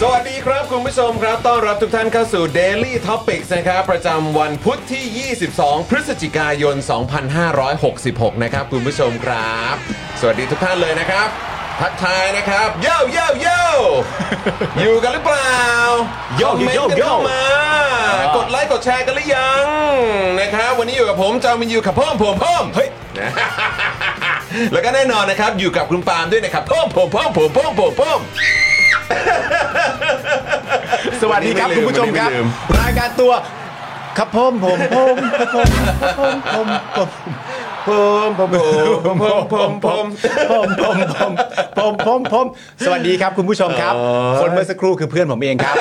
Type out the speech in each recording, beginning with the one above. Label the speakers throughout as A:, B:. A: สวัสดีครับคุณผู้ชมครับ ต้อนรับทุกท่านเข้าสู่ Daily Topics นะครับ ประจำวันพุทธที่ 22 พฤศจิกายน 2566 นะครับ คุณผู้ชมครับ สวัสดีทุกท่านเลยนะครับ ทักทายนะครับโยโยโย อยู่กันหรือเปล่าโย
B: Yo,
A: กเมน
B: yo,
A: ต์กัน
B: yo.
A: เข้ามากดไลค์กดแชร์กันหรือยังนะครับ วันนี้อยู่กับผมจามินยูขับเพิ่มผมเพิ่มเฮ้ย แล้วก็แน่นอนนะครับอยู่กับคุณปาล์มด้วยนะครับเพิ่มผมเพิ่มผมเพิ่มผมเพิ่ม
B: สวัสดีครับ
A: วันนี้
B: คุณ
A: ไม่ลืม
B: ผู้ชมครั
A: วั
B: บ
A: นนี้ไม่ลืม
B: รายการตัวครับผมผมผมผมผมผมผม
A: เพิ่มผมผมผมผมผม
B: ผมผมผมผมผมผมสวัสดีครับคุณผู้ชมครับ
A: เออ
B: คนเมื่อสักครู่คือเพื่อนผมเองครับ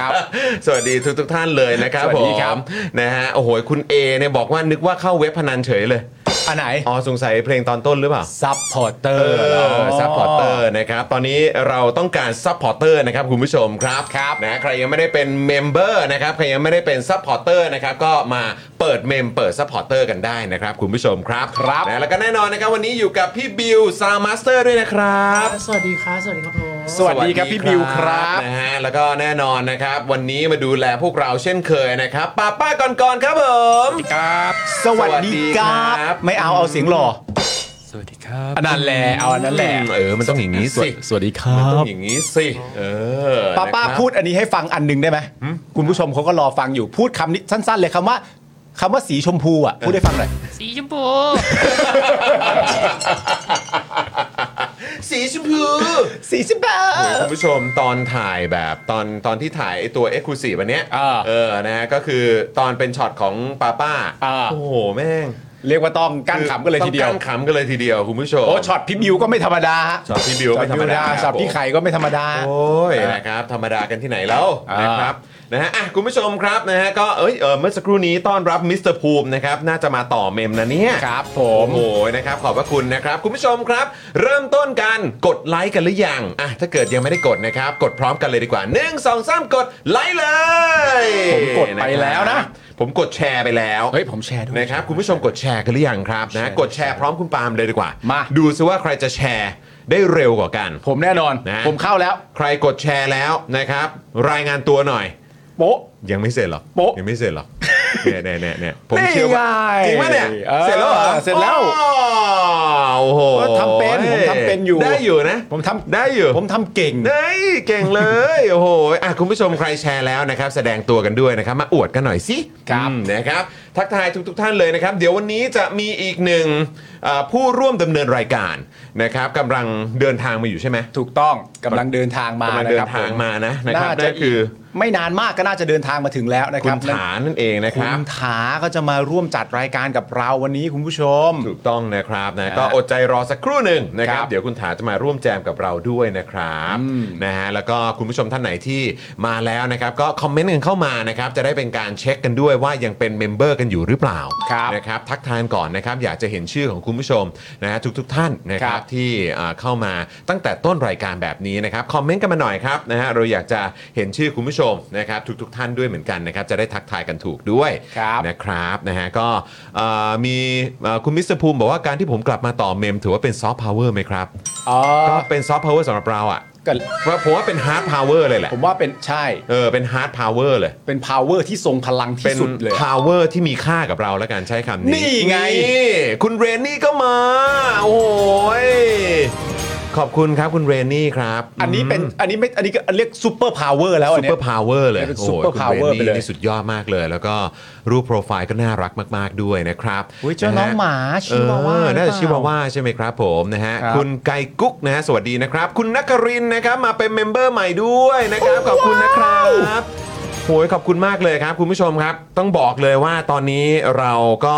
B: ครับ
A: สวัสดีทุกทุกๆท่านเลยนะครับ
B: สวัสดี
A: ผม
B: ครับ
A: นะฮะโอ้โหคุณเอเนี่ยบอกว่านึกว่าเข้าเว็บพนันเฉยเลย
B: อันไหน
A: อ๋อสงสัยเพลงตอนต้นหรือเปล่า
B: ซับพอร์เตอ
A: เอ
B: ร
A: อ
B: ์
A: ซัพพอร์เตอร์นะครับตอนนี้เราต้องการซัพพอร์เตอร์นะครับคุณผู้ชมครับครับนะใครยังไม่ได้เป็นเมมเบอร์นะครับใครยังไม่ได้เป็นซัพพอร์เตอร์นะครับก็มาเปิดเมมเปิดซัพพอร์เตอร์กันได้นะครับคุณผู้ชมครับ
B: ครับ
A: นะแล้วก็แน่นอนนะครับวันนี้อยู่กับพี่บิวซาวมาสเตอร์ด้วยนะครับ
C: สวัสดีครับ สวัสดีครับผม
B: สวัสดีครับพี่บิวครับ
A: นะฮะแล้วก็แน่นอนนะครับ วันนี้มาดูแลพวกเราเช่นเคยนะครับป้าป้าก่อนก่อนๆครับผมครับ
B: สวัสดีครับไม่เอาเอาเสียงหล่อ
D: สวัสดีครับ
B: อันนั้นแหละเอาอันนั้นแหละ
A: เออมันต้องอย่างนี้สิ
D: สวัสดีค
A: มั
D: รั
A: นต้อบ งอย่างนี้สิเออ
B: ป้าป้า
A: นะครับ
B: พูดอันนี้ให้ฟังอันหนึงได้ไหมคุณผู้ชมเขาก็รอฟังอยู่พูดคำนี้สั้น ๆ เลยคำว่าคำว่าสีชมพูอ่ะพูดให้ฟังหน่อย
C: สีชมพู
A: สีชมพู
B: สีสิบบา
A: โอ้ยคุ
B: ท
A: ณผู้ชมตอนถ่ายแบบตอนตอนที่ถ่ายไอ้ตัว e อ็กซ์คลูซีฟอันเนี้ย
B: อ่า
A: เออนะฮะก็คือตอนเป็นช็อตของป้าป้า
B: อ่า
A: โอ้โหแม่ง
B: เรียกว่าต้องกั้นขำกันเลยทีเดียว
A: ต้องกั้นขำกันเลยทีเดียวคุณผู้ชม
B: โอ้ช็อตพี่บิวก็ไม่ธรรมดาฮะ
A: ช็อตพี่บิวไม่ธรรมดา
B: ช็อตพี่ไข่ก็ไม่ธรรมดา
A: โอ้ยนะครับธรรมดากันที่ไหนแล้ว
B: อ่าน
A: นะครับนะฮะอ่ะคุณผู้ชมครับนะฮะก็เอ้ยเออเมื่อสักครู่นี้ต้อนรับมิสเตอร์ภูมินะครับน่าจะมาต่อเมมนะเนี่ย
B: ครับผม
A: โอ้โหนะครับขอบพระคุณนะครับ คุณผู้ชมครับ เริ่มต้นกันกดไลค์กันหรือยังอ่ะถ้าเกิดยังไม่ได้กดนะครับ กดพร้อมกันเลยดีกว่า1 2 3 กดไลค์เลย
B: ผมกดไปแล้วนะ
A: ผมกดแชร์ไปแล้ว
D: เฮ้ย ผมแชร์ด้วย
A: นะครับคุณผู้ชมกดแชร์กันหรือยังครับนะกดแชร์พร้อมคุณปาล์มเลยดีกว่า
B: มา
A: ดูซิว่าใครจะแชร์ได้เร็วกว่ากัน
B: ผมแน่นอน
A: นะ
B: ผมเข้าแล้ว
A: ใครกดแชร์แล้วนะครับ รายงานตัวหน่อย
B: โป๊ะ
A: ยังไม่เสร็จหรอก
B: โป๊ะ
A: ยังไม่เสร็จหรอกเนี่ยเนี่ยเนี่ยเนี่ยผมเชื่อว่าจริงไหมเนี่ย
B: ออ
A: เสร็จแล้วหอ
B: เสร็จแล้ว
A: อ๋อโอ้โห
B: ก็ทำเป็นผมทำเป็นอยู่
A: ได้อยู่นะ
B: ผมทำ
A: ได้อยู่
B: ผมทำเก่ง
A: ได้ยเก่งเลย โอ้โหอ่ะคุณผู้ชมใครแชร์แล้วนะครับ แสดงตัวกันด้วยนะครับ มาอวดกันหน่อยสิ
B: ครับ
A: อืมนะครับ ทักทายทุกๆทท่านเลยนะครับ เดี๋ยววันนี้จะมีอีกหนึ่งเอ่อผู้ร่วมดำเนินรายการนะครับกำลังเดินทางมาอยู่ใช่ไหม
B: ถูกต้องกำลังเดินทางมาก
A: ำลัง
B: นะ
A: เดิ
B: ครั
A: น
B: บ
A: ทางมานะ
B: ผ
A: นะครับ
B: น่าจะ
A: นั่นคือ
B: ไม่นานมากก็น่าจะเดินทางมาถึงแล้วนะค
A: คุ
B: รั
A: ณ
B: บ
A: ฐานั่นเองนะค
B: คุ
A: รั
B: ณ
A: บ
B: ถาก็จะมาร่วมจัดรายการกับเราวันนี้คุณผู้ชม
A: ถูกต้องนะครับนะ
B: นะ
A: ก็อดใจรอสักครู่หนึ่งนะครับ
B: ครับ
A: เดี๋ยวคุณถาจะมาร่วมแจมกับเราด้วยนะครับนะฮะแล้วก็คุณผู้ชมท่านไหนที่มาแล้วนะครับ ก็คอมเมนต์กันเข้ามานะครับ จะได้เป็นการเช็คกันด้วยว่ายังเป็นเมมเบอร์กันอยู่หรือเปล่า
B: ครับ
A: นะครับทักทายก่อนนะครับ อยากจะเห็นชื่อของคุณ คุณผู้ชมนะฮะทุกทท่านนะค
B: ค
A: รั
B: รั
A: บบ ที่อ่าเข้ามาตั้งแต่ต้นรายการแบบนี้นะครับคอมเมนต์กันมาหน่อยครับนะฮะเราอยากจะเห็นชื่อคุณผู้ชมนะครับทุกทท่านด้วยเหมือนกันนะครับจะได้ทักทายกันถูกด้วย
B: ครับ
A: นะครับนะฮะก็เอ่อมีเอ่อคุณมิสเตอร์ภูมิบอกว่าการที่ผมกลับมาต่อเมม ถือว่าเป็นซอฟต์พาวเวอร์ไหมครับ
B: อ๋อ
A: ก็เป็นซอฟต์พาวเวอร์สำหรับเราอ่ะ
B: ก็
A: เพราะผมว่าเป็นฮาร์ดพาวเวอร์เลยแหละ
B: ผมว่าเป็นใช่
A: เออเป็นฮาร์ดพาวเวอร์เลย
B: เป็น power ที่ทรงพลัง
A: เป็
B: ที่
A: น
B: สุดเลย
A: พาวเวอร์ที่มีค่ากับเราแล้วกันใช้คำนี้
B: นี่ไง
A: นี่คุณเรนนี่ก็มา โอ้ยขอบคุณครับคุณเรนนี่ครับ
B: อันนี้เป็นอันนี้ไม่อันนี้ก็เรียก super power แล้วอั
A: ซู
B: น
A: เปอ
B: เนี้
A: ย ร์พาวเวอร์เลย
B: เป็น
A: โอ้โห
B: super
A: คุณ
B: power
A: เรน
B: ไป
A: นี่
B: เลย
A: นี่สุดยอดมากเลย แล้วก็รูปโปรไฟล์ก็น่ารักมากๆด้วยนะครับ
B: อุ๊ยเจ้า
A: ะฮะ
B: น้องหมาชิวาว่า
A: เออ
B: หรือเปล่
A: น่าจะชิวาว่าใช่ไหมครับผมนะฮะ คุณไก่กุ๊กนะฮะสวัสดีนะครับ คุณนักรินทร์นะครับมาเป็นเมมเบอร์ใหม่ด้วยนะครับ ขอบคุณนะครับโอ้ยขอบคุณมากเลยครับคุณผู้ชมครับ ต้องบอกเลยว่าตอนนี้เราก็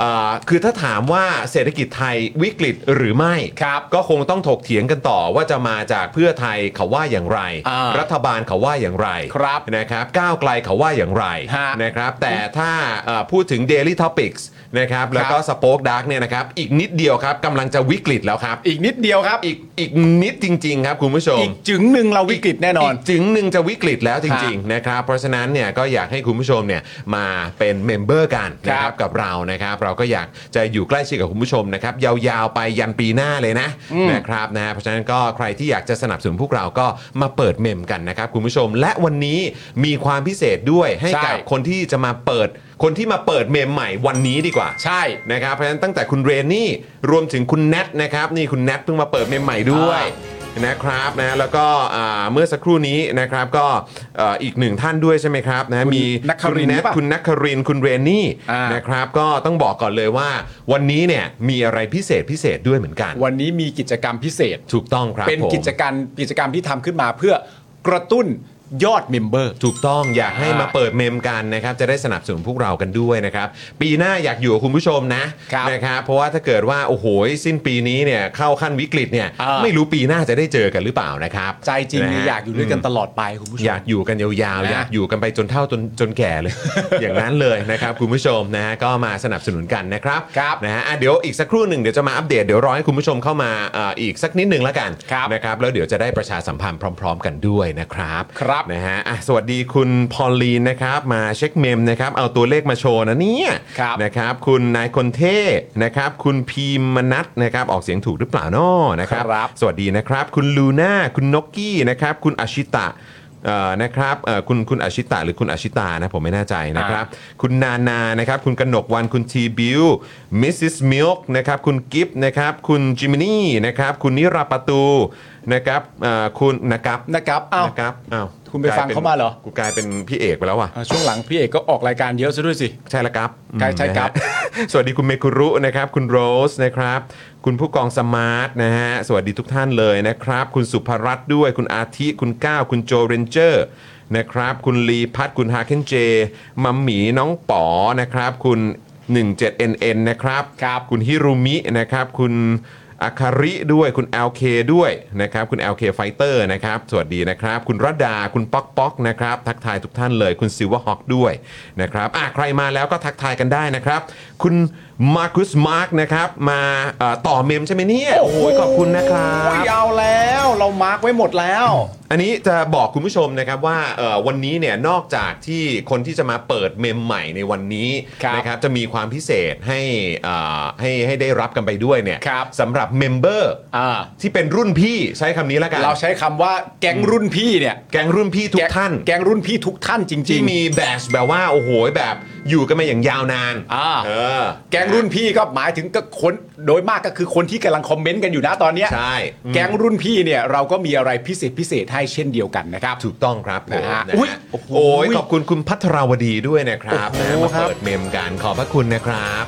A: เอ่อคือถ้าถามว่าเศรษฐกิจไทยวิกฤตหรือไม่ครับก็คงต้องถกเถียงกันต่อว่าจะมาจากเพื่อไทยเขาว่าอย่างไร
B: อ่ารั
A: รัฐบาลเขาว่าอย่างไร
B: ครับ
A: นะครับ ก้าวไกลเขาว่าอย่างไร
B: ฮะ
A: นะครับ แต่ถ้าเอ่อพูดถึง Daily Topics นะครับ แล้วก็สป o อ e ดาร์กเนี่ยนะครับ อีกนิดเดียวครับกำลังจะวิกฤตแล้วครับ
B: อีกนิดเดียวครับ
A: อีกอีกนิดจริง ๆ ครับคุณผู้ชม
B: อีกจึงหนึ่งเราวิกฤตแน่นอน
A: กจึงหนึ่งจะวิกฤตแล้วจริงๆนะครับเพราะฉะนั้นเนี่ยก็อยากให้คุณผู้ชมเนี่ยมาเป็นเมมเบอร์กันนะค
B: ครั
A: รับบ กับเรานะครับ เราก็อยากจะอยู่ใกล้ชิดกับคุณผู้ชมนะครับยาวๆไปยันปีหน้าเลยนะนะครับนะฮะเพราะฉะนั้นก็ใครที่อยากจะสนับสนุนพวกเราก็มาเปิดเมมกันนะครับคุณผู้ชม และวันนี้มีความพิเศษด้วยให้กับ
B: ใช่
A: คนที่จะมาเปิดคนที่มาเปิดเมมใหม่วันนี้ดีกว่า
B: ใช่
A: นะครับเพราะฉะนั้นตั้งแต่คุณเรนนี่รวมถึงคุณแนทนะครับนี่คุณแนทเพิ่งมาเปิดเมมใหม่ด้วยนะครับนะแล้วก็อ่าเมื่อสักครู่นี้นะครับก็เอ่ออีกหนึ่งท่านด้วยใช่ไหมครับนะ
B: คุณ
A: มี
B: นคริน
A: ณ
B: ทร์
A: แนท
B: หรือเปล่า
A: คุณนักครินทร์คุณเรนนี่
B: อ่าน
A: นะครับก็ต้องบอกก่อนเลยว่า วันนี้เนี่ยมีอะไรพิเศษพิเศษด้วยเหมือนกัน
B: วันนี้มีกิจกรรมพิเศษ
A: ถูกต้องครับ
B: เป็น
A: ผม
B: กิจกรรมกิจกรรมที่ทำขึ้นมาเพื่อกระตุ้นยอดเมมเบอร์
A: ถูกต้องอยากให้
B: อ่าม
A: มาเปิดเมมกันนะครับจะได้สนับสนุนพวกเรากันด้วยนะครับปีหน้าอยากอยู่กับคุณผู้ชมนะครับนะครับเพราะว่าถ้าเกิดว่าโอ้โหสิ้นปีนี้เนี่ยเข้าขั้นวิกฤตเนี่ย
B: อ่า
A: ไม่รู้ปีหน้าจะได้เจอกันหรือเปล่านะครับ
B: ใจจริง
A: นะ
B: เนี่ย
A: ฮะ
B: อยากอยู่ด้วยกันตลอดไปคุณผู้ชม
A: อยากอยู่กันยาวๆ
B: นะ
A: อยากอยู่กันไปจนเท่าจนจนแก่เลย อย่างนั้นเลยนะครับคุณผู้ชมนะฮะก็มาสนับสนุนกันนะครับ
B: ครับ
A: นะฮะอ่ะเดี๋ยวอีกสักครู่หนึ่งเดี๋ยวจะมาอัปเดตเดี๋ยวรอให้คุณผู้ชมเข้ามาอ่าอีกสักนิดหนึ่งแล้วกัน
B: ครับ
A: นะครับแล้วเดี๋ยวจะได้ประชาสัมพันธ์พร้อม ๆ กันด้วยนะครับ
B: ครับ
A: นะฮะอ่ะสวัสดีคุณพอลลีนนะครับ มาเช็คเมมนะครับ เอาตัวเลขมาโชว์นะเนี่ย
B: ครับ
A: นะครับ คุณนายคนเท่นะครับ คุณพีมนัทนะครับ ออกเสียงถูกหรือเปล่าน้อนะครับ
B: ครับ
A: สวัสดีนะครับ คุณลูน่า คุณนกกี้นะครับ คุณอาชิตะเอ่อนะครับเอ่อคุณคุณอาชิตะหรือคุณอาชิตานะผมไม่แน่ใจนะครับ คุณนานานะครับ คุณกนกวันคุณทีบิวมิสซิสมิลค์นะครับ คุณกิฟต์นะครับ คุณจิมินี่นะครับ คุณนิราปตูนะครับเอ่อคุณนะครับ
B: นะครับอ้าว
A: นะครับอ้าว
B: คุณไปฟังเขามาเหรอ
A: กูกลายเป็นพี่เอกไปแล้วว่ะ
B: อ่าช่วงหลังพี่เอกก็ออกรายการเยอะซะด้วยสิ
A: ใช่แล้วครับ
B: ใช่ใช่ครับ
A: นะฮะ สวัสดีคุณเมกุรุนะครับ คุณโรสนะครับ คุณผู้กองสมาร์ทนะฮะ สวัสดีทุกท่านเลยนะครับ คุณสุภรัตน์ด้วย คุณอาทิ คุณก้าว คุณโจเรนเจอร์นะครับ คุณลีพัทคุณฮาเคนเจ มัมหมีน้องป๋อนะครับ คุณ 17NN นะครับ
B: ครับ
A: คุณฮิรุมินะครับ คุณอาคาริด้วย คุณ LK ด้วยนะครับ คุณ LK Fighter นะครับ สวัสดีนะครับ คุณรดา คุณป๊อกป๊อกนะครับ ทักทายทุกท่านเลย คุณซิลเวอร์ฮอกด้วยนะครับอ่ะใครมาแล้วก็ทักทายกันได้นะครับ คุณมาร์คุสมาร์กนะครับ มาเอ่อต่อเมมใช่ไหมเนี่ย โอ้โห ขอบคุณนะครับ
B: โอ้ยเอาแล้วเรามาร์กไว้หมดแล้ว
A: อันนี้จะบอกคุณผู้ชมนะครับว่าเอ่อวันนี้เนี่ยนอกจากที่คนที่จะมาเปิดเมมใหม่ในวันนี้
B: ครับ
A: นะครับจะมีความพิเศษให้เอ่อให้ให้ได้รับกันไปด้วยเนี่ย
B: ครับ
A: สำหรับเมมเบอร์
B: อ่า
A: ที่เป็นรุ่นพี่ใช้คำนี้แล้วกัน
B: เราใช้คำว่าแก๊งรุ่นพี่เนี่ย
A: แก๊งรุ่นพี่ทุก
B: แก๊ง
A: ท่าน
B: แก๊งรุ่นพี่ทุกท่านจริ
A: ที่
B: ง
A: มีแบชแบบว่า โอ้โหแบบอยู่กันมาอย่างยาวนาน
B: อ่า
A: เออ
B: ๆ แก๊งรุ่นพี่ก็หมายถึงก็คนโดยมากก็คือคนที่กำลังคอมเมนต์กันอยู่นะตอนเนี้ย
A: ใช่
B: แก๊งรุ่นพี่เนี่ยเราก็มีอะไรพิเศษพิเศษให้เช่นเดียวกันนะครับ
A: ถูกต้องครับผม
B: นะฮะ
A: นะ
B: อุ๊ย
A: ฮะ
B: โอ้โห
A: โอ้ยขอบคุณคุณพัทรวดีด้วยนะครับนะฮะ
B: โอ้
A: มา
B: โหครับ
A: เปิดเมมกันขอบพระคุณนะครับ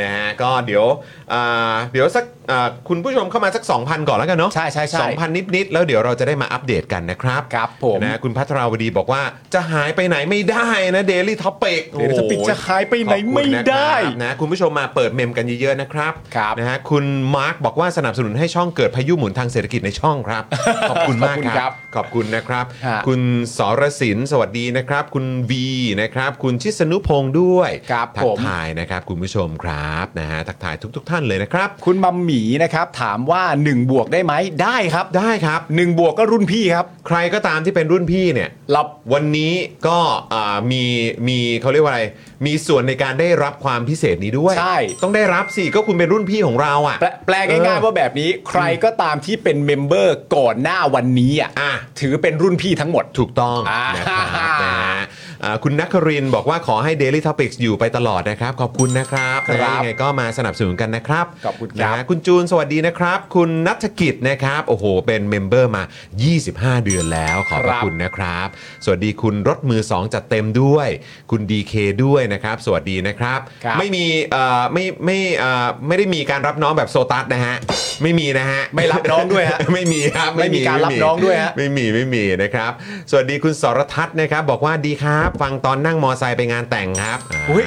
A: นะฮะก็เดี๋ยวอ่าเดี๋ยวสักอ่าคุณผู้ชมเข้ามาสัก 2,000 ก่อนแล้วกันเนาะ
B: ใช่ใช่ใช่
A: สองพันนิด ๆ แล้วเดี๋ยวเราจะได้มาอัปเดตกันนะครับ
B: ครับผม
A: นะคุณพัทราวดีบอกว่าจะหายไปไหนไม่ได้นะ Daily Topic
B: Daily Topic จะหายไปไหนไม่ได้
A: ขอบคุณนะครับนะคุณผู้ชมมาเปิดเมมกันเยอะ ๆ นะครับ
B: ครับ
A: นะฮะคุณมาร์คบอกว่าสนับสนุนให้ช่องเกิดพายุหมุนทางเศรษฐกิจในช่อง ครับ ขอบคุณมาก
B: ขอบคุณ
A: ค
B: ครั
A: รับ
B: บ
A: ขอบคุณนะครับ
B: ฮะ
A: คุณสรศินสวัสดีนะครับ คุณวีนะครับ คุณชิสนุพงศ์ด้วย
B: ครับ
A: ทั
B: ผม
A: ทายนะครับคุณผู้ชมครั
C: นะครับนะฮะทักทายทุก ๆ ท่านเลยนะครับ
B: คุณมัมหมีนะครับถามว่า 1 บวกได้ไหมได้ครับ
C: ได้ครับ
B: 1บวกก็รุ่นพี่ครับ
C: ใครก็ตามที่เป็นรุ่นพี่เนี่ย
B: รับ
C: วันนี้ก็อ่ามีมีเขาเรียกว่าอะไร มีส่วนในการได้รับความพิเศษนี้ด้วย
B: ใช่
C: ต้องได้รับสิก็คุณเป็นรุ่นพี่ของเราอ่ะ
B: แปลแปลง่าย
C: เออ
B: ๆว่าแบบนี้ใครก็ตามที่เป็นเมมเบอร์ก่อนหน้าวันนี้อ่ะ
C: อ่ะ
B: ถือเป็นรุ่นพี่ทั้งหมด
C: ถูกต้อง
B: อ่าน
C: นะครับนะฮะอ่าคุณนักครินทร์บอกว่าขอให้ Daily Topics อยู่ไปตลอดนะครับ ขอบคุณนะครับ
B: ครับ
C: นะยังไงก็มาสนับสนุนกันนะครับ
B: ขอบคุณครับ
C: นะคุณจูนสวัสดีนะครับ คุณนัทกิจนะครับ โอ้โห เป็นเมมเบอร์มา 25 เดือนแล้ว ขอบพระคุณนะครับ สวัสดีคุณรถมือ 2 จัดเต็มด้วย คุณ DK ด้วยนะครับ สวัสดีนะครับ
B: ครับ
C: ไม่มีเอ่อไม่ไม่เอ่อไม่ได้มีการรับน้องแบบโซตัสนะฮะ ไม่มีนะฮะ
B: ไม่รับน้องด้วยฮะ
C: ไม่มีครับ
B: ไม่มีการรับน้องด้วยฮะ
C: ไม่มีไม่มีนะครับ สวัสดีคุณสรทัศน์นะครับ บอกว่าดีครับ ฟังตอนนั่งมอไซค์ไปงานแต่งครับ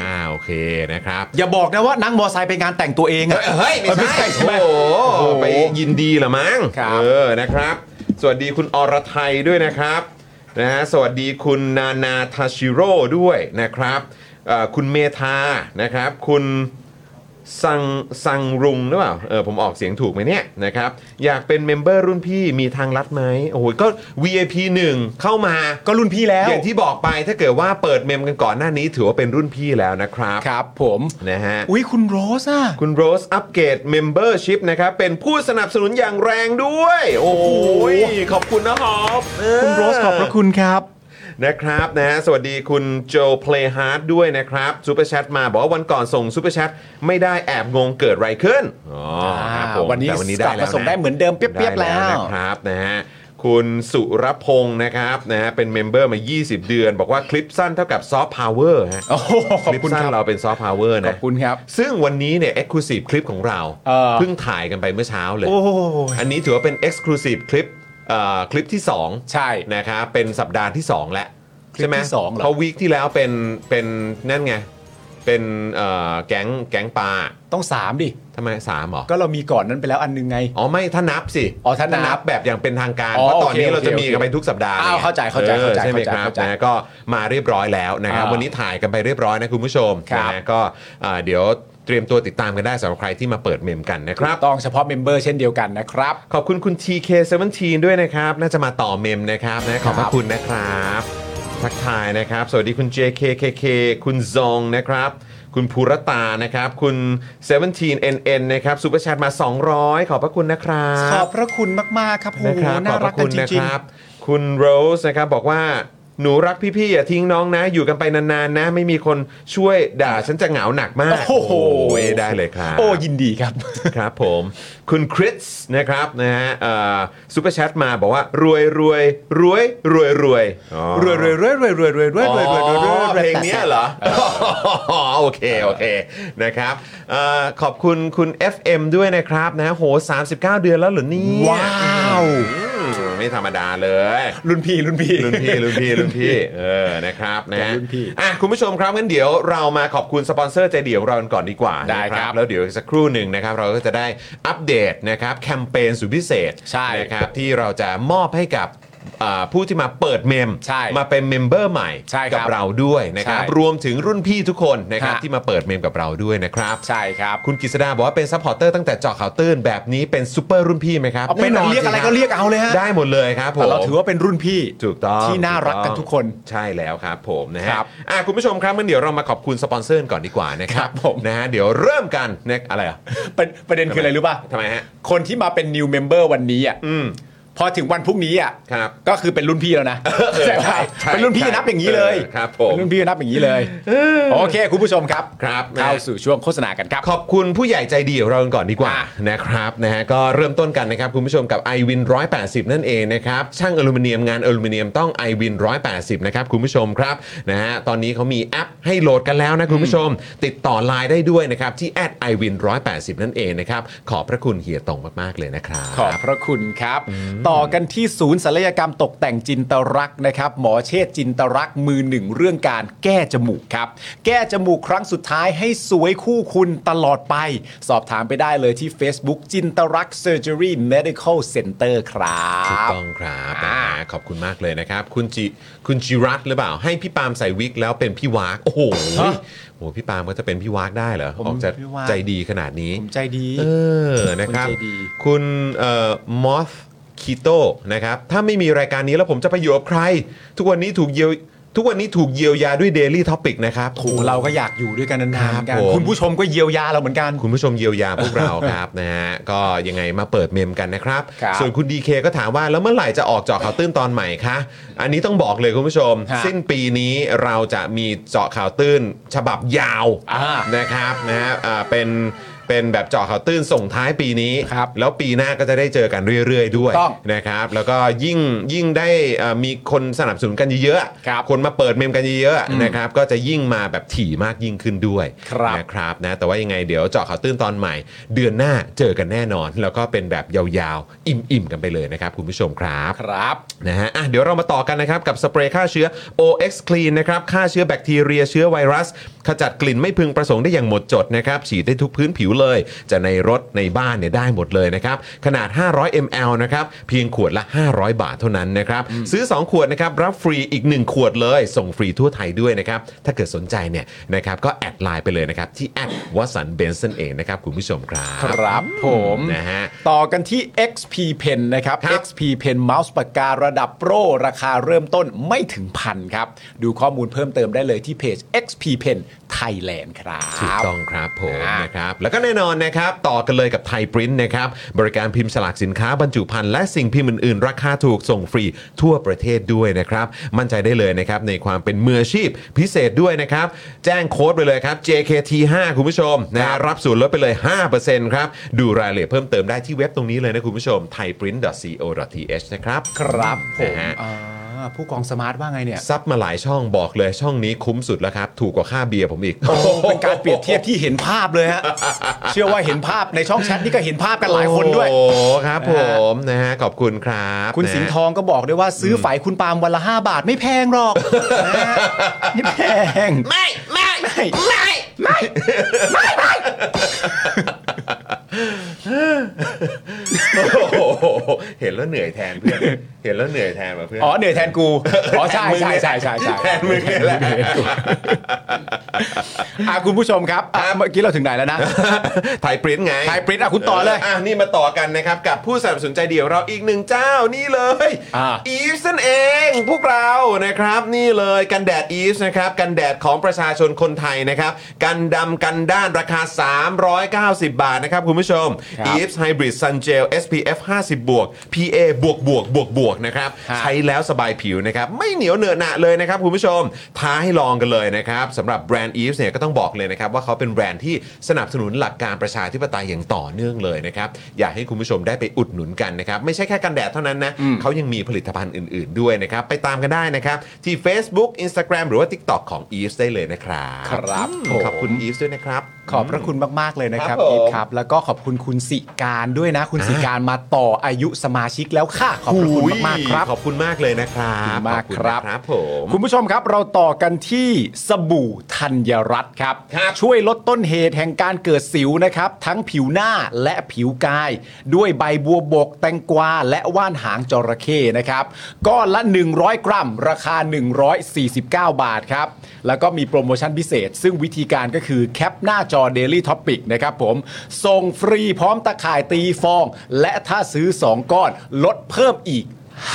C: อ่าโอเคนะครับ
B: อย่าบอกนะว่านั่งมอไซค์ไปงานแต่งตัวเองอ่ะ
C: เฮ้ยไม่ใช่
B: ใช่ไหม
C: โอ้
B: โอ้
C: โห
B: โห
C: ไปยินดีเหรอมั้ง
B: ครับ
C: เออนะครับ สวัสดีคุณอรไทยด้วยนะครับนะฮะสวัสดีคุณนานาทาชิโร่ด้วยนะครับเอ่อคุณเมธานะครับ คุณ สังสังรุงหรือเปล่าเออผมออกเสียงถูกไหมเนี่ยนะครับอยากเป็นเมมเบอร์รุ่นพี่มีทางลัดไหมโอ้โหก็ VIP 1 เข้ามา
B: ก็รุ่นพี่แล้ว
C: อย่างที่บอกไปถ้าเกิดว่าเปิดเมมกันก่อนหน้านี้ถือว่าเป็นรุ่นพี่แล้วนะครับ
B: ครับ ผม
C: นะฮะ
B: อุ้ยคุณโรสอ่ะ
C: คุณโรสอัปเกรดเมมเบอร์ชิพนะครับเป็นผู้สนับสนุนอย่างแรงด้วย โอ้โหขอบคุณนะครับเออ
B: คุณโรสขอบพระคุณครับ
C: นะครับนะฮะสวัสดีคุณโจเพลย์ฮาร์ดด้วยนะครับซูเปอร์แชทมาบอกว่าวันก่อนส่งซูเปอร์แชทไม่ได้แอบงงเกิดอะไรขึ้นอ๋อครับผม
B: วันนี้
C: แต่
B: กลับมาส่งได้เหมือนเดิมเปรียบๆแล้ว
C: นะครับนะฮะคุณสุรพงศ์นะครับนะฮะเป็นเมมเบอร์มา 20 เดือน บอกว่าคลิปสั้นเท่ากับซอฟต์พาวเวอร์ฮะ
B: โอ้โหข
C: ค
B: อบ
C: ลิป
B: คุณค
C: สั้น
B: รับ
C: เราเป็นซอฟต์พาวเวอร์
B: ขอ
C: นะ
B: บคุณครับ
C: ซึ่งวันนี้เนี่ยเอ็กซ์คลูซีฟคลิปของเรา
B: เออ
C: เพิ่งถ่ายกันไปเมื่อเช้าเลย
B: โอ้โห
C: อันนี้ถือว่าเป็นเอ็กซ์คลูซีฟคลิปเอ่อคลิปที่ 2
B: ใช่
C: นะครับเป็นสัปดาห์ที่ 2 แล้ว
B: คลิป
C: ใช่ไหม
B: ที่สองเหรอ
C: เพราะวีคที่แล้วเป็นเป็นนั่นไง เป็นเอ่อแก๊งแก๊งปลา
B: ต้องสามดิ
C: ทำไมสามเหรอ
B: ก็เรามีก่อนนั้นไปแล้วอันนึงไง
C: อ๋อไม่ถ้านับสิ
B: อ๋อถ้านับ
C: แบบอย่างเป็นทางการ
B: อ๋อ
C: เพราะตอนนี้
B: โอเค
C: เราจะ
B: โอเค
C: มีกันไปทุกสัปดาห์
B: อ้าว
C: นี่ย
B: เข้าใจเข้าใจ
C: ออ
B: เข้าใจ
C: ใช่ไหม
B: เข้าใจ
C: ครับ
B: เข้าใจ
C: นะก็มาเรียบร้อยแล้วนะครับ
B: อ่า
C: วันนี้ถ่ายกันไปเรียบร้อยนะคุณผู้ชมนะฮะก็อ่าเดี๋ยวเตรียมตัวติดตามกันได้สำหรับใครที่มาเปิดเมมกันนะครับ
B: ต้องเฉพาะเมมเบอร์เช่นเดียวกันนะครับ
C: ขอบคุณคุณ TK17 ด้วยนะครับ น่าจะมาต่อเมมนะครับนะขอบพระ
B: ครับ
C: คุณนะครับ ทักทายนะครับ สวัสดีคุณ JKKK คุณซองนะครับ คุณภูรตานะครับ คุณ 17NN นะครับซูเปอร์แชทมา 200 ขอบพระคุณนะครั
B: ขอบบ พระคุณมากๆครับโอ้
C: นะ
B: โห
C: ครับข
B: น่า
C: อบพ
B: รั
C: ระ
B: กกั
C: คุ
B: น
C: ณ
B: จ
C: นะ
B: ริ
C: ค
B: ง
C: รับ คุณโรสนะครับบอกว่าหนูรักพี่ๆอย่าทิ้งน้องนะ อยู่กันไปนานๆนะ ไม่มีคนช่วยด่าฉันจะเหงาหนักมาก
B: โอ้โห
C: อ้ยได้เลยครับ
B: ๆ โอ้ยินดีครับ
C: ครับผมคุณคริสนะครับนะฮะซูเปอร์แชทมาบอกว่ารวยรวยรวยรวยรวยอ๋อ
B: รวยรวยรวยรวยรวยรวยรวยรวยรวยรวยรวย
C: อ๋อเพลงเนี้ยเหรอ โอเค โอเคนะครับเอ่อขอบคุณคุณ FM ด้วยนะครับนะโห 39 เดือนแล้วเหรอเนี่ย
B: ว้าว
C: อืมไม่ธรรมดาเลย
B: รุ่นพี่รุ่นพี่
C: รุ่นพี่รุ่นพี่รุ่นพี่เออนะครับนะฮะ
B: รุ่นพี่
C: อ่ะคุณผู้ชมครับงั้นเดี๋ยวเรามาขอบคุณสปอนเซอร์ใจเดียวของเรากันก่อนดีกว่า
B: ได้
C: นะครับ แล้ว แล้วเดี๋ยวอีกสักครู่หนึ่งนะครับเราก็จะได้อัปเดตนะครับแคมเปญสุดพิเศษ
B: ใช่
C: นะครับที่เราจะมอบให้กับอ่าผู้ที่มาเปิดเมม
B: ใช่
C: มาเป็นเมมเบอร์ใหม่
B: ใช่ครับ
C: กัเราด้วยนะครับ
B: ใช่
C: รวมถึงรุ่นพี่ทุกคนนะครับ
B: ฮะ
C: ที่มาเปิดเมมกับเราด้วยนะครับ
B: ใช่ครับ
C: คุณกฤษดาบอกว่าเป็นซัพพอร์ตเตอร์ตั้งแต่เจาะข่าวตื้นแบบนี้เป็นซูเปอร์รุ่นพี่ไหมครับ
B: เอาเป็น
C: แ
B: เรียกอะไรก็เรียกเอาเลยฮะ
C: ได้หมดเลยครับผม
B: แต่เราถือว่าเป็นรุ่นพี่
C: ถูกต้อง
B: ที่น่ารักกันทุกคน
C: ใช่แล้วครับผมนะฮะ
B: ครับ
C: อ่ะคุณผู้ชมครับมันเดี๋ยวเรามาขอบคุณสปอนเซอร์ก่อนดีกว่านะค
B: ค
C: รั
B: รั
C: บบ
B: ผม
C: นะฮะเดี๋ยวเริ่มกันนะอะไรอ่ะ
B: เป็นประเด็นคืออะไรรู้ป่ะ
C: ทำไมฮะ
B: คนที่มาเป็น new member วันนี้อ่ะ
C: อืม
B: พอถึงวันพรุ่งนี้อ่ะ
C: ครับ
B: ก็คือเป็นรุ่นพี่แล้วนะใช่ไหม
C: ใช่ใช่
B: เป็นรุ่นพี่นับอย่างนี้เลย
C: เออครับผม
B: เป็นรุ่นพี่นับอย่างนี้เลยโอเค คุณผู้ชมครับ
C: ครับนะ
B: เข้าสู่ช่วงโฆษณากันครับ
C: ขอบคุณผู้ใหญ่ใจดีของเรากันก่อนดีกว่า
B: อ่ะ
C: นะครับนะฮะก็เริ่มต้นกันนะครับ คุณผู้ชมกับ i w วิน180 นั่นเองนะครับ ช่างอลูมิเนียมงานอลูมิเนียมต้อง i w วิน180 นะครับ คุณผู้ชมครับนะฮะตอนนี้เขามีแอปให้โหลดกันแล้วนะคุณผู้ชม ติดต่อไลน์ได้ด้วยนะครับ ที่ i w วิน180 นั่นเองนะครับ ขอบพระคุณเฮียตงมาก ๆ เลยนะครับ
B: ขอบพระคุณครับ ต่อกันที่ศูนย์ศัลยกรรมตกแต่งจินตรักษ์นะครับ หมอเชษจินตรักษ์มือหนึ่งเรื่องการแก้จมูกครับ แก้จมูกครั้งสุดท้ายให้สวยคู่คุณตลอดไป สอบถามไปได้เลยที่ Facebook จินตรักษ์เซอร์เจอรี่เมดิคอลเซ็นเตอร์ครั
C: ถูก
B: บ
C: ต้องครับนะฮะขอบคุณมากเลยนะครับ คุณจิคุณจิรัตน์หรือเปล่า ให้พี่ปาล์มใส่วิกแล้วเป็นพี่วากโอ้โหโอ้โหพี่ปาล์มก็จะเป็นพี่วากได้เหรอ
B: ผม
C: ออกจะ
B: พี่วาก
C: ใจดีขนาดนี้
B: ผมใจดี
C: เออ นะครับ
B: คนใจดี
C: คุณเอ่อมอสคิโตนะครับ ถ้าไม่มีรายการนี้แล้วผมจะไปอยู่กับใคร ทุกวันนี้ถูกเยียว ทุกวันนี้ถูกเยียวยาด้วย Daily Topic นะครับ
B: โอ้โหเราก็อยากอยู่ด้วยกันนานๆเหมือนกัน
C: ครับผม
B: คุณผู้ชมก็เยียวยาเราเหมือนกัน
C: คุณผู้ชมเยียวยา พวกเราครับ นะฮะ ก็ยังไงมาเปิดเมมกันนะครับ
B: ครับ
C: ส่วนคุณดีเคก็ถามว่าแล้วเมื่อไหร่จะออกเจาะข่าวตื้นตอนใหม่คะ อันนี้ต้องบอกเลยคุณผู้ชม
B: ฮะ
C: สิ้นปีนี้เราจะมีเจาะข่าวตื้นฉบับยาว
B: อ่า
C: นะครับนะฮะอ่าเป็นเป็นแบบเจาะข่าวตื้นส่งท้ายปีนี้
B: ครับ
C: แล้วปีหน้าก็จะได้เจอกันเรื่อย ๆ ด้วย
B: ถูกต้อง
C: นะครับ แล้วก็ยิ่งยิ่งได้เอ่อมีคนสนับสนุนกันเยอะๆ
B: ครับ
C: คนมาเปิดเมมกันเยอะๆนะครับก็จะยิ่งมาแบบถี่มากยิ่งขึ้นด้วย
B: ครับ
C: นะครับนะแต่ว่ายังไงเดี๋ยวเจาะข่าวตื้นตอนใหม่ เดือนหน้าเจอกันแน่นอน แล้วก็เป็นแบบยาวๆ อิ่มๆ กันไปเลยนะครับ คุณผู้ชมครับ
B: ครับ
C: นะฮะอ่ะเดี๋ยวเรามาต่อกันนะครับ กับสเปรย์ฆ่าเชื้อ OX Clean นะครับฆ่าเชื้อแบคทีเรียเชื้อไวรัส ขจัดกลิ่นไม่พึงประสงค์ได้อย่างหมดจดนะครับ ฉีดได้ทุกพื้นผิวเลย จะในรถในบ้านเนี่ยได้หมดเลยนะครับ ขนาด 500 ml นะครับเพียงขวดละ 500 บาทเท่านั้นนะครับซื้อ 2 ขวดนะครับรับฟรีอีก 1 ขวดเลย ส่งฟรีทั่วไทยด้วยนะครับ ถ้าเกิดสนใจเนี่ยนะครับก็แอดไลน์ไปเลยนะครับ ที่แอดวสันเบนซ์เองนะครับ คุณผู้ชมครับ
B: ครับผม
C: นะฮะ
B: ต่อกันที่ XP Pen นะครับ
C: ครับ
B: XP Pen เมาส์ปากการะดับโปร ราคาเริ่มต้นไม่ถึงพันครับ ดูข้อมูลเพิ่มเติมได้เลยที่เพจ XP Pen Thailand ครับ
C: ถูกต้องครับผม
B: อ่าน
C: นะครับแล้วก็แน่นอนนะครับต่อกันเลยกับไทยปริ้นนะครับบริการพิมพ์ฉลากสินค้าบรรจุภัณฑ์และสิ่งพิมพ์อื่นๆ ราคาถูกส่งฟรีทั่วประเทศด้วยนะครับมั่นใจได้เลยนะครับในความเป็นมืออาชีพพิเศษด้วยนะครับแจ้งโค้ดไปเลยครับ JKT5 คุณผู้ชมนะรับส่วนลดไปเลย 5%ครับดูรายละเอียดเพิ่มเติมได้ที่เว็บตรงนี้เลยนะคุณผู้ชม thaiprint.co.th นะครับ
B: ครับผ
C: นะ
B: ม
C: ฮะ
B: อ่าผู้กองสมาร์ทว่าไงเนี่ย
C: ซับมาหลายช่องบอกเลยช่องนี้คุ้มสุดแล้วครับ ถูกกว่าค่าเบียร์ผมอีก
B: โอ้โหเป็นการเปรียบเทียบที่เห็นภาพ เลยฮะ เชื่อว่าเห็นภาพในช่องแชทนี่ก็เห็นภาพกันหลายคนด้วย
C: โอ้โหครับผมนะฮะขอบคุณครับ
B: คุณสิงห์ทองก็บอกด้วยว่าซื้อฝ่ายคุณปาล์มวันละ 5 บาทไม่แพง หรอกนะฮะไม่แพง
C: ไม่ไม่
B: ไม่ไม่
C: โอ้โหเห็นแล้วเหนื่อยแทนเพื่อนเห็นแล้วเหนื่อยแทนว่ะเพื่อน
B: อ๋อเหนื่อยแทนกู อ๋อใช่ใช่ใช่ใช่ใช่
C: แทนมึงเนี่ยแหละ
B: อ่ะคุณผู้ชมครับอ่ะเมื่อกี้เราถึงไหนแล้วนะ
C: ไทยปริ้นไง
B: ไทยปริ้นอ่ะคุณต่อเลย
C: อ่ะนี่มาต่อกันนะครับ กับผู้สนับสนุนใจเดียวเราอีกหนึ่งเจ้านี่เลย
B: อ่า
C: ฟส์นั่นเองพวกเรานะครับ นี่เลยกันแดดอีฟส์นะครับ กันแดดของประชาชนคนไทยนะครับ กันดำกันด้านราคา 390 บาทนะครับ คุณผู้ชมอีฟส์ไฮบริดซันเจล SPF 50บวก PA บวกบวกบวกบวกนะครับ ใช้แล้วสบายผิวนะครับ ไม่เหนียวเหนอะหนะเลยนะครับ คุณผู้ชมท้าให้ลองกันเลยนะครับสำหรับแบรนด์ Eves เนี่ยก็ต้องบอกเลยนะครับ ว่าเขาเป็นแบรนด์ที่สนับสนุนหลักการประชาธิปไตยอย่างต่อเนื่องเลยนะครับ อยากให้คุณผู้ชมได้ไปอุดหนุนกันนะครับ ไม่ใช่แค่กันแดดเท่านั้นนะเขายังมีผลิตภัณฑ์อื่นๆด้วยนะครับ ไปตามกันได้นะครับ ที่ Facebook Instagram หรือว่า TikTok ของ Eves ได้เลยนะครับ
B: ครับ
C: อืม
B: ผม
C: ขอบคุณ Eves ด้วยนะครับ
B: ขอบพระคุณมาก ๆ เลยนะครับ
C: ครับผม
B: อีฟครับ แล้วก็ขอบคุณคุณสิการด้วยนะ คุณ
C: อ่า
B: สิการมาต่ออายุสมาชิกแล้วค่ะ ขอบพระคุณมาก ๆ ครับ
C: ขอบคุณมากเลยนะครั
B: ขอบ
C: บ
B: คุณมาก
C: ขอณ
B: ครับ
C: นะครับผม
B: คุณผู้ชมครับเราต่อกันที่สบู่ธัญรัตน์ครับ
C: ครับ
B: ช่วยลดต้นเหตุแห่งการเกิดสิวนะครับ ทั้งผิวหน้าและผิวกาย ด้วยใบบัวบกแตงกวาและว่านหางจระเข้นะครับก้อนละ 100 กรัม ราคา 149 บาทครับ แล้วก็มีโปรโมชั่นพิเศษ ซึ่งวิธีการก็คือแคปหน้าจอ Daily Topic นะครับผมส่งฟรีพร้อมตะข่ายตีฟอง และถ้าซื้อ 2 ก้อนลดเพิ่มอีก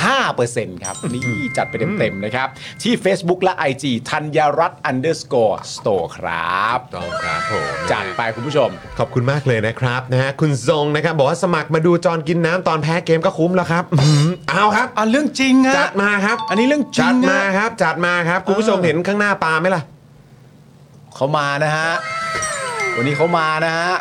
B: 5%ครับ นี่จัดไปเต็ม ๆ นะครับ ที่ Facebook และ IG ธัญรัตน์ underscore store ครับ
C: ต้องครับผม
B: จัดไปคุณผู้ชม
C: ขอบคุณมากเลยนะครับนะฮะคุณทรงนะครับ บอกว่าสมัครมาดูจอนกินน้ำตอนแพ้เกมก็คุ้มแล้วครับอื้อหือเอาครับ
B: อ่ะ เรื่องจริง
C: จั
B: อะ
C: ดมาครับ
B: อันนี้เรื่องจริง
C: จัดมา
B: อะ
C: ครับ จัดมาครับ คุณผู้ชมเห็นข้างหน้าปาไหมล่ะ
B: เขามานะฮะ วันนี้เขามานะฮะ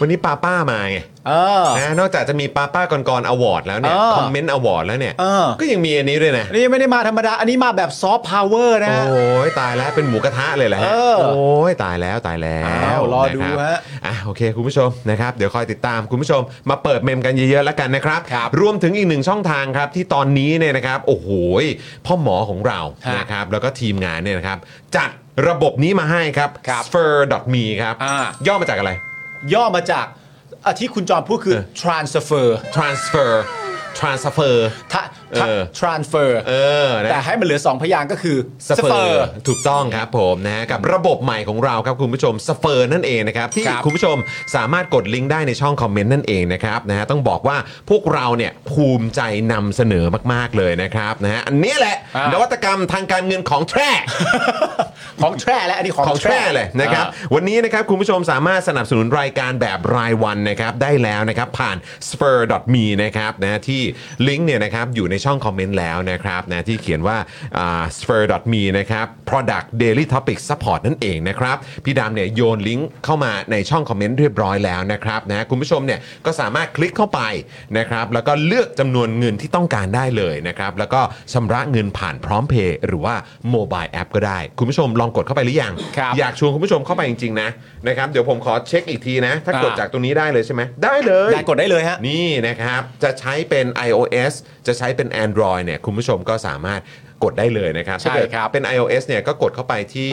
C: วันนี้ป้าป้ามาไง
B: เออ
C: นะนอกจากจะมีป้าป้าก่อนๆอวอร์ดแล้วเนี่ย
B: เออ
C: คอมเมนต์อวอร์ดแล้วเนี่ย
B: เออ
C: ก็ยังมีอันนี้ด้วยนะ
B: นี่ไม่ได้มาธรรมดา อันนี้มาแบบซอฟต์พาวเวอร์นะ
C: โอ้
B: ฮะ
C: ยตายแล้วเป็นหมูกระทะเลยแหละ
B: เออ
C: โอ้ยตายแล้วตายแล้
B: อ้าว วรอ
C: นะคบ
B: ดูฮะ
C: อ่ะโอเคคุณผู้ชมนะครับเดี๋ยวคอยติดตามคุณผู้ชม มาเปิดเมมกันเยอะๆแล้วกันนะครับ
B: ครับ
C: วมถึงอีกหนึ่งช่องทางครับที่ตอนนี้เนี่ยนะครับโอ้โหยพ่อหมอของเรา
B: ฮะ
C: นะครับแล้วก็ทีมงานเนี่ยนะครับจัดระบบนี้มาให้ครับ
B: ครับ
C: s f e r m e ครับ
B: อ่า
C: ย่อมาจากอะไร
B: ย่อมาจากอาที่คุณจอมพูดคือ
C: เออ
B: transfer
C: transfer transfer
B: ทะทะ
C: เออ
B: transfer
C: เออนะ
B: แต่ให้มันเหลือ 2 พยางค์ก็คือ
C: สเฟอ
B: sphere
C: ร์ถูกต้องครับผมนะฮะกับระบบใหม่ของเราครับคุณผู้ชมสเฟอร์นั่นเองนะครับที่
B: ครับ
C: คุณผู้ชมสามารถกดลิงก์ได้ในช่องคอมเมนต์นั่นเองนะครับนะฮะต้องบอกว่าพวกเราเนี่ยภูมิใจนำเสนอมาก ๆ เลยนะครับนะฮะอันนี้แหละ
B: อ่านน
C: วัตกรรมทางการเงินของแท้
B: ของแทร่และอันนี้ของ
C: ของแท้เลยนะครับ
B: อ่า
C: วันนี้นะครับคุณผู้ชมสามารถสนับสนุนรายการแบบรายวันนะครับได้แล้วนะครับผ่าน spur.me นะครับนะที่ลิงก์เนี่ยนะครับอยู่ในช่องคอมเมนต์แล้วนะครับนะที่เขียนว่าอ่า spur.me นะครับ product daily topic support นั่นเองนะครับพี่ดำเนี่ยโยนลิงก์เข้ามาในช่องคอมเมนต์เรียบร้อยแล้วนะครับนะคุณผู้ชมเนี่ยก็สามารถคลิกเข้าไปนะครับแล้วก็เลือกจำนวนเงินที่ต้องการได้เลยนะครับแล้วก็ชำระเงินผ่านพร้อมเพย์หรือว่าโมบายแอปก็ได้ คุณผู้ชมลองกดเข้าไปหรือยัง
B: ครับ
C: อยากชวนคุณผู้ชมเข้าไปจริง ๆ นะนะครับเดี๋ยวผมขอเช็คอีกทีนะ ถ้ากด
B: อ่า
C: จากตรงนี้ได้เลยใช่ไหมได้เลย
B: ได้กดได้เลยฮะ
C: นี่นะครับ จะใช้เป็น iOS จะใช้เป็น Android เนี่ยคุณผู้ชมก็สามารถกดได้เลยนะครับ
B: ใช่
C: ถ้าเกิด
B: ครับ
C: เป็น iOS เนี่ยก็กดเข้าไปที่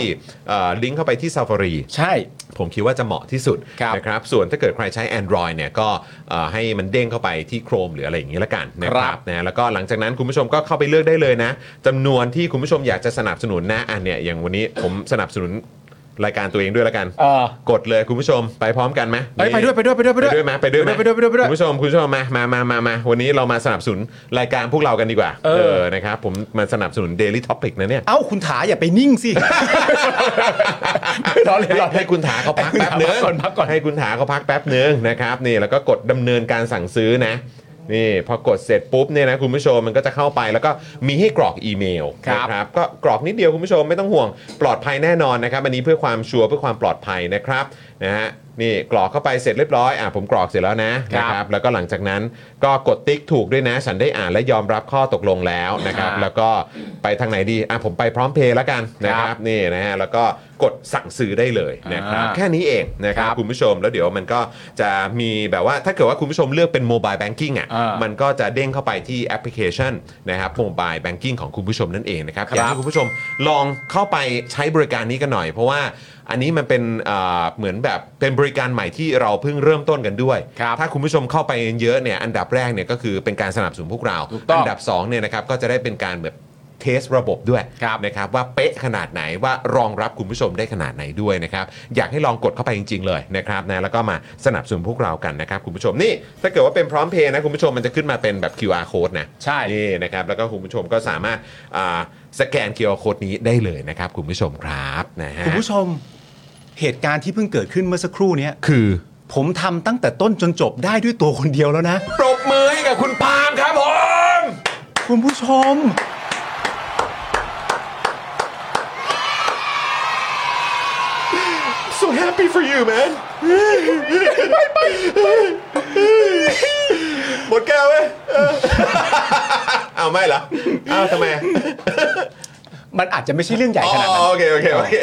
C: เอ่อลิงก์เข้าไปที่ Safari
B: ใช่
C: ผมคิดว่าจะเหมาะที่สุด
B: ครับ
C: นะครับส่วนถ้าเกิดใครใช้ Android เนี่ยก็เอ่อให้มันเด้งเข้าไปที่ Chrome หรืออะไรอย่างนี้ละกันนะค
B: ครั
C: รับบ นะแล้วก็หลังจากนั้นคุณผู้ชมก็เข้าไปเลือกได้เลยนะจำนวนที่คุณผู้ชมอยากจะสนับสนุนนะอันเนี่ยอย่างวันนี้ผมสนับสนุนรายการตัวเองด้วยละกัน
B: เออก
C: ดเลยคุณผู้ชมไปพร้อมกันไหม
B: เอ้ยไปด้วยไปด้วยไปด้วย
C: ไป
B: ไปด้วย
C: ด้วยไหมไปด้วยหม
B: ไปด้วยไปด้วยไปด้วย
C: คุณผู้ชมคุณผู้ชมมามามามามาวันนี้เรามาสนับสนุนรายการพวกเรากันดีกว่า
B: เออ
C: นะครับผมมาสนับสนุน Daily Topic นะเนี่ย
B: เอ้าคุณถาอย่าไปนิ่งสิ ล้อเล่นล้อเล่น
C: ให้คุณถาเขาพักแป๊บหนึง
B: ให้คุณถาพักก่อนพักก่อน
C: ให้คุณถาเขาพักแป๊บหนึงนะครับนี่แล้วก็กดดำเนินการสั่งซื้อนะนี่พอกดเสร็จปุ๊บเนี่ยนะคุณผู้ชมมันก็จะเข้าไปแล้วก็มีให้กรอกอีเมล
B: ครับ
C: นะก็กรอกนิดเดียวคุณผู้ชมไม่ต้องห่วงปลอดภัยแน่นอนนะครับอันนี้เพื่อความชัวร์เพื่อความปลอดภัยนะครับนะฮะนี่กรอกเข้าไปเสร็จเรียบร้อยอ่ะผมกรอกเสร็จแล้วนะนะครับแล้วก็หลังจากนั้นก็กดติ๊กถูกด้วยนะ ฉันได้อ่านและยอมรับข้อตกลงแล้วนะครับแล้วก็ไปทางไหนดีอ่ะผมไปพร้อมเพย์แล้วกันนะครับ ครับนี่นะฮะแล้วก็กดสั่งซื้อได้เลยนะครับ
B: อ่า
C: แค่นี้เองนะครั
B: ค
C: บ
B: รับ
C: คุณผู้ชมแล้วเดี๋ยวมันก็จะมีแบบว่าถ้าเกิดว่าคุณผู้ชมเลือกเป็นโมบายแบงกิ้งอ่ะ
B: อ่ามั
C: มันก็จะเด้งเข้าไปที่แอปพลิเคชันนะครับโมบายแบงกิ้งของคุณผู้ชมนั่นเองนะครับ
B: ครับ
C: อยากให้คุณผู้ชมลองเข้าไปใช้บริการนี้กันหน่อย เพราะว่าอันนี้มันเป็นเอ่อเหมือนแบบเป็นบริการใหม่ที่เราเพิ่งเริ่มต้นกันด้วย
B: ครับ
C: ถ้าคุณผู้ชมเข้าไปเยอะเนี่ยอันดับแรกเนี่ยก็คือเป็นการสนับสนุนพวกเรา
B: ถูกต้อง
C: นดับสองเนี่ยนะครับก็จะได้เป็นการแบบเทสระบบด้วย
B: ครับ
C: นะครับว่าเป๊ะขนาดไหนว่ารองรับคุณผู้ชมได้ขนาดไหนด้วยนะครับอยากให้ลองกดเข้าไปจริง ๆ เลยนะครับนะแล้วก็มาสนับสนุนพวกเรากันนะครับคุณผู้ชมนี่ถ้าเกิดว่าเป็นพร้อมเพย์นะคุณผู้ชมมันจะขึ้นมาเป็นแบบ QR code นะ
B: ใช่
C: นี่นะครับแล้วก็คุณผู้ชมก็สามารถอ่าสแกน QR code นี้ได้เลยนะครับคุณผู้ชมครับนะฮะ
B: คุณผู้ชมเหตุการณ์ที่เพิ่งเกิดขึ้นเมื่อสักครู่เนี้ย
C: คือ
B: ผมทำตั้งแต่ต้นจนจบได้ด้วยตัวคนเดียวแล้วนะ
C: ปรบมือให้กับคุณปาล์มครับผม
B: คุณผู้ชม
C: สุด happy for you man ไปไป หมดแก้วเว้ยเออเอาไม่เหรอเอาทำไม
B: มันอาจจะไม่ใช่เรื่องใหญ่ขนาดนั้
C: อ๋อน โอเค โอเค โอเค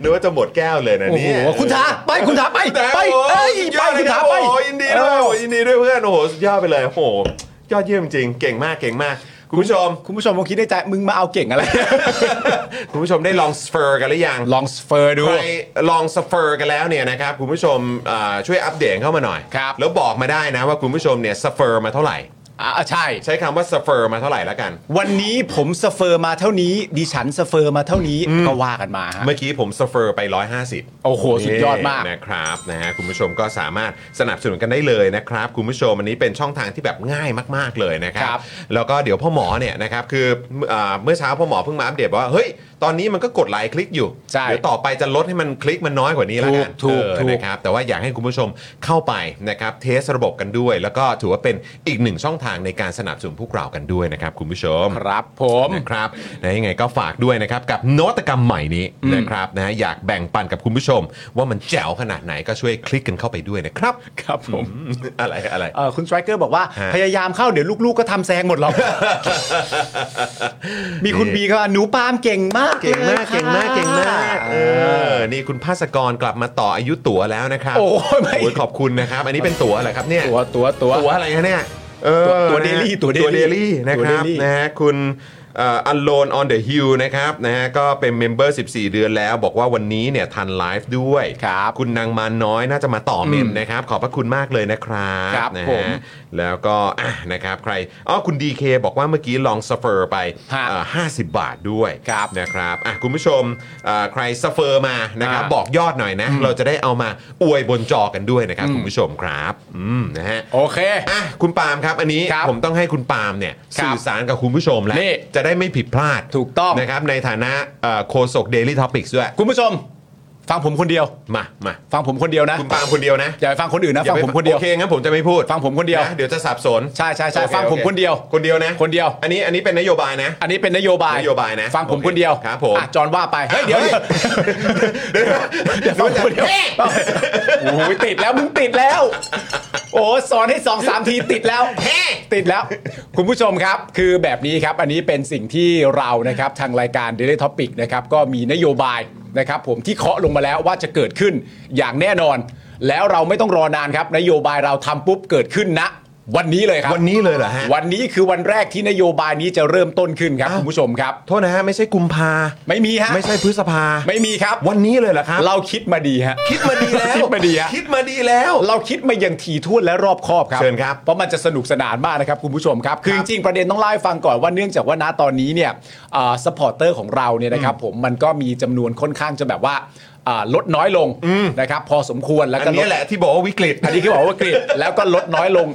C: นึกว่าจะหมดแก้วเลยนะ
B: โอ้โห
C: เนี่ย
B: คุณถาไปคุณถาไป
C: แต่
B: ไป
C: โอ้โห
B: เอ้ย
C: สุด
B: ไป
C: ยอด
B: คุณ
C: เลยค
B: ถา
C: รับ
B: ไป
C: โอ้โหยินดีด้วย
B: เอ
C: โอ้
B: อ
C: โหยินดีด้วยเพื่อนโอ้โหสุดยอดไปเลยโอ้โหยอดเยี่ยมจริง เก่งมากเก่งมาก คุณผู้ชม
B: คุณผู้ชมคงคิดในใจมึงมาเอาเก่งอะไร
C: คุณผู้ชมได้ลองสเฟอร์กันหรือยัง
B: ลองสเฟอร์ดู
C: ใครลองสเฟอร์กันแล้วเนี่ยนะครับคุณผู้ชมอ่าช่วยอัปเดตเข้ามาหน่อย
B: ครับ
C: แล้วบอกมาได้นะว่าคุณผู้ชมเนี่ยสเฟอร์มาเท่าไหร่
B: ะอ่ะใช่
C: ใช้คำว่าสเฟอร์มาเท่าไหร่แล้วกัน
B: วันนี้ผมสเฟอร์มาเท่านี้ ดิฉันสเฟอร์มาเท่านี้ก็ว่ากันมาฮะ
C: เมื่อกี้ผมสเฟอร์ไป 150
B: โอ้โหสุดยอดมาก
C: นี่นะครับนะฮะคุณผู้ชมก็สามารถสนับสนุนกันได้เลยนะครับ คุณผู้ชมอันนี้เป็นช่องทางที่แบบง่ายมากๆเลยนะค
B: ค
C: รั
B: รั
C: บบ แล้วก็เดี๋ยวพ่อหมอเนี่ยนะครับคือเอ่อเมื่อเช้าพ่อหมอเพิ่งมาอัปเดตว่าเฮ้ยตอนนี้มันก็กดไลค์คลิกอยู่
B: ใช่
C: เดี๋ยวต่อไปจะลดให้มันคลิกมันน้อยกว่านี้แล้วกัน
B: ถูกถูก
C: เออ
B: ถูก
C: นะครับแต่ว่าอยากให้คุณผู้ชมเข้าไปนะครับเทสระบบกันด้วย แล้วก็ถือว่าเป็นอีกหนึ่งช่องท างในการสนับสนุนพวกเรากันด้วยนะครับคุณผู้ชม
B: ครับผม
C: นะครับนะยังไงก็ฝากด้วยนะครับกับนวัตกรรมใหม่นี้นะครับนะฮะอยากแบ่งปันกับคุณผู้ชม ว่ามันแจ๋วขนาดไหนก็ช่วยคลิกกันเข้าไปด้วยนะครับ
B: ครับผม
C: อะไรอะไร
B: เอ่อคุณสไตรเกอร์บอกว่า
C: ฮะ
B: พยายามเข้าเดี๋ยวลูกๆก็ทำแซงหม ดหรอก มีคุณบีก็ว่าหนูปาล์มเก่งมาก
C: เก่งมาก
B: ลย
C: เก่งมากเก่งมาก
B: ค่ะ
C: เออนี่คุณภาสกรกลับมาต่ออายุตั๋วแล้วนะครับ
B: โอ้ยไม่
C: โอ้ยขอบคุณนะครับ อันนี้เป็นตั๋วอะไรครับเนี่ย
B: ตัวตัวตัว
C: ตัวอะไรฮะเนี่ยเออ
B: ตัวตัว
C: นะฮะ
B: Daily ตัว
C: ตัว
B: Daily
C: Daily นะ
B: ตัว
C: ครับ
B: Daily
C: นะฮะคุณอันโลนออนเดอะฮิลนะครับนะฮะก็เป็นเมมเบอร์ 14 เดือนแล้ว บอกว่าวันนี้เนี่ยทันไลฟ์ด้วย
B: ครับ
C: คุณนางมาน้อยน่าจะมาต่อเมมนะครับ ขอบพระคุณมากเลยนะครับ
B: ครับ
C: นะ
B: ผ
C: ฮะ
B: ม
C: แล้วก็อ่ะนะครับใครอ๋อคุณ DK บอกว่าเมื่อกี้ลองสเฟอร์ไป
B: ฮะ
C: เอ่อ50 บาทด้วย
B: ครับ
C: นะครับอ่ะคุณผู้ชมเอ่อใครสเฟอร์มานะครับ
B: อ่า
C: บอกยอดหน่อยนะ เราจะได้เอามาอวยบนจอกันด้วยนะครับคุณผู้ชมครับอืมนะฮะ
B: โอเค
C: อ่ะคุณปาล์มครับอันนี้
B: ครับ
C: ผมต้องให้คุณปาล์มเนี่ย
B: ครับ
C: สื่อสารกับคุณผู้ชมแล้ว
B: นี่
C: จะได้ไม่ผิดพลาด
B: ถูกต้อง
C: นะครับในฐานะเอ่อโคศก Daily Topics ด้วย
B: คุณผู้ชม ฟังผมคนเดียว
C: มามา
B: ฟังผมคนเดียวนะ
C: คุณปาล์มคนเดียวนะ
B: อย่าไปฟังคนอื่นนะ ฟัง
C: ไป
B: ผมคนเดียว
C: โอเคงั้นผมจะไม่พูด
B: ฟังผมคนเดียว
C: นะเดี๋ยวจะสับสน
B: ใช่ใช่ใช่
C: โอเ
B: ฟังผม
C: โอ
B: คนเดียว
C: คนเดียวนะ
B: คนเดียว
C: อันนี้อันนี้เป็นนโยบายนะ
B: อันนี้เป็นนโยบาย
C: นโยบายนะ
B: ฟังผม
C: โอเค
B: คนเดียว
C: ครับผม
B: อ่ะจอนว่าไปเฮ้ยเดี๋ยว
C: เฮ้ย
B: เดี๋ยวเดี๋ยวฟังคนเดียวโอ้โหติดแล้วมึงติดแล้ว โอ้สอนให้สองสามทีติดแล้วติดแล้ว คุณผู้ชมครับ คือแบบนี้ครับ อันนี้เป็นสิ่งที่เรานะครับทางรายการ Daily Topic นะครับก็มีนโยบายนะครับผมที่เคาะลงมาแล้วว่าจะเกิดขึ้นอย่างแน่นอน แล้วเราไม่ต้องรอนานครับ นโยบายเราทำปุ๊บเกิดขึ้นณวันนี้เลยครับ
C: วันนี้เลยเหรอฮะ
B: วันนี้คือวันแรกที่นโยบายนี้จะเริ่มต้นขึ้นครับ
C: อ้าว
B: คุณผู้ชมครับ
C: โทษนะฮะไม่ใช่กุมภา
B: ไม่มีฮะ
C: ไม่ใช่พฤษภา
B: ไม่มีครับ
C: วันนี้เลยเหรอครับ
B: เราคิดมาดีฮะ
C: คิดมาดีแล้ว
B: คิดมาดีฮะ
C: คิดมาดีแล้ว
B: เราคิดมาอย่างถี่ถ้วนและรอบคอบครับ
C: เชิญครับ
B: เพราะมันจะสนุกสนานมากนะครับคุณผู้ชมครับ คือ
C: ค
B: จ
C: รับ
B: ริงๆประเด็นต้องเล่าให้ฟังก่อนว่าเนื่องจากว่าณตอนนี้เนี่ยสปอร์เตอร์ของเราเนี่ยนะครับผมมันก็มีจำนวนค่อนข้างจะแบบว่าอ่าลดน้อยลง
C: อืม
B: นะครับพอสมควรแล้ว
C: อั
B: ก็ล
C: นนี้
B: ด
C: แหละที่บอกว่าวิกฤต
B: อันนี้คือบอกว่ากรีดแล้วก็ลดน้อยลง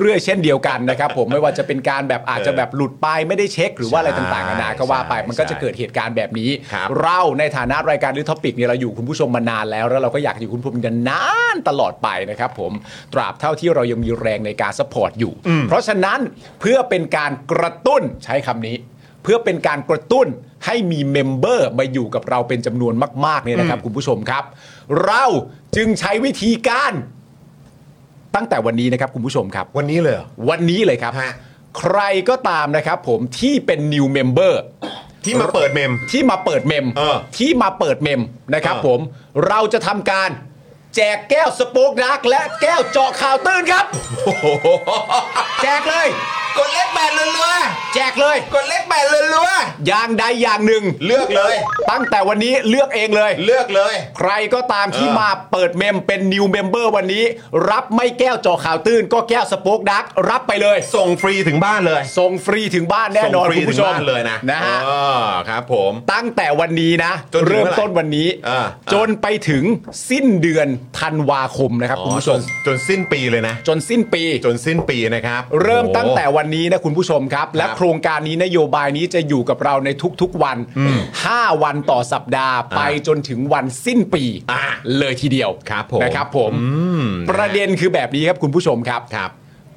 B: เรื่อยๆ เช่นเดียวกันนะครับผมไม่ว่าจะเป็นการแบบอาจจะแบบหลุดไปไม่ได้เช็ค หรือว่าอะไรต่างๆนานาก็ว่าไปมันก็จะเกิดเหตุการณ์แบบนี้
C: ครับ
B: เราในฐานะรายการลิทอปิกเนี่ยเราอยู่คุณผู้ชมมานานแล้ว แล้วเราก็อยากอยู่คุณผู้ชมกันนานตลอดไปนะครับผมตราบเท่าที่เรายังมีแรงในการสปอร์ตอยู่ เพราะฉะนั้นเพื่อเป็นการกระตุ้นใช้คำนี้ เพื่อเป็นการกระตุ้นให้มีเมมเบอร์มาอยู่กับเราเป็นจำนวนมากๆเนี่ยนะครับคุณผู้ชมครับ เราจึงใช้วิธีการ ตั้งแต่วันนี้นะครับคุณผู้ชมครับ
C: วันนี้เลยเหรอ
B: วันนี้เลยครับ
C: ฮะ
B: ใครก็ตามนะครับผมที่เป็น new member
C: ที่มาเปิดเมม
B: ที่มาเปิดเมม
C: เออ
B: ที่มาเปิดเมมนะครับ
C: เออ
B: ผมเราจะทำการแจกแก้วสโป๊กดักและแก้วเจาะข่าวตื่นครับ แจกเลย
C: กดเลขแปดรัว
B: แจกเลย
C: ๆกดเลขแปดรัว
B: อย่างใดอย่างหนึ่ง
C: ๆเลือกเลย
B: ตั้งแต่วันนี้เลือกเองเลย
C: เลือกเลย
B: ใครก็ตามที่
C: เออ
B: มาเปิดเมมเป็น new member วันนี้ รับไม่แก้วเจอข่าวตื้น ก็แก้วสโป๊กดักรับไปเลย
C: ส่งฟรีถึงบ้านเลย
B: ส่งฟรีถึงบ้านแน่นอน
C: ส่งฟรี
B: คุณ
C: ถึ
B: ผู้
C: ง
B: ชม
C: บ้านเลยนะ
B: นะฮะ
C: เออครับผม
B: ตั้งแต่วันนี้นะ
C: จนถึง
B: เริ่มต้นวันนี้
C: เมื่อไหร่อ่า
B: จนไปถึงสิ้นเดือนธันวาคมนะครับคุณผู้ชม
C: จนจนสิ้นปีเลยนะ
B: จนสิ้นปี
C: จนสิ้นปีนะครับ
B: เริ่มตั้งแต่วันนี้นะคุณผู้ชมครับ และโครงการนี้นโยบายนี้จะอยู่กับเราในทุกๆวัน 5 วันต่อสัปดาห์ไปจนถึงวันสิ้นปี
C: อ่า
B: เลยทีเดียว
C: ครับผม
B: นะครับผม
C: ม
B: ประเด็นคือแบบนี้ครับคุณผู้ชมครับ
C: ครับ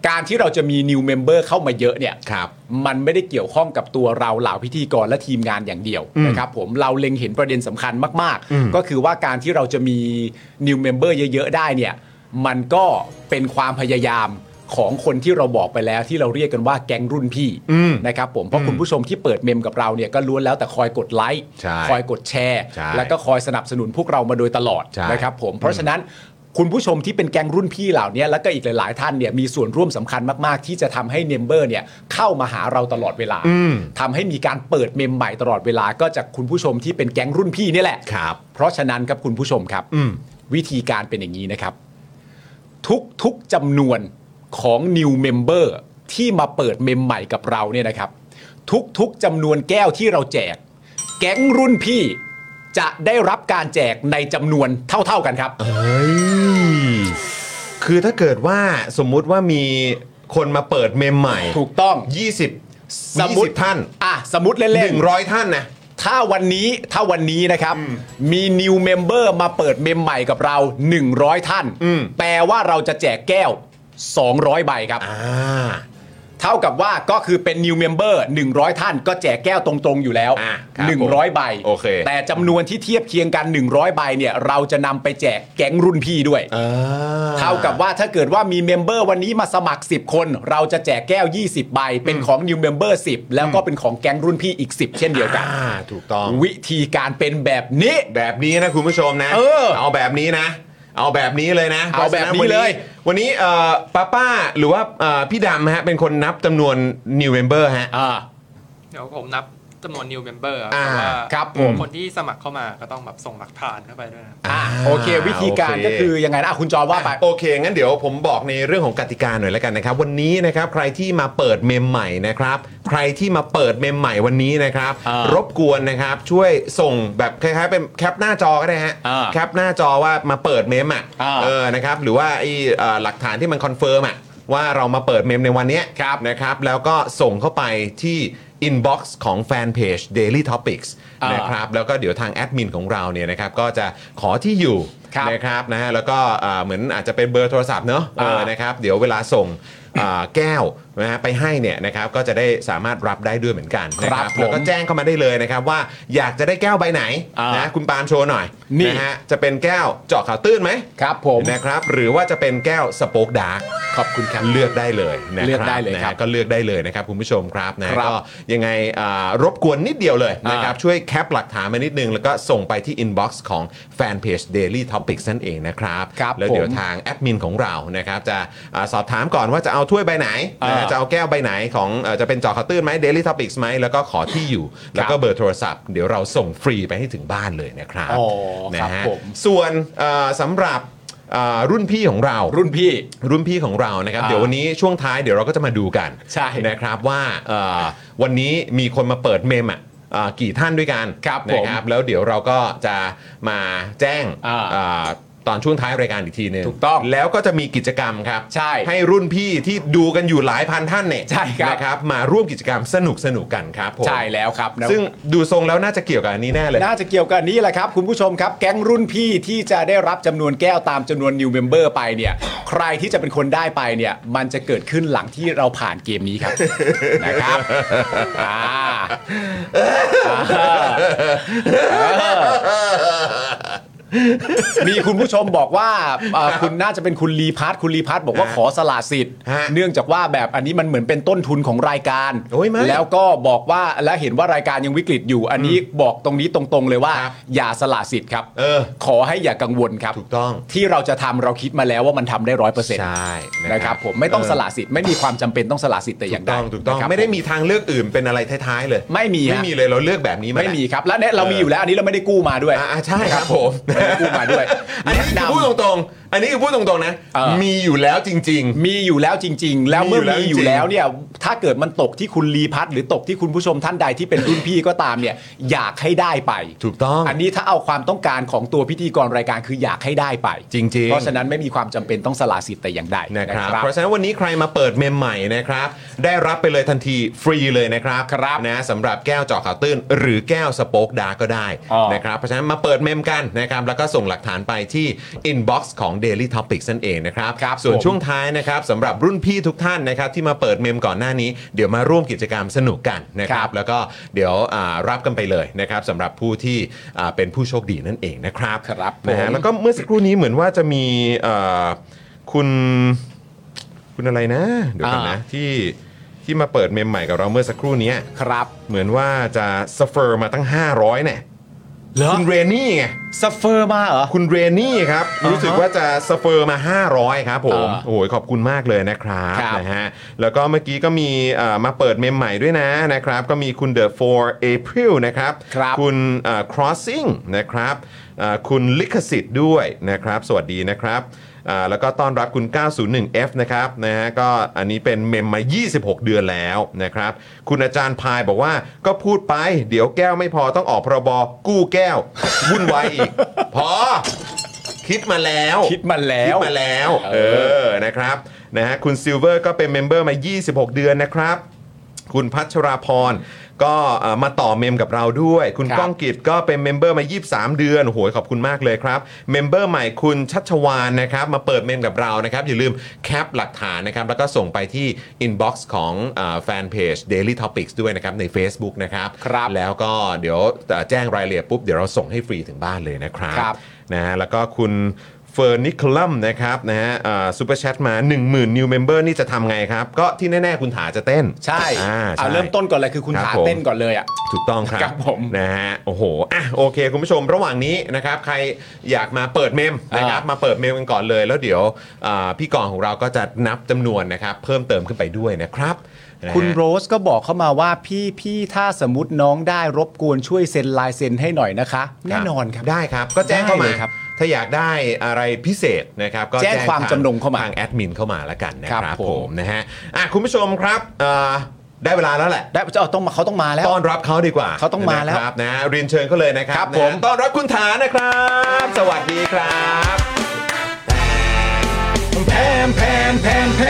B: การที่เราจะมี new member เข้ามาเยอะเนี่ย
C: ครับ
B: มันไม่ได้เกี่ยวข้องกับตัวเราเหล่าพิธีกรและทีมงานอย่างเดียวนะครับผมเราเล็งเห็นประเด็นสำคัญมาก ๆ ก็คือว่าการที่เราจะมี new member เยอะ ๆ ได้เนี่ย มันก็เป็นความพยายามของคนที่เราบอกไปแล้วที่เราเรียกกันว่าแก๊งรุ่นพี่
C: อืม
B: นะครับผมเพราะคุณผู้ชมที่เปิดเมมกับเราเนี่ยก็ล้วนแล้วแต่คอยกดไลค์
C: ใช่
B: คอยกดแชร์
C: ใช่
B: แล้วก็คอยสนับสนุนพวกเรามาโดยตลอด
C: ใช่
B: นะครับผมเพราะฉะนั้นคุณผู้ชมที่เป็นแก๊งรุ่นพี่เหล่านี้แล้วก็อีกหลาย ๆ ท่านเนี่ยมีส่วนร่วมสำคัญมาก ๆ ที่จะทำให้เนมเบอร์เนี่ยเข้ามาหาเราตลอดเวลาทำให้มีการเปิดเมมใหม่ตลอดเวลาก็จากคุณผู้ชมที่เป็นแก๊งรุ่นพี่นี่แหละ
C: ครับ
B: เพราะฉะนั้นครับคุณผู้ชมครับ
C: อืม
B: วิธีการเป็นอย่างนี้นะครับ ทุกทุกจำนวนของ new member ที่มาเปิดเมมใหม่กับเราเนี่ยนะครับ ทุกทุกจำนวนแก้วที่เราแจก แก๊งรุ่นพี่จะได้รับการแจกในจำนวนเท่า ๆกันครับ
C: เฮ้ยคือถ้าเกิดว่าสมมุติว่ามีคนมาเปิดเมมใหม่
B: ถูกต้อง
C: 20
B: สมมติ
C: 20ท่าน
B: อ่ะสมมติเล่นๆ
C: 100 ท่านนะ
B: ถ้าวันนี้ถ้าวันนี้นะครับ มี new member มาเปิดเมมใหม่กับเรา 100 ท่าน
C: อืม
B: แปลว่าเราจะแจกแก้ว 200 ใบครับ
C: อ่า
B: เท่ากับว่าก็คือเป็น new member 100 ท่านก็แจกแก้วตรงๆอยู่แล้ว
C: อ่ะครับ
B: 100 ใบ
C: โอเค
B: แต่จำนวนที่เทียบเคียงกัน 100 ใบเนี่ยเราจะนำไปแจกแก๊งรุ่นพี่ด้วย
C: อ่
B: เท่ากับว่าถ้าเกิดว่ามีเมมเบอร์วันนี้มาสมัคร 10 คน เราจะแจกแก้ว 20 ใบ เป็นของ new member 10 แล้วก็เป็นของแก๊งรุ่นพี่อีก 10 เช่นเดียวกัน
C: อ่าถูกต้อง
B: วิธีการเป็นแบบนี้
C: แบบนี้นะคุณผู้ชมนะ
B: เออ
C: แบบนี้นะ เอาแบบนี้เลยนะ
B: เอาแบบนี้
C: พราะฉะ
B: เลย
C: วันนี้วันนี้เอ่อป้าป้าหรือว่าเอ่อพี่ดำฮะเป็นคนนับจำนวน new member ฮะ
E: เดี๋ยวผมนับจำนวน new member
C: อ่า
E: แต่ว่า
B: ครับผม
E: คนที่สมัครเข้ามาก็ต้องแบบส่งหลักฐานเข้าไปด้วยนะ
B: อ่ะโอเค วิธีการ
C: โอเค
B: ก็คือยังไงนะอ่ะคุณจอว่าไป
C: โอเค งั้นเดี๋ยวผมบอกในเรื่องของกติกาหน่อยแล้วกันนะครับ วันนี้นะครับใครที่มาเปิดเมมใหม่นะครับ ใครที่มาเปิดเมมใหม่วันนี้นะครับ
B: อ่าร
C: บกวนนะครับช่วยส่งแบบคล้ายๆเป็นแคปหน้าจอก็ได้ฮะ
B: อ่า
C: แคปหน้าจอว่ามาเปิดเมมอ่ะ
B: อ่า
C: เออนะครับหรือว่าไอ้เอ่อหลักฐานที่มันคอนเฟิร์มอ่ะว่าเรามาเปิดเมมในวันเนี้ย
B: ครับ
C: นะครับ แล้วก็ส่งเข้าไปที่ inbox ของแฟนเพจ daily topics
B: อ่าน
C: นะครับแล้วก็เดี๋ยวทางแอดมินของเราเนี่ยนะครับก็จะขอที่อยู่
B: ครับ
C: นะ นะครับนะฮะแล้วก็อ่าเหมือนอาจจะเป็นเบอร์โทรศัพท์เนอะเออ
B: อ่าน
C: นะครับเดี๋ยวเวลาส่งอ่าแก้วนะฮะไปให้เนี่ยนะครับก็จะได้สามารถรับได้ด้วยเหมือนกันนะแล้วก็แจ้งเข้ามาได้เลยนะครับว่าอยากจะได้แก้วใบไหนนะคุณปาล์มโชว์หน่อยนะฮะจะเป็นแก้วเจาะข่าวตื้นไหม
B: ครับผม
C: นะครับหรือว่าจะเป็นแก้วสโป๊กดาร์ก
B: ขอบคุณครับ
C: เลือกได้เลยนะครั
B: เลือกได้เลย
C: นะฮะ
B: ครับ
C: ก็เลือกได้เลยนะครับคุณผู้ชมครับนะฮะ
B: ครับ
C: ก็ยังไงอ่ารบกวนนิดเดียวเลยนะครับ
B: อ่า
C: ช่วยแคปหลักฐานมานิดนึง แล้วก็ส่งไปที่อินบ็อกซ์ของแฟนเพจ Daily Topics นั่นเองนะครับ
B: ครับ
C: แล้วเดี๋ยว
B: ผม
C: ทางแอดมินของเรานะครับจะอาสอบถามก่อนว่าจะเอาถ้วยใบไหนนะฮะ
B: อ่า
C: จะเอาแก้วใบไหนของเอ่อจะเป็นเจอข่าวตื้นไหม Daily Topics ไหมแล้วก็ขอที่อยู่ แล้วก็เบอร์โทรศัพท์เดี๋ยวเราส่งฟรีไปให้ถึงบ้านเลยนะครับ
B: อ๋อ
C: นะครับ ฮะ
B: ผม
C: ส่วนเอ่อสำหรับเอ่อรุ่นพี่ของเรา
B: รุ่นพี่
C: รุ่นพี่ของเรานะครับ
B: อ่า
C: เดี๋ยววันนี้ช่วงท้ายเดี๋ยวเราก็จะมาดูกัน
B: ใช่
C: นะครับว่าเอ่อวันนี้มีคนมาเปิดเมมอ่ะเอ่อกี่ท่านด้วยกัน
B: ครับผม
C: นะครับแล้วเดี๋ยวเราก็จะมาแจ้ง
B: อ่า
C: เอ่อตอนช่วงท้ายรายการอีกทีหนึง
B: ถูกต้อง
C: แล้วก็จะมีกิจกรรมครับ
B: ใช่
C: ให้รุ่นพี่ที่ดูกันอยู่หลายพันท่านเนี่ย
B: ใช่ครับ
C: นะครับมาร่วมกิจกรรมสนุกสนุกๆกันครับผม
B: ใช่แล้วครับนะ
C: ซึ่งดูทรงแล้วน่าจะเกี่ยวกับอันนี้แน่เลย
B: น่าจะเกี่ยวกับอันนี้แหละครับ คุณผู้ชมครับ แก๊งรุ่นพี่ที่จะได้รับจำนวนแก้วตามจำนวน new member ไปเนี่ย ใครที่จะเป็นคนได้ไปเนี่ย มันจะเกิดขึ้นหลังที่เราผ่านเกมนี้ครับ นะครับอ่าอ่ามีคุณผู้ชมบอกว่าเอ่อคุณน่าจะเป็นคุณลีพาร์ทคุณลีพาร์ทบอกว่าขอสละสิทธิ์
C: ฮะ
B: เนื่องจากว่าแบบอันนี้มันเหมือนเป็นต้นทุนของรายการ
C: โอ้ยไม่
B: แล้วก็บอกว่าและเห็นว่ารายการยังวิกฤตอยู่ อันนี้บอกตรงนี้ตรงๆเลยว่า
C: ครับ
B: อย่าสละสิทธิ์ครับ
C: เออ
B: ขอให้อย่ากังวลครับ
C: ถูกต้อง
B: ที่เราจะทำเราคิดมาแล้วว่ามันทำได้ร้อยเปอร์เซ็นต์
C: ใช่
B: นะครับผมไม่ต้องสละสิทธิ์ไม่มีความจำเป็นต้องสละสิทธิ์แต่อ
C: ถู
B: ย่าง
C: ก
B: ใด
C: ต้องถูกต้อง
B: นะครับ
C: ไม่ได้
B: ผ
C: มีทางเลือกอื่นเป็นอะไรท้ายๆเลย
B: ไม่มีฮะ
C: ไม่มีเลยเราเลือกแบบนี้มา
B: ไม่
C: แล้ว
B: มีครับและเนี่ยเรามีอยู่แล้วอันนี้เราไม่ได้กู้มาด้วย
C: อ่าใช่ครับผม
B: ไม่ได้กู้มาด้วย
C: อันนี้คือพูด
B: แนะนำ
C: ตรงๆ อันนี้คือพูดตรงๆนะ
B: เออ
C: มีอยู่แล้วจริง
B: มีอยู่แล้วจริง ๆ แล้วเมื่อ
C: มี
B: มี
C: อ
B: อยู่ ยู่
C: แล้
B: แล้ว ว
C: จริงๆ
B: เนี่ยถ้าเกิดมันตกที่คุณลีพัทหรือตกที่คุณผู้ชมท่านใดที่เป็นรุ่นพี่ก็ตามเนี่ยอยากให้ได้ไป
C: ๆ ถูกต้อง
B: อันนี้ถ้าเอาความต้องการของตัวพิธีกรรายการคืออยากให้ได้ไป
C: จริงๆ
B: เพราะฉะนั้นไม่มีความจำเป็นต้องสละสิทธิ์แต่อย่างใด
C: นะครับเพราะฉะนั้นวันนี้ใครมาเปิดเมมใหม่นะครับ ได้รับไปเลยทันทีฟรีเลยนะครับครับนะสำหรับแก้วเจอข่าวตื้น หรือแก้วสโป๊กดาร์กก็ได้นะครับเพราะฉะนั้นมาเปิดเมมกันนะครับแล้วก็ส่งหลักฐานไปที่ inbox ของ Daily Topics นั่นเองนะครับ
B: ครับ
C: ส่วน
B: ผม
C: ช่วงท้ายนะครับสำหรับรุ่นพี่ทุกท่านนะครับที่มาเปิดเมมก่อนหน้านี้ เดี๋ยวมาร่วมกิจกรรมสนุกกันนะค
B: ค
C: รั
B: รับ บ
C: แล้วก็เดี๋ยวอ่ารับกันไปเลยนะครับสำหรับผู้ที่อ่าเป็นผู้โชคดีนั่นเองนะครับ
B: ครับ
C: นะฮะ
B: ผม
C: แล้วก็เมื่อสักครู่นี้เหมือนว่าจะมีเอ่อคุณคุณอะไรนะ เดี๋ยวกันนะ
B: อ่า
C: ที่ที่มาเปิดเมมใหม่กับเราเมื่อสักครู่เนี้ย
B: ครับ
C: เหมือนว่าจะสเฟอร์มาตั้ง 500เนี่ยคุณเรนี่ไง
B: สเฟอร์มาเหรอ
C: คุณเรนี่ครับ รู้สึกว่าจะสเฟอร์มา 500 ครับผม
B: อ่า
C: โอ้ยขอบคุณมากเลยนะครับ
B: ครับ
C: นะฮะแล้วก็เมื่อกี้ก็มีเอ่อมาเปิดเมมใหม่ด้วยนะนะครับ ก็มีคุณ The 4 April นะครับ
B: ครับ
C: คุณเอ่อ crossing นะครับเอ่อคุณลิขสิทธิ์ด้วยนะครับ สวัสดีนะครับอ่าแล้วก็ต้อนรับคุณ 901F นะครับนะฮะก็อันนี้เป็นเมมมา 26 เดือนแล้วนะครับ คุณอาจารย์พายบอกว่าก็พูดไป เดี๋ยวแก้วไม่พอต้องออกพรบกู้แก้ว วุ่นวายอีก พอ คิดมาแล้ว
B: คิดมาแล้ว
C: คิดมาแล้ว เออ นะครับ นะฮะ คุณซิลเวอร์ก็เป็นเมมเบอร์มา 26 เดือนนะครับ คุณพัชราพร
A: ก็เอ่อมาต่อเมมกับเราด้วย คุณ
B: ครับ
A: ก้องกิจก็เป็นเมมเบอร์มา 23 เดือนโอ้โหขอบคุณมากเลยครับ เมมเบอร์ใหม่คุณชัชวานนะครับ มาเปิดเมมกับเรานะครับ อย่าลืมแคปหลักฐานนะครับ แล้วก็ส่งไปที่อินบ็อกซ์ของแฟนเพจ Daily Topics ด้วยนะครับ ใน Facebook นะครับ
B: ครับ
A: แล้วก็เดี๋ยวเอ่อแจ้งรายละเอียดปุ๊บ เดี๋ยวเราส่งให้ฟรีถึงบ้านเลยนะครับ
B: ครับ
A: นะฮะแล้วก็คุณเฟอร์นิคลัมนะครับนะฮะซูเปอร์แชทมา 10,000 new member นี่จะทำไงครับ ก็ที่แน่ๆ คุณถาจะเต้น
B: ใช่
A: อ่าใช่
B: เอาเริ่มต้นก่อนเลยคือคุณ
A: ครับ
B: ขา
A: ผม
B: เต้นก่อนเลยอ่ะ
A: ถูกต้องครับ
B: ครับผม
A: นะฮะโอ้โหอ่ะโอเค คุณผู้ชมระหว่างนี้นะครับ ใครอยากมาเปิดเมมนะครับ
B: อ่าม
A: มาเปิดเมมกันก่อนเลย แล้วเดี๋ยวอ่าพี่กองของเราก็จะนับจำนวนนะครับ เพิ่มเติมขึ้นไปด้วยนะครับนะฮะ
B: คุณโรสก็บอกเข้ามาว่าพี่พี่ถ้าสมมติน้องได้รบกวนช่วยเซ็นลายเซ็นให้หน่อยนะคะ แน่นอนครับ
A: ได้ครับ ก็แจ้งเข้า
B: ได้
A: มา
B: เลยครับ
A: ถ้าอยากได้อะไรพิเศษนะครับก็
B: แจ้งความจำนงเข้ามา
A: ทางแอดมินเข้ามาแล้วกันนะค
B: ครั
A: รับบ
B: ผม
A: ผมนะฮะอ่ะคุณผู้ชมครับเอ่อได้เวลาแล้วแหละ
B: ได้จะเอาต้องมาเขาต้องมาแล้ว
A: ต้อนรับเขาดีกว่า
B: เขาต้องมาแล้ว
A: นะครับนะเรียนเชิญเขาเลยนะครับ
B: ครับ
A: นะ
B: ผม
A: ต้อนรับคุณฐานนะครับ สวัสดีครับ
B: แพมแพมแพมแพ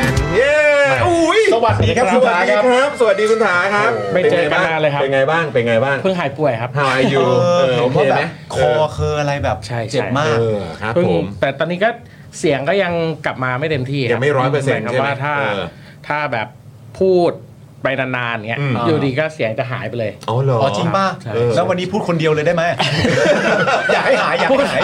B: ม
A: เย้อุ้ย
B: สวัสดีครับคุณ
A: สวั
B: ฐา
A: ส
B: ค
A: ดี
B: รับ
A: ครับ สวัสดีคุณฐาครับ
F: ไม่เจอกันนานเลยครับ
A: เป็นไงบ้างเป็นไงบ้าง
F: เพิ่งหายป่วยครับ
A: How are you
B: เออ
A: โอ
B: ผม
A: เค
B: ว่าแบ
A: ไหม
B: บคอเคออะไรแบบ
F: ใช่ใช่
B: เจ็บมาก
A: เออครับ
F: เพิ่ง
A: ผม
F: แต่ตอนนี้ก็เสียงก็ยังกลับมาไม่เต็มที่ค
A: ยังไม่100%
F: หาความว่า
A: ใช่ไหม
F: ถ้า
A: เออ
F: ถ้าแบบพูดไปนานๆเงี้ย
A: อืม
F: อยู่ดีก็เสียงจะหายไปเลย
A: อ๋อเหรอ
B: อ๋
A: อ๋
B: อจริงป่ะ
F: ใช่
B: แล้ววันนี้พูดคนเดียวเลยได้ไหม อยากให้หายอยากให้หาย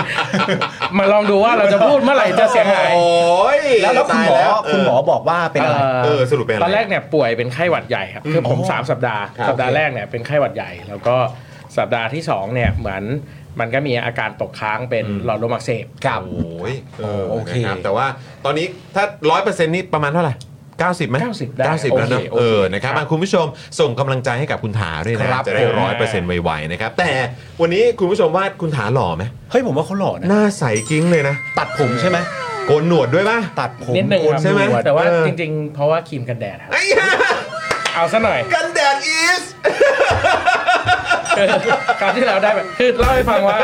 F: มาลองดูว่าเราจะพูดเมื่อไหร่จะเสียงหาย
A: โอ้ย
B: แล้วแล้ว
A: ตาย
B: คุณหมอคุณหมอบอกว่าเป็นอะไร
A: เออสรุปเป็นอะไร
F: ตอนแรกเนี่ยป่วยเป็นไข้หวัดใหญ่ครับคือผม
B: อ๋อ
F: สามสัปดาห์
A: ครับ
F: สัปดาห์
A: โอเค
F: แรกเนี่ยเป็นไข้หวัดใหญ่ แล้วก็สัปดาห์ที่สองเนี่ยเหมือนมันก็มีอาการตกค้างเป็นหลอดลมอักเสบ
B: ครับ
A: โอ้ยเออ
B: โอเค
A: นะครับแต่ว่าตอนนี้ถ้าร้อยเปอร์เซ็นต์นี่ประมาณเท่าไหร่ 90ไหม
F: 90ได้
A: 90แล้วเนอะ
F: โอเคโอเค
A: เออนะครับ
F: ครับ
A: อ่ะคุณผู้ชมส่งกำลังใจให้กับคุณถาด้วยนะครับ จะได้
F: ผม
A: ร้อยเปอร์เซ็นต์ไวๆนะครับ แต่วันนี้คุณผู้ชมว่าคุณถาหล่อไหม
B: เฮ้ยผมว่าเขาหล่อนะ
A: หน้าใสกิ้งเลยนะ
B: ตัดผมใช่ไหม
A: โกนหนวดด้วยป่ะ
B: ตัดผม
F: นิดนึงครับ
A: ใช่ไหม
F: แต่ว่า
A: เออ
F: จริงๆ เพราะว่าครีมกันแดดครับ
A: ไอ้ห่า
F: เอาซะหน่อย
A: กันแดดอีส
F: คือคราวที่เราได้แบบคือเล่าให้ฟังว่า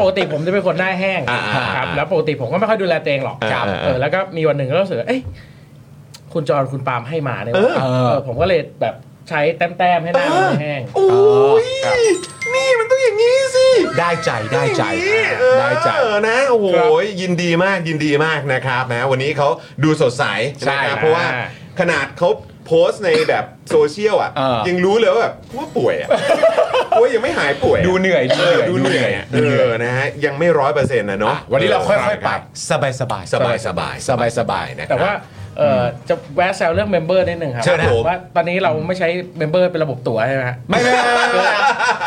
F: ปกติผมจะเป็นคนหน้าแห้ง
A: อ่าอ่าอ่า
F: ครับแล้วปกติผมก็ไม่ค่อยดูแลตัวเองหรอก
A: อ่า
F: ครับ
A: อ่าอ่า
F: เออแล้วก็มีวันหนึ่งก็รู้สึกว่าเอ้ยคุณจอห์นคุณปาล์มให้มาเนี่ย
A: เออ
F: เออผมก็เลยแบบใช้แต้มๆให้หน้ามันแห้ง
A: โอ้ยนี่มันต้องอย่างนี้สิ
B: ได้ใจได้ใจ
A: เออ
B: ได้ใจ
A: นะโอ้โห
F: ครับ
A: ยินดีมากยินดีมากนะครับนะวันนี้เขาดูสดใส
B: ใช่
A: นะครับเพราะว่า
F: อ่า
A: ขนาดเขาโพสต์ในแบบโซเชียลอ่ะ
B: เออ
A: ยังรู้เลยว่าแบบว่าป่ วยอ่ะ ว่ายังไม่หายป่วยอะ
B: ดูเหนื่อย
A: เออดูเหนื่อยอะ
B: ดูเหนื่
A: เอ
B: อย
A: อนะฮะยังไม่ร้อยเปอร์เซ็นต์นะเนาะ
B: อ่ะวันนี้เราค่อยๆไป
A: รับ
B: สบายสบาย
A: สบายสบาย
B: สบายสบาย
A: นะครับ
F: แต่ว่าเออจะแวะแซวเรื่องเมมเบอร์นิดหนึ่งครับ
A: เชิญครับผม
F: ว่าตอนนี้เราไม่ใช้เมมเบอร์เป็นระบบตั๋วใช่ไหมฮะ
B: ไม่ไม่ไม่ไม่ไม่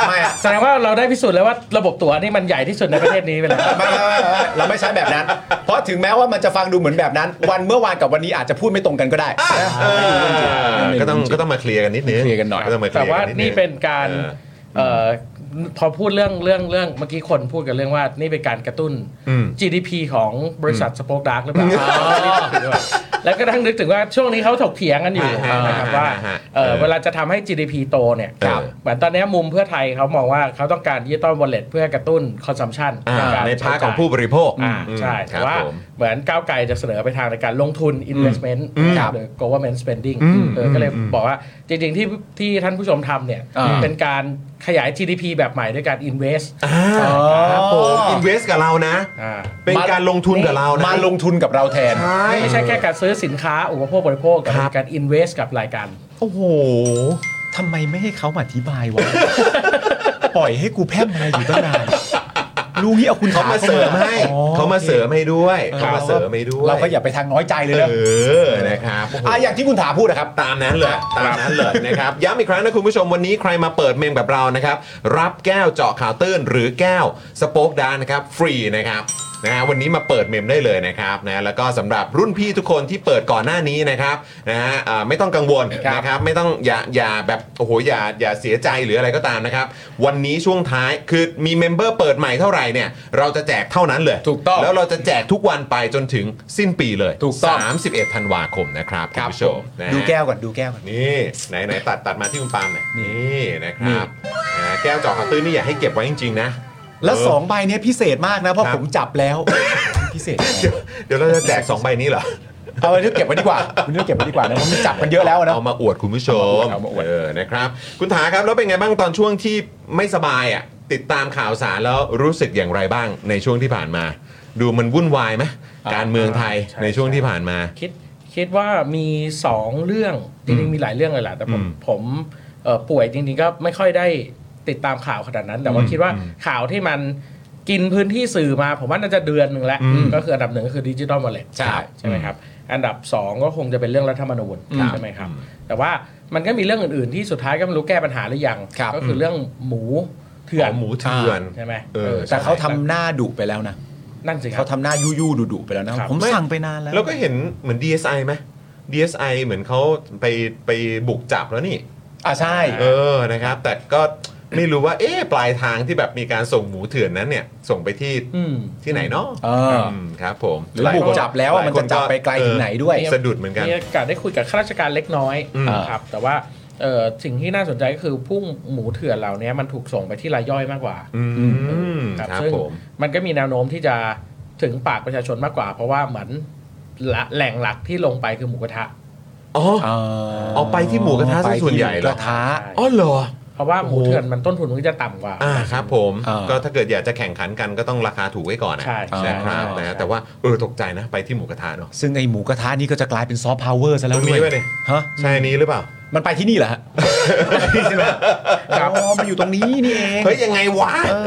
B: ไม่
F: แสดงว่าเราได้พิสูจน์แล้วว่าระบบตั๋วนี่มันใหญ่ที่สุดในประเทศนี้ไปแล้ว
B: ไม่ไม่ไม่ไม่เราไม่ใช้แบบนั้น เพราะถึงแม้ว่ามันจะฟังดูเหมือนแบบนั้น วันเมื่อวานกับวันนี้อาจจะพูดไม่ตรงกันก็ได้
A: เออก็ต้องก็ต้องมาเคลียร์กันนิดนึง
B: เคลียร์กันหน่อย
A: ก็ต้องมาเคลี
F: แต่
A: ยร์
F: ว่า
A: กันนิดนึง
F: นี่เป็นการ
A: เออ
F: เอ่อพอพูดเรื่องเรื่องเรื่องเมื่อกี้คนพูดกันเรื่องว่านี่เป็นการกระตุ้น
A: อืม
F: GDP ของบริษัทสป o อ e ดาร์กหรือเปล่า แล้วก็ทั้งนึกถึงว่าช่วงนี้เขาถกเถียงกันอยู่
A: ฮะฮะ
F: นะครับ
A: ฮะ
F: ว่า
A: ฮะ
F: เอ่อ
A: เออ
F: เวลาจะทำให้ GDP โตเนี่ย
A: ครับ
F: เหมือนตอนนี้มุมเพื่อไทยเขามองว่าเขาต้องการดิจิตอลวอลเล็ตเพื่อกระตุ้นคอนซัมชัน
A: อ่าในภาคของผู้บริโภคอืม
F: ใช่
A: ค
F: แต่
A: รับ
F: ว่า
A: ผม
F: เหมือนก้าวไกลจะเสนอไปทางในการลงทุน investment หรือ government spending เออก็เลยบอกว่าจริง ๆ ที่ที่ท่านผู้ชมทำเนี่ย
B: อ่า
F: เป็นการขยาย GDP แบบใหม่ด้วยการ invest
A: อ่าครับผมอินเวสกับเรานะ
F: อ่า
A: เป็นการลงทุนกับเรานะ
B: มาลงทุนกับเราแทน
A: ใช่
F: ไม่ใช่แค่การซื้อสินค้า อุปโภคบริโภค
A: ค
F: แต่เป็
A: รับ
F: นการ invest กับรายการ
A: โอ้โห
B: ทำไมไม่ให้เขามาอธิบายวะ ปล่อยให้กูแพร่มอะไรอยู่ตั้งนานรู้งี้เอาคุณ
A: เขามาเสริมให้
B: อ๋อ
A: เขามาเสริมให้ด้วยเขามาเสริมให้ด้วย
B: เราก็อย่าไปทางน้อยใจเลย
A: เอ
B: นะ
A: อนะครับโโห
B: อ่ะอย่างที่คุณถาพูดนะครับ
A: ตามนั้นเลยตามนั้นเลยนะครับ ย้ำอีกครั้งนะคุณผู้ชมวันนี้ใครมาเปิดเมมกับเรานะครับ รับแก้วเจาะข่าวตื้นหรือแก้วสโป๊กดาร์กนะครับ ฟรีนะครับนะฮะวันนี้มาเปิดเมมได้เลยนะครับนะแล้วก็สำหรับรุ่นพี่ทุกคนที่เปิดก่อนหน้านี้นะครับนะฮะอ่าไม่ต้องกังวล
F: ครับ
A: นะครับไม่ต้องอย่าอย่าแบบโอ้โหอย่าอย่าเสียใจหรืออะไรก็ตามนะครับ วันนี้ช่วงท้ายคือมีเมมเบอร์เปิดใหม่เท่าไหร่เนี่ยเราจะแจกเท่านั้นเลย
B: ถูกต้อง
A: แล้วเราจะแจกทุกวันไปจนถึงสิ้นปีเลย
B: ถูกต้อง
A: สามสิบเอ็ดธันวาคมนะครับคุณผู้ชมนะฮะ
B: ดูแก้วก่อนดูแก้วก่อน
A: นี่ไหนไหนตัดตัดมาที่คุณปาล์มหน่อยนี่นะครับนะแก้วเจอข่าวตื้นนี่อยากให้เก็บไว้จริงๆนะ
B: แล้ว
A: เออ
B: สองใบเนี้ยพิเศษมากนะ เพราะ
A: ครับ
B: ผมจับแล้ว พิเศษ
A: เดี๋ยวเราจะแจก 2 ใบนี้เหรอ
B: เอาไว้ที่เก็บไว้ดีกว่าคุณเก็บไว้ดีกว่านะเพราะมันจับกันเยอะแล้วนะ
C: เอามาอวดคุณผู้ชม
B: เอามาอวด
C: เออนะครับ คุณถาครับแล้วเป็นไงบ้างตอนช่วงที่ไม่สบายอ่ะติดตามข่าวสารแล้วรู้สึกอย่างไรบ้างในช่วงที่ผ่านมา ดูมันวุ่นวายไหมการเมืองไทย
F: ใช่
C: ในช่วงที่ผ่านมา
F: คิดคิดว่ามี 2 เรื่องจริงๆมีหลายเรื่องเลยแหละแต่ผม
C: อืม
F: ผมเอ่อป่วยจริงๆก็ไม่ค่อยได้ติดตามข่าวขนาดนั้น แต่ว่า
C: อืม
F: คิดว่าข่าวที่มันกินพื้นที่สื่อมา ผมว่าน่าจะเดือนหนึ่งแล้ว
C: อืม
F: ก็คืออันดับหนึ่งก็คือดิจิ t a ลวอลเล็ต
C: ใช่
F: ใช่ไหมครับ อันดับ 2 ก็คงจะเป็นเรื่องรัฐธรรมนูญ
C: ครับ
F: ใช่ไหมครับ แต่ว่ามันก็มีเรื่องอื่นๆ ที่สุดท้ายก็ไม่รู้แก้ปัญหาหรือยัง
B: ครับ
F: ก็คืออเรื่องหมูเถื่อน
C: หมูเถื่อน
F: ใช่ไหม
C: เออ
F: ออ
B: แต่เขาทำหน้าดุไปแล้วนะ
F: นั่นสิครั
B: เขา
F: บ
B: ทำหน้ายูยูดุดุไปแล้วนะครับ ผม
C: ไม่
B: สั่งไปนานแล้ว
C: แล้วก็เห็นเหมือน DSI ไหม DSI เหมือนเขาไปไปบุกจับแล้วนี่
B: อ่ะใช่
C: เออนะครับ แต่ก็ไม่รู้ว่าเอ๊ะปลายทางที่แบบมีการส่งหมูเถื่อนนั้นเนี่ย ส่งไปที่
F: อืม
C: ที่ไหนเนาะ
B: เอออื
C: มครับผม
B: หรือบุกจับแล้วอะมันจะจับไปไกลถึงไหนด้วย
C: เออสะดุดเหมือนกัน
F: มีโอกาสได้คุยกับข้าราชการเล็กน้อย
C: อืม
F: นะครับแต่ว่าเอ่อสิ่งที่น่าสนใจก็คือพุ่งหมูเถื่อนเหล่านี้มันถูกส่งไปที่รายย่อยมากกว่า
C: อืม
F: ครับ
C: ครับ
F: ซึ่ง
C: ผม
F: มันก็มีแนวโน้มที่จะถึงปากประชาชนมากกว่า เพราะว่าเหมือนละแหล่งหลักที่ลงไปคือหมูกระทะ
C: อ๋อ
B: เอ
C: เอาไปที่หมูกระทะซะส่วนใหญ่
B: ไปที่มู
C: เหรอ
B: กระทะ
C: อ๋อเหรอ
F: เพราะว่าหมู
C: โอ้โห
F: เถื่อนมันต้นทุนมันก็จะต่ำกว่า
C: อ่าครับผม
B: อ่า
C: ก็ถ้าเกิดอยากจะแข่งขันกันก็ต้องราคาถูกไว้ก่อนนะ
F: ใช่ใช่
C: นะครับ
F: ใช่
C: นะแต่ว่าเออตกใจนะไปที่หมูกระทะเนาะ
B: ซึ่งไอหมูกระทะนี่ก็จะกลายเป็นซอฟต์พาวเวอร์ซะ
C: ต
B: แล้
C: ร
B: ว
C: ง
B: ด้ว
C: นี้
B: ย
C: ไว้ดิ
B: ฮะ
C: ใช่อันนี้หรือเปล่า
B: มันไปที่นี่เหรอฮะใช่ไหมอ๋อมันอยู่ตรงนี้นี่เอง
C: เฮ้ยยังไงวะเอ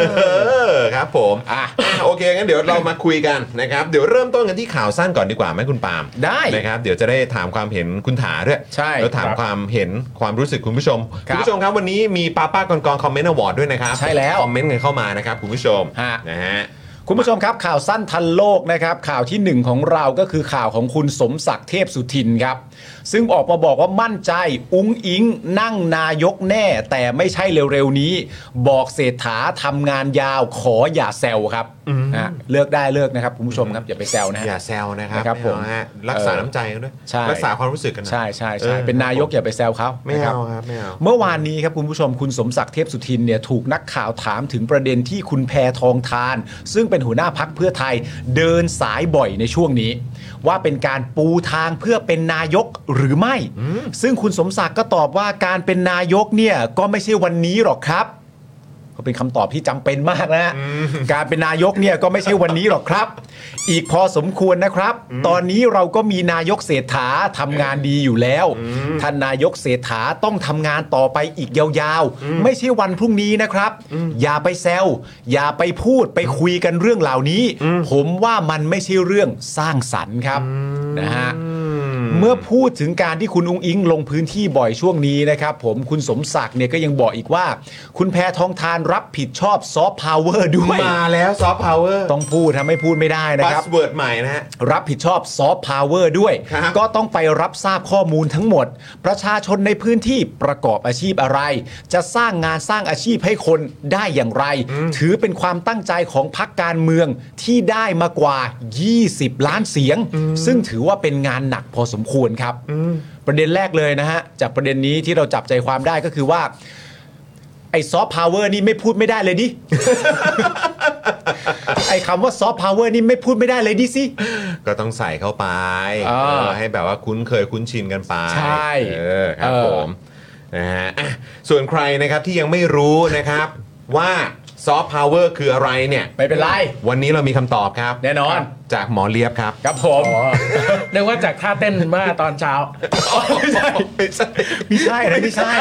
C: อครับผม
B: อ่ะ
C: อ่ะโอเคงั้นเดี๋ยวเรามาคุยกันนะครับเดี๋ยวเริ่มต้นกันที่ข่าวสั้นก่อนดีกว่าไหมคุณปาล์ม
B: ได้
C: นะครับเดี๋ยวจะได้ถามความเห็นคุณถาด้วย
B: ใช่
C: แล้วถาม
B: ครับ
C: ความเห็นความรู้สึกคุณผู้ชม
B: ครับ
C: ณผู้ชมครับวันนี้มีป้าป้ากองกองคอมเมนต์อวอร์ดด้วยนะครับ
B: ใช่แล้ว
C: คอมเมนต์กันเข้ามานะครับคุณผู้ชม
B: ฮะ
C: นะฮะ
B: คุณผู้ชมครับข่าวสั้นทันโลกนะครับข่าวทีหนึ่1 ของเราก็คือข่าวของคุณสมศักดิ์เทพสุทินครับ ซึ่งออกมาบอกว่ามั่นใจอุ้งอิง นั่งนายกแน่ แต่ไม่ใช่เร็วๆนี้ บอกเศรษฐาทำงานยาวขออย่าแซวครับนะเลิกได้เลิกนะครับคุณผู้ชมครับอย่าไปแซวนะฮะ
C: อย่าแซวนะครับ
B: นะครับ
C: ไเอา
B: ผม
C: ฮะรักษา
B: เออ
C: น้ำใจกันด้วย
B: ใช่
C: รักษาความรู้สึกกันหน่อย
B: ใช่ใช่
C: อ
B: ใช่
C: อ
B: เป็นนายกอย่าไปแซวเขา
C: ไม่
B: นะครับ
C: เอาครับไม่เอา
B: เมื่อวานนี้ครับคุณผู้ชมคุณสมศักดิ์เทพสุทินเนี่ยถูกนักข่าวถามถึงประเด็นที่คุณแพทองทาน ซึ่งเป็นหัวหน้าพักเพื่อไทยเดินสายบ่อยในช่วงนี้ ว่าเป็นการปูทางเพื่อเป็นนายกหรือไม่ ซึ่งคุณสมศักดิ์ก็ตอบว่าการเป็นนายกเนี่ยก็ไม่ใช่วันนี้หรอกครับ ก็เป็นคำตอบที่จำเป็นมากนะฮะการเป็นนายกเนี่ยก็ไม่ใช่วันนี้หรอกครับ อีกพอสมควรนะครับ ตอนนี้เราก็มีนายกเศรษฐาทำงานดีอยู่แล้ว ท่านนายกเศรษฐาต้องทำงานต่อไปอีกยาวๆ ไม่ใช่วันพรุ่งนี้นะครับ อย่าไปแซวอย่าไปพูดไปคุยกันเรื่องเหล่านี้ ผมว่ามันไม่ใช่เรื่องสร้างสรรค์ครับนะฮะ เมื่อพูดถึงการที่คุณอุ้งอิงลงพื้นที่บ่อยช่วงนี้นะครับ ผมคุณสมศักดิ์เนี่ยก็ยังบอกอีกว่า คุณแพทองทานรับผิดชอบซอฟต์พาวเวอร์ด้วย
C: มาแล้วซอฟต์พาวเวอร์
B: ต้องพูดทำไม่พูดไม่ได้นะ
C: บั
B: ครั
C: ส
B: บ
C: เวิร์ดใหม่นะฮะ
B: รับผิดชอบซอฟต์พาวเวอร์ด้วย
C: ครับ
B: ก็ต้องไปรับทราบข้อมูลทั้งหมด ประชาชนในพื้นที่ประกอบอาชีพอะไร จะสร้างงานสร้างอาชีพให้คนได้อย่างไร ถือเป็นความตั้งใจของพักการเมืองที่ได้มากว่า 20 ล้านเสียง ซึ่งถือว่าเป็นงานหนักพอสมควรครับ ประเด็นแรกเลยนะฮะ จากประเด็นนี้ที่เราจับใจความได้ก็คือว่า ไอ้ซอฟต์พาวเวอร์นี่ไม่พูดไม่ได้เลยดิ ไอ้คำว่าซอฟต์พาวเวอร์นี่ไม่พูดไม่ได้เลยดิสิ
C: ก็ต้องใส่เข้าไป
B: อ่า
C: เออให้แบบว่าคุ้นเคยคุ้นชินกันไป
B: ใช่
C: เออครับ
B: เออ
C: ผมนะฮะอ่ะส่วนใครนะครับที่ยังไม่รู้นะครับ ว่าซอฟต์พาวเวอร์คืออะไรเนี่ย
B: ไม่เป็นไร
C: วันนี้เรามีคำตอบครับ
B: แน่นอน
C: จากหมอเลียบครับ
B: ครับผม
F: เรียกว่าจากท่าเต้นเมื่อตอนเช้า
C: ไม่ใช่ไม่ใช่
B: ไม่ใช่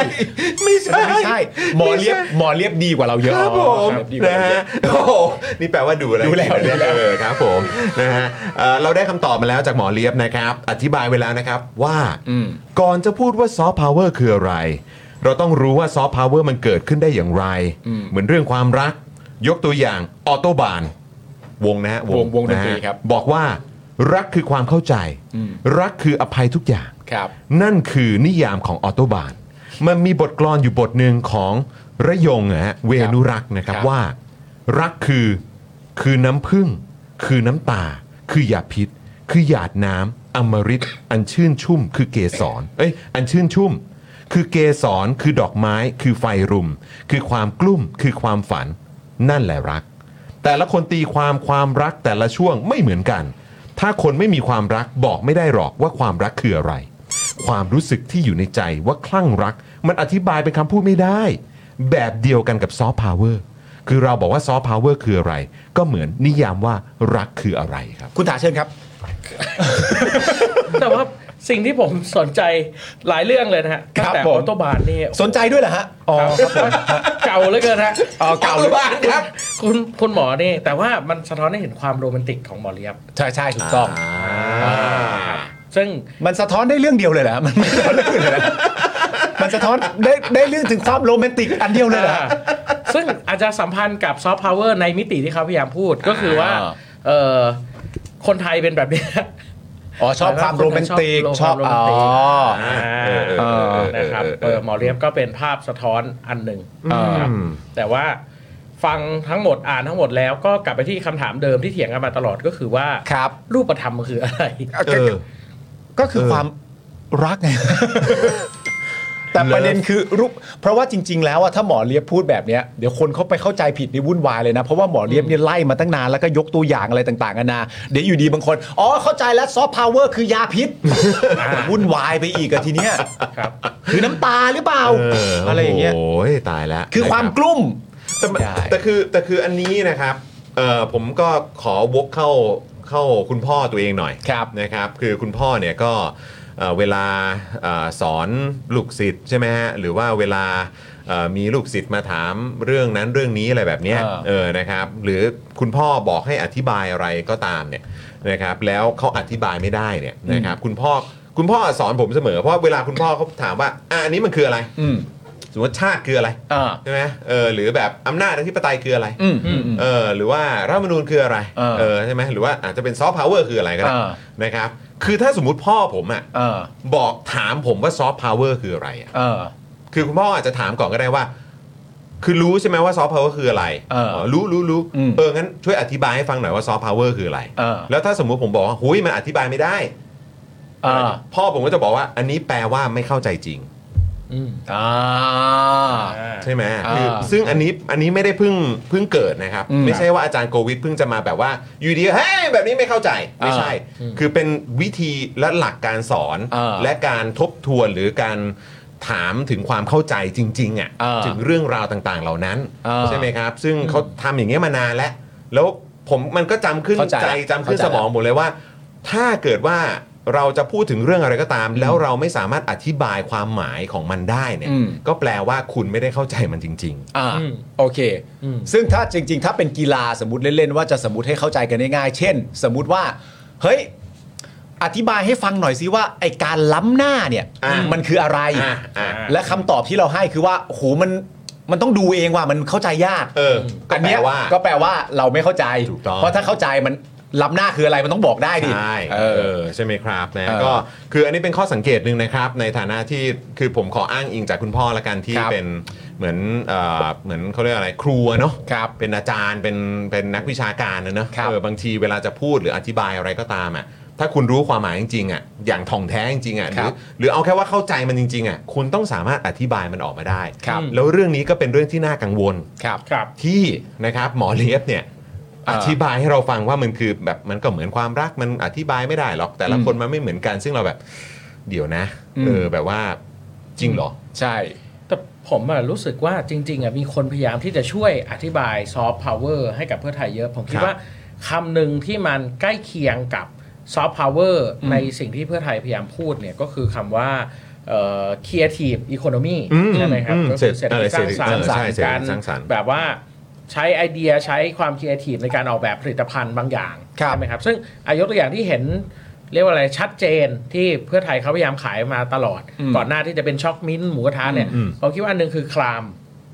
B: นะไม่ใช่
C: ไม่ใช่
B: ไม่ใช่ หมอเลียบหมอเลียบดีกว่าเราเยอะ
C: ครับผม
B: หอเลียบดีกว่า
C: นะ
B: เราเย
C: ฮะ
B: อะ
C: โอ้โหนี่แปลว่าดูอะไร
B: ดูแล้ว
C: เย
B: ดูแล้ว
C: เออครับผมนะฮะเอ่อเราได้คำตอบมาแล้วจากหมอเลียบนะครับ อธิบายไว้แล้วนะครับว่าก่อนจะพูดว่าซอฟต์พาวเวอร์คืออะไร เราต้องรู้ว่าซอฟต์พาวเวอร์มันเกิดขึ้นได้อย่างไร เหมือนเรื่องความรัก ยกตัวอย่างออโตบาน วงนะฮะ
B: วงวงดนตรี
C: ะฮะ
B: ครับ
C: บอกว่ารักคือความเข้าใจ รักคืออภัยทุกอย่าง
B: ครับ
C: นั่นคือนิยามของออโตบาน มันมีบทกลอนอยู่บทหนึ่งของระยงอะฮะเวนุรักษ์นะครับ
B: ครับ
C: ว่า รักคือคือน้ำพึ่ง คือน้ำตา คือหยาพิษ คือหยาดน้ำอมฤตอันชื่นชุ่ม คือเกสรเอ้ยอันชื่นชุ่ม คือเกสรคือดอกไม้ คือไฟรุม คือความกลุ่ม คือความฝัน นั่นแหละรัก แต่ละคนตีความความรักแต่ละช่วงไม่เหมือนกัน ถ้าคนไม่มีความรักบอกไม่ได้หรอกว่าความรักคืออะไร ความรู้สึกที่อยู่ในใจว่าคลั่งรัก มันอธิบายเป็นคำพูดไม่ได้ แบบเดียวกันกับซอฟต์พาวเวอร์คือเราบอกว่าซอฟต์พาวเวอร์คืออะไร ก็เหมือนนิยามว่ารักคืออะไรครับ
B: คุณถาเชิญครับ
F: แต่ว่าสิ่งที่ผมสนใจหลายเรื่องเลยนะฮะ
B: ครับ
F: ตั้งแต่
B: ผม
F: ออโตบานนี่
B: สนใจด้วยเหรอฮะอ๋อ
F: ครับเก่าเหลือเกินฮะ
B: อ๋อเก่าหรือเปล่าครับ
F: คุณคุณหมอนี่ แต่ว่ามันสะท้อนให้เห็นความโรแมนติกของหมอเลียบ
B: ใช่ใช่ถูกต้อง
F: ซึ่ง
B: มันสะท้อนได้เรื่องเดียวเลยเหรอมันไม่สะท้อนเรื่องอื่นเลยเหรอมันสะท้อนได้ได้เรื่องถึงความโรแมนติกอันเดียวเลยเหรอ
F: อ่าซึ่งอาจจะสัมพันธ์กับซอฟต์พาวเวอร์ในมิติที่เขาพยายามพูดก็คือว่า
B: อ่า
F: เออคนไทยเป็นแบบนี้
B: อ๋อชอบความโรแมนติกชอบ
F: โรแม
B: อ๋
F: น
B: อ
F: ติก
C: อ่า
F: เออ
C: เออเออเออ
F: นะครับ
C: เออเออ
F: เออหมอเลียบก็เป็นภาพสะท้อนอันหนึ่ง
B: อืม
F: ครับแต่ว่าฟังทั้งหมดอ่านทั้งหมดแล้วก็กลับไปที่คำถามเดิมที่เถียงกันมาตลอดก็คือว่า
B: ครับ
F: รูปธรรมมันคืออะไร
C: เออ
B: ก็คือความรัก ไงแต่ประเด็นคือรูปเพราะว่าจริง ๆ แล้วอะถ้าหมอเลียบพูดแบบเนี้ยเดี๋ยวคนเขาไปเข้าใจผิดนี่วุ่นวายเลยนะ เพราะว่าหมอเลียบเนี่ยไล่มาตั้งนานแล้วก็ยกตัวอย่างอะไรต่างๆกันานาเดี๋ยวอยู่ดีบางคน อ๋อเข้าใจแล้วซอฟต์พาวเวอร์คือยา พิษวุ่นวายไปอีกอะทีเนี้ย
F: ครับ
B: คือน้ำตาหรือเปล่า
C: เออ
B: อะไรอย่างเงี้ย
C: โอ้ยตายแล้ว
B: คือความก
C: นะรับ
B: ลุ้ม
C: แต่มัน
B: ใช่
C: แต่คือแต่คืออันนี้นะครับเอ่อผมก็ขอวกเข้าเข้าคุณพ่อตัวเองหน่อย
B: ครับ
C: นะครับคือคุณพ่อเนี่ยก็เอ่อเวลาเออสอนลูกศิษย์ใช่ไหมฮะหรือว่าเวลาเอ่อมีลูกศิษย์มาถามเรื่องนั้นเรื่องนี้อะไรแบบเนี้ย
B: เออ
C: เออนะครับหรือคุณพ่อบอกให้อธิบายอะไรก็ตามเนี่ยนะครับแล้วเขาอธิบายไม่ได้เนี่ยนะครับคุณพ่อคุณพ่อสอนผมเสมอเพราะเวลาคุณพ่อเขาถามว่าอ่ะอันนี้มันคืออะไร
B: อืม
C: สมมติชาติคืออะไร
B: อ่า
C: ใช่ไหมเออหรือแบบอำนาจอธิปไตยคืออะไร
B: อืมอืม
C: เออหรือว่ารัฐธรรมนูญคืออะไร
B: เออ
C: เออใช่ไหมหรือว่าอาจจะเป็นซอฟต์พาวเวอร์คืออะไรก็ได้
B: อ่า
C: นะครับ คือถ้าสมมติพ่อผมอะ
B: อ่า
C: บอกถามผมว่าซอฟต์พาวเวอร์คืออะไรอะ
B: อ่า
C: คือคุณพ่ออาจจะถามก่อนก็ได้ว่า คือรู้ใช่ไหมว่าซอฟต์พาวเวอร์คืออะไร
B: เอออ๋
C: อรู้รู้รู้
B: อืม
C: เอองั้นช่วยอธิบายให้ฟังหน่อยว่าซอฟต์พาวเวอร์คืออะไร
B: เออ
C: แล้วถ้าสมมุติผมบอกว่าหุยมันอธิบายไม่ได้
B: อ่า
C: พ่อผมก็จะบอกว่า อันนี้แปลว่าไม่เข้าใจจริง
F: อืม
B: อ่า
F: อ่า
C: ใช่ไหม
B: อ่า
C: คือซึ่งอันนี้อันนี้ไม่ได้เพิ่งเพิ่งเกิดนะครับ
B: อืม
C: ไม่ใช่ว่าอาจารย์โควิดเพิ่งจะมาแบบว่าอยู่ดีเฮ้ยแบบนี้ไม่เข้าใจไม่ใช่ คือเป็นวิธีและหลักการสอน
B: อ่า
C: และการทบทวนหรือการถามถึงความเข้าใจจริงๆอ่ะ
B: อ่า
C: ถึงเรื่องราวต่างๆเหล่านั้น
B: อ่า
C: ใช่ไหมครับ ซึ่งเขาทำอย่างเงี้ยมานานแล้ว แล้วผมมันก็จำขึ้น
B: เข้าใจ
C: ใจจำขึ้
B: เข้า
C: น
B: ใจ
C: สมองผมเลยว่า ถ้าเกิดว่าเราจะพูดถึงเรื่องอะไรก็ตาม แล้วเราไม่สามารถอธิบายความหมายของมันได้เนี่ย
B: อืม
C: ก็แปลว่าคุณไม่ได้เข้าใจมันจริง
B: อ่า
F: อืม
B: โอเค
F: อืม
B: ซึ่งถ้าจริง ๆ ถ้าเป็นกีฬาสมมติเล่น ๆ ว่าจะสมมติให้เข้าใจกันง่ายๆ เช่น สมมติว่า เฮ้ย อธิบายให้ฟังหน่อยสิว่า ไอการล้ำหน้าเนี่ย
C: อ่ะ
B: มันคืออะไร
C: ๆ อ่ะอ่ะ
B: และคำตอบที่เราให้คือว่าโหมันมันต้องดูเองว่ามันเข้าใจยาก
C: เออ ก็แปล
B: เนี้ย
C: ว่า
B: ก็แปลว่าเราไม่เข้าใจ
C: ถูกต้อง
B: เพราะถ้าเข้าใจมันล้ำหน้าคืออะไรมันต้องบอกได้ดิ
C: ใช่
B: เอ
C: เอ
B: อ
C: อใช่ไหมครับนะ
B: เออ
C: ก็คืออันนี้เป็นข้อสังเกตหนึ่งนะครับ ในฐานะที่คือผมขออ้างอิงจากคุณพ่อละกันที่
B: ครับ
C: เป็นเหมือนเอ่อเหมือนเขาเรียกอะไรครูอะเนาะ
B: ครับ
C: เป็นอาจารย์เป็นเป็นนักวิชาการนะเนอะ
B: ครับ
C: เออบางทีเวลาจะพูดหรืออธิบายอะไรก็ตามอ่ะถ้าคุณรู้ความหมายจริงๆอ่ะอย่างถ่องแท้จริงๆอ่ะห
B: ครั
C: รือบ หรือเอาแค่ว่าเข้าใจมันจริงๆอ่ะคุณต้องสามารถอธิบายมันออกมาได้
B: ครับ
C: แล้วเรื่องนี้ก็เป็นเรื่องที่น่ากังวล
B: ครับ
F: ครับ
C: ที่นะครับหมอเลียบเนี่ย
B: เอ่อ
C: อธิบายให้เราฟังว่ามันคือแบบมันก็เหมือนความรักมันอธิบายไม่ได้หรอก แต่ละ
B: อืม
C: คนมันไม่เหมือนกัน ซึ่งเราแบบ เดี๋ยวนะ
B: อืม
C: เออแบบว่าจริงเหรอ
B: ใช่
F: แต่ผมอะรู้สึกว่าจริงๆอะมีคนพยายามที่จะช่วยอธิบายซอฟต์พาวเวอร์ให้กับเพื่อไทยเยอะ ผมคิด
C: ครับ
F: ว่าคำหนึ่งที่มันใกล้เคียงกับซอฟต์พาวเวอร์ในสิ่งที่เพื่อไทยพยายามพูดเนี่ยก็คือคำว่าเอ่อ creative economy ใช่ไหมครับ
C: อื
F: ก็คือเศรษฐกิจสร้างสรร
C: เอ
F: ค์
C: อใช่เศรษฐ
F: การ
C: กิจสร้างสรรค์
F: แบบว่าใช้ไอเดียใช้ความค r e a t i v e ในการออกแบบผลิตภัณฑ์บางอย่าง
B: ครับ
F: ใช่ไหมครับ ซึ่งอายกตัวอย่างที่เห็นเรียกว่าอะไรชัดเจนที่เพื่อไทยเขาพยายามขายมาตลอด ก่อนหน้าที่จะเป็นช็อกมิ้นท์หมูกระทะเนี่ย
C: อืม
F: ผมคิดว่าอันหนึงคือคลาม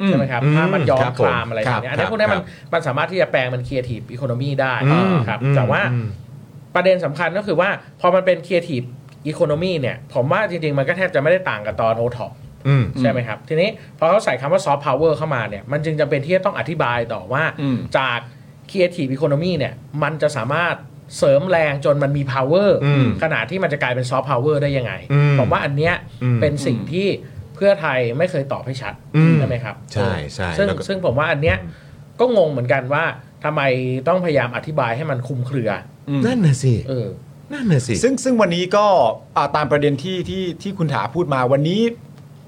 B: อืม
F: ใช่ไหมครับ
C: อืม
F: ถ้ามันย้อ
C: ค
F: ม
C: รับ
F: คลาม
C: ผม
F: อะไรอย่างเงี้ย
C: ครับ
F: อันนี้พวก
C: ค
F: นี้
C: รั
F: มัน
C: บ
F: มันสามารถที่จะแปลงเป็นครีเอทีฟอีโคโนมีได้
C: อืม
F: ครับ
C: อืม
F: แต่ว่า
C: อืม
F: ประเด็นสำคัญก็คือว่าพอมันเป็นครีเอทีฟอีโคโนมีเนี่ยผมว่าจริงๆ มันก็แทบจะไม่ได้ต่างกับตอนโอท็อป
C: อืม
F: ใช่ไหมครับ ทีนี้พอเขาใส่คำว่าซอฟต์พาวเวอร์เข้ามาเนี่ยมันจึงจำเป็นที่จะต้องอธิบายต่อว่า
B: อืม
F: จาก Creative Economy เนี่ยมันจะสามารถเสริมแรงจนมันมี power
C: อืม
F: ขนาดที่มันจะกลายเป็นซอฟต์พาวเวอร์ได้ยังไง
C: อืม
F: ผมว่าอันเนี้ย
C: อืม
F: เป็นสิ่งที่เพื่อไทยไม่เคยตอบให้ชัด
C: อืม
F: ใช่ไหมครับ
C: ใช่ใช่
F: ซึ่ง
C: แล้วก็
F: ซึ่งผมว่าอันเนี้ยก็งงเหมือนกันว่าท ทำไมต้องพยายามอธิบายให้มันคลุมเครือ
C: นั่นน่ะสิ
F: เออ
C: นั่นน่ะสิ
B: ซึ่งซึ่งวันนี้ก็อ่าตามประเด็นที่ที่ที่คุณถาพูดมาวันนี้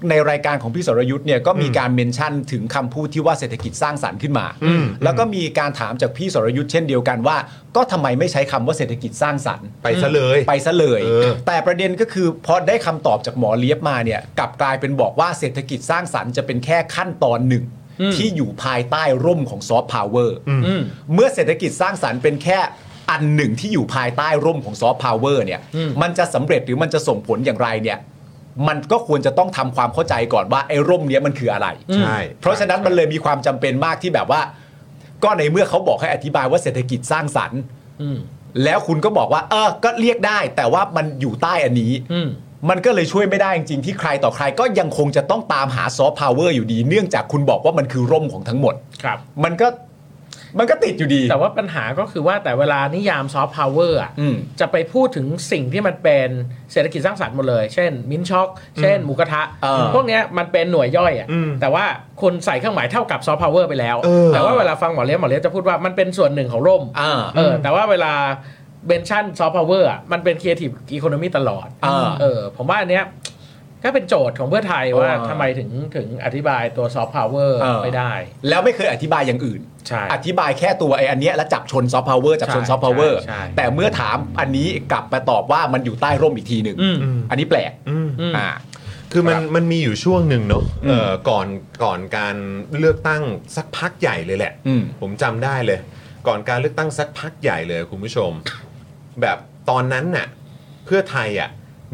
B: ในรายการของพี่สรยุทธ์เนี่ยก็มีการเมนชั่นถึงคำพูดที่ว่าเศรษฐกิจสร้างสรรค์ขึ้นมา
C: อืม
B: แล้วก็มีการถามจากพี่สรยุทธ์เช่นเดียวกันว่า ก็ทำไมไม่ใช้คำว่าเศรษฐกิจสร้างสรรค์
C: ไปซะเลย
B: ไปซะเลย
C: เออ
B: แต่ประเด็นก็คือพอได้คำตอบจากหมอเลียบมาเนี่ยกลับกลายเป็นบอกว่าเศรษฐกิจสร้างสรรค์จะเป็นแค่ขั้นตอนหนึ่ง ที่อยู่ภายใต้ร่มของซอฟต์พาวเวอร์เมื่อเศรษฐกิจสร้างสรรค์เป็นแค่อันหนึ่งที่อยู่ภายใต้ร่มของซอฟต์พาวเวอร์เนี่ยมันจะสำเร็จหรือมันจะส่งผลอย่างไรเนี่ยมันก็ควรจะต้องทำความเข้าใจก่อนว่าไอ้ร่มเนี้ยมันคืออะไร
C: ใช่
B: เพราะฉะนั้นมันเลยมีความจำเป็นมากที่แบบว่า ก็ในเมื่อเขาบอกให้อธิบายว่าเศรษฐกิจสร้างสรรค์
F: อืม
B: แล้วคุณก็บอกว่า เออ ก็เรียกได้ แต่ว่ามันอยู่ใต้อันนี้
F: อืม
B: มันก็เลยช่วยไม่ได้จริงๆที่ใครต่อใครก็ยังคงจะต้องตามหาซอฟต์พาวเวอร์อยู่ดี เนื่องจากคุณบอกว่ามันคือร่มของทั้งหมด
F: ครับ
B: มันก็มันก็ติดอยู่ดี
F: แต่ว่าปัญหาก็คือว่าแต่เวลานิยามซอฟต์พาวเวอร์อะ
B: อืม
F: จะไปพูดถึงสิ่งที่มันเป็นเศรษฐกิจสร้างสรรค์หมดเลย เช่น มิ้นช็อก เช่น หมูกระทะ
B: เออ
F: พวกเนี้ยมันเป็นหน่วยย่อยอะแต่ว่าคนใส่เครื่องหมายเท่ากับซอฟต์พาวเวอร์ไปแล้ว แต่ว่าเวลาฟังหมอเลี้ยบหมอเลี้ยบจะพูดว่ามันเป็นส่วนหนึ่งของร่ม
B: อ่า
F: เออแต่ว่าเวลาเบนชั่นซอฟต์พาวเวอร์มันเป็นครีเอทีฟอีโคโนมีตลอด
B: อ่า
F: เออผมว่าอันเนี้ยก็เป็นโจทย์ของเพื่อไทยว่า
B: อ่า
F: ทำไมถึงถึงอธิบายตัวซอฟต์พาวเวอร์
B: อ่า
F: ไม่ได้
B: แล้วไม่เคยอธิบายอย่างอื่น
F: ใช่
B: อธิบายแค่ตัวไอ้อันเนี้ยแล้วจับชนซอฟต์พาวเวอร์จับชน
F: ใช่
B: ซอฟต์พาวเวอร์
F: ใช่ใช่
B: แต่เมื่อถามอันนี้กลับมาตอบว่ามันอยู่ใต้ร่มอีกทีหนึ่ง
F: อืม
B: อันนี้แปลก
C: อืม
F: อืม
B: อ่า
C: คือมั
B: ค
C: น
B: รับ
C: มันมีอยู่ช่วงหนึ่งเนอะ
B: อืม
C: เอ่อก่อนก่อนการเลือกตั้งสักพักใหญ่เลยแหละ
B: อืม
C: ผมจำได้เลย ก่อนการเลือกตั้งสักพักใหญ่เลยคุณผู้ชม แบบตอนนั้นน่ะเพื่อไทยอ่ะ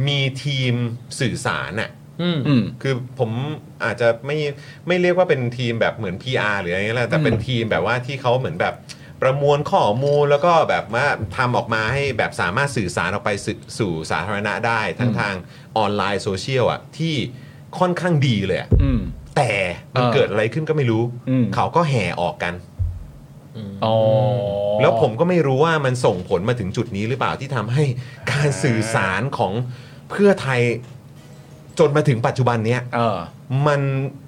C: มีทีมสื่อสารน่ะ
F: อืม
B: อืม
C: คือผมอาจจะไม่ไม่เรียกว่าเป็นทีมแบบเหมือน PR หรืออะไรเงี้ยแหละแต่เป็นทีมแบบว่าที่เขาเหมือนแบบประมวลข้อมูลแล้วก็แบบว่าทำออกมาให้แบบสามารถสื่อสารออกไปสู่สู่สาธารณะได้ทั้ง
B: อืม
C: ทางออนไลน์โซเชียลอ่ะที่ค่อนข้างดีเลยอะ
B: อืม
C: แต่มัน
B: เออ
C: เกิดอะไรขึ้นก็ไม่รู้
B: อืม
C: เขาก็แห่ออกกัน
B: อ๋อ
C: แล้วผมก็ไม่รู้ว่ามันส่งผลมาถึงจุดนี้หรือเปล่าที่ทำให้การสื่อสารของเพื่อไทยจนมาถึงปัจจุบันเนี้ย
B: เออ
C: มัน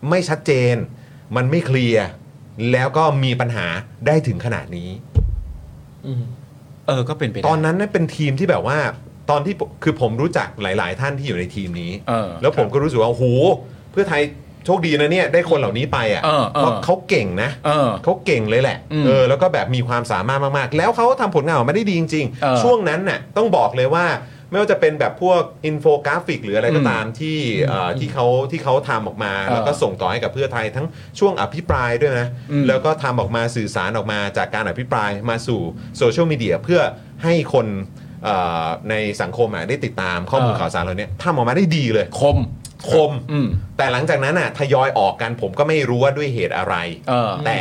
C: ไม่ชัดเจน มันไม่เคลียร์แล้วก็มีปัญหาได้ถึงขนาดนี้
B: เออ ก็เป็นไปได้
C: ตอนนั้นเนั่นเป็นทีมที่แบบว่าตอนที่ผมคือผมรู้จักหลาย ๆ ท่านที่อยู่ในทีมนี้
B: เออ
C: แล้วผมก็รู้สึกว่าโอ้โหเพื่อไทยโชคดีนะเนี่ยได้คนเหล่านี้ไปอ่ะ
B: เออเออ
C: เพราะเขาเก่งนะ
B: เออ
C: เขาเก่งเลยแหละ
B: อืม
C: เออ แล้วก็แบบมีความสามารถมาก ๆ แล้วเขาทำผลงานออกมาได้ดีจริง
B: เออ
C: ๆ ช่วงนั้นน่ะต้องบอกเลยว่า ไม่ว่าจะเป็นแบบพวกอินโฟกราฟิกหรืออะไรก็ตามที่เอ่อที่เขาที่เขาทำออกมา
B: เออ
C: แล้วก็ส่งต่อให้กับเพื่อไทยทั้งช่วงอภิปรายด้วยนะ
B: อืม
C: แล้วก็ทำออกมาสื่อสารออกมาจากการอภิปรายมาสู่โซเชียลมีเดียเพื่อให้คนเอ่อในสังคมอ่ะได้ติดตามข้อมูลข่าวสารเหล่านี้ทำออกมาได้ดีเลย
B: คม
C: คม
B: อืม
C: แต่หลังจากนั้นน่ะทยอยออกกันผมก็ไม่รู้ว่าด้วยเหตุอะไร
B: เออ
C: แต่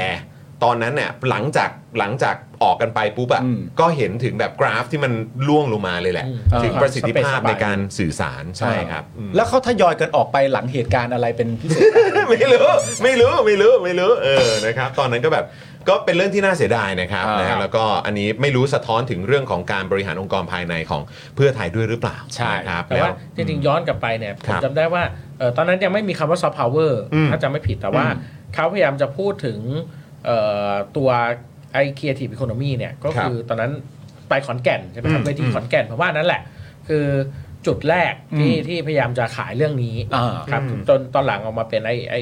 C: ตอนนั้นเนี่ยหลังจากหลังจากออกกันไปปุ๊บอะ
B: อืม
C: ก็เห็นถึงแบบกราฟที่มันล่วงลงมาเลยแหละ
F: อืม
C: ถึงประสิทธิภาพ
B: เออ
C: ในการสื่อสารใช่ครับอืม
B: แล้วเขาทยอยกันออกไปหลังเหตุการณ์อะไรเป็นพิเศษ
C: ไม่รู้ไม่รู้ไม่รู้ไม่รู้เออนะครับ ตอนนั้นก็แบบก็เป็นเรื่องที่น่าเสียดายนะครับ
B: อ่าน
C: นะแล้วก็อันนี้ไม่รู้สะท้อนถึงเรื่องของการบริหารองค์กรภายในของเพื่อไทยด้วยหรือเปล่านะครับ
F: แต่
C: แล้ว
F: ว่าจริงๆย้อนกลับไปเนี่ยผ
C: ครั
F: ม
C: บ
F: จำได้ว่าเอ่อตอนนั้นยังไม่มีคำว่าซอฟต์พาวเวอร์
C: อืม
F: ถ้าจำไม่ผิดแต่ว่าเขาพยายามจะพูดถึงเอ่อตัวไอเคียทีฟอีโคโนมีเนี่ยก็คือตอนนั้นไปขอนแก่นใช่ไหมครั
C: อื
F: บ
C: ม
F: เวทีขอนแก่นผมว่านั่นแหละ คือจุดแรกที่ที่พยายามจะขายเรื่องนี้
B: อ่า
F: ครับ
C: อืม
F: จนตอนหลังออกมาเป็นไอไอ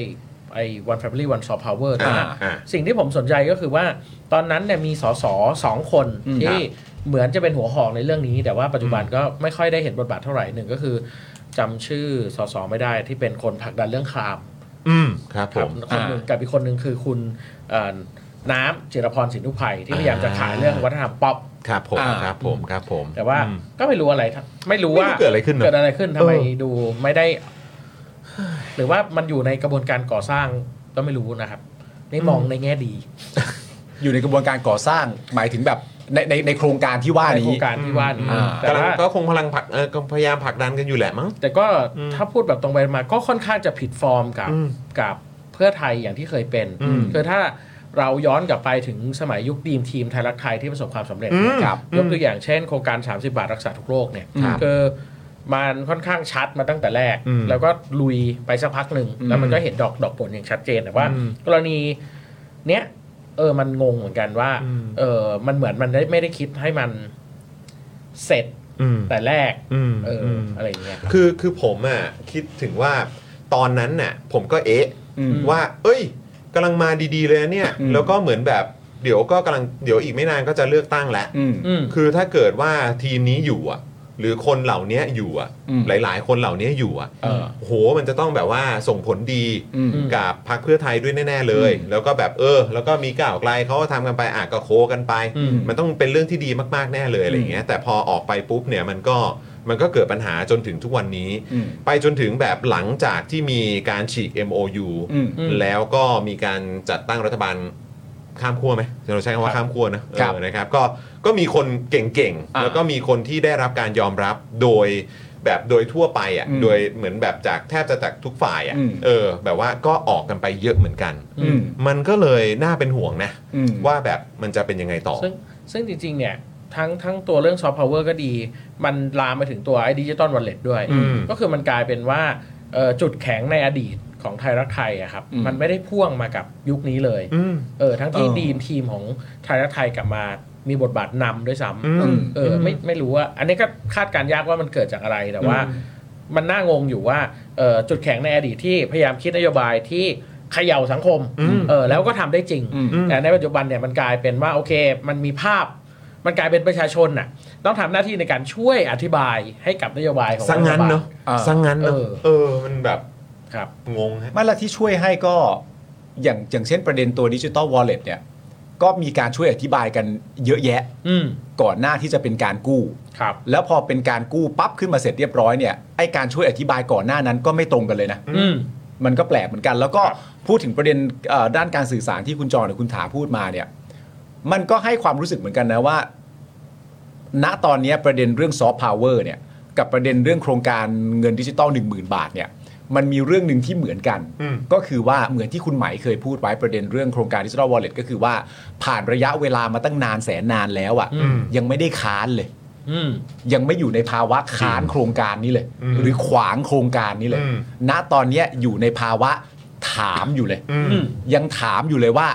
F: ไอ one family one soft power นะฮะ
B: อ่า
C: อ่า
F: สิ่งที่ผมสนใจก็คือว่าตอนนั้นเนี่ยมีสสสองคน
B: อืม
F: ที่ เหมือนจะเป็นหัวหอกในเรื่องนี้แต่ว่าปัจจุบันก็ไม่ค่อยได้เห็นบทบาทเท่าไหร่หนึ่งก็คือจำชื่อสสไม่ได้ที่เป็นคนผลักดันเรื่องคราม
C: อืมครับผม
F: คนหนึ่งกับอีกคนหนึ่งคือคุณเอ่อน้ำจิรพรสินทุพไพที่พยายามจะขายเรื่องวัฒนธรรมป๊อป
C: ครับผม
B: อ่า
C: ครับผมครับผม
F: แต่ว่าก็ไม่รู้อะไรทั้งไม่รู้ว่า
C: ไม่รู้เกิดอะไรขึ้นเนอะ
F: เกิดอะไรขึ้นทำไม
C: เออ
F: ดูไม่ได้ หรือว่ามันอยู่ในกระบวนการก่อสร้างก็ไม่รู้นะครับนี่มองในแง่ดี
B: อยู่ในกระบวนการก่อสร้างหมายถึงแบบในในในโครงการที่ว่า
F: ในโคร
B: นี้
F: งการที่ว่านี้
B: อ่า
F: แต่
C: กำลัง
F: ว่า
C: ก็คงพลังผลักเออก็พยายามผลักดันกันอยู่แหละมั้ง
F: แต่ก็
C: อืม
F: ถ้าพูดแบบตรงไปมาก็ค่อนข้างจะผิดฟอร์มกับ
C: อืม
F: กับเพื่อไทยอย่างที่เคยเป็น
C: อืม
F: คือถ้าเราย้อนกลับไปถึงสมัยยุคดีมทีมไทยรักไทยที่ประสบความสำเร็จ
C: อืม
F: นะครับ
C: อืม
F: ยกตัวอย่างเช่นโครงการ 30 บาทรักษาทุกโรคเนี่ย
C: ครับ
F: คือมันค่อนข้างชัดมาตั้งแต่แรก
C: อืม
F: แล้วก็ลุยไปสักพักหนึ่งแล้วมันก็เห็นดอกดอกผลอย่างชัดเจนแต่ว่า
C: อืม
F: กรณีเนี้ย เออมันงงเหมือนกันว่า เออมันเหมือนมันได้ไม่ได้คิดให้มันเสร็จ
C: อืม
F: แต่แรก
C: อืม
F: เอออ
C: ม
F: อะไรอย่างเงี้ยครับ
C: คือคือผมอ่ะคิดถึงว่าตอนนั้นน่ะผมก็เอ๊ะ
B: อืม
C: ว่า เอ้ยกำลังมาดีๆเลยนะเนี่ย
B: อืม
C: แล้วก็เหมือนแบบเดี๋ยวก็กำลังเดี๋ยวอีกไม่นานก็จะเลือกตั้งแล้ว
B: อืม
F: อืม
C: คือถ้าเกิดว่าทีมนี้อยู่อ่ะ หรือคนเหล่านี้อยู่อ่ะ
B: อืม
C: หลายๆ คนเหล่านี้อยู่อ่ะ
B: เออ
C: โหมันจะต้องแบบว่าส่งผลดี
B: อืม
C: กับพรรคเพื่อไทยด้วยแน่ๆเลย แล้วก็แบบเออ แล้วก็มีก้าวไกลเขาก็ทำกันไปอ่ะก็โคกันไป
B: อืม
C: มันต้องเป็นเรื่องที่ดีมากๆแน่เลยอะไรอย่างเงี้ย แต่พอออกไปปุ๊บเนี่ยมันก็มันก็เกิดปัญหาจนถึงทุกวันนี้
B: อืม
C: ไปจนถึงแบบหลังจากที่มีการฉีก MOU
B: อืม
C: แล้วก็มีการจัดตั้งรัฐบาลข้ามขั้วไหมเราใช้คำว่าข้ามขั้วนะเออ
B: ครับ
C: นะครับก็ก็มีคนเก่งๆ
B: อ่า
C: แล้วก็มีคนที่ได้รับการยอมรับโดยแบบโดยทั่วไปอ่ะ
B: อืม
C: โดยเหมือนแบบจากแทบจะจากทุกฝ่ายอ่ะ
B: อืม
C: เออ แบบว่าก็ออกกันไปเยอะเหมือนกัน
B: อืม
C: มันก็เลยน่าเป็นห่วงนะ
B: อืม
C: ว่าแบบมันจะเป็นยังไงต่อ
F: ซึ่งซึ่งจริง ๆ เนี่ย ทั้งทั้งตัวเรื่องซอฟต์พาวเวอร์ก็ดี มันลามมาถึงตัวไอ้ดิจิตอลวอลเล็ตด้วย
C: อืม
F: ก็คือมันกลายเป็นว่าเอ่อจุดแข็งในอดีตของไทยรักไทยอะครับ
B: อืม
F: มันไม่ได้พ่วงมากับยุคนี้เลย
C: อืม
F: เออทั้งที่
C: เออ
F: ดีมทีมของไทยรักไทยกลับมามีบทบาทนำด้วยซ้ำ
C: อืม
F: เออไม่ไม่รู้ว่า อันนี้ก็คาดการณ์ยากว่ามันเกิดจากอะไรแต่ว่า มันน่างงอยู่ว่าเอ่อจุดแข็งในอดีตที่พยายามคิดนโยบายที่เขย่าสังคม
C: อืม
F: เออแล้วก็ทำได้จริง
B: อืม
F: แต่ในปัจจุบันเนี่ยมันกลายเป็นว่าโอเค มันมีภาพ มันกลายเป็นประชาชนน่ะต้องทำหน้าที่ในการช่วยอธิบายให้กับนโยบายของ
C: สังงั้น
F: รัฐบล
C: เนาะ
B: อ่า
C: สังงั้นเนาะ
F: เออ
C: เออมันแบบ
F: ครับ
C: งงฮะ
B: ไม่ละที่ช่วยให้ก็อย่างอย่างเช่นประเด็นตัวดิจิ t a ลวอลเล็ตเนี่ย ก็มีการช่วยอธิบายกันเยอะแยะ
F: อืม
B: ก่อนหน้าที่จะเป็นการกู้
F: ครับ
B: แล้วพอเป็นการกู้ปั๊บขึ้นมาเสร็จเรียบร้อยเนี่ยไอการช่วยอธิบายก่อนหน้านั้นก็ไม่ตรงกันเลยนะ
F: อืม
B: มันก็แปลกเหมือนกัน แล้วก็
F: ครับ
B: พูดถึงประเด็นเอ่อด้านการสื่อสารที่คุณจอหรือคุณถาพูดมาเนี่ย มันก็ให้ความรู้สึกเหมือนกันนะว่า ณตอนเนี้ยประเด็นเรื่องซอฟต์พาวเวอร์เนี่ย กับประเด็นเรื่องโครงการเงินดิจิตอล1 0,000 บาทเนี่ย มันมีเรื่องหนึ่งที่เหมือนกัน
C: อืม
B: ก็คือว่าเหมือนที่คุณไหมเคยพูดไว้ประเด็นเรื่องโครงการดิจิตอลวอลเล็ตก็คือว่าผ่านระยะเวลามาตั้งนานแสนนานแล้วอะ่ะ
F: อืม
B: ยังไม่ได้ค้านเลย
F: อืม
B: ยังไม่อยู่ในภาวะค้านโครงการนี้เลย
C: อืม
B: หรือขวางโครงการนี้เลย
C: อืม
B: ณตอนเนี้ยอยู่ในภาวะถามอยู่เลย
C: อืม
F: อืม
B: ยังถามอยู่เลยว่า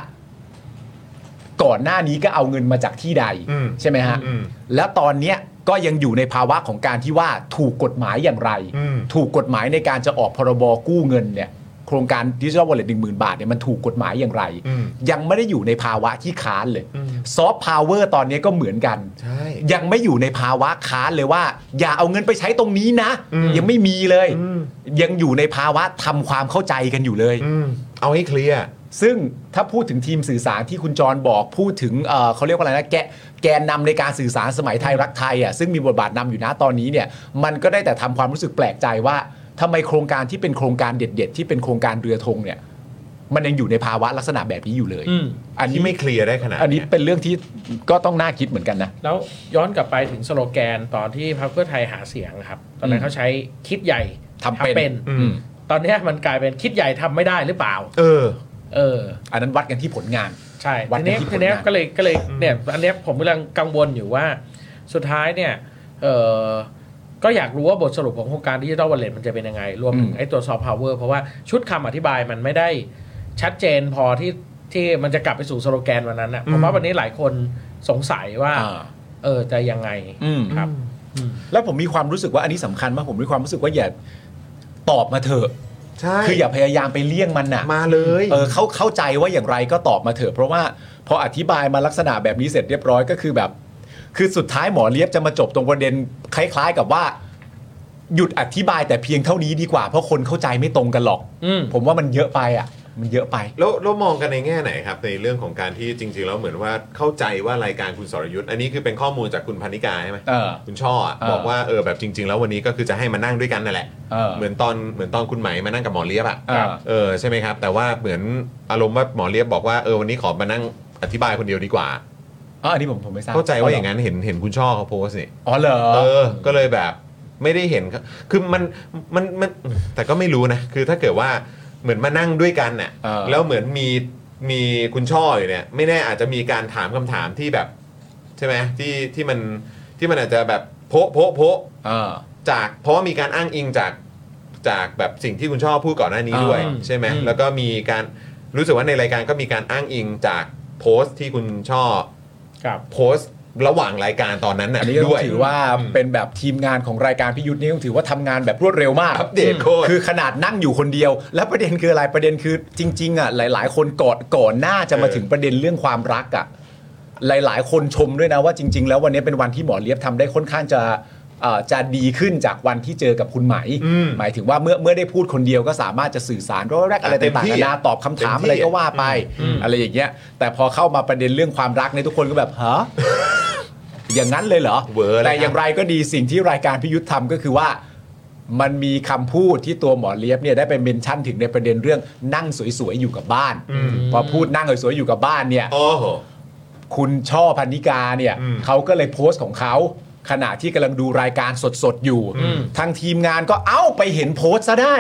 B: ก่อนหน้านี้ก็เอาเงินมาจากที่ใด
C: อืม
B: ใช่ไหมฮะ
C: อืม
B: แล้วตอนเนี้ยก็ยังอยู่ในภาวะของการที่ว่าถูกกฎหมายอย่างไร
C: อืม
B: ถูกกฎหมายในการจะออกพรบกู้เงินเนี่ย โครงการดิจิทัลวอลเล็ตหนึ่งหมื่นบาทเนี่ยมันถูกกฎหมายอย่างไร
C: อืม
B: ยังไม่ได้อยู่ในภาวะที่ค้านเลย
C: อืม
B: ซอฟต์พาวเวอร์ตอนเนี้ยก็เหมือนกัน
C: ใช่
B: ยังไม่อยู่ในภาวะค้านเลยว่า อย่าเอาเงินไปใช้ตรงนี้นะ
C: อืม
B: ยังไม่มีเลย
C: อืม
B: ยังอยู่ในภาวะทำความเข้าใจกันอยู่เลย
C: อืมเอาให้เคลียร์
B: ซึ่งถ้าพูดถึงทีมสื่อสารที่คุณจรบอกพูดถึงเอ่อเขาเรียกว่าอะไรนะแกะแกนนำในการสื่อสารสมัยไทยรักไทยอ่ะซึ่งมีบทบาทนำอยู่นะตอนนี้เนี่ย มันก็ได้แต่ทำความรู้สึกแปลกใจว่าทำไมโครงการที่เป็นโครงการเด็ด ๆ ที่เป็นโครงการเรือธงเนี่ย มันยังอยู่ในภาวะลักษณะแบบนี้อยู่เลย
F: อืม
B: อันนี้
C: ที่
B: ไม่
C: ไม่เคลียร์ได้ขนาด
B: อันนี้
C: เย
B: เป็นเรื่องที่ก็ต้องน่าคิดเหมือนกันนะ
F: แล้วย้อนกลับไปถึงสโลแกนตอนที่พรรคเพื่อไทยหาเสียงครับ ตอนนั้นเขาใช้คิดใหญ่
B: ทำเป็น
C: อืม
F: ตอนเนี้ยมันกลายเป็นคิดใหญ่ทำไม่ได้หรือเปล่า
C: เออ
F: เออ
B: อันนั้นวัดกันที่ผลงาน
F: ใช่
B: วัด
F: ที
B: กัน
F: นี้
B: ที่ผล
F: ทีนี้
B: งาน
F: ก็เลยก็เลยเนี่ยอันเนี้ยผมกำลังกังวลอยู่ว่า สุดท้ายเนี่ยเออก็อยากรู้ว่าบทสรุปของโครงการดิจิ t a ลวอลเล็ตมันจะเป็นยังไง รวมถึงไอ้ตัวซอฟต์พาวเวอร์เพราะว่าชุดคำอธิบายมันไม่ได้ชัดเจนพอที่ที่มันจะกลับไปสู่สโลแกนวันนั้นนะผมว่าวันนี้หลายคนสงสัยว่า
B: อ่า
F: เออจะยังไง
B: อืม
F: ครับ
B: แล้วผมมีความรู้สึกว่าอันนี้สำคัญมากผมมีความรู้สึกว่าอย่าตอบมาเถอะ
C: ใช่
B: คืออย่าพยายามไปเลี่ยงมันน่ะ
C: มาเลย
B: เออเขาเข้าใจว่าอย่างไรก็ตอบมาเถอะเพราะว่าพออธิบายมาลักษณะแบบนี้เสร็จเรียบร้อยก็คือแบบ คือสุดท้ายหมอเลียบจะมาจบตรงประเด็นคล้าย ๆ กับว่า หยุดอธิบายแต่เพียงเท่านี้ดีกว่าเพราะคนเข้าใจไม่ตรงกันหรอก
F: อืม
B: ผมว่ามันเยอะไปอ่ะ มันเยอะไป
C: แล้วแล้วมองกันในแง่ไหนครับ ในเรื่องของการที่จริง ๆ แล้วเหมือนว่าเข้าใจว่ารายการคุณสรยุทธ์อันนี้คือเป็นข้อมูลจากคุณพันิกาใช่ไหม
B: เออ
C: คุณช่ออะ
B: เออ
C: บอกว่าเออแบบจริง ๆ แล้ววันนี้ก็คือจะให้มานั่งด้วยกันนั่นแหละ
B: เออ
C: มือนตอนเหมือนตอนคุณไหมมานั่งกับหมอเลียบอะ
B: เออ
C: เออใช่ไหมครับ แต่ว่าเหมือนอารมณ์ว่าหมอเลียบบอกว่าเออวันนี้ขอมานั่งอธิบายคนเดียวดีกว่า
B: อ๋ออันนี้ผมผมไม่ทราบ
C: เข้าใจว่าอย่างนั้นเห็นเห็นคุณช่อเขาโพสต์นี่
B: อ๋อเหรอ
C: เออ ก็เลยแบบไม่ได้เห็นครับคือมันมันมันแต่ก็ไม่รู้นะ คือถ้าเกิดว่าเหมือนมานั่งด้วยกันน่ะ
B: เออ
C: แล้วเหมือนมีมีคุณช่ออยู่เนี่ย ไม่แน่อาจจะมีการถามคำถามที่แบบใช่ไหมที่ที่มันที่มันอาจจะแบบโพะโพะโพะ
B: เออ
C: จากเพราะว่ามีการอ้างอิงจากจากแบบสิ่งที่คุณช่อพูดก่อนหน้านี้ด้วย
B: อ่า
C: ใช่ไหมแล้วก็มีการรู้สึกว่าในรายการก็มีการอ้างอิงจาก โพสต์ที่คุณช่อ
F: ครับ
C: โพสต์ระหว่างรายการตอนนั้นน่ะ
B: อันนี้ก็ต้อ
C: ด้ว
B: ง
C: ย
B: ถือว่าเป็นแบบทีมงานของรายการพิยุทธ์นี่ต้องถือว่าทำงานแบบรวดเร็วมาก
C: อัปเดตโคตร
B: คือขนาดนั่งอยู่คนเดียว แล้วประเด็นคืออะไรประเด็นคือจริง ๆ อ่ะ หลาย ๆ คนก่อนก่อนหน้าจะมา
C: เออ
B: ถึงประเด็นเรื่องความรักอ่ะหลาย ๆ คนชมด้วยนะว่าจริง ๆ แล้ววันนี้เป็นวันที่หมอเลียบทำได้ค่อนข้างจะเอ่อจะดีขึ้นจากวันที่เจอกับคุณไหม หมายถึงว่าเมื่อเมื่อได้พูดคนเดียวก็สามารถจะสื่อสารรแรกอะไร
C: เต็ม
B: ต่าง
C: ที่
B: ๆนานาตอบคำถาม
C: เต็มที่
B: อะไรก็ว่าไปอะไรอย่างเงี้ย แต่พอเข้ามาประเด็นเรื่องความรักในยทุกคนก็แบบฮะ อย่างนั้นเลยเหรอ
C: เวอร์เลยครับ
B: แต่อย่างไรก็ดีสิ่งที่รายการพิยุทธ์ทำก็คือว่า มันมีคำพูดที่ตัวหมอเลียบเนี่ยได้ไปเมนชั่นถึงในประเด็นเรื่องนั่งสวยๆอยู่กับบ้าน พอพูดนั่งสวยๆอยู่กับบ้านเนี่ย
C: โอ้โห
B: คุณช่อพันนิกาเนี่ย
C: อืม
B: เขาก็เลยโพสต์ของเขา ขณะที่กำลังดูรายการสดๆอยู่ ทางทีมงานก็เอ้าไปเห็นโพสต์ซะได้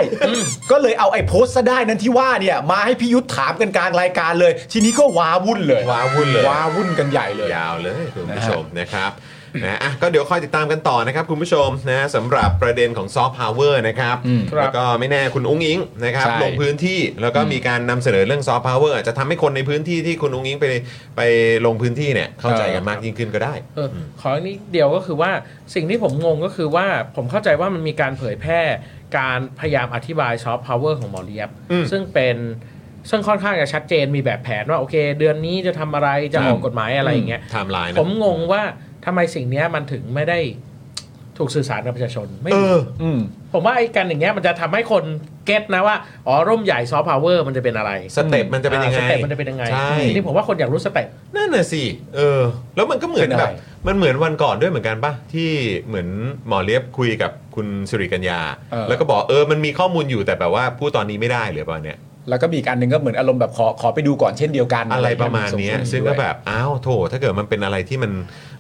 B: ก็เลยเอาไอ้โพสต์ซะได้นั้นที่ว่าเนี่ยมาให้พี่ยุทธถามกันกลางรายการเลย ทีนี้ก็ว้าวุ่นเลย
C: ว้าวุ่นเลย
B: ว้าวุ่นกันใหญ่เลย
C: ยาวเลยคุณผู้ชมนะครับนะอ่ะก็เดี๋ยวคอยติดตามกันต่อนะครับคุณผู้ชมนะสำหรับประเด็นของซอฟต์พาวเวอร์นะครับ
B: อืม
F: ครับ
C: แล้วก็ไม่แน่คุณอุ้งอิงนะครับ
B: ใช่
C: ลงพื้นที่แล้วก็มีการนำเสนอเรื่องซอฟต์พาวเวอร์อาจจะทำให้คนในพื้นที่ที่คุณอุ้งอิงไปไปลงพื้นที่เนี่ยเข้าใจกันมากยิ่งขึ้นก็ได้
F: เอออขออีกนิดเดียวก็คือว่าสิ่งที่ผมงงก็คือว่าผมเข้าใจว่ามันมีการเผยแพร่การพยายามอธิบายซอฟต์พาวเวอร์ของหมอเลียบ
C: อืม
F: ซึ่งเป็นซึ่งค่อนข้างจะชัดเจนมีแบบแผนว่าโอเค เดือนนี้จะทำอะไรจะออกกฎหมายอะไรอย่างเงี้ย
C: ไทม์ไลน์นะ
F: ผมงงว่าทำไมสิ่งเนี้ยมันถึงไม่ได้ถูกสื่อสารกับประชาชนไม่
C: เออ
B: ืม
F: ผมว่าไอ้การอย่างเงี้ยมันจะทำให้คนเก็ตนะว่าอ๋อร่มใหญ่ซอฟต์พาวเวอร์มันจะเป็นอะไร
C: สเต็ปมันจะเป็นยังไง
F: อ่าสเต็ปมันจะเป็นยังไง
C: ใช่
F: ทีนี่ผมว่าคนอยากรู้สเต็ป
C: นั่นน่ะสิเออ แล้วมันก็เหมือน
B: เป็นอะไร
C: แบบมันเหมือนวันก่อนด้วยเหมือนกันป่ะที่เหมือนหมอเลียบคุยกับคุณสิริกัญญา
B: เออ
C: แล้วก็บอกเออมันมีข้อมูลอยู่แต่แบบว่าพูดตอนนี้ไม่ได้หรือเปล่าเนี่ย
B: แล้วก็มีอีกอันหนึ่งก็เหมือนอารมณ์แบบขอขอไปดูก่อนเช่นเดียวกัน
C: อะไรประมาณเนี้ย
B: ส่
C: ซึ่ง
B: ด้
C: ก็
B: วย
C: แบบ อ้าวโถถ้าเกิดมันเป็นอะไรที่มัน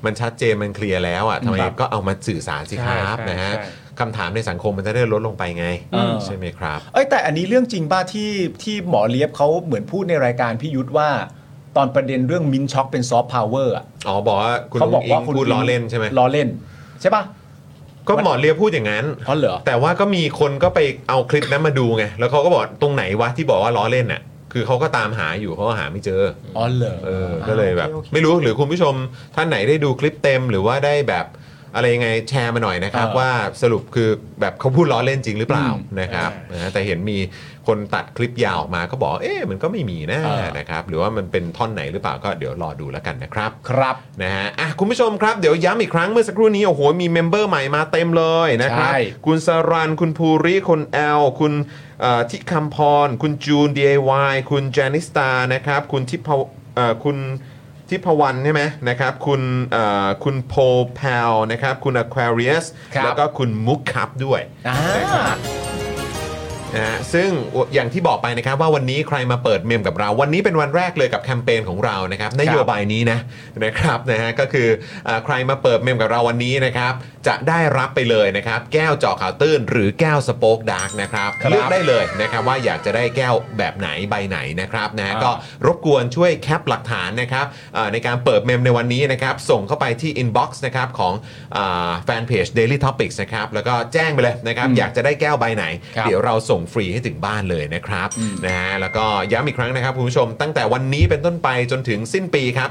C: มันชัดเจนมันเคลียร์แล้วอ่ะทำไม
B: ครับ
C: ก็เอามาสื่อสารสิครับ
F: ใช่ใช่
C: นะฮะ
F: ใช่
C: คำถามในสังคมมันจะได้ลดลงไปไง
B: เออ
C: ใช่ไหมครับ
B: เอ้ยแต่อันนี้เรื่องจริงป่ะที่ที่หมอเลียบเขาเหมือนพูดในรายการพี่ยุทธว่า ตอนประเด็นเรื่องมินช็อกเป็นซอฟต์พาวเวอร์อะ
C: อ๋อ บอกว่าคุณ
B: เขาบอก
C: อิ
B: ว่าง คุณ
C: พูดล้อเล่นใช่ไหม
B: ล้อเล่น ใช่ป่ะ
C: ก็หมอเลียพูดอย่างนั้น
B: อ๋อเหรอ
C: แต่ว่าก็มีคนก็ไปเอาคลิปนั้นมาดูไง แล้วเขาก็บอกตรงไหนวะที่บอกว่าล้อเล่นน่ะ คือเขาก็ตามหาอยู่เขาก็หาไม่เจอ
B: อ๋อเหรอ
C: เออ ก็เลยแบบ
B: โอคโอค
C: ไม่รู้หรือคุณผู้ชมท่านไหนได้ดูคลิปเต็มหรือว่าได้แบบอะไรยังไงแชร์มาหน่อยนะครับ
B: เออ
C: ว่าสรุปคือแบบเขาพูดล้อเล่นจริงหรือเปล่า
B: อืม
C: นะครับนะฮะแต่เห็นมีคนตัดคลิปยาวออกมาก็บอกเอ๊ะมันก็ไม่มีนะ
B: เออ
C: นะครับ หรือว่ามันเป็นท่อนไหนหรือเปล่าก็เดี๋ยวรอดูแล้วกันนะครับ
B: ครับ
C: นะฮะอ่ะคุณผู้ชมครับ เดี๋ยวย้ำอีกครั้งเมื่อสักครู่นี้ โอ้โห มีเมมเบอร์ใหม่มาเต็มเลยนะครับ
B: ใช่
C: คุณสรัน คุณภูริ คุณแอล คุณเอ่อทิคำพร คุณจูน DIY คุณจานิสตา นะครับ คุณทิพวเอ่อคุณทิพวันใช่ไหมนะครับ คุณเอ่อคุณโพแพลนะครับ คุณ Aquarius
B: ครับ
C: แล้วก็คุณมุกครับด้วย
B: อ่า
C: นะฮะซึ่งอย่างที่บอกไปนะครับว่าวันนี้ใครมาเปิดเมมกับเรา วันนี้เป็นวันแรกเลยกับแคมเปญของเรานะครับนโยบายนี้นะนะครับนะฮะก็คืออ่าใครมาเปิดเมมกับเราวันนี้นะครับจะได้รับไปเลยนะครับแก้วเจาะข่าวตื้นหรือแก้วสโป๊กดาร์กนะครับ
B: ครับ
C: เลือกได้เลยนะครับว่าอยากจะได้แก้วแบบไหนใบไหนนะครับนะฮะ
B: อ่า
C: ก็รบกวนช่วยแคปหลักฐานนะครับอ่าในการเปิดเมมในวันนี้นะครับส่งเข้าไปที่ inbox นะครับของแฟนเพจ Daily Topics นะครับแล้วก็แจ้งไปเลยนะครับอยากจะได้แก้วใบไหน
B: ครับ
C: เดี๋ยวเราส่งฟรีให้ถึงบ้านเลยนะครับนะฮะแล้วก็ย้ำอีกครั้งนะครับคุณผู้ชมตั้งแต่วันนี้เป็นต้นไปจนถึงสิ้นปีครับ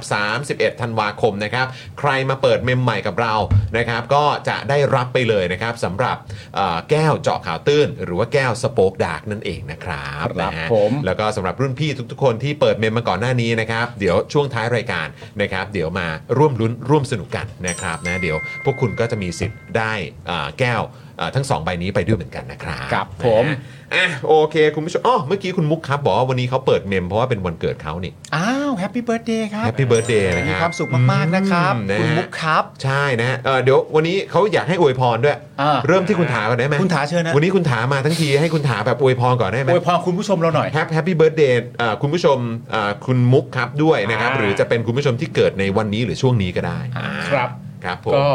C: 31 ธันวาคมนะครับ ใครมาเปิดเมมใหม่กับเรานะครับ ก็จะได้รับไปเลยนะครับสำหรับเอ่อแก้วเจาะข่าวตื้น หรือว่าแก้วสโป๊กดาร์กนั่นเองนะครับ
B: ครับ
C: นะฮะ
B: ผม
C: แล้วก็สำหรับรุ่นพี่ทุกๆ คนที่เปิดเมมมาก่อนหน้านี้นะครับ เดี๋ยวช่วงท้ายรายการนะครับ เดี๋ยวมาร่วมลุ้นร่วมสนุกกันนะครับนะเดี๋ยวพวกคุณก็จะมีสิทธิ์ได้เอ่อแก้วเอ่อทั้งสองใบนี้ไปด้วยเหมือนกันนะครับ
B: ครับผม
C: นะฮะอ่ะโอเค คุณผู้ชมอ๋อเมื่อกี้คุณมุกครับ บอกว่าวันนี้เขาเปิดเมมเพราะว่าเป็นวันเกิดเขานี่
B: อ้าวแฮปปี้เบิร์ดเดย์ครับ
C: แฮปปี้เบิร์ดเดย์นะค
B: มี
C: รับ
B: ความสุขมากๆนะครับ
C: อืมนะฮะ
B: คุณมุกครับ
C: ใช่นะฮะเอ่อเดี๋ยววันนี้เขาอยากให้อวยพรด้วย
B: อ่า
C: เริ่มที่คุณถาก่อนได้ไหม
B: คุณถาเชิญนะ
C: วันนี้คุณถามาทั้งทีให้คุณถาแบบอวยพรก่อนได้ไหม
B: อวยพรคุณผู้ชมเราหน่อย
C: แฮปแฮปปี้เบิร์ดเดย์อ่าคุณผู้ชมอ่าคุณมุกครับด้วยนะครับ
F: อ่า
C: หรือจะเป็นคุณผู้ชมที่เกิดในวันนี้หรือช่วงนี้ก็ได้อ่า
F: ครับ
C: ครับผม
F: ก็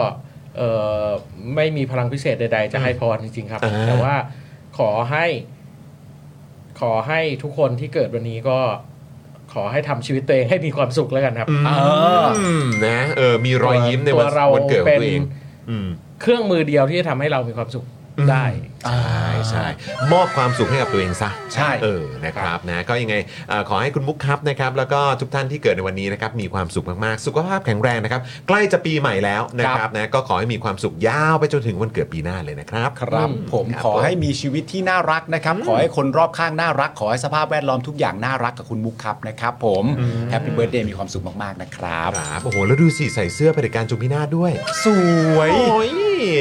F: เอ่อไม่มีพลังพิเศษใด ๆ จะให้พรจริง ๆ ครับ
C: อ่า
F: แต่ว่าขอให้ ขอให้ทุกคนที่เกิดวันนี้ก็ขอให้ทำชีวิตตัวเองให้มีความสุขแล้วกันครับ
B: เออ
C: อืมนะเออมีรอยยิ้มใน
F: ตั
C: วัน
F: วเรา
C: วันเกิดของ
F: เป็น
C: ตัวเองอืม
F: เครื่องมือเดียวที่จะทำให้เรามีความสุข ได้
C: ใช่ใช่มอบความสุขให้กับตัวเองซะ
B: ใช่
C: เออนะครับนะก็ยังไงเอ่อขอให้คุณมุกครับนะครับแล้วก็ทุกท่านที่เกิดในวันนี้นะครับมีความสุขมากๆ สุขภาพแข็งแรงนะครับใกล้จะปีใหม่แล้วนะครับนะก็ขอให้มีความสุขยาวไปจนถึงวันเกิดปีหน้าเลยนะครับ
B: ครับผม
C: ครับ
B: ขอให้มีชีวิตที่น่ารักนะครับ ขอให้คนรอบข้างน่ารัก ขอให้สภาพแวดล้อมทุกอย่างน่ารักกับคุณมุกครับนะครับผม
C: อืม
B: แฮปปี้เบิร์ดเดย์มีความสุขมากๆนะครับ
C: ครับโอ้โหแล้วดูสิใส่เสื้อเผด็จการจุมพินาศด้วย
B: สวย
C: โอ้ย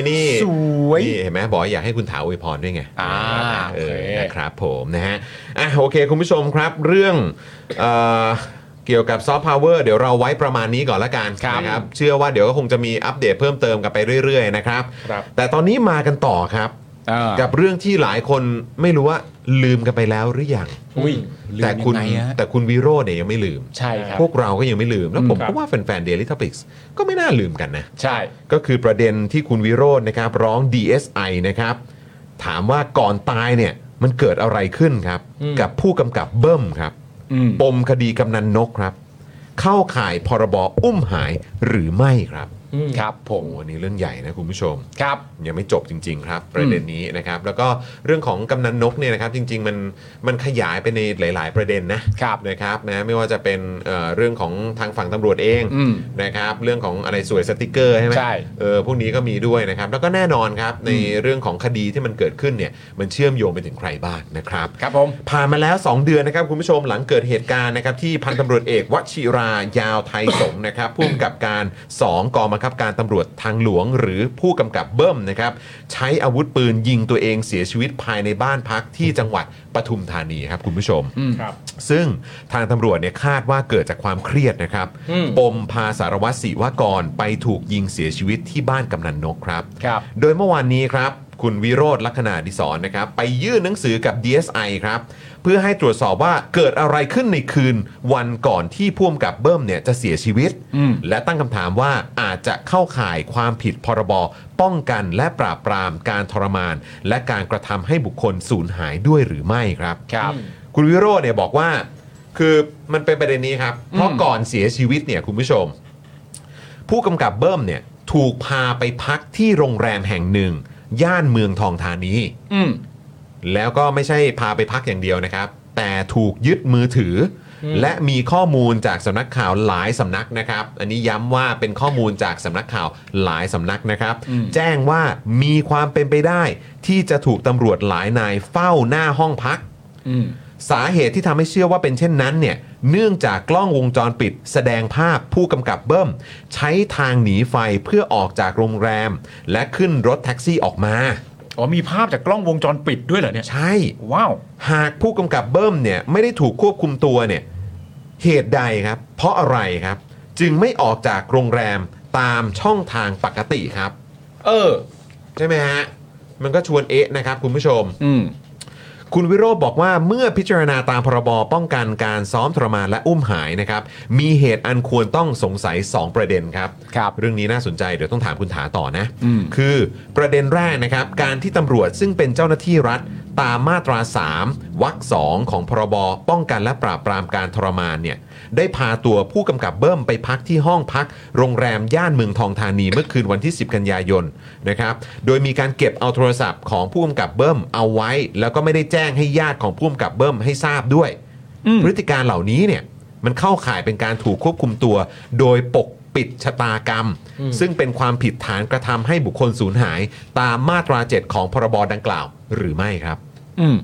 C: นี่
B: สวย
C: นี่เห็นไหมบอกว่าอยากให้คุณถาอวยพรด้วยไง
B: อ่า
C: เออ
B: โอเค
C: นะครับผมนะฮะอ่ะโอเคคุณผู้ชมครับเรื่องเอ่อเกี่ยวกับซอฟต์พาวเวอร์เดี๋ยวเราไว้ประมาณนี้ก่อนละกัน
B: ครับ
C: นะครับเชื่อว่าเดี๋ยวก็คงจะมีอัปเดตเพิ่มเติมกันไปเรื่อยๆนะครับ
F: ครับ
C: แต่ตอนนี้มากันต่อครับ
B: อ่า
C: กับเรื่องที่หลายคนไม่รู้ว่าลืมกันไปแล้วหรือยัง
B: อุ้ยลืม
C: แต่คุณ
B: ยังไงฮะ
C: แต่คุณวิโรจน์เนี่ยยังไม่ลืม
B: ใช่ครับ
C: พวกเราก็ยังไม่ลืม แล้วผม
F: ครับ
C: ก็ว่าแฟนๆ Daily Topics ก็ไม่น่าลืมกันนะ
B: ใช่
C: ก็คือประเด็นที่คุณวิโรจน์นะครับ ร้อง DSI นะครับ ถามว่าก่อนตายเนี่ย มันเกิดอะไรขึ้นครับ กับผู้กำกับเบิ้มครับ
B: อืม
C: ปมคดีกำนันนกครับ เข้าข่ายพรบอุ้มหายหรือไม่ครับ
B: ครับผ
C: โอ้
B: ม
C: โหอันนี้เรื่องใหญ่นะคุณผู้ชม
B: ครับ
C: ยังไม่จบจริง ๆ ครับ ประเด็นนี้นะครับ แล้วก็เรื่องของกำนันนกเนี่ยนะครับ จริง ๆ มันมันขยายไปในหลาย ๆ ประเด็นนะครับ นะครับนะไม่ว่าจะเป็นเอ่อเรื่องของทางฝั่งตำรวจเอง
B: อืม
C: นะครับ เรื่องของอะไรสวยสติกเกอร์ใช่ไหม
B: ใช่
C: เออพวกนี้ก็มีด้วยนะครับ แล้วก็แน่นอนครับในเรื่องของคดีที่มันเกิดขึ้นเนี่ยมันเชื่อมโยงไปถึงใครบ้างนะครับ
B: ครับผม
C: ผ่านมาแล้ว 2 เดือนนะครับคุณผู้ชมหลังเกิดเหตุการณ์นะครับที่พันตำรวจเอกวชิรายาวไทยสงฆ์นะครับ ผู้กำกับการ 2 กองบังคับการตำรวจทางหลวง หรือผู้กำกับเบิ้มนะครับ ใช้อาวุธปืนยิงตัวเองเสียชีวิตภายในบ้านพักที่จังหวัดปทุมธานีครับคุณผู้ชม
F: ครับ
C: ซึ่งทางตำรวจเนี่ยคาดว่าเกิดจากความเครียดนะครับ
F: อืม
C: ปมพาสารวัตรศิวากรไปถูกยิงเสียชีวิตที่บ้านกำนันนกครับ
B: ครับ
C: โดยเมื่อวานนี้ครับ คุณวิโรธลักษณาดิศรนะครับ ไปยื่นหนังสือกับ DSI ครับ เพื่อให้ตรวจสอบว่าเกิดอะไรขึ้นในคืนวันก่อนที่พ่วมกับเบิ้มเนี่ยจะเสียชีวิต และตั้งคำถามว่าอาจจะเข้าข่ายความผิดพรบ ป้องกันและปราบปรามการทรมาน และการกระทำให้บุคคลสูญหายด้วยหรือไม่ครับ
B: ครับ
C: คุณวิโรจน์เนี่ยบอกว่า คือมันเป็นประเด็นนี้ครับ เพราะก่อนเสียชีวิตเนี่ยคุณผู้ชม ผู้กำกับเบิ้มเนี่ยถูกพาไปพักที่โรงแรมแห่งหนึ่ง ย่านเมืองทองธานี
B: อืม
C: แล้วก็ไม่ใช่พาไปพักอย่างเดียวนะครับ แต่ถูกยึดมือถืออและมีข้อมูลจากสำนักข่าวหลายสำนักนะครับ อันนี้ย้ำว่าเป็นข้อมูลจากสำนักข่าวหลายสำนักนะครับ แจ้งว่ามีความเป็นไปได้ ที่จะถูกตำรวจหลายนายเฝ้าหน้าห้องพัก
B: อืม
C: สาเหตุที่ทำให้เชื่อว่าเป็นเช่นนั้นเนี่ย เนื่องจากกล้องวงจรปิด แสดงภาพผู้กำกับเบิ้ม ใช้ทางหนีไฟเพื่อออกจากโรงแรม และขึ้นรถแท็กซี่ออกมา
B: อ๋อมีภาพจากกล้องวงจรปิดด้วยเหรอเนี่ย
C: ใช่
B: ว้าว
C: หากผู้กำกับเบิ้มเนี่ยไม่ได้ถูกควบคุมตัวเนี่ยเหตุใดครับ เพราะอะไรครับ จึงไม่ออกจากโรงแรมตามช่องทางปกติครับ
B: เออ
C: ใช่ไหมฮะมันก็ชวนเอ๊ะนะครับคุณผู้ชม
B: อืม
C: คุณวิโรธบอกว่าเมื่อพิจารณาตามพรบป้องกันการซ้อมทรมานและอุ้มหายนะครับ มีเหตุอันควรต้องสงสัย 2 ประเด็นครับ
B: ครับ
C: เรื่องนี้น่าสนใจเดี๋ยวต้องถามคุณถาต่อนะ
B: อืม
C: คือประเด็นแรกนะครับ การที่ตำรวจซึ่งเป็นเจ้าหน้าที่รัฐ ตามมาตรา 3วรรคสองของพรบป้องกันและปราบปรามการทรมานเนี่ยได้พาตัวผู้กำกับเบิ้มไปพักที่ห้องพัก โรงแรมย่านเมืองทองธานีเมื่อคืนวันที่ 10 กันยายนนะครับโดยมีการเก็บเอาโทรศัพท์ของผู้กำกับเบิ้มเอาไว้ แล้วก็ไม่ได้แจ้งให้ญาติของผู้กำกับเบิ้มให้ทราบด้วย พฤติการเหล่านี้เนี่ยมันเข้าข่ายเป็นการถูกควบคุมตัว โดยปกปิดชะตากรรม ซึ่งเป็นความผิดฐานกระทำให้บุคคลสูญหาย ตามมาตรา 7 ของพรบดังกล่าวหรือไม่ครับ
B: อืม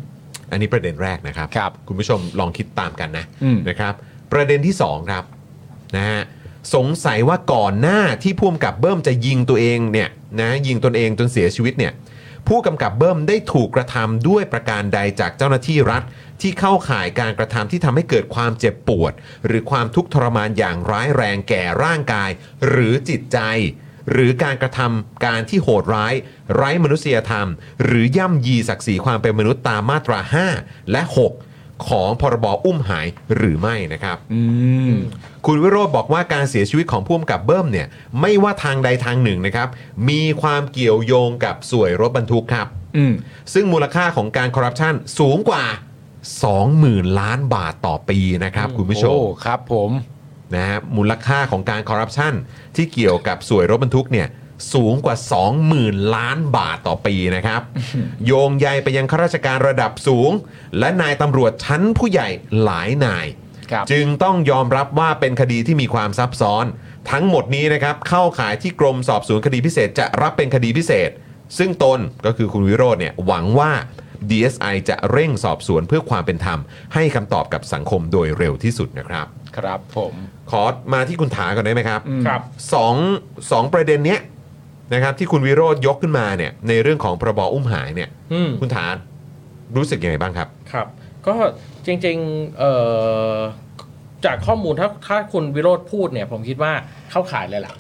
C: อันนี้ประเด็นแรกนะครับ
B: ครับ
C: คุณผู้ชมลองคิดตามกันนะ
B: อืม
C: นะครับ ประเด็นที่สองครับนะฮะสงสัยว่าก่อนหน้าที่ผู้กำกับเบิ้มจะยิงตัวเองเนี่ยนะยิงตนเองจนเสียชีวิตเนี่ยผู้กำกับเบิ้มได้ถูกกระทำด้วยประการใดจากเจ้าหน้าที่รัฐ ที่เข้าข่ายการกระทำที่ทำให้เกิดความเจ็บปวด หรือความทุกข์ทรมานอย่างร้ายแรงแก่ร่างกาย หรือจิตใจ หรือการกระทำการที่โหดร้าย ไร้มนุษยธรรม หรือย่ำยีศักดิ์ศรีความเป็นมนุษย์ตามมาตรา 5 และ 6 ของพรบอุ้มหายหรือไม่นะครับ
B: อืม
C: คุณวิโรธบอกว่าการเสียชีวิตของผู้กำกับเบิ้มเนี่ยไม่ว่าทางใดทางหนึ่งนะครับ มีความเกี่ยวโยงกับสวยรถบรรทุกครับ
B: อืม
C: ซึ่งมูลค่าของการคอร์รัปชันสูงกว่า 20,000 ล้านบาทต่อปีนะครับ คุณผู้ชม
B: โอ้ครับผม
C: นะฮะมูลค่าของการคอร์รัปชันที่เกี่ยวกับสวยรถบรรทุกเนี่ย สูงกว่า 20,000 ล้านบาทต่อปีนะครับ โยงใยไปยังข้าราชการระดับสูง และนายตำรวจชั้นผู้ใหญ่หลายนาย
B: ครับ
C: จึงต้องยอมรับว่าเป็นคดีที่มีความซับซ้อน ทั้งหมดนี้นะครับเข้าข่ายที่กรมสอบสวนคดีพิเศษจะรับเป็นคดีพิเศษ ซึ่งตนก็คือคุณวิโรจน์เนี่ยหวังว่า DSI จะเร่งสอบสวนเพื่อความเป็นธรรม ให้คำตอบกับสังคมโดยเร็วที่สุดนะครับ
B: ครับผม
C: ขอมาที่คุณถาก่อนได้ไหมครับ
F: ครับ
C: สองสองประเด็นเนี้ยนะครับที่คุณวิโรธยกขึ้นมาเนี่ยในเรื่องของพรบอุ้มหายเนี่ย
F: อืม
C: คุณถารู้สึกยังไงบ้างครับ
F: ครับ ก็จริงๆเอ่อจากข้อมูลถ้าถ้าคุณวิโรธพูดเนี่ย ผมคิดว่าเข้าข่ายเลยล่ะ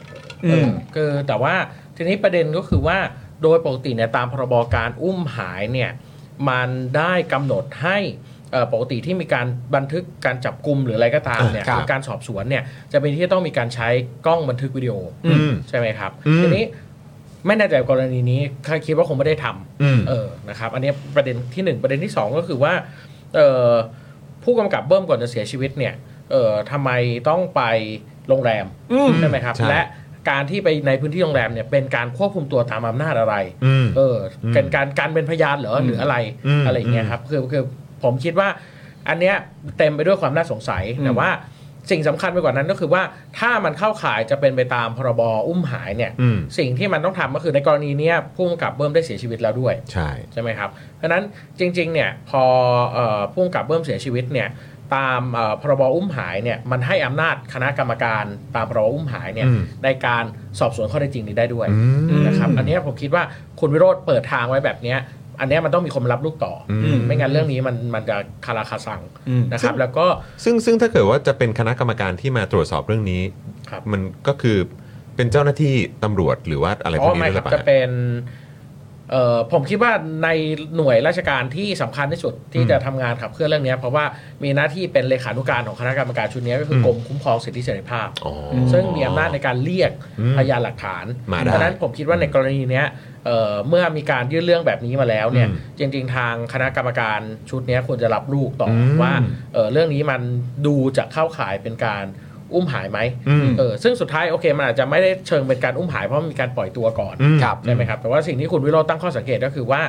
B: อืม
F: เออคือแต่ว่าทีนี้ประเด็นก็คือว่าโดยปกติเนี่ยตามพรบการอุ้มหายเนี่ยมันได้กำหนดให้เอ่อปกติที่มีการบันทึกการจับกลุ่มหรืออะไรก็ตามเนี่ย
C: ครับ
F: หรือการสอบสวนเนี่ยจะเป็นที่ต้องมีการใช้กล้องบันทึกวิดีโออ
C: อืม
F: ใช่ไหมครับ
C: อืม
F: ทีนี้ไม่แน่ใจกรณีนี้คาดคิดว่าคงไม่ได้ทำ
C: อืม
F: เออ นะครับ อันนี้ประเด็นที่หนึ่งประเด็นที่สองก็คือว่าเออผู้กำกับเบิ้มก่อนจะเสียชีวิตเนี่ยเออทำไมต้องไปโรงแรมใช่ไหมครับ
C: ใช่
F: และการที่ไปในพื้นที่โรงแรมเนี่ยเป็นการควบคุมตัวตามอำนาจอะไร
C: อืม
F: เอออ
C: ม
F: เป็นการการเป็นพยานเหรอหรืออะไร
C: อืม
F: อะไรอย่างเงี้ยครับคือคือผมคิดว่าอันเนี้ยเต็มไปด้วยความน่าสงสัยแต่ว่าสิ่งสำคัญไปกว่านั้นก็คือว่าถ้ามันเข้าข่ายจะเป็นไปตามพรบอุ้มหายเนี่ย
C: อืม
F: สิ่งที่มันต้องทำก็คือในกรณีเนี้ยผู้กำกับเบิ้มได้เสียชีวิตแล้วด้วย
C: ใช่
F: ใช่ไหมครับ เพราะฉะนั้นจริงๆ เนี่ยพอเอ่อผู้กำกับเบิ้มเสียชีวิตเนี่ยตามเอ่อพรบอุ้มหายเนี่ยมันให้อำนาจคณะกรรมการตามพรบอุ้มหายเนี่ย
C: อืม
F: ในการสอบสวนข้อได้จริงนี้ได้ด้วย
C: อืม
F: นะครับอันเนี้ยผมคิดว่าคุณวิโรธเปิดทางไว้แบบเนี้ยอันเนี้ยมันต้องมีคนมารับลูกต่ออ
C: ม
F: ไม่งั้นเรื่องนี้มันมันจะคาราคาซัง
B: อืม
F: นะครับแล้วก็
C: ซึ่งซึ่งถ้าเกิดว่าจะเป็นคณะกรรมการที่มาตรวจสอบเรื่องนี้
F: ครับ
C: มันก็คือเป็นเจ้าหน้าที่ตำรวจหรือว่าอะไรพวกนี้
F: ไม่
C: ด้วยห
F: ค
C: รือเป
F: รับ
C: ล่า
F: จะเป็นเอ่อผมคิดว่าในหน่วยราชการที่สำคัญที่สุดที่จะทำงานขับเคลื่อนเรื่องนี้เพราะว่ามีหน้าที่เป็นเลขานุการของคณะกรรมการชุดนี้ก็คือกรมคุ้มครองสิทธิเสรีภาพ
C: อ๋อ
F: ซึ่งมีอำนาจในการเรียก
C: อืม
F: พยานหลักฐาน
C: มาได้
F: เพราะฉะนั้นผมคิดว่าในกรณีเนี้ยเอ่อเมื่อมีการยื่นเรื่องแบบนี้มาแล้วเนี่ย
C: อืม
F: จริงๆ ทางคณะกรรมการชุดเนี้ยควรจะรับลูกต่ออ
C: ม
F: ว่าเอ่อเรื่องนี้มันดูจะเข้าข่ายเป็นการอุ้มหายไหม
C: อืม
F: เออซึ่งสุดท้ายโอเคมันอาจจะไม่ได้เชิงเป็นการอุ้มหายเพราะมันมีการปล่อยตัวก่อน
C: อืม
B: ครับ
F: ใช่ไหมครับแต่ว่าสิ่งที่คุณวิโรจน์ตั้งข้อสังเกตก็คือว่า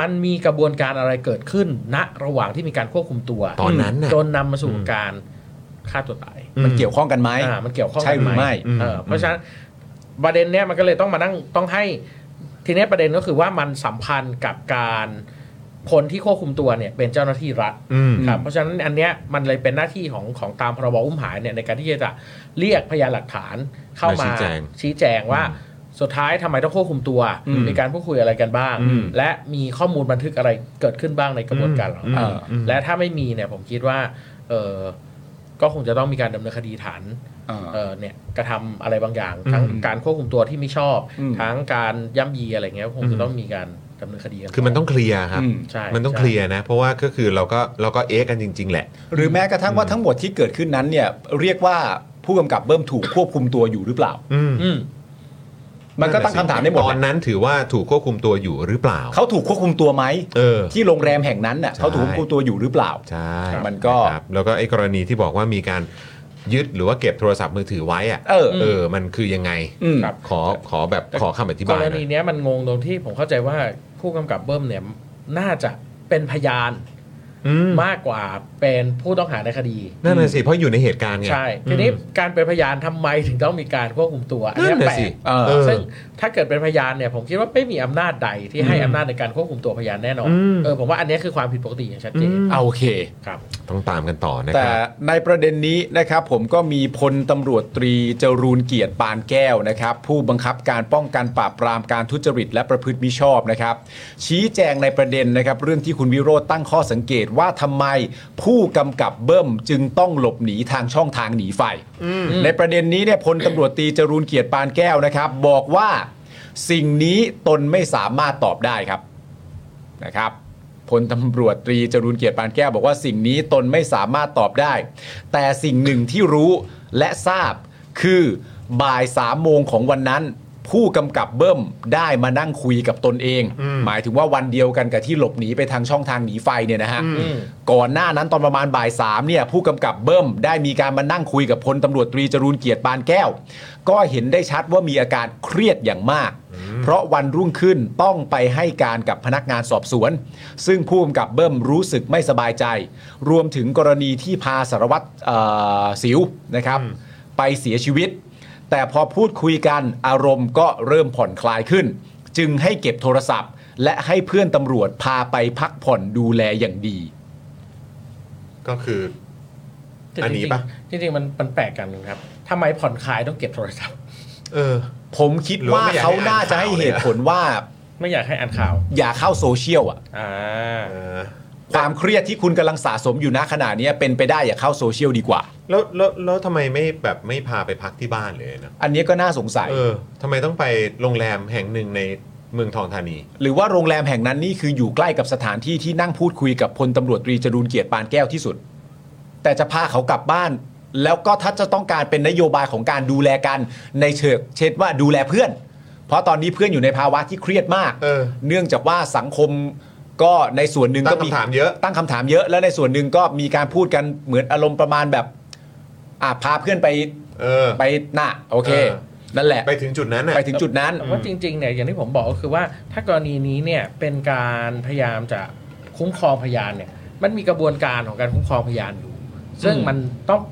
F: มันมีกระบวนการอะไรเกิดขึ้นณระหว่างที่มีการควบคุมตัว
C: ตอนนั้นน่ะ
F: จนนำมาสู่การฆ่าตัวตาย
B: มันเกี่ยวข้องกันไหม
F: อ่ามันเกี่ยวข้อง
B: ใช่หรือไม่
F: กันเออเพราะฉะนั้นประเด็นเนี้ยมันก็เลยต้องมานั่งต้องให้ทีเนี้ยประเด็นก็คือว่ามันสัมพันธ์กับการคนที่ควบคุมตัวเนี่ยเป็นเจ้าหน้าที่รัฐ
C: อืม
F: ครับเพราะฉะนั้นอันเนี้ยมันเลยเป็นหน้าที่ของของตามพรบอุ้มหายเนี่ยในการที่จะเรียกพยานหลักฐานเข้ามา
C: มาชี้แจง
F: ชี้แจงว่าสุดท้ายทำไมต้องควบคุมตัว
B: อืม
F: มีการพูดคุยอะไรกันบ้าง
C: อืม
F: และมีข้อมูลบันทึกอะไรเกิดขึ้นบ้างในกระบวนการเหล่า
B: อื
F: นั้
B: ม
F: น
C: อืม
F: และถ้าไม่มีเนี่ยผมคิดว่าเออก็คงจะต้องมีการดำเนินคดีฐาน
B: อ่า
F: เอ่อเนี่ยกระทำอะไรบางอย่าง ทั้งการควบคุมตัวที่ไม่ชอบ
B: อืม
F: ทั้งการย่ำยีอะไรเงี้ยคงจะต้องมีการดำเนินคดีกั
C: คือมันต้องเคลียร์ครับ
B: อืม
F: ใช่
C: มันต้อง
F: ใช่
C: เคลียร์นะ เพราะว่าก็คือเราก็เราก็เอ๊ะกันจริง ๆ แหละ
B: หรือแม้กระทั่งว่าทั้งหมดที่เกิดขึ้นนั้นเนี่ยเรียกว่าผู้กำกับเบิ้มถูกควบคุมตัวอยู่หรือเปล่า
C: อืม
F: อืม
B: มันก็ตั้งคำถามได้หมด
C: ต
B: แห
C: อ
B: ละ
C: นนั้นถือว่าถูกควบคุมตัวอยู่หรือเปล่า
B: เขาถูกควบคุมตัวไหม
C: เออ
B: ที่โรงแรมแห่งนั้นน่ะ
C: ใช่
B: เขาถูกควบคุมตัวอยู่หรือเปล่า
C: ใช่
B: มันก็
C: ครับแล้วก็ไอ้กรณีที่บอกว่ามีการยึดหรือว่าเก็บโทรศัพท์มือถือไว้อะ
B: เออ
C: เออ มันคือยังไง
B: ม
F: ครับ
C: ขอขอแบบขอคำอธิ
F: ก
C: บายห
F: ร
C: น่
F: ณี
C: อย
F: เนี้ยมันงงตรงที่ผมเข้าใจว่าผู้กำกับเบิ้มเนี่ยน่าจะเป็นพยาน
C: อืม
F: มากกว่าเป็นผู้ต้องหาในคดี
C: นั่นน่ะสิเพราะอยู่ในเหตุการณ์ไง
F: ใช่ ทีนี้การเป็นพยานทำไมถึงต้องมีการควบคุมตัวอัน
C: นั่นน่ะ
F: เนี้ยแปล
C: สิ
F: ก
B: เออ
C: เออ
F: ซึ่งถ้าเกิดเป็นพยานเนี่ยผมคิดว่าไม่มีอำนาจใดที่ให้อำนาจในการควบคุมตัวพยานแน่นอน
C: อืม
F: เออผมว่าอันเนี้ยคือความผิดปกติอย่างชัดเจน
B: เอาโอเค
F: ครับ
C: ต้องตามกันต่อนะค
B: แต่
C: รับ
B: ในประเด็นนี้นะครับผมก็มีพลตำรวจตรีจรูนเกียรติปานแก้วนะครับ ผู้บังคับการป้องกันปราบปรามการทุจริตและประพฤติมิชอบนะครับ ชี้แจงในประเด็นนะครับ เรื่องที่คุณวิโรธตั้งข้อสังเกตว่าทำไมผู้กำกับเบิ้มจึงต้องหลบหนีทางช่องทางหนีไฟ ในประเด็นนี้เนี่ยพลตำรวจตรีจรูนเกียรติปานแก้วนะครับ บอกว่าสิ่งนี้ตนไม่สามารถตอบได้ครับ นะครับพลตำรวจตรีจรูนเกียรติปานแก้วบอกว่าสิ่งนี้ตนไม่สามารถตอบได้ แต่สิ่งหนึ่งที่รู้และทราบคือบ่ายสามโมงของวันนั้น ผู้กำกับเบิ้มได้มานั่งคุยกับตนเอง หมายถึงว่าวันเดียวกันกับที่หลบหนีไปทางช่องทางหนีไฟเนี่ยนะฮะ ก่อนหน้านั้นตอนประมาณบ่ายสามเนี่ยผู้กำกับเบิ้มได้มีการมานั่งคุยกับพลตำรวจตรีจรูนเกียรติปานแก้ว ก็เห็นได้ชัดว่ามีอาการเครียดอย่างมาก เพราะวันรุ่งขึ้นต้องไปให้การกับพนักงานสอบสวน ซึ่งผู้กำกับเบิ้มรู้สึกไม่สบายใจ รวมถึงกรณีที่พาสารวัตรเอ่อสิวนะครับ ไปเสียชีวิต แต่พอพูดคุยกันอารมณ์ก็เริ่มผ่อนคลายขึ้น จึงให้เก็บโทรศัพท์ และให้เพื่อนตำรวจพาไปพักผ่อนดูแลอย่างดี
C: ก็คือ
F: แต่
C: อันนี้ปะ
F: จริงๆจริงๆมันมันแปลกกันครับทำไมผ่อนคลายต้องเก็บโทรศัพท์
C: เออ
B: ผมคิด
C: หรือ
B: ว่า
C: ว่าไม่อยาก
B: เขา
C: ให้อ่าน
B: น่าจะให้
C: ข่าวเลยอะ
B: เหตุผลว่า
F: ไม่อยากให้อ่านข่าว
B: อย่าเข้าโซเชียลอ่ะ
F: อ่า
C: เออ
B: ความเครียดที่คุณกำลังสะสมอยู่ณขณะเนี้ยเป็นไปได้อย่าเข้าโซเชียลดีกว่า
C: แล้วแล้วแล้วทำไมไม่แบบไม่พาไปพักที่บ้านเลยนะ
B: อันนี้ก็น่าสงสัย
C: เออทำไมต้องไปโรงแรมแห่งหนึ่งในเมืองทองธานี
B: หรือว่าโรงแรมแห่งนั้นนี่คืออยู่ใกล้กับสถานที่ที่นั่งพูดคุยกับพลตำรวจตรีจรูนเกียรติปานแก้วที่สุด แต่จะพาเขากลับบ้าน แล้วก็ถ้าจะต้องการเป็นนโยบายของการดูแลกันในเชิงเช่นว่าดูแลเพื่อน เพราะตอนนี้เพื่อนอยู่ในภาวะที่เครียดมาก
C: เออ
B: องจากว่าสังคมก็ในส่วนหนึ่งก็
C: ตั้งคำถามเยอะ
B: ตั้งคำถามเยอะ แล้วในส่วนหนึ่งก็มีการพูดกันเหมือนอารมณ์ประมาณแบบอ่ะพาเพื่อนไป
C: เออ
B: ไปน่ะโอเค
C: เออ
B: นั่นแหละ
C: ไปถึงจุดนั้นน่ะ
B: ไปถึงจุดนั้น
F: แต่ว่าจริงๆเนี่ยอย่างที่ผมบอกก็คือว่าถ้ากรณีนี้เนี่ยเป็นการพยายามจะคุ้มครองพยานเนี่ยมันมีกระบวนการของการคุ้มครองพยานอยู่ ซึ่งมันต้อง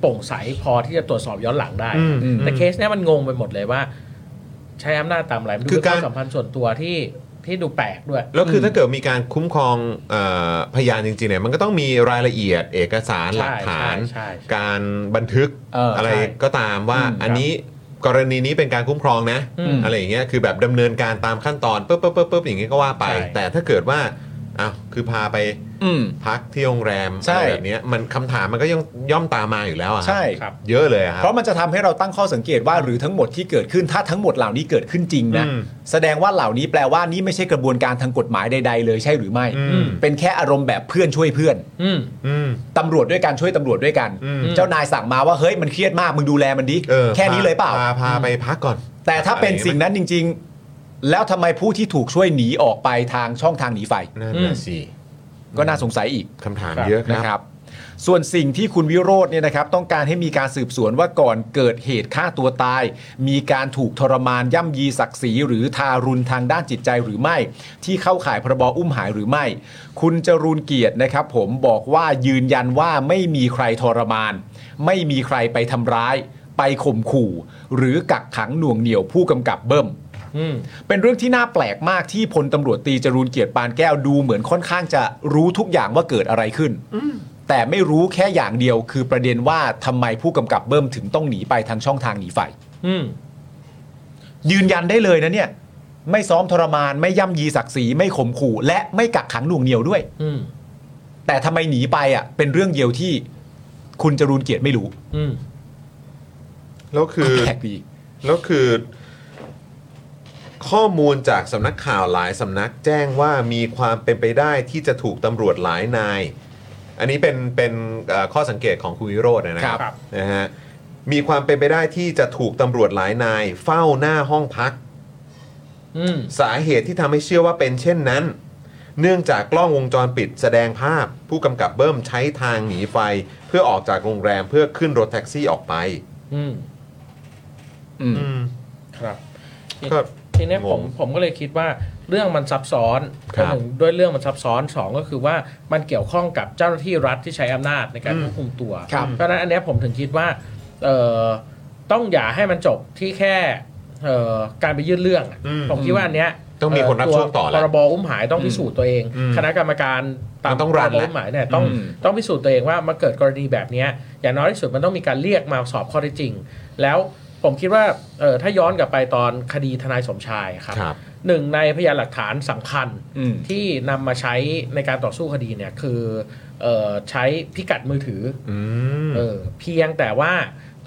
F: โปร่งใสพอที่จะตรวจสอบย้อนหลังได้
C: อืม
F: แต่เคสเนี้ยมันงงไปหมดเลยว่า ใช้อำนาจตามอะไรมันดู
C: คือน
F: เป็
C: การ
F: ความสัมพันธ์ส่วนตัวที่ที่ดูแปลกด้วย
C: แล้วคืออ
B: ม
C: ถ้าเกิดมีการคุ้มครองเออพยานจริงๆเนี่ยมันก็ต้องมีรายละเอียดเอกสาร
F: ใช่
C: หลักฐาน
F: ใช่ใช่ใช่
C: การบันทึก
B: เอออ
C: อะไร
F: ใช่
C: ก็ตามว่า
B: อืมครับ
C: อันนี้กรณีนี้เป็นการคุ้มครองนะ
F: อืม
C: อะไรอย่างเงี้ยคือแบบดำเนินการตามขั้นตอนปุ๊บปุ๊บปุ๊บปุ๊บอย่างเงี้ยก็ว่าไป
F: ใช่
C: แต่ถ้าเกิดว่าอ้าวคือพาไป
B: อืม
C: พักที่โรงแรม
B: ใช่
C: อะไรแบบเนี้ยมันคำถามมันก็ย่อมย่อมตามมาอยู่แล้วอะ
B: ใช่
F: ครับ
C: เยอะเลยอะครั
B: เพ
C: บ
B: ราะมันจะทำให้เราตั้งข้อสังเกตว่าหรือทั้งหมดที่เกิดขึ้นถ้าทั้งหมดเหล่านี้เกิดขึ้นจริงนะ
C: อืม
B: แสดงว่าเหล่านี้แปลว่านี่ไม่ใช่กระบวนการทางกฎหมายใด ๆ เลยใช่หรือไม่
C: อืม
B: เป็นแค่อารมณ์แบบเพื่อนช่วยเพื่อน
F: อืม
C: อืม
B: ตำรวจด้วยกันช่วยตำรวจด้วยกัน
C: อืม
B: เจ้านายสั่งมาว่าเฮ้ยมันเครียดมากมึงดูแลมันดิ
C: เออ
B: แค่นี้เลยเปล่า
C: พาพาไปพักก่อน
B: แต่ถ้าเป็นสิ่งนั้นจริง ๆ แล้วทำไมผู้ที่ถูกช่วยหนีออกไปทางช่องทางหนีไฟ
C: นั่น
F: อืม
C: น่ะสิ
B: ก็น่าสงสัยอีก
C: คำถามเยอะครับ
B: นะครับ ส่วนสิ่งที่คุณวิโรธเนี่ยนะครับ ต้องการให้มีการสืบสวนว่าก่อนเกิดเหตุฆ่าตัวตาย มีการถูกทรมานย่ำยีศักดิ์ศรีหรือทารุณทางด้านจิตใจหรือไม่ ที่เข้าข่ายพรบอุ้มหายหรือไม่ คุณจรูนเกียรตินะครับผมบอกว่ายืนยันว่าไม่มีใครทรมาน ไม่มีใครไปทำร้าย ไปข่มขู่ หรือกักขังหน่วงเหนี่ยวผู้กำกับเบิ้ม
F: อืม
B: เป็นเรื่องที่น่าแปลกมากที่พลตำรวจตีจรูนเกียรติปานแก้วดูเหมือนค่อนข้างจะรู้ทุกอย่างว่าเกิดอะไรขึ้น แต่ไม่รู้แค่อย่างเดียวคือประเด็นว่าทำไมผู้กำกับเบิ้มถึงต้องหนีไปทางช่องทางหนีไฟ
F: อืม
B: ยืนยันได้เลยนะเนี่ย ไม่ซ้อมทรมานไม่ย่ำยีศักดิ์ศรีไม่ข่มขู่ และไม่กักขังหน่วงเหนียวด้วย
F: อืม
B: แต่ทำไมหนีไปอ่ะเป็นเรื่องเดียวที่คุณจรูนเกียรติไม่รู้
F: อืม
C: แล้วคือ
B: แปลกดี
C: แล้วคือข้อมูลจากสำนักข่าวหลายสำนักแจ้งว่ามีความเป็นไปได้ที่จะถูกตำรวจหลายนาย อันนี้เป็นเป็นเอ่อข้อสังเกตของคุณวิโรจน์นะครับ
F: ครับ
C: นะฮะมีความเป็นไปได้ที่จะถูกตำรวจหลายนาย เฝ้าหน้าห้องพัก
F: อืม
C: สาเหตุที่ทำให้เชื่อว่าเป็นเช่นนั้น เนื่องจากกล้องวงจรปิดแสดงภาพ ผู้กำกับเบิ้มใช้ทางหนีไฟ เพื่อออกจากโรงแรมเพื่อขึ้นรถแท็กซี่ออกไป
F: อืม
B: อืม
F: ครับ
C: ก็
F: ทีเนี้ยผม
C: งง
F: ผมก็เลยคิดว่าเรื่องมันซับซ้อน
C: ครับ
F: หนึ่งด้วยเรื่องมันซับซ้อนสองก็คือว่ามันเกี่ยวข้องกับเจ้าหน้าที่รัฐที่ใช้อำนาจในการควบคุมตัว
B: ครับ
F: เพราะฉะนั้นอันเนี้ยผมถึงคิดว่าเอ่อต้องอย่าให้มันจบที่แค่เอ่อการไปยื่นเรื่องอะผมคิดว่าอันเนี้ย
C: ต้องมีคนรับช่วงต่อแห
F: พ
C: ละ
F: รบอุ้มหายต้องพิสูจน์ตัวเอง
C: อืม
F: คณะกรรมการตา
C: มั
F: ม
C: นต้องรัน
F: พบ
C: แล้ว
F: อุ้มหายเนี่ยต้อง
B: อืม
F: ต้องพิสูจน์ตัวเองว่ามาเกิดกรณีแบบเนี้ยอย่างน้อยที่สุดมันต้องมีการเรียกมาสอบข้อเท็จจริง แล้วผมคิดว่าเอ่อถ้าย้อนกลับไปตอนคดีทนายสมชายครับ
C: ครับ
F: หนึ่งในพยานหลักฐานสำคัญ
B: อืม
F: ที่นำมาใช้ในการต่อสู้คดีเนี่ยคือเออใช้พิกัดมือถือ
C: อื
F: อ
C: ม
F: เออเพียงแต่ว่า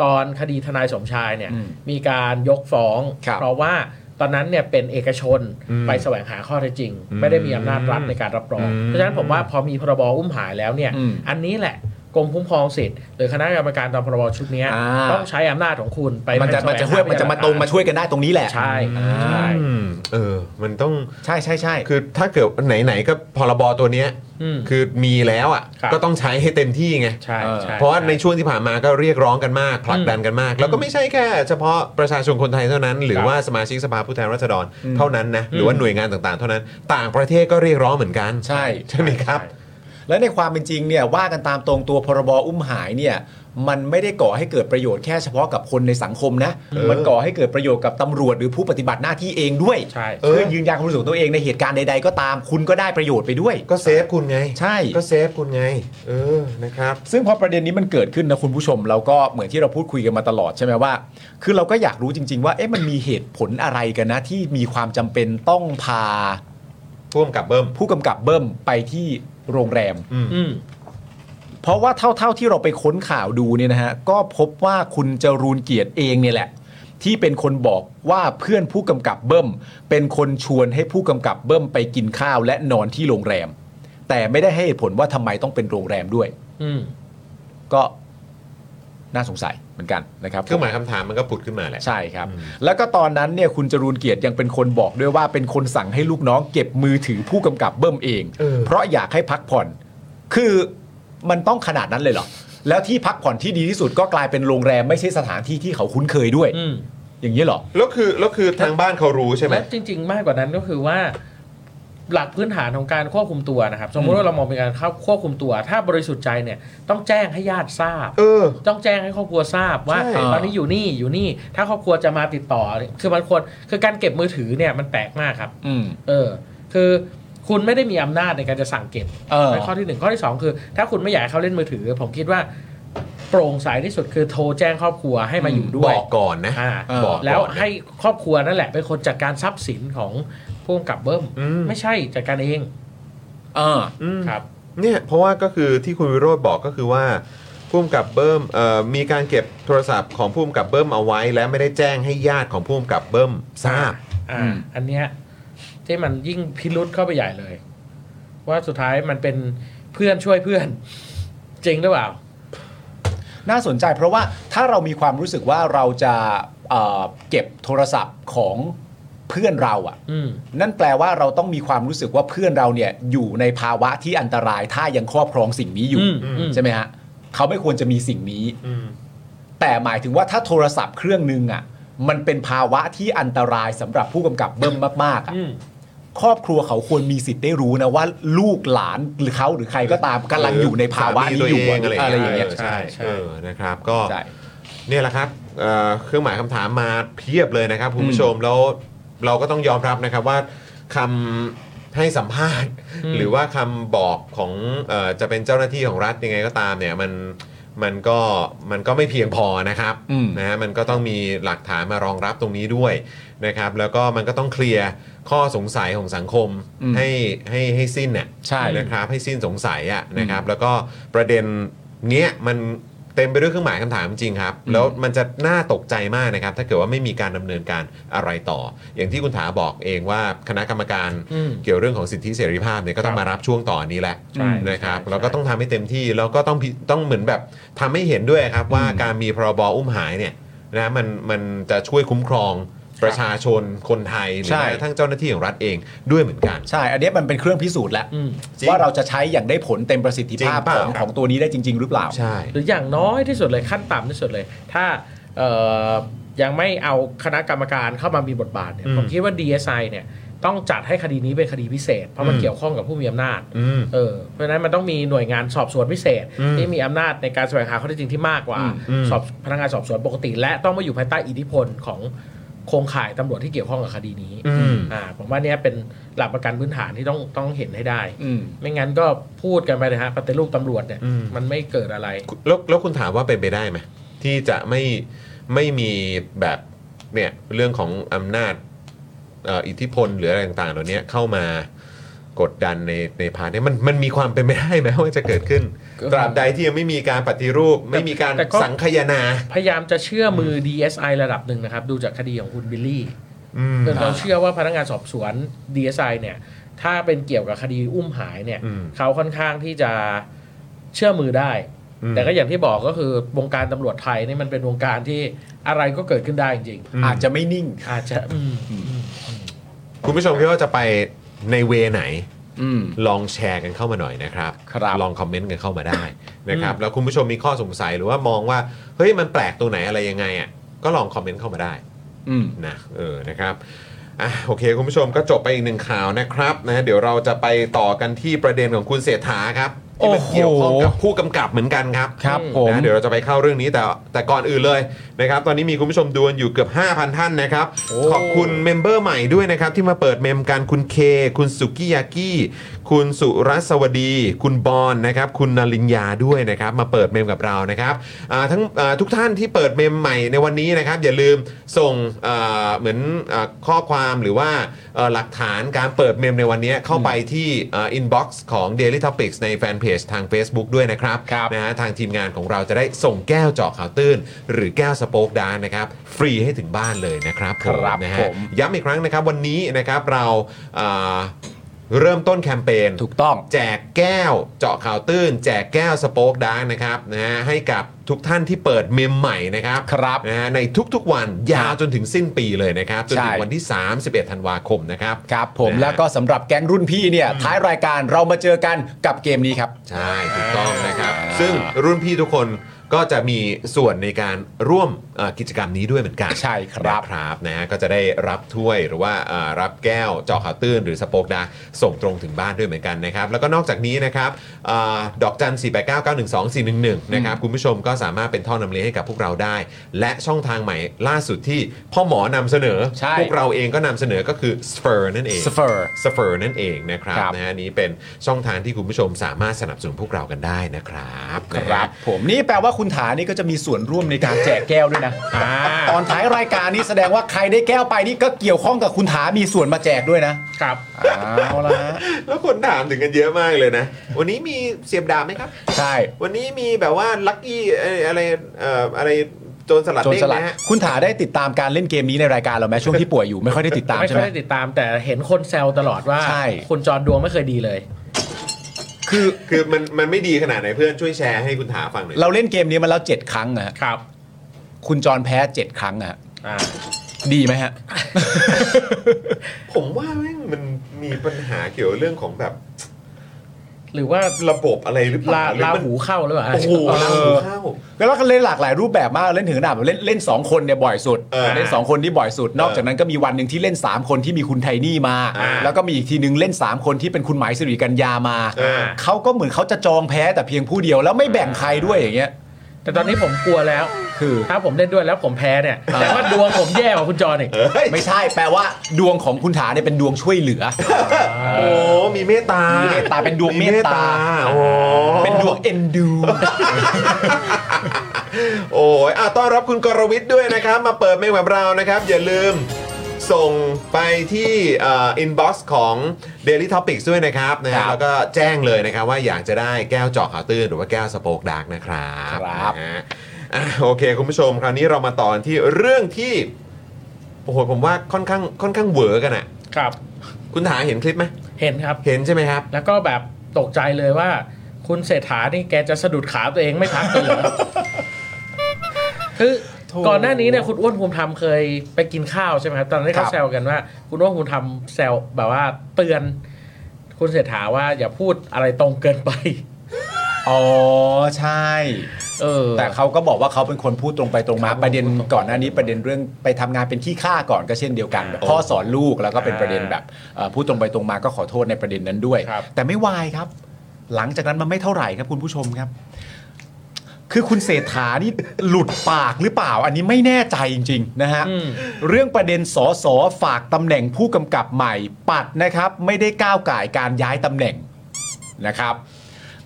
F: ตอนคดีทนายสมชายเนี่ย
B: อืม
F: มีการยกฟ้อง
B: ครับ
F: เพราะว่าตอนนั้นเนี่ยเป็นเอกชน
C: อืม
F: ไปแสวงหาข้อเท็จจริง
C: อืม
F: ไม่ได้มีอำนาจรัฐในการรับรอง
C: อืม
F: เพราะฉะนั้นผมว่าพอมีพรบอุ้มหายแล้วเนี่ย
B: อืม
F: อันนี้แหละ กรมคุ้มครองสิทธิ์หรือคณะกรรมการตามพรบชุดเนี้ย
B: อ่า
F: ต้องใช้อำนาจของคุณไป
B: มันจะ
F: แสวง
B: มันจะช่วยมันจะมาตรงมาช่วยกันได้ตรงนี้แหละ
F: ใช่ใช่
C: อืมเออ มันต้อง
B: ใช่ใช่ใช่
C: คือถ้าเกิดไหนๆก็พรบตัวเนี้ย
F: อืม
C: คือมีแล้วอ่ะ
F: ครับ
C: ก็ต้องใช้ให้เต็มที่ไง
F: ใช่ใช่
C: เพราะว่าในช่วงที่ผ่านมาก็เรียกร้องกันมากผลักดันกันมาก แล้วก็ไม่ใช่แค่เฉพาะประชาชนคนไทยเท่านั้น หรือ
F: ครับ
C: ว่าสมาชิกสภาผู้แทนราษฎรเท่านั้นนะหรือว่าหน่วยงานต่างๆ เท่านั้น ต่างประเทศก็เรียกร้องเหมือนกัน
B: ใช่
C: ใช่ไหมครับ
B: และในความเป็นจริงเนี่ยว่ากันตามตรงตัวพรบอุ้มหายเนี่ยมันไม่ได้ก่อให้เกิดประโยชน์แค่เฉพาะกับคนในสังคมนะ
C: เออ
B: มันก่อให้เกิดประโยชน์กับตำรวจหรือผู้ปฏิบัติหน้าที่เองด้วย
F: ใช่
B: เพื่อยืนยันความรู้สึกของตัวเองในเหตุการณ์ใดๆก็ตามคุณก็ได้ประโยชน์ไปด้วย
C: ก็เซฟคุณไง
B: ใช่
C: ก็เซฟคุณไง เออนะครับ
B: ซึ่งพอประเด็นนี้มันเกิดขึ้นนะคุณผู้ชม เราก็เหมือนที่เราพูดคุยกันมาตลอดใช่ไหมว่า คือเราก็อยากรู้จริง ๆ ว่าเอ๊ะมันมีเหตุผลอะไรกันนะที่มีความจำเป็นต้องพา
C: ท่วมกับเบิ้ม
B: ผู้กำกับเบิ้มไปที่โรงแรม
F: อืม
B: เพราะว่าเท่าๆที่เราไปค้นข่าวดูเนี่ยนะฮะก็พบว่าคุณจรูนเกียรติเองเนี่ยแหละ ที่เป็นคนบอกว่าเพื่อนผู้กำกับเบิ้มเป็นคนชวนให้ผู้กำกับเบิ้มไปกินข้าวและนอนที่โรงแรม แต่ไม่ได้ให้เหตุผลว่าทำไมต้องเป็นโรงแรมด้วย
F: อืม
B: ก็น่าสงสัยเหมือนกันนะครับ
C: เครื่องหมายคำถามมันก็ผุดขึ้นมาแหละ
B: ใช่ครับ แล้วก็ตอนนั้นเนี่ยคุณจรูนเกียรติยังเป็นคนบอกด้วยว่าเป็นคนสั่งให้ลูกน้องเก็บมือถือผู้กำกับเบิ้มเอง
C: เออ
B: เพราะอยากให้พักผ่อน คือมันต้องขนาดนั้นเลยเหรอ แล้วที่พักผ่อนที่ดีที่สุดก็กลายเป็นโรงแรมไม่ใช่สถานที่ที่เขาคุ้นเคยด้วย
F: อืม
B: อย่างนี้ยเหรอ
C: แล้วคือแล้วคือทางบ้านเขารู้ใช่ไหม
F: และจริง ๆ มากกว่านั้นก็คือว่า หลักพื้นฐานของการควบคุมตัวนะครับ สมมติว่าเรามองเป็นการเข้าควบคุมตัว ถ้าบริสุทธิ์ใจเนี่ย ต้องแจ้งให้ญาติทราบ
C: เออ
F: ต้องแจ้งให้ครอบครัวทราบว่า
C: ใช่
F: ตอนนี้อยู่นี่อยู่นี่ ถ้าครอบครัวจะมาติดต่อ คือมันควรคือการเก็บมือถือเนี่ยมันแปลกมากครับ
B: อืม
F: เออ คือคุณไม่ได้มีอำนาจในการจะสั่งเก็บ
B: เออ
F: ในข้อที่หนึ่งข้อที่สองคือ ถ้าคุณไม่อยากให้เขาเล่นมือถือ ผมคิดว่า โปร่งใสที่สุดคือโทรแจ้งครอบครัวให้มาอยู่ด้
C: บ
F: วย
C: อกก่อนนะ
F: อ่า
B: เออ
C: บอกก่อน
F: แล้วให้ครอบครัวนั่นแหละเป็นคนจัดการทรัพย์สินของผู้กำกับเบิ้ม
C: อืม
F: ไม่ใช่จัดการเอง
B: เออ
C: อืม
F: ครับ
C: เนี่ยเพราะว่าก็คือที่คุณวิโรธบอกก็คือว่าพุ่มกับเบิ้มเอ่อมีการเก็บโทรศัพท์ของพุ่มกับเบิ้มเอาไว้ และไม่ได้แจ้งให้ญาติของพุ่มกับเบิ้มทราบ
F: อ่า
B: อืม
F: อันเนี้ยที่มันยิ่งพิรุษเข้าไปใหญ่เลย ว่าสุดท้ายมันเป็นเพื่อนช่วยเพื่อน จริงหรือเปล่า
B: น่าสนใจเพราะว่าถ้าเรามีความรู้สึกว่าเราจะเอ่อเก็บโทรศัพท์ของเพื่อนเราอะ
F: อืม
B: นั่นแปลว่าเราต้องมีความรู้สึกว่าเพื่อนเราเนี่ยอยู่ในภาวะที่อันตรายถ้ายังครอบครองสิ่งนี้อยู่
F: อืมอืม
B: ใช่ไหมฮะเขาไม่ควรจะมีสิ่งนี้ แต่หมายถึงว่าถ้าโทรศัพท์เครื่องหนึงอ่ะมันเป็นภาวะที่อันตรายสำหรับผู้กำกับเบิ้มมากๆอะ
F: อืม
B: ครอบครัวเขาควรมีสิทธิ์ได้รู้นะว่าลูกหลานหรือเขาหรือใครก็ตามกำลังอยู่ในภาวะนี้อยู่อะ
C: สามีตัว
B: อะไรอย่างเงี้ย
C: ใช่
F: ใช่
C: เออนะครับก็
B: ใช่
C: เนี่ยแหละครับเอ่อเครื่องหมายคำถามมาเพียบเลยนะครับคุณผู้ชมแล้วเราก็ต้องยอมรับนะครับว่าคำให้สัมภาษณ์
F: อืม
C: หรือว่าคำบอกของเอ่อจะเป็นเจ้าหน้าที่ของรัฐยังไงก็ตามเนี่ยมันมันก็มันก็ไม่เพียงพอนะครับ
B: อืม
C: นะฮะมันก็ต้องมีหลักฐานมารองรับตรงนี้ด้วยนะครับ แล้วก็มันก็ต้องเคลียร์ข้อสงสัยของสังคมให้ให้ให้สิ้นเนี่ย
B: ใช่
C: นะครับให้สิ้นสงสัยอะนะครับ แล้วก็ประเด็นเนี้ยมันเต็มไปด้วยเครื่องหมายคำถามจริงครับ แล้วมันจะน่าตกใจมากนะครับ ถ้าเกิดว่าไม่มีการดำเนินการอะไรต่อ อย่างที่คุณถาบอกเองว่าคณะกรรมการ
F: อืม
C: เกี่ยวเรื่องของสิทธิเสรีภาพเนี่ยก็ต้อง
F: ครับ
C: มารับช่วงต่อนนี้แหละ
F: ใช่
C: นะครับ
F: ใช่
C: แล้วก็ต้องทำให้เต็มที่แล้วก็ต้องพิต้องเหมือนแบบทำให้เห็นด้วยครับว่าการมีพรบอุ้มหายเนี่ยนะมันมันจะช่วยคุ้มครองประชาชนคนไทยหรือ
B: ใช่
C: แม้กระทั้งเจ้าหน้าที่ของรัฐเองด้วยเหมือนกัน
B: ใช่ อันเนี้ยมันเป็นเครื่องพิสูจน์แล้ว
F: อืม
C: จริง
B: ว่าเราจะใช้อย่างได้ผลเต็มประสิทธิภาพ
C: จริงเปล่า
B: ของ
C: ครับ
B: ของตัวนี้ได้จริง ๆ หรือเปล่า
C: ใช่
F: หรืออย่างน้อยที่สุดเลยขั้นต่ำที่สุดเลย ถ้าเอ่อยังไม่เอาคณะกรรมการเข้ามามีบทบาทเนี่ย
C: อืม
F: ผมคิดว่า DSI เนี่ยต้องจัดให้คดีนี้เป็นคดีพิเศษ เพราะมัน
C: อืม
F: เกี่ยวข้องกับผู้มีอำนาจ
C: อืม
F: เออเพราะฉะนั้นมันต้องมีหน่วยงานสอบสวนพิเศษ
C: อืม
F: ที่มีอำนาจในการแสวงหาข้อเท็จจริงที่มากกว่า
B: อืม
C: อืม
F: สอบพนักงานสอบสวนปกติ และต้องไม่อยู่ภายใต้อิทธิพลของโครงข่ายตำรวจที่เกี่ยวข้องกับคดีนี้
C: อืม
F: อ่าผมว่าเนี้ยเป็นหลักประกันพื้นฐานที่ต้องต้องเห็นให้ได้
B: อืม
F: ไม่งั้นก็พูดกันไปเลยฮะปฏิรูปตำรวจเนี่ย
C: อืม
F: มันไม่เกิดอะไร
C: แล้วแล้วคุณถามว่าเป็นไปได้ไหมที่จะไม่ไม่มีแบบเนี่ยเรื่องของอำนาจเอ่ออิทธิพลหรืออะไรต่างๆเหล่านี้เข้ามากดดันในในพาร์ทเนี้มันมันมีความเป็นไปได้ไหมว่าจะเกิดขึ้น
F: ก็
C: ตราบใดที่ยังไม่มีการปฏิรูป ไม่มีการ
F: แต่ก็
C: สังคายนา
F: พยายามจะเชื่อมืออ DSI ระดับหนึ่งนะครับ ดูจากคดีของคุณบิลลี่
C: อืม
F: จนเราเชื่อว่าพนักงานสอบสวน DSI เนี่ย ถ้าเป็นเกี่ยวกับคดีอุ้มหายเนี่ย
C: อืม
F: เขาค่อนข้างที่จะเชื่อมือได้
A: อืม
F: แต่ก็อย่างที่บอกก็คือวงการตำรวจไทยนี่มันเป็นวงการที่อะไรก็เกิดขึ้นได้จริง
A: อืม
B: อาจจะไม่นิ่ง
F: ๆอาจจะอืม
A: คุณผู้ชมคิดว่าจะไปในเวไหน
B: อืม
A: ลองแชร์กันเข้ามาหน่อยนะครับ
B: ครับ
A: ลองคอมเมนต์กันเข้ามาได้นะครับ แล้วคุณผู้ชมมีข้อสงสัยหรือว่ามองว่า เฮ้ยมันแปลกตรงไหนอะไรยังไงอ่ะ ก็ลองคอมเมนต์เข้ามาได้
B: อืม
A: นะ เออ นะครับ อ่ะ โอเค คุณผู้ชมก็จบไปอีกหนึ่งข่าวนะครับนะเดี๋ยวเราจะไปต่อกันที่ประเด็นของคุณเศรษฐาครับที่มัน
B: โอ้โห
A: เกี่ยวข้องกับผู้กำกับเหมือนกันครับ
B: ครับผม
A: นะเดี๋ยวเราจะไปเข้าเรื่องนี้แต่แต่ก่อนอื่นเลยนะครับ ตอนนี้มีคุณผู้ชมดวนอยู่เกือบ 5,000 ท่านนะครับ
B: โอ้
A: ขอบคุณเมมเบอร์ใหม่ด้วยนะครับ ที่มาเปิดเมมกันคุณเค คุณสุกิยากิคุณสุรัสวดี คุณบอลนะครับ คุณนลินยาด้วยนะครับ มาเปิดเมมกับเรานะครับอ่าทั้งอ่าทุกท่านที่เปิดเมมใหม่ในวันนี้นะครับ อย่าลืมส่งอ่าเหมือนอาข้อความหรือว่าเอ่อหลักฐานการเปิดเมมในวันนี้เข้าไปที่อินบ็อกซ์ของ Daily Topics ในแฟนเพจทาง Facebook ด้วยนะครับ
B: ครับ
A: นะฮะทางทีมงานของเราจะได้ส่งแก้วเจาะข่าวตื้น หรือแก้วสโป๊กดาร์กนะครับฟรีให้ถึงบ้านเลยนะครับ
B: ครับ
A: นะฮะ
B: ผม
A: ย้ำอีกครั้งนะครับวันนี้นะครับเราอ่าเริ่มต้นแคมเปญ
B: ถูกต้อง
A: แจกแก้วเจาะข่าวตื้น แจกแก้วสโป๊กดาร์กนะครับนะฮะให้กับทุกท่านที่เปิดเมมใหม่นะครับ
B: ครับ
A: นะฮะในทุกๆวันยาวจนถึงสิ้นปีเลยนะครับจนถึ
B: ใช่
A: งวันที่ 31 ธันวาคมนะครับ
B: ครับผม
A: นะฮะ
B: แล้วก็สำหรับแก๊งรุ่นพี่เนี่ย ท้ายรายการเรามาเจอกันกับเกมนี้ครับ
A: ใช่ถูกต้องนะครับ ซึ่งรุ่นพี่ทุกคนก็จะมีส่วนในการร่วมเอ่อกิจกรรมนี้ด้วยเหมือนกัน
B: ใช่ครับ
A: นะครับนะฮะก็จะได้รับถ้วยหรือว่าเอ่อรับแก้วเจาะข่าวตื้นหรือสโปกดาร์กส่งตรงถึงบ้านด้วยเหมือนกันนะครับ แล้วก็นอกจากนี้นะครับเออดอกจัน 4 8 9 9 1 2 4 1 1 นะครับ คุณผู้ชมก็สามารถเป็นท่อนำเลี้ยงให้กับพวกเราได้ และช่องทางใหม่ล่าสุดที่พ่อหมอนำเสนอ
B: ใช่
A: พวกเราเองก็นำเสนอก็คือสเฟอร์นั่นเอง
B: สเฟอร์
A: สเฟอร์นั่นเองนะครับ
B: ครับ
A: นะฮะอันนี้เป็นช่องทางที่คุณผู้ชมสามารถสนับสนุนพวกเรากันได้นะครับ
B: ค
A: นะ
B: รั
A: ฮะ
B: บ ผมนี่แปลว่าคุณถานี่ก็จะมีส่วนร่วมในการแจกแก้วด้วยนะตอนท้ายรายการนี่แสดงว่าใครได้แก้วไปนี่ก็เกี่ยวข้องกับคุณถามีส่วนมาแจกด้วยนะครับ เอาละฮะ
A: แล้วคนถามถึงกันเยอะมากเลยนะ วันนี้มีเสียบดาบไหมครับ
B: ใช่
A: วันนี้มีแบบว่าลัคกี้เอ่ออะไรเอ่ออะไรโจรสลัด
B: โจร
A: เด้ง
B: สลัด
A: นะฮะ
B: คุณถาได้ติดตามการเล่นเกมนี้ในรายการเราไหมช่วงที่ป่วยอยู่ไม่ค่อยได้ติดตาม
F: ไม่
B: ใช่
F: ค่อ
B: ไหม
F: ยได้ติดตามแต่เห็นคนแซวตลอดว่า
B: ใช่
F: คุณจรดวงไม่เคยดีเลย
A: คือคือมันมันไม่ดีขนาดไหนเพื่อนช่วยแชร์ให้คุณถาฟังหน่อย
B: เราเล่นเกมนี้มาแล้วเจ็ดครั้งนะฮะ
F: ครับ
B: คุณจรแพ้เจ็ดครั้งอะฮะ
F: อ่า
B: ดีไหมฮะ
A: ผมว่าแม่งมันมีปัญหาเกี่ยวเรื่องของแบบ
F: หรือว่า
A: ระบบอะไรหรือเป
F: ลา
A: ล่าหรือ
F: ลา
A: มัน
F: หูเข้าหรือเปล่า
A: โอ้โห
B: เอ
A: ลา
B: อ
A: หูเข้า
B: แล้วก็เล่นหลากหลายรูปแบบมากเล่นถึงขนาดแบบเล่นเล่นสองคนเนี่ยบ่อยสุด
A: เออ
B: เล่นสองคนที่บ่อยสุด นอกจากนั้นก็มีวันหนึ่งที่เล่นสามคนที่มีคุณไทนี่มา
A: อ่า
B: แล้วก็มีอีกทีหนึงเล่นสามคนที่เป็นคุณหมายสิริกัญญามา
A: เออ
B: เขาก็เหมือนเขาจะจองแพ้แต่เพียงผู้เดียวแล้วไม่แบ่งใครด้วยอย่างเงี้ย
F: แต่ตอนนี้ผมกลัวแล้ว
B: คือ
F: ถ้าผมเล่นด้วยแล้วผมแพ้เนี่ยแต่ว่าดวงผมแย่กว่าคุณจรอีก
A: เอ้ย
B: ไม่ใช่แปลว่าดวงของคุณถาเนี่ยเป็นดวงช่วยเหลือ
A: โอ้มีเมตตาม
B: เมตตาเป็นดวงเมตตา
A: โอ้
B: เป็นดวงเอ็นดู
A: โอ้ยอ่ะต้อนรับคุณกรวิทย์ด้วยนะครับ มาเปิดเมลแบบเรานะครับ อย่าลืมส่งไปที่อินบ็อกซ์ของ Daily Topics ด้วยนะครับนะ
B: ครั
A: ฮะ
B: บ
A: แล้วก็แจ้งเลยนะครับว่าอยากจะได้แก้วเจาะข่าวตื้นหรือว่าแก้วสโปกดาร์กนะครับ
B: ครับ
A: นะฮะอ่ะโอเค คุณผู้ชมคราวนี้เรามาต่อกันที่เรื่องที่ โอ้โห ผมว่าค่อนข้างค่อนข้างเหวอกันอะ
F: ครับ
A: คุณถาเห็นคลิปไหม
F: เห็นครับ
A: เห็นใช่ไหมครับ
F: แล้วก็แบบตกใจเลยว่า คุณเศรษฐานี่แกจะสะดุดขาตัวเองไม่พักกันเหรอ คือก่อนหน้านี้เนี่ยคุณอ้วนภูมิธรรมเคยไปกินข้าวใช่ไหมครับตอนนั้น
B: ครั
F: เขา
B: บ
F: แซวกันว่า คุณอ้วนภูมิธรรมแซวแบบว่าเตือน คุณเศรษฐาว่าอย่าพูดอะไรตรงเกินไป
B: อ๋อใช่
F: เออ
B: แต่เขาก็บอกว่าเขาเป็นคนพูดตรงไปตรงมา
F: ครับ
B: ประเด็น
F: พูดตรงไป
B: ก่อนหน้านี้ประเด็นเรื่องไปทำงานเป็นขี้ข้าก่อนก็เช่นเดียวกันแบบพ่อสอนลูกแล้วก็เป็นประเด็นแบบเอ่อพูดตรงไปตรงมาก็ขอโทษในประเด็นนั้นด้วย
F: ครับ
B: แต่ไม่วายครับ หลังจากนั้นมันไม่เท่าไหร่ครับคุณผู้ชมครับ คือคุณเศรษฐานี่หลุดปากหรือเปล่า อันนี้ไม่แน่ใจจริง ๆ นะฮะ
F: อืม
B: เรื่องประเด็นสอสอฝากตำแหน่งผู้กำกับใหม่ ปัดนะครับ ไม่ได้ก้าวก่ายการย้ายตำแหน่งนะครับ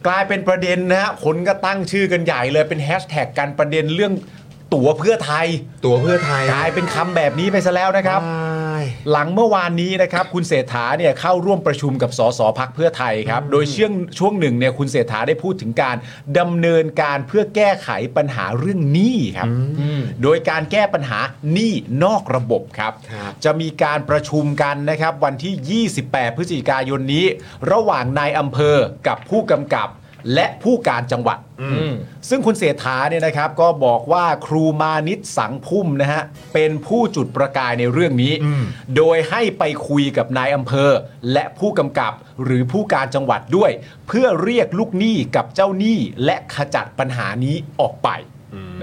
B: กลายเป็นประเด็นนะฮะคนก็ตั้งชื่อกันใหญ่เลยเป็นแฮชแท็กกันประเด็นเรื่องตั๋วเพื่อไทย
A: ตัวเพื่อไทย
B: กลายเป็นคำแบบนี้ไปซะแล้วนะครับ
A: ว้าย
B: หลังเมื่อวานนี้นะครับ คุณเศรษฐาเนี่ยเข้าร่วมประชุมกับสสพักเพื่อไทยครับ โดยเชื่องช่วงหนึ่งเนี่ยคุณเศรษฐาได้พูดถึงการดำเนินการเพื่อแก้ไขปัญหาเรื่องหนี้ครับ โดยการแก้ปัญหาหนี้นอกระบบครับ
A: ครับ
B: จะมีการประชุมกันนะครับ วันที่ 28 พฤศจิกายนนี้ ระหว่างนายอำเภอกับผู้กำกับ และผู้การจังหวัด
F: อืม
B: ซึ่งคุณเศรษฐาเนี่ยนะครับก็บอกว่าครูมานิตสังพุ่มนะฮะเป็นผู้จุดประกายในเรื่องนี้ โดยให้ไปคุยกับนายอำเภอ และผู้กำกับหรือผู้การจังหวัดด้วย เพื่อเรียกลูกหนี้กับเจ้าหนี้และขจัดปัญหานี้ออกไป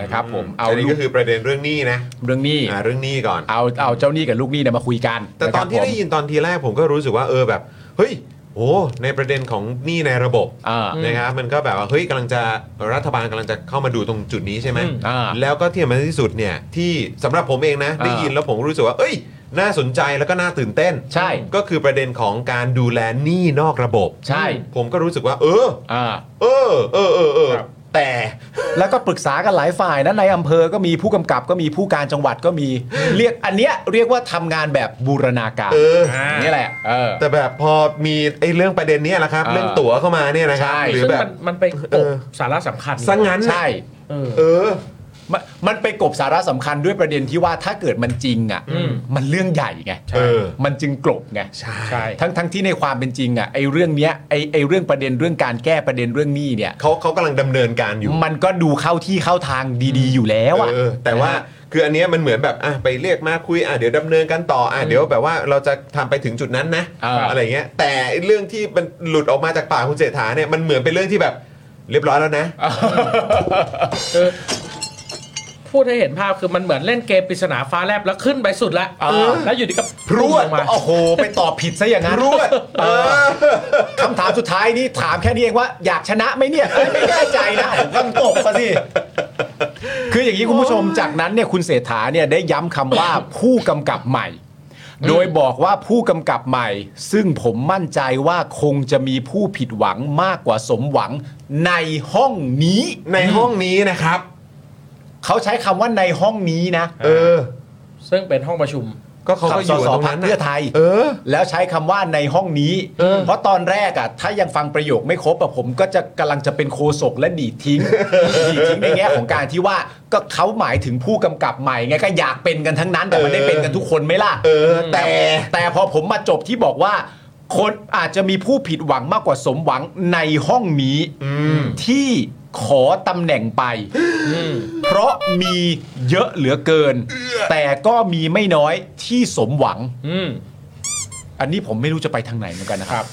B: นะครับผมเอา
C: อันนี้
B: ลู
C: ก็
B: ก
C: คือประเด็นเรื่องหนี้นะ
B: เรื่องหนี้
C: อ่าเรื่องหนี้ก่อน
B: เอาเอาเจ้าหนี้กับลูกหนี้เนี่ยมาคุยกันะ
C: แต่ตอนที่
B: ครับผม
C: ได้ยินตอนทีแรกผมก็รู้สึกว่าเออแบบเฮ้ยโอ้ในประเด็นของหนี้ในระบบ
B: อ่า
C: นะครับมันก็แบบว่าเฮ้ยกำลังจะรัฐบาลกำลังจะเข้ามาดูตรงจุดนี้ใช่ไหม
F: อืม
B: อ่า
C: แล้วก็ที่มันที่สุดเนี่ยที่สำหรับผมเองนะ
B: อ่า
C: ได้ยินแล้วผมรู้สึกว่า เอ้ย น่าสนใจแล้วก็น่าตื่นเต้น
B: ใช่
C: ก็คือประเด็นของการดูแลหนี้นอกระบบ
B: ใช่
C: ผมก็รู้สึกว่า เออ
B: อ่า
C: เออเออเออเออ
F: ครับ
C: แต่
B: แล้วก็ปรึกษากันหลายฝ่ายนะในอำเภอก็มีผู้กำกับก็มีผู้การจังหวัดก็มี เรียกอันเนี้ยเรียกว่าทำงานแบบบูรณาการ
C: เออ
B: นี่แหละเออ
C: แต่แบบพอมีไอ้เรื่องประเด็นเนี้ยแหละครับ
B: อ่า
C: เรื่องตั๋วเข้ามาเนี่ยนะครับ
B: ใช่
C: หรือ
F: ซึ่ง
C: แบ
F: มั
C: บ
F: นมันไป
C: เอก อ
F: บสาระสำคัญ
C: ซะงั้นน่ะ
B: ใช่
F: เออ
C: เออ
B: มันมันไปกบสาระสำคัญด้วยประเด็นที่ว่าถ้าเกิดมันจริงอ่ะ
F: อืม
B: มันเรื่องใหญ่ไง
C: เออ
B: มันจึงกลบไง
C: ใช่
F: ใช่
B: ทั้งทั้งที่ในความเป็นจริงอ่ะไอ้เรื่องเนี้ยไอ้ไอ้เรื่องประเด็นเรื่องการแก้ประเด็นเรื่องหนี้เนี่ย
C: เขาเขากำลังดำเนินการอยู่
B: มันก็ดูเข้าที่เข้าทางดี ๆ อยู่แล้วอ่ะ
C: เออแต่ว่า
B: นะฮะ
C: คืออันเนี้ยมันเหมือนแบบอ่ะไปเรียกมาคุยอ่ะเดี๋ยวดำเนินกันต่ออ่ะเดี๋ยวแบบว่าเราจะทำไปถึงจุดนั้นนะ
B: เอออ
C: ไรเงี้ย แต่เรื่องที่มันหลุดออกมาจากปากคุณเศรษฐาเนี่ยมันเหมือนเป็นเรื่องที่แบบเรียบร้อยแล้วนะ
F: คือพูดให้เห็นภาพคือมันเหมือนเล่นเกมปริศนาฟ้าแลบแล้วขึ้นไปสุดละ
B: เออ
F: แล้วอยู่ดีก็
B: พรวด
F: ลงมา
B: โอ้โห ไปตอบผิดซะอย่างนั้น
C: รวดเออ
B: คำถามสุดท้ายนี่ถามแค่นี้เองว่าอยากชนะไหมเนี่ยเอ้ยไม่แน่ใจนะผมกำลังตกปะสิ คืออย่างนี้คุณผู้ชมจากนั้นเนี่ยคุณเศรษฐาเนี่ยได้ย้ำคำว่า ผู้กำกับใหม่ โดยบอกว่าผู้กำกับใหม่ ซึ่งผมมั่นใจว่าคงจะมีผู้ผิดหวังมากกว่าสมหวังในห้องนี้
C: ในห้องนี้นะครับ
B: เขาใช้คำว่าในห้องนี้นะ
C: เออ
F: ซึ่งเป็นห้องประชุม
C: ก็เขาก็อยู่
B: สส
C: ตรง
B: พรรค
C: นั้
B: น เพื่อ
C: น่ะ
B: ไทย
C: เออ
B: แล้วใช้คำว่าในห้องนี้
C: เออ
B: เพราะตอนแรกอะถ้ายังฟังประโยคไม่ครบอะผมก็จะกำลังจะเป็นโคศกและดีดทิ้ง ดีดทิ้งในแง่ของการที่ว่าก็เขาหมายถึงผู้กำกับใหม่ไงก็อยากเป็นกันทั้งนั้น แต่มันได้เป็นกันทุกคนไหมล่ะ
C: เออ แต่
B: แต่พอผมมาจบที่บอกว่า คนอาจจะมีผู้ผิดหวังมากกว่าสมหวังในห้องนี้ที่ขอตำแหน่งไป เพราะมีเยอะเหลือเกิน แต่ก็มีไม่น้อยที่สมหวัง
F: อืม
B: อันนี้ผมไม่รู้จะไปทางไหนเหมือนกันนะครับ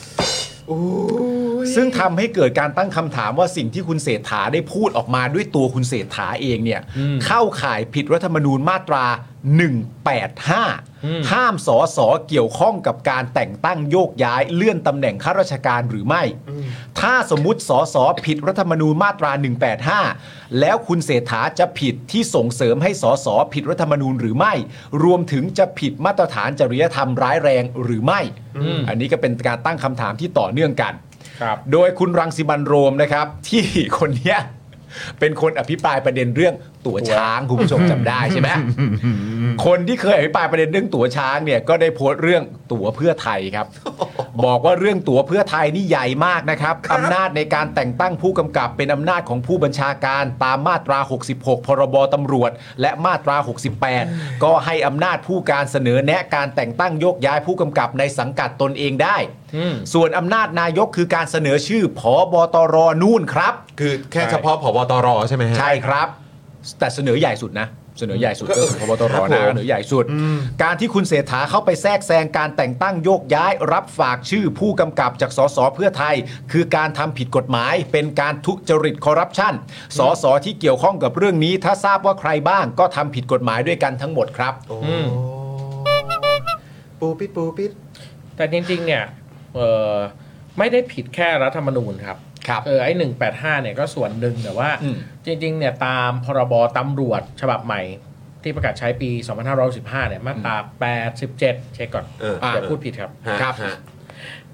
B: ซึ่งทำให้เกิดการตั้งคำถามว่าสิ่งที่คุณเศรษฐาได้พูดออกมาด้วยตัวคุณเศรษฐาเองเนี่ย
F: อืม
B: เข้าข่ายผิดรัฐธรรมนูญมาตรา
F: อืม
B: 185 ห้ามสอสอเกี่ยวข้องกับการแต่งตั้งโยกย้ายเลื่อนตำแหน่งข้าราชการหรือไม่ ถ้าสมมุติสอสอผิดรัฐธรรมนูญมาตรา 185 แล้วคุณเศรษฐาจะผิดที่ส่งเสริมให้สอสอผิดรัฐธรรมนูญหรือไม่ รวมถึงจะผิดมาตรฐานจริยธรรมร้ายแรงหรือไม่ อันนี้ก็เป็นการตั้งคำถามที่ต่อเนื่องกัน
F: ครับ
B: โดยคุณรังสิมันโรมนะครับ ที่คนเนี้ยเป็นคนอภิปรายประเด็นเรื่องตั๋วช้างคุณผู้ชมจำ ได้ใช่ไหมคนที่เคยอภิปรายประเด็นเรื่องตั๋วช้างเนี่ยก็ได้โพสต์เรื่องตั๋วเพื่อไทย ครับ บอกว่าเรื่องตั๋วเพื่อไทยนี่ใหญ่มากนะครับอำนาจในการแต่งตั้งผู้กำกับเป็นอำนาจของผู้บัญชาการตามมาตรา 66 พรบตำรวจ และมาตรา 68 ก็ให้อำนาจผู้การเสนอแนะการแต่งตั้งโยกย้ายผู้กำกับในสังกัดตนเองได้
F: อืม
B: ส่วนอำนาจนายกคือการเสนอชื่อผอบตรนู่นครับ
C: คือแค่เฉพาะผบตรใช่ไหมฮะ
B: ใช่ครับ แต่เสนอใหญ่สุดนะ เสนอใหญ่ สุดก็คือพบตร
C: ครับผม
B: นะเสนอใหญ่สุด การที่คุณเศรษฐาเข้าไปแทรกแซงการแต่งตั้งโยกย้าย รับฝากชื่อผู้กำกับจากสสเพื่อไทย คือการทำผิดกฎหมาย เป็นการทุจริตคอร์รัปชันสสที่เกี่ยวข้องกับเรื่องนี้ ถ้าทราบว่าใครบ้างก็ทำผิดกฎหมายด้วยกันทั้งหมดครับ
C: โอ้
F: อืม
C: ปูปิดปูปิด
F: แต่จริง ๆ เนี่ยเออไม่ได้ผิดแค่รัฐธรรมนูญครับ
B: ครับ
F: เออไอ้หนึ่งแปดห้าเนี่ยก็ส่วนหนึ่งแต่ว่า
B: อืม
F: จริง ๆ เนี่ยตามพรบตำรวจฉบับใหม่ ที่ประกาศใช้ปี 2515เนี่ยมาตรา87 เช็คก่อน
C: เออ
F: ย่าพูดผิดครับ
B: ครับ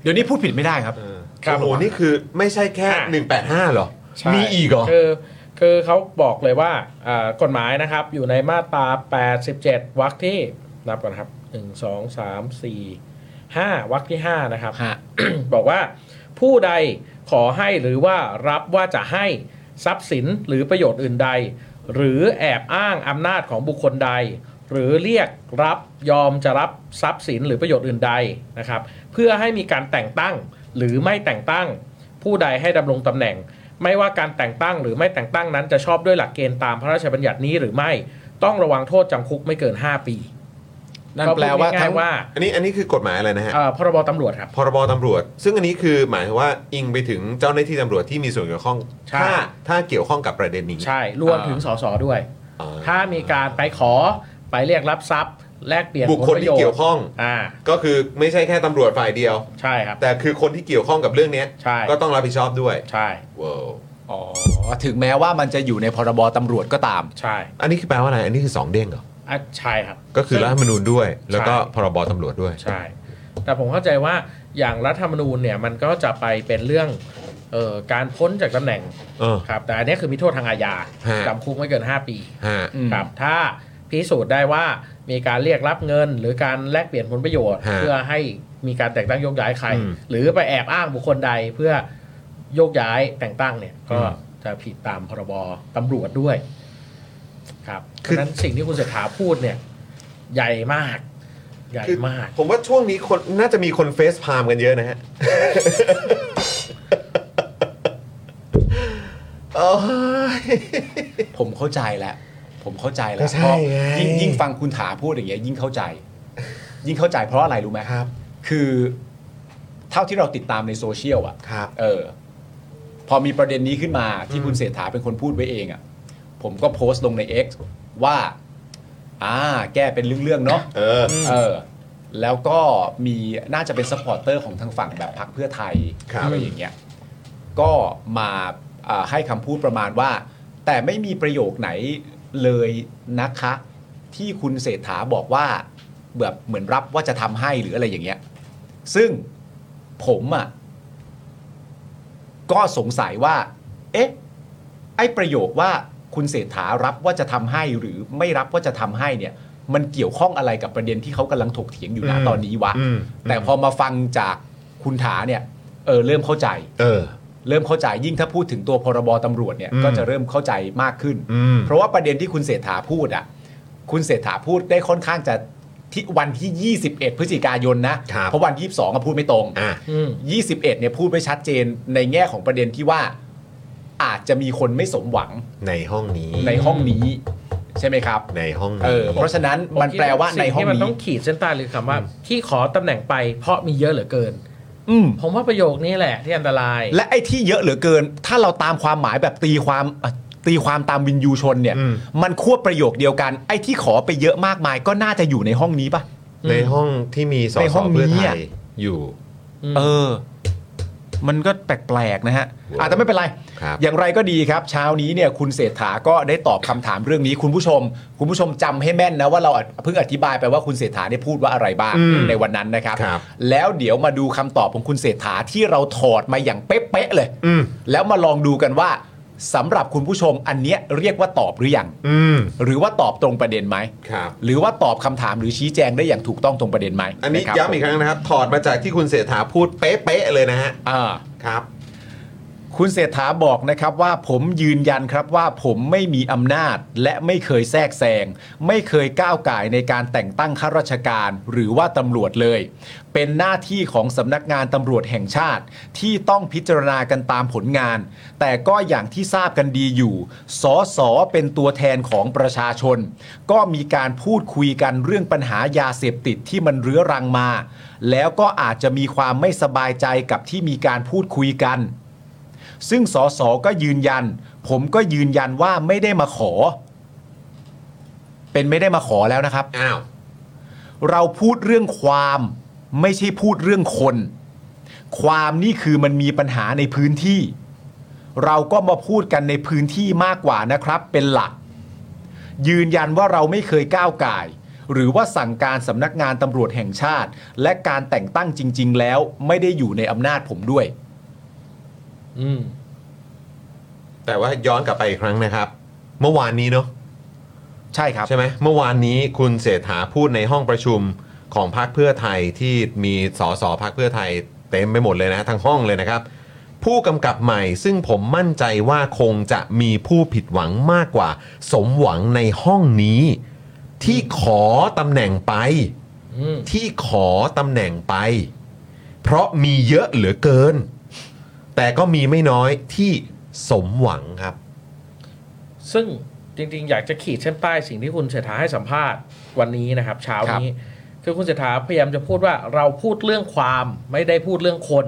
B: เดี๋ยวนี้พูดผิดไม่ได้ครับ
C: เออ
F: ครับ
C: โอ้โหนี่คือไม่ใช่แค่
F: อ่ะ
C: 185เหรอ
F: ใช่
C: มีอีกเหรอ
F: คือคือเขาบอกเลยว่าอ่ากฎหมายนะครับ อยู่ในมาตรา 87 วรรคที่นับก่อนครับ 1 2 3 4 5วรรคที่ 5 นะครับ
B: ฮะ
F: บอกว่าผู้ใดขอให้หรือว่ารับว่าจะให้ทรัพย์สินหรือประโยชน์อื่นใด หรือแอบอ้างอำนาจของบุคคลใด หรือเรียกรับยอมจะรับทรัพย์สินหรือประโยชน์อื่นใดนะครับ เพื่อให้มีการแต่งตั้งหรือไม่แต่งตั้ง ผู้ใดให้ดำรงตำแหน่ง ไม่ว่าการแต่งตั้งหรือไม่แต่งตั้งนั้นจะชอบด้วยหลักเกณฑ์ตามพระราชบัญญัตินี้หรือไม่ต้องระวังโทษจำคุกไม่เกิน 5 ปี
B: นั่นแปลว่า
F: ก็พูด
B: ทั้
F: ง่าง ยๆว่า
C: อันนี้อันนี้คือกฎหมายอะไรนะฮะ
F: เอ่อพรบตำรวจครับ
C: พรบตำรวจ ซึ่งอันนี้คือหมายถึงว่าอิงไปถึงเจ้าหน้าที่ตำรวจที่มีส่วนเกี่ยวข้อง
F: ใช่
C: ถ้าถ้าเกี่ยวข้องกับประเด็นนี้
F: ใช่รวมถึงสสด้วย
C: อ่
F: ถ้ามีการไปขอไปเรียกรับทรัพย์ แลกเปลี่ยน
C: บุคคลที่เกี่ยวข้อง
F: อ่า
C: ก็คือไม่ใช่แค่ตำรวจฝ่ายเดียว
F: ใช่ครับ
C: แต่คือคนที่เกี่ยวข้องกับเรื่องเนี้ย
F: ใช่
C: ก็ต้องรับผิดชอบด้วย
F: ใช่
C: ว้าว
B: อ๋อถึงแม้ว่ามันจะอยู่ในพรบตำรวจก็ตาม
F: ใช่
C: อันนี้คือแปลว่าอะไร อันนี้คือสองเด้งเหรอ
F: อ่ะใช่ครับ
C: ก็คือรัฐธรรมนูญด้วย แล้วก็
F: ใช่
C: พรบตำรวจด้วย
F: ใช่ แต่ผมเข้าใจว่าอย่างรัฐธรรมนูญเนี่ยมันก็จะไปเป็นเรื่องเอ่อการพ้นจากตำแหน่ง
C: เออ
F: ครับ แต่อันนี้คือมีโทษทางอาญา
C: ฮะ
F: จำคุกไม่เกิน 5 ปี
C: ฮะ
B: อืม
F: ครับ ถ้าพิสูจน์ได้ว่ามีการเรียกรับเงิน หรือการแลกเปลี่ยนผลประโยชน์
C: ฮะ
F: เพื่อให้มีการแต่งตั้งโยกย้ายใคร
C: อืม
F: หรือไปแอบอ้างบุคคลใดเพื่อโยกย้ายแต่งตั้งเนี่ยก็
C: อืม
F: จะผิดตามพรบตำรวจด้วย ครับเพ
C: คือ
F: ราะฉะนั้นสิ่งที่คุณเศรษฐาพูดเนี่ย ใหญ่มาก ใหญ่
C: คือ
F: มาก
C: ผมว่าช่วงนี้คนน่าจะมีคนเฟซไทม์กันเยอะนะ ฮะ โอ้ย
B: ผมเข้าใจแล้ว ผมเข้าใจ
C: ก็
B: แล้ว
C: ใช่
B: เพราะ
C: ไง
B: ยิ่งยิ่งฟังคุณถาพูดอย่างเงี้ยยิ่งเข้าใจ ยิ่งเข้าใจเพราะอะไรรู้ไหม
C: ครับ
B: คือ เท่าที่เราติดตามในโซเชียลอ่ะ
C: ครับ
B: เออ พอมีประเด็นนี้ขึ้นมาที่คุณเศรษฐาเป็นคนพูดไว้เองอะ่ะ ผมก็โพสต์ลงใน X ว่า อ่า แก้เป็นเรื่องๆเนาะ
C: เออ
B: เออ แล้วก็มีน่าจะเป็นซัพพอร์ตเตอร์ของทางฝั่งแบบพรรคเพื่อไทย
C: ครับ
B: อะไรอย่างเงี้ย ก็มาอ่าให้คำพูดประมาณว่า แต่ไม่มีประโยคไหนเลยนะคะ ที่คุณเศรษฐาบอกว่าแบบเหมือนรับว่าจะทำให้หรืออะไรอย่างเงี้ย ซึ่งผมอ่ะ ก็สงสัยว่า เอ๊ะ ไอ้ประโยคว่าคุณเศรษฐารับว่าจะทำให้หรือไม่รับว่าจะทำให้เนี่ย มันเกี่ยวข้องอะไรกับประเด็นที่เขากำลังถกเถียงอยู่นะ
C: อืม
B: ตอนนี้วะ
C: อืม
B: แต่พอมาฟังจากคุณถาเนี่ย เออเริ่มเข้าใจ
C: เออ
B: เริ่มเข้าใจยิ่งถ้าพูดถึงตัวพรบตำรวจเนี่ย
C: อืม
B: ก็จะเริ่มเข้าใจมากขึ้น
C: อืม
B: เพราะว่าประเด็นที่คุณเศรษฐาพูดอ่ะ คุณเศรษฐาพูดได้ค่อนข้างจะที่วันที่ 21 พฤศจิกายนนะครับ เพราะวัน 22ก็พูดไม่ตรง
C: อ่ะ
F: อืม
B: 21เนี่ยพูดไว้ชัดเจนในแง่ของประเด็นที่ว่าอาจจะมีคนไม่สมหวัง
C: ในห้องนี้
B: ในห้องนี้ ใช่ไหมครับ
C: ในห้องนี้
B: เออ เพราะฉะนั้นมันแปลว่าในห้อง
F: สิ่ที่มันต้
B: นี้
F: องขีดเส้นใต้หรือคำว่าที่ขอตำแหน่งไปเพราะมีเยอะเหลือเกิน
B: อืม
F: ผมว่าประโยคนี้แหละที่อันตราย
B: และไอ้ที่เยอะเหลือเกิน ถ้าเราตามความหมายแบบตีความอ่ะตีความตามวินยูชนเนี่ย มันควบประโยคเดียวกัน ไอ้ที่ขอไปเยอะมากมาย ก็น่าจะอยู่ในห้องนี้ป่ะ
C: ในห้องที่มีส
B: ในห้
C: ส
B: องนี้
C: เพื่อไท
B: อะ
C: ยอยู่
F: อืม
B: เออ มันก็แปลกๆนะฮะอาจจะแต่ไม่เป็นไร
C: ครับ
B: อย่างไรก็ดีครับ เช้านี้เนี่ยคุณเศรษฐาก็ได้ตอบคำถามเรื่องนี้ คุณผู้ชม คุณผู้ชมจำให้แม่นนะว่าเราเพิ่งอธิบายไปว่าคุณเศรษฐาได้พูดว่าอะไรบ้าง
C: อืม
B: ในวันนั้นนะครับ
C: ครับ
B: แล้วเดี๋ยวมาดูคำตอบของคุณเศรษฐาที่เราถอดมาอย่างเป๊ะๆเลย
C: อืม
B: แล้วมาลองดูกันว่าสำหรับคุณผู้ชมอันเนี้ยเรียกว่าตอบหรือยัง
C: อืม
B: หรือว่าตอบตรงประเด็นไหม
C: ครับ
B: หรือว่าตอบคำถามหรือชี้แจงได้อย่างถูกต้องตรงประเด็นไหม
C: อันนี้
B: ะครับ
C: ย้ำอีกครั้งนะครับ ถอดมาจากที่คุณเสถาพูดเป๊ะๆเลยนะฮะ
B: อ่า
C: ครับ
B: คุณเศรษฐาบอกนะครับว่าผมยืนยันครับว่าผมไม่มีอำนาจและไม่เคยแทรกแซง ไม่เคยก้าวไก่ายในการแต่งตั้งข้าราชการ หรือว่าตำรวจเลย เป็นหน้าที่ของสำนักงานตำรวจแห่งชาติ ที่ต้องพิจารณากันตามผลงาน แต่ก็อย่างที่ทราบกันดีอยู่ สสเป็นตัวแทนของประชาชน ก็มีการพูดคุยกันเรื่องปัญหายาเสพติดที่มันเรื้อรังมา แล้วก็อาจจะมีความไม่สบายใจกับที่มีการพูดคุยกัน ซึ่งสสก็ยืนยัน ผมก็ยืนยันว่าไม่ได้มาขอ เป็นไม่ได้มาขอแล้วนะครับ
C: อ้าว
B: เราพูดเรื่องความไม่ใช่พูดเรื่องคน ความนี่คือมันมีปัญหาในพื้นที่ เราก็มาพูดกันในพื้นที่มากกว่านะครับ เป็นหลัก ยืนยันว่าเราไม่เคยก้าวไก่าย หรือว่าสั่งการสำนักงานตำรวจแห่งชาติ และการแต่งตั้งจริง ๆ แล้วไม่ได้อยู่ในอำนาจผมด้วย
F: อืม
C: แต่ว่าย้อนกลับไปอีกครั้งนะครับ เมื่อวานนี้เนาะ
B: ใช่ครับ
C: ใช่ไหมเมื่อวานนี้คุณเศรษฐาพูดในห้องประชุมของพรรคเพื่อไทยที่มีสสพรรคเพื่อไทยเต็มไปหมดเลยนะทั้งห้องเลยนะครับ ผู้กำกับใหม่ซึ่งผมมั่นใจว่าคงจะมีผู้ผิดหวังมากกว่า สมหวังในห้องนี้ ที่ขอตำแหน่งไป
F: อืม
C: ที่ขอตำแหน่งไป เพราะมีเยอะเหลือเกิน แต่ก็มีไม่น้อยที่ สมหวังครับ
F: ซึ่งจริงๆ อยากจะขีดเส้นใต้สิ่งที่คุณเศรษฐาให้สัมภาษณ์วันนี้นะครับ เช้านี้ คือคุณเศรษฐาพยายามจะพูดว่าเราพูดเรื่องความไม่ได้พูดเรื่องคน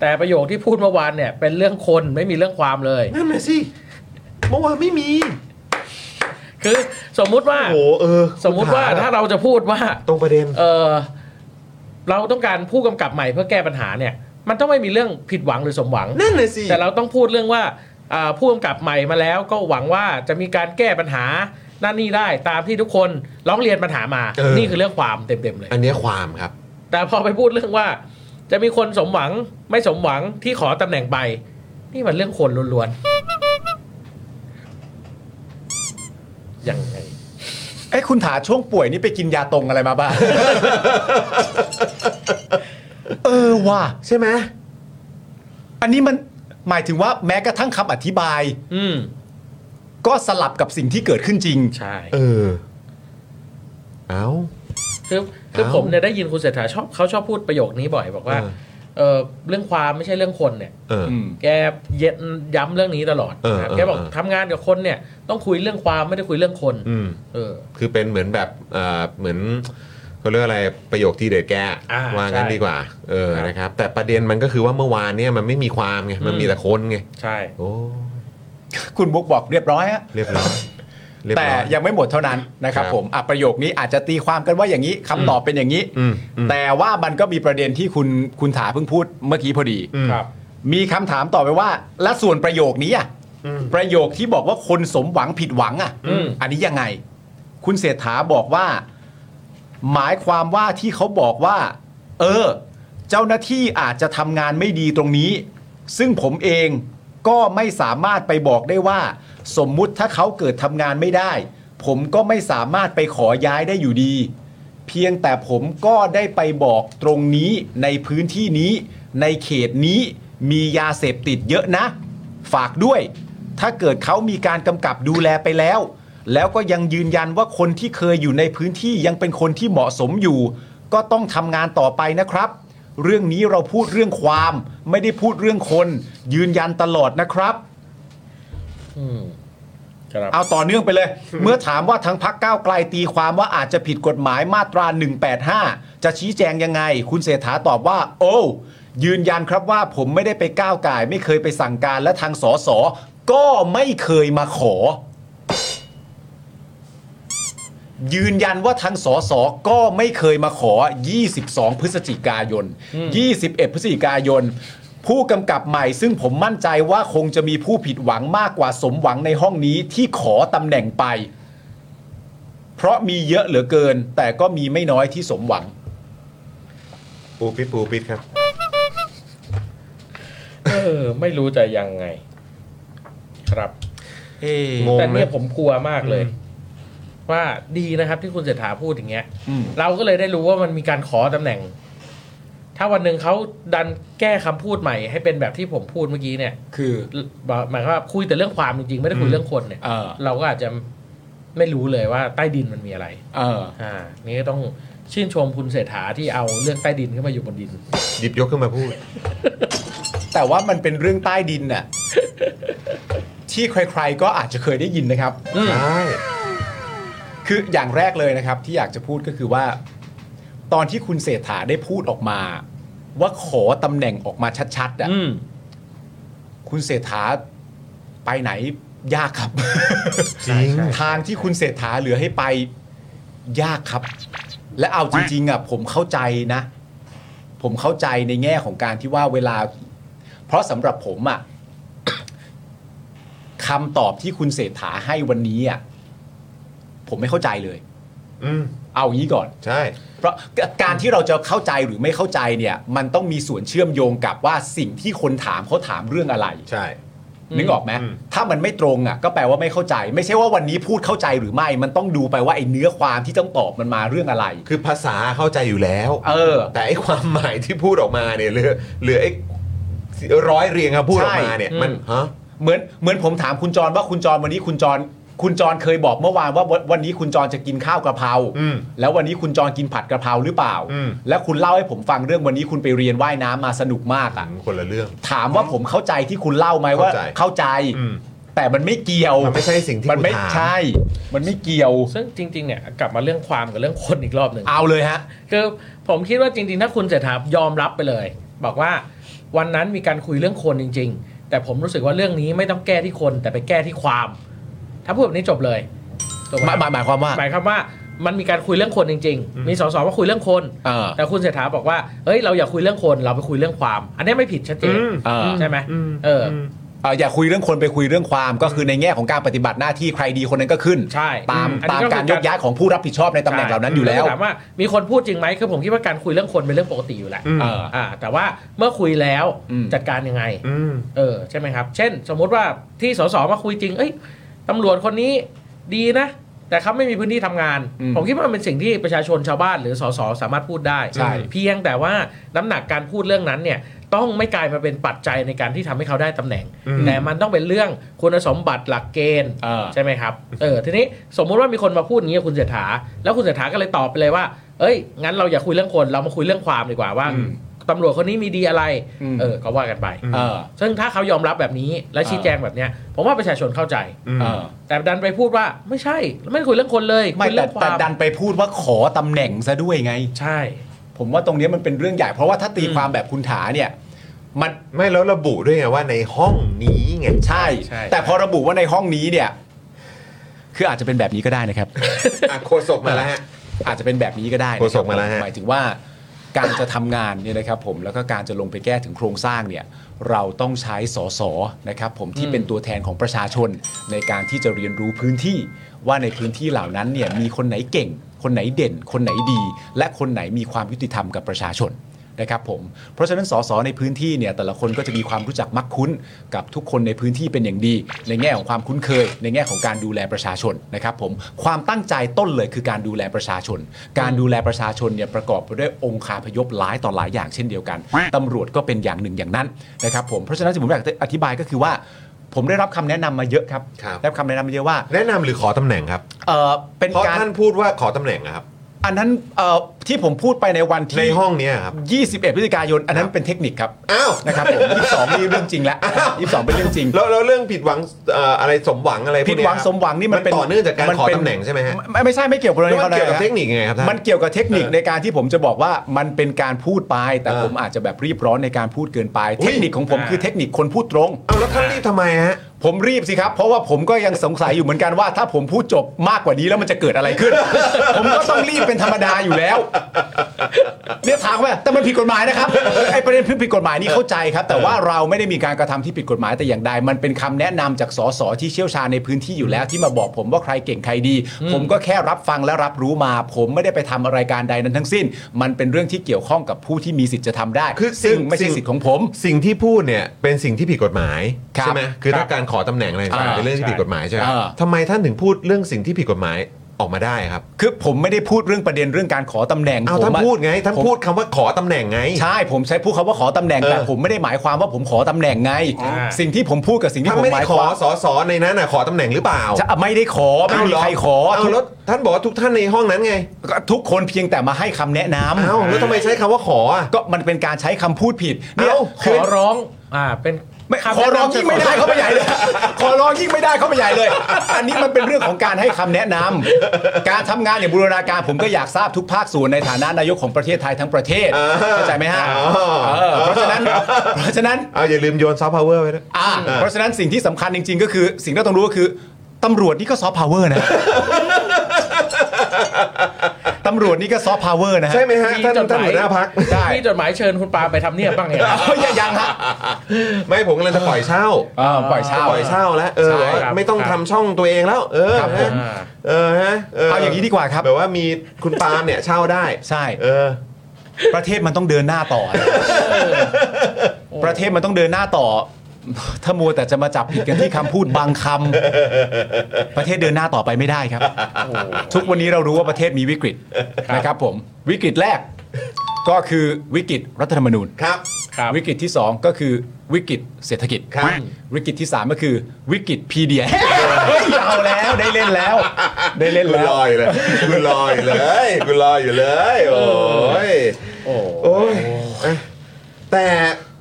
F: แต่ประโยคที่พูดเมื่อวานเนี่ย เป็นเรื่องคนไม่มีเรื่องความเลย
C: นั่นแหละสิเมื่อวานไม่มี
F: คือสมมุติว่า
C: โอ้โหเออ
F: สมมุติว่าถ้าเราจะพูดว่า
C: ตรงประเด็น
F: เออเราต้องการผู้กำกับใหม่เพื่อแก้ปัญหาเนี่ย มันต้องไม่มีเรื่องผิดหวังหรือสมหวัง
C: นั่นแหละสิ
F: แต่เราต้องพูดเรื่องว่าอ่าผู้กำกับใหม่มาแล้วก็หวังว่าจะมีการแก้ปัญหานั่นนี่ได้ตามที่ทุกคนร้องเรียนปัญหามา
C: เออ
F: นี่คือเรื่องความเต็มๆเลย
C: อันเนี้ยความครับ
F: แต่พอไปพูดเรื่องว่า จะมีคนสมหวังไม่สมหวังที่ขอตำแหน่งไป นี่มันเรื่องคนล้วนๆยังไง
B: ไอ้ยคุณถาช่วงป่วยนี่ไปกินยาตรงอะไรมาบ้าง เออว่ะ
C: ใช่ไหม
B: อันนี้มันหมายถึงว่าแม้กระทั่งคำอธิบาย
F: อืม
B: ก็สลับกับสิ่งที่เกิดขึ้นจริง
F: ใช่
C: เออ เอา
F: คือคือ
C: เอ้า
F: ผมเนี่ยได้ยินคุณเศรษฐาชอบเขาชอบพูดประโยคนี้บ่อยบอกว่า
C: เออ
F: เออเรื่องความไม่ใช่เรื่องคนเนี่ย
C: เออ
F: แกเย็นย้ำเรื่องนี้ตลอด
C: เออ
F: นะครับ
C: เออ
F: แกบอก
C: เออ
F: ทำงานกับคนเนี่ย ต้องคุยเรื่องความไม่ได้คุยเรื่องคน
C: อืม
F: เออ
C: คือเป็นเหมือนแบบเอ่อเหมือนเขาเรียกอะไรประโยคที่เด็ดแก้
F: อ่า
C: ว่างั้น
F: ใช่
C: ดีกว่า เออ
F: ครับ
C: นะครับ แต่ประเด็นมันก็คือว่าเมื่อวานเนี่ยมันไม่มีความไงมัน
F: อืม
C: มีแต่คนไง
F: ใช่
C: โอ้
B: คุณบุ๊กบอกเรียบร้อยฮะ
C: เรียบร้อยเรียบ
B: แต่
C: ร้อย
B: ยังไม่หมดเท่านั้นนะครับ
C: ครับ
B: ผมอ่ะประโยคนี้อาจจะตีความกันว่าอย่างนี้คำตอบเป็นอย่างนี้
C: อืมอืม
B: แต่ว่ามันก็มีประเด็นที่คุณคุณถาเพิ่งพูดเมื่อกี้พอดี
C: อืม
F: ครับ
B: มีคำถามต่อไปว่า และส่วนประโยคนี้อ่ะ
C: อืม
B: ประโยคที่บอกว่าคนสมหวังผิดหวังอ่ะ
F: อืม
B: อันนี้ยังไง คุณเศรษฐาบอกว่า หมายความว่าที่เขาบอกว่า เออ เจ้าหน้าที่อาจจะทำงานไม่ดีตรงนี้ ซึ่งผมเองก็ไม่สามารถไปบอกได้ว่า สมมุติถ้าเขาเกิดทำงานไม่ได้ ผมก็ไม่สามารถไปขอย้ายได้อยู่ดี เพียงแต่ผมก็ได้ไปบอกตรงนี้ในพื้นที่นี้ ในเขตนี้มียาเสพติดเยอะนะ ฝากด้วย ถ้าเกิดเขามีการกำกับดูแลไปแล้ว แล้วก็ยังยืนยันว่าคนที่เคยอยู่ในพื้นที่ยังเป็นคนที่เหมาะสมอยู่ ก็ต้องทำงานต่อไปนะครับ เรื่องนี้เราพูดเรื่องความ ไม่ได้พูดเรื่องคน ยืนยันตลอดนะครับ
F: อืมครับ
B: เอาต่อเนื่องไปเลย เมื่อถามว่าทางพักก้าวไกลตีความว่าอาจจะผิดกฎหมายมาตรา 185 จะชี้แจงยังไง คุณเศรษฐาตอบว่า โอ้ยืนยันครับว่าผมไม่ได้ไปก้าวไก่าย ไม่เคยไปสั่งการและทางสอสอก็ไม่เคยมาขอ ยืนยันว่าทางสอสอก็ไม่เคยมาขอ 22 พฤศจิกายน 21 พฤศจิกายน ผู้กำกับใหม่ซึ่งผมมั่นใจว่าคงจะมีผู้ผิดหวังมากกว่าสมหวังในห้องนี้ที่ขอตำแหน่งไป เพราะมีเยอะเหลือเกิน แต่ก็มีไม่น้อยที่สมหวัง
C: ปูปิดปูปิดครับ
F: เออไม่รู้จะยังไง ครับ
C: งง
F: แต่เนี่ย
C: นะ
F: ผมกลัวมากเลย ว่าดีนะครับที่คุณเศรษฐาพูดอย่างเงี้ย
B: อืม
F: เราก็เลยได้รู้ว่ามันมีการขอตำแหน่ง ถ้าวันหนึ่งเขาดันแก้คำพูดใหม่ ให้เป็นแบบที่ผมพูดเมื่อกี้เนี่ย
B: คือ
F: หมายความว่าคุยแต่เรื่องความจริงๆ ไม่ได้คุยเรื่องคนเนี่ย
B: เออ
F: เราก็อาจจะไม่รู้เลยว่าใต้ดินมันมีอะไร
B: เออ
F: อ่า นี่ก็ต้องชื่นชมคุณเศรษฐาที่เอาเรื่องใต้ดินขึ้นมาอยู่บนดิน
C: หยิบยกขึ้นมาพูด
B: แต่ว่ามันเป็นเรื่องใต้ดินน่ะ ที่ใครๆก็อาจจะเคยได้ยินนะครับ
C: ใช่
B: คืออย่างแรกเลยนะครับที่อยากจะพูดก็คือว่า ตอนที่คุณเศรษฐาได้พูดออกมา ว่าขอตำแหน่งออกมาชัดๆอ่ะ
F: อืม
B: คุณเศรษฐาไปไหนยากครับ
C: จริง
B: ทางที่คุณเศรษฐาเหลือให้ไปยากครับ และเอาจริงๆอ่ะผมเข้าใจนะ ผมเข้าใจในแง่ของการที่ว่าเวลา เพราะสำหรับผมอ่ะ คำตอบที่คุณเศรษฐาให้วันนี้อ่ะผมไม่เข้าใจเลย
C: อืม
B: เอางี้ก่อน
C: ใช่
B: เพราะการที่เราจะเข้าใจหรือไม่เข้าใจเนี่ย มันต้องมีส่วนเชื่อมโยงกับว่าสิ่งที่คนถามเขาถามเรื่องอะไร
C: ใช่
B: นึกออกไหม
C: อืม
B: ถ้ามันไม่ตรงอ่ะก็แปลว่าไม่เข้าใจ ไม่ใช่ว่าวันนี้พูดเข้าใจหรือไม่ มันต้องดูไปว่าไอ้เนื้อความที่ต้องตอบมันมาเรื่องอะไร
C: คือภาษาเข้าใจอยู่แล้ว
B: เออ
C: แต่ไอ้ความหมายที่พูดออกมาเนี่ยเหลือเหลือไอ้ร้อยเรียงครับพูดออกมาเนี่ยมันฮะ
B: เหมือนเหมือนผมถามคุณจรว่าคุณจรวันนี้คุณจร คุณจรเคยบอกเมื่อวานว่าวันวันนี้คุณจรจะกินข้าวกะเพรา
C: อืม
B: แล้ววันนี้คุณจรกินผัดกะเพราหรือเปล่า
C: อืม
B: แล้วคุณเล่าให้ผมฟังเรื่องวันนี้คุณไปเรียนว่ายน้ำมาสนุกมากอ่ะ
C: คนละเรื่อง
B: ถามว่าผมเข้าใจที่คุณเล่าไหมว่า
C: เข้าใจ
B: เข้าใจ
C: อืม
B: แต่มันไม่เกี่ยว
C: มันไม่ใช่สิ่งที่
B: มันไม่
C: คุณถาม
B: ใช่ มันไม่เกี่ยว
F: ซึ่งจริงๆเนี่ยกลับมาเรื่องความกับเรื่องคนอีกรอบหนึ่ง
B: เอาเลยฮะ
F: คือผมคิดว่าจริงๆ ถ้าคุณเศรษฐายอมรับไปเลย บอกว่าวันนั้นมีการคุยเรื่องคนจริง ๆ แต่ผมรู้สึกว่าเรื่องนี้ไม่ต้องแก้ที่คนแต่ไปแก้ที่ความ ถ้าพูดแบบนี้จบเลยถูกไห
B: มายหมายหมายความว่า
F: หมายความว่ามันมีการคุยเรื่องคนจริง ๆ มีสสว่าคุยเรื่องคน
B: เออ
F: แต่คุณเศรษฐาบอกว่าเฮ้ยเราอย่าคุยเรื่องคนเราไปคุยเรื่องความ อันนี้ไม่ผิดชัดเจน
C: อืม
B: เออ
F: ใช่ไหมเอออ
B: เอ่ออย่าคุยเรื่องคนไปคุยเรื่องความก็คือในแง่ของการปฏิบัติหน้าที่ใครดีคนนั้นก็ขึ้น
F: ใช่
B: ตาม
F: อันนี้
B: ตาม
F: ก็คือ
B: การยกย้ายของผู้รับผิดชอบในตำแหน่งเหล่านั้นอยู่แล้ว
F: ถามว่ามีคนพูดจริงไหมคือผมคิดว่าการคุยเรื่องคนเป็นเรื่องปกติอยู่แหละ
C: อืม
F: เอออ่าแต่ว่าเมื่อคุยแล้ว
B: อืม
F: จัดการยังไง
C: อืม
F: เออใช่ไหมครับ เช่น สมมุติว่าที่สสมาคุยจริง เอ้ยตำรวจคนนี้ดีนะ แต่เขาไม่มีพื้นที่ทำงาน
B: อืม
F: ผมคิดว่ามันเป็นสิ่งที่ประชาชนชาวบ้านหรือสสสามารถพูดได้
B: ใช่
F: เพียงแต่ว่าน้ำหนักการพูดเรื่องนั้นเนี่ยต้องไม่กลายมาเป็นปัจจัยในการที่ทำให้เขาได้ตำแหน่ง
C: อืม
F: แต่มันต้องเป็นเรื่องคุณสมบัติหลักเกณฑ์
B: เออ
F: ใช่ไหมครับ เออ ทีนี้สมมุติว่ามีคนมาพูดอย่างนี้กับคุณเศรษฐา แล้วคุณเศรษฐาก็เลยตอบไปเลยว่า เอ้ย งั้นเราอย่าคุยเรื่องคน เรามาคุยเรื่องความดีกว่าว่า
B: อืม
F: ตำรวจคนนี้มีดีอะไร
B: อืม
F: เออ ก็ว่ากันไป
B: เออ
F: ซึ่งถ้าเขายอมรับแบบนี้ และชี้แจงแบบเนี้ย ผมว่าประชาชนเข้าใจ
C: อืม
B: เออ
F: แต่ดันไปพูดว่าไม่ใช่ ไม่ได้คุยเรื่องคนเลย
B: ไม่
F: คุ
B: แต่
F: ยเรื่องควา
B: แต่
F: ม
B: ดันไปพูดว่าขอตำแหน่งซะด้วยไง
F: ใช่
B: ผมว่าตรงเนี้ยมันเป็นเรื่องใหญ่ เพราะว่าถ้าตีความแบบคุณถาเนี่ย มัน
C: ไม่แล้วระบุด้วยไงว่าในห้องนี้ไง
B: ใช่
F: ใช่
B: แต่พอระบุว่าในห้องนี้เนี่ย คืออาจจะเป็นแบบนี้ก็ได้นะครับ
C: อ่ะโคศกมาแล้วฮะ
B: อาจจะเป็นแบบนี้ก็ได้นะครับ
C: โฆษกมาแล้วฮะ
B: หมายถึงว่าการจะทำงานเนี่ยนะครับผมแล้วก็การจะลงไปแก้ถึงโครงสร้างเนี่ยเราต้องใช้สสนะครับผมที่เป็นตัวแทนของประชาชน ในการที่จะเรียนรู้พื้นที่ว่าในพื้นที่เหล่านั้นเนี่ยมีคนไหนเก่ง คนไหนเด่น คนไหนดี และคนไหนมีความยุติธรรมกับประชาชน นะครับผม เพราะฉะนั้นสสในพื้นที่เนี่ยแต่ละคนก็จะมีความรู้จักมักคุ้นกับทุกคนในพื้นที่เป็นอย่างดี ในแง่ของความคุ้นเคย ในแง่ของการดูแลประชาชนนะครับผมความตั้งใจต้นเลยคือการดูแลประชาชน การดูแลประชาชนเนี่ยประกอบไปด้วยองค์คาพยพหลายต่อหลายอย่างเช่นเดียวกันตำรวจก็เป็นอย่างหนึ่งอย่างนั้นนะครับผมเพราะฉะนั้นที่ผมอยากจะอธิบายก็คือว่า ผมได้รับคำแนะนำมาเยอะครับ
C: ครับ
B: ได้รับคำแนะนำมาเยอะว่า
C: แนะนำหรือขอตำแหน่งครับ
B: เออเป็น
C: เพราะ
B: การ
C: ท่านพูดว่าขอตำแหน่งอะครับ
B: อันนั้นเอ่อที่ผมพูดไปในวัน
C: ใน
B: ที่
C: ห้องเนี้ยครับ
B: 21 พฤศจิกายน อันนั้นเป็นเทคนิคครับ
C: อ้าว
B: นะครับผม22นี่เรื่องจริงแล้ว22 เป็นเรื่องจริง
C: แล้วแล้วเรื่องผิดหวังเอ่ออะไรสมหวังอะไรพก
B: ผิด
C: เนี้ย
B: หวัง
C: ครับ
B: สมหวังนี่มันเป็น
C: ต่อเนื่องจากการ
B: มั
C: ขอ
B: เป็
C: ตำแหน่งใช่ไหมฮะ
B: ไม่ไม่ใช่ไม่เกี่ยวกับเรื่อง
C: แล้
B: นี้
C: วมันเกี่ยวกับ
B: ท่า
C: เทคนิคยังไงครับท่าน
B: มันเกี่ยวกับเทคนิคในการที่ผมจะบอกว่ามันเป็นการพูดไป แต่
C: เออ
B: ผมอาจจะแบบรีบร้อนในการพูดเกินไป
C: อุ๊ย
B: เทคนิคของผม
F: อ่า
B: คือเทคนิคคนพูดตรง
C: เอาแล้วท่านรีบทำไมฮะ
B: ผมรีบสิครับ เพราะว่าผมก็ยังสงสัยอยู่เหมือนกันว่า ถ้าผมพูดจบมากกว่านี้แล้วมันจะเกิดอะไรขึ้น ผมก็ต้องรีบเป็นธรรมดาอยู่แล้ว เนี่ยถามว่าแต่มันผิดกฎหมายนะครับไอ้ประเด็นผิดกฎหมายนี่เข้าใจครับ แต่ว่าเราไม่ได้มีการกระทำที่ผิดกฎหมายแต่อย่างใดมันเป็นคำแนะนำจากสสที่เชี่ยวชาญในพื้นที่อยู่แล้ว ที่มาบอกผมว่าใครเก่งใครดี ผมก็แค่รับฟังและรับรู้มา ผมไม่ได้ไปทำอะไรการใดนั้นทั้งสิ้น มันเป็นเรื่องที่เกี่ยวข้องกับผู้ที่มีสิทธิ์จะทำได้
C: คือสิ่ง
B: ซึ่งไม่ใช่สิทธิ์ของผม
C: สิ่งที่พูดเนี่ยเป็นสิ่งที่ผิดกฎหมาย
B: ครับ
C: ใช่ไหมคือถ้า
F: ครับ
C: การขอตำแหน่งอะไรต่างๆ
B: อ่า
C: เป็นเรื่องที่ผิดกฎหมายใช่ไหม
B: อ่า
C: ทำไมท่านถึงพูดเรื่องสิ่งที่ผิดกฎหมายออกมาได้ครับ
B: คือผมไม่ได้พูดเรื่องประเด็นเรื่องการขอตำแหน่ง
C: เอา
B: ผม
C: ท่าน
B: อะ
C: พูดไงท่าน
B: ผม
C: พูดคำว่าขอตำแหน่งไง
B: ใช่ผมใช้พูดคำว่าขอตำแหน่ง
C: เออ
B: แต่ผมไม่ได้หมายความว่าผมขอตำแหน่งไง
F: อ่า
B: สิ่งที่ผมพูดกับสิ่งที่
C: ท่าน
B: ผม
C: ไม่
B: ห
C: ได้
B: มายค
C: ขอ
B: วาม
C: สอสอในนั้นน่ะขอตำแหน่งหรือเปล่า
B: จะไม่ได้ขอไม่มีใครขอ
C: เอาแล้วท่านบอกว่าทุกท่านในห้องนั้นไง
B: ก็ทุกคนเพียงแต่มาให้คำแนะน
C: เอา
B: ำ
C: แล้วทำไมใช้คำว่าขออ่ะ
B: ก็มันเป็นการใช้คำพูดผิดเนี่ย
C: เอ้า
F: ข
B: คือ อ
F: ร้อง อ่า เป็น
B: ไม่
F: คำ
B: ขอ
F: แนะนำ
B: ร้องยิ่งไม่ได้เข้าไปให ญ่เลย ขอร้องยิ่งไม่ได้เข้าไปใหญ่เลย อันนี้มันเป็นเรื่องของการให้คำแนะนำการทำงานอย่างบูรณาการผมก็อยากทราบทุกภาคส่วนในฐานะนายกของประเทศไทยทั้งประเทศเข้าใจไหมฮะ
C: อ๋อ
B: เออเพราะฉะนั้นเพราะฉะนั้น
C: เอาอย่าลืมโยนซอฟต์พาวเวอร์ไว้ด้วย
B: อ่า
C: อ่า
B: เพราะฉะนั้นสิ่งที่สำคัญจริง ๆ ก็คือสิ่งที่เราต้องรู้ก็คือตำรวจนี่ก็ซอฟต์พาวเวอร์นะ ตำรวจนี่ก็ซอฟต์พาวเวอร์นะฮะ
C: ใช่ไหมฮะท่านท่านหัวหน้าพัก
B: ได้
F: มีจดหมายเชิญคุณปาไปทำเนียบบ้างเนี่ย
B: เอ้ยยังฮะ
C: ไม่ผมกำลังจะปล่อยเช่า
B: อ่าปล่อยเช่า
C: ปล่อยเช่าแล้วเออ
B: ใช่
C: บอกว่า
F: ครับ
C: ไม่ต้อง
F: ครั
C: ทำ
F: บ
C: ช่องตัวเองแล้ว เออ
B: ครับผม
C: ฮะเออฮะ
B: เอาอย่างนี้ดีกว่าครับ
C: แบบว่ามีคุณปาล์มเนี่ยเช่าได้
B: ใช่
C: เออ
B: ประเทศมันต้องเดินหน้า ต่อนะประเทศมันต้องเดินหน้าต่อ ถ้ามัวแต่จะมาจับผิดกันที่คำพูดบางคำ ประเทศเดินหน้าต่อไปไม่ได้ครับ ทุกวันนี้เรารู้ว่าประเทศมีวิกฤต
F: ครับ
B: นะครับผมวิกฤตแรก ก็คือวิกฤตรัฐธรรมนูญ
C: ครับ
F: ครับ
B: วิกฤตที่ 2 ก็คือ วิกฤตเศรษฐกิจ
A: ครับ
B: วิกฤตที่ 3 ก็คือวิกฤตพีเดียเอาแล้วได้เล่นแล้ว ได้เล่น
A: กู
B: แล้
A: ล
B: ว
A: อยเลยกูลอยเลยกูลอยอยู่เลย โอ้ย
F: โอ้
A: โอ้ยอ่ะแต่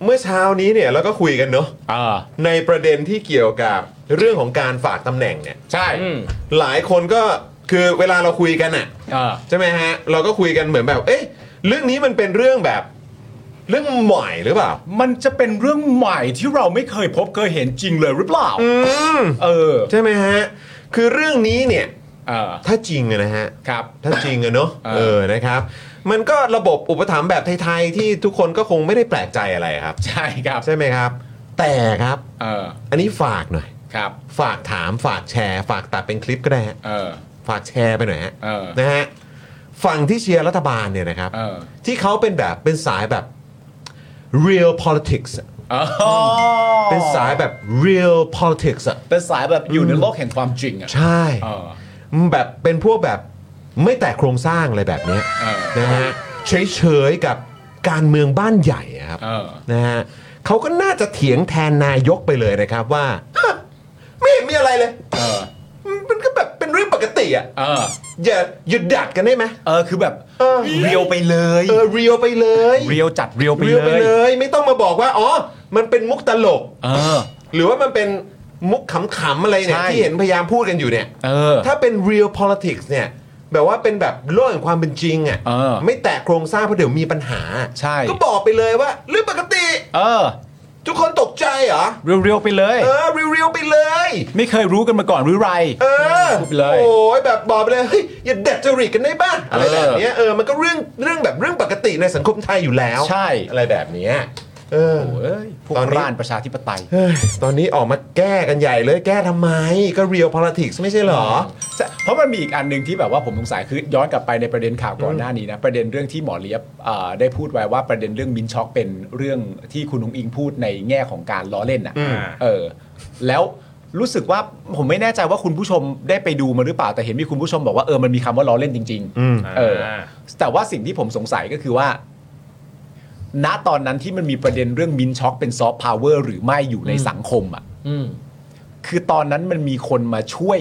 A: เมื่อเช้านี้เนี่ยเราก็คุยกันเนอะ
B: อ่า
A: ในประเด็นที่เกี่ยวกับเรื่องของการฝากตำแหน่งเนี่ย
B: ใช่
F: อืม
A: หลายคนก็คือเวลาเราคุยกันอ่ะ
B: เออ
A: ใช่ไหมฮะ เราก็คุยกันเหมือนแบบ เอ๊ะ เรื่องนี้มันเป็นเรื่องแบบ เรื่องใหม่หรือเปล่า
B: มันจะเป็นเรื่องใหม่ที่เราไม่เคยพบเคยเห็นจริงเลยหรือเปล่า
A: อืม
B: เออ
A: ใช่ไหมฮะ คือเรื่องนี้เนี่ย
B: เออ
A: ถ้าจริงอะนะฮะ
B: ครับ
A: ถ้าจริงอะเนอะ
B: เออ
A: เออนะครับ มันก็ระบบอุปถัมภ์แบบไทย ๆ ที่ทุกคนก็คงไม่ได้แปลกใจอะไรครับ
B: ใช่ครับ
A: ใช่ไหมครับ แต่ครับ
B: เออ
A: อันนี้ฝากหน่อย
B: ครับ
A: ฝากถามฝากแชร์ ฝากตัดเป็นคลิปก็ได้ฮะ
B: เออ
A: ฝากแชร์ไปหน่อยฮะ
B: เออ
A: นะฮะฝั่งที่เชียร์รัฐบาลเนี่ยนะครับ
B: เออ
A: ที่เขาเป็นแบบเป็นสายแบบ real politics อะ
B: อ๋อ
A: เป็นสายแบบ real politics อะ
B: เป็นสายแบบอยู่ในโลกแห่งความจริงอ่ะ
A: ใช่
B: เออ
A: แบบเป็นพวกแบบไม่แตะโครงสร้างอะไรแบบเนี้ย
B: เออ
A: นะฮะเฉยๆกับการเมืองบ้านใหญ่อะครับ
B: เออ
A: นะฮะเขาก็น่าจะเถียงแทนนายกไปเลยนะครับว่า ฮะไม่เห็นมีอะไรเลย
B: เออ
A: มันก็แบบเป็นเรื่องปกติอะ
B: เออ
A: อย่าหยุดดัดกันได้ไหม
B: เออ คือแบบ
A: เออ
B: เรียวไปเลย
A: เออเรียวไปเลย
B: เรียวจัดเรียวไป
A: เรียวไป
B: เลย
A: เลย ไม่ต้องมาบอกว่า อ๋อ มันเป็นมุกตลก
B: เออ
A: หรือว่ามันเป็นมุกขำๆอะไรเนี่ย
B: ใช่
A: ที่เห็นพยายามพูดกันอยู่เนี่ย
B: เออ
A: ถ้าเป็น real politics เนี่ย แบบว่าเป็นแบบโลกแห่งความเป็นจริงอ่ะ
B: เออ
A: ไม่แตะโครงสร้างเพราะเดี๋ยวมีปัญหา
B: ใช่
A: ก็บอกไปเลยว่าเรื่องปกติ
B: เออ
A: ทุกคนตกใจเหรอ
B: เรียวๆไปเลย
A: เออ เรียวๆไปเลย
B: ไม่เคยรู้กันมาก่อนหรือไร
A: เออ
B: พูดไปเลย
A: โอ้ยแบบบอกไปเลยเฮ้ยอย่าเด็ดจริตกันได้บ้างอะไร
B: เออ
A: แบบเนี้ยเออมันก็เรื่องเรื่องแบบเรื่องปกติในสังคมไทยอยู่แล้ว
B: ใช่
A: อะไรแบบเนี้ยเออ
B: โอ้ยพวก
A: ตอนนี้
B: ร้านประชาธิปไตย
A: เฮ้ยตอนนี้ออกมาแก้กันใหญ่เลยแก้ทำไมก็ real politics ไม่ใช่เหรอ
B: ใช่เพราะมันมีอีกอันหนึ่งที่แบบว่าผมสงสัยคือย้อนกลับไปในประเด็นข่าวก่อนหน้านี้นะประเด็นเรื่องที่หมอเลียบเอ่อได้พูดไว้ว่าประเด็นเรื่องมินช็อกเป็นเรื่องที่คุณนุงอิงพูดในแง่ของการล้อเล่นอ่ะ
A: อืม
B: เออแล้วรู้สึกว่าผมไม่แน่ใจว่าคุณผู้ชมได้ไปดูมาหรือเปล่าแต่เห็นมีคุณผู้ชมบอกว่าเออมันมีคำว่าล้อเล่นจริง ๆ
A: อืม
B: เออ แต่ว่าสิ่งที่ผมสงสัยก็คือว่า ณตอนนั้นที่มันมีประเด็นเรื่องมินช็อกเป็นซอฟต์พาวเวอร์หรือไม่อยู่ในสังคมอ่ะ
F: อืม
B: คือตอนนั้นมันมีคนมาช่วย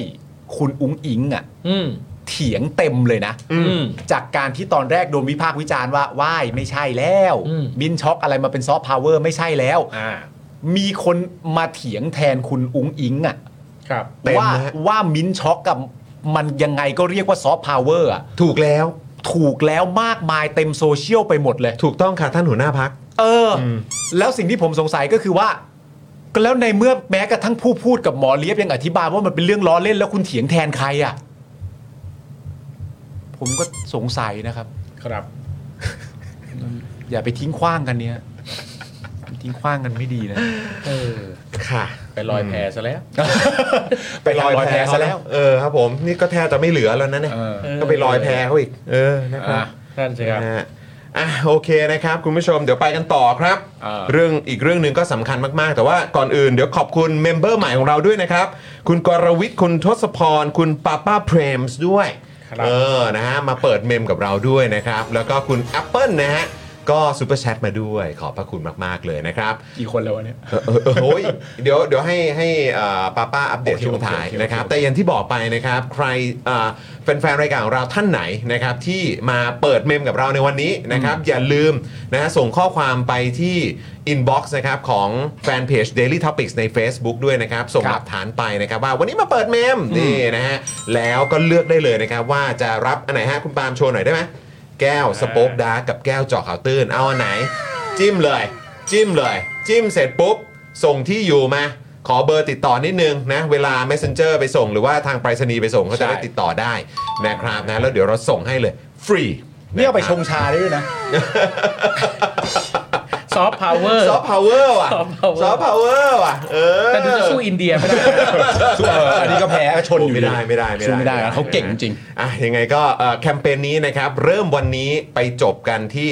B: คุณอุ้งอิงอ่ะ
F: อืม
B: เถียงเต็มเลยนะ
A: อื
F: อืม
B: จากการที่ตอนแรกโดนวิพากษ์วิจารณ์ว่าว่ายไม่ใช่แล้ว
F: อืม
B: มินช็อกอะไรมาเป็นซอฟต์พาวเวอร์ไม่ใช่แล้ว
F: อ่า
B: มีคนมาเถียงแทนคุณอุ้งอิงอ่ะ
F: ครับ
A: เต็ม
B: ว่า
A: นะ
B: ว่ามินช็อกกับมันยังไงก็เรียกว่าซอฟต์พาวเวอร์อ่ะ
A: ถูกแล้ว
B: ถูกแล้วมากมายเต็มโซเชียลไปหมดเลย
A: ถูกต้องค่ะท่านหัวหน้าพัก
B: เอออ
A: ม
B: แล้วสิ่งที่ผมสงสัยก็คือว่า ก็แล้วในเมื่อแม้กระทั่งผู้พูดกับหมอเลียบยังอธิบายว่ามันเป็นเรื่องล้อเล่นแล้วคุณเถียงแทนใครอ่ะ ผมก็สงสัยนะครับ
F: ครับ
B: อย่าไปทิ้งขว้างกันเนี่ย ทิ้งขว้างกันไม่ดีนะ
F: เออ
A: ค่ะ
F: ไปลอยแพซะแล้ว
B: ไปลอยแพซะแล้ว
A: เออครับผมนี่ก็แทบจะไม่เหลือแล้วนะเนี่ย
B: เออ
A: ก็ไปลอยแพเขาอีกเออนะครับ
B: อ่ะ
F: นั่นสิครับ
A: นะฮะอ่ะโอเคนะครับคุณผู้ชมเดี๋ยวไปกันต่อครับ
B: เออ
A: เรื่องอีกเรื่องหนึ่งก็สำคัญมาก ๆ แต่ว่าก่อนอื่นเดี๋ยวขอบคุณเมมเบอร์ใหม่ของเราด้วยนะครับ คุณกรวิทย์คุณทศพร คุณป้าป้าเพรมส์ด้วย
F: ครับ
A: เออนะฮะมาเปิดเมมกับเราด้วยนะครับ แล้วก็คุณแอปเปิลนะฮะก็ซูเปอร์แชทมาด้วย ขอบพระคุณมาก ๆ เลยนะครับ
B: กี่คนแล้ววะเนี่ย
A: เออเออเออโอ้ยเดี๋ยวเดี๋ยวให้ให้อ่าป้าป้าอัปเดต
B: โอเค
A: ช่วงท้าย
B: โอเคโอเค
A: นะครับ แต่อย่างที่บอกไปนะครับ ใครอ่าแฟนๆรายการของเราท่านไหนนะครับ ที่มาเปิดเมมกับเราในวันนี้นะครับ อย่าลืมนะฮะส่งข้อความไปที่อินบ็อกซ์นะครับของแฟนเพจ Daily Topics ใน Facebook ด้วยนะครับ ส่ง
B: ครับ
A: หลักฐานไปนะครับ ว่าวันนี้มาเปิดเมมนี่นะฮะแล้วก็เลือกได้เลยนะครับ ว่าจะรับอันไหนฮะคุณปาล์มโชว์หน่อยได้ไหมแก้วสโป๊กดาร์กกับแก้วเจาะข่าวตื้นเอาอันไหน จิ้มเลย จิ้มเลย จิ้มเสร็จปุ๊บ ส่งที่อยู่มา ขอเบอร์ติดต่อนิดนึงนะ เวลา Messenger ไปส่ง หรือว่าทางไปรษณีย์ไปส่งเขาจะได้
B: ใช่
A: ติดต่อได้นะครับนะแล้วเดี๋ยวเราส่งให้เลย ฟรี
B: นี่เอาไปชงชาได้ด้วยนะ
F: ซอฟต์พาวเวอร์
A: ซอฟต์พาวเวอร์ว่ะ
F: Soft power
A: ซอฟต์พาวเวอร์ว่ะเออ
F: แต่ดูจะสู้อินเดียไม่ได้
B: เอออันนี้ก็แพ้ก็ชนอยู่
A: ไม่ได้ไม่ได้
B: สู้ไม่ได้นะเขาเก่งจริง
A: อ่ะยังไงก็เอ่อแคมเปญนี้นะครับ เริ่มวันนี้ไปจบกันที่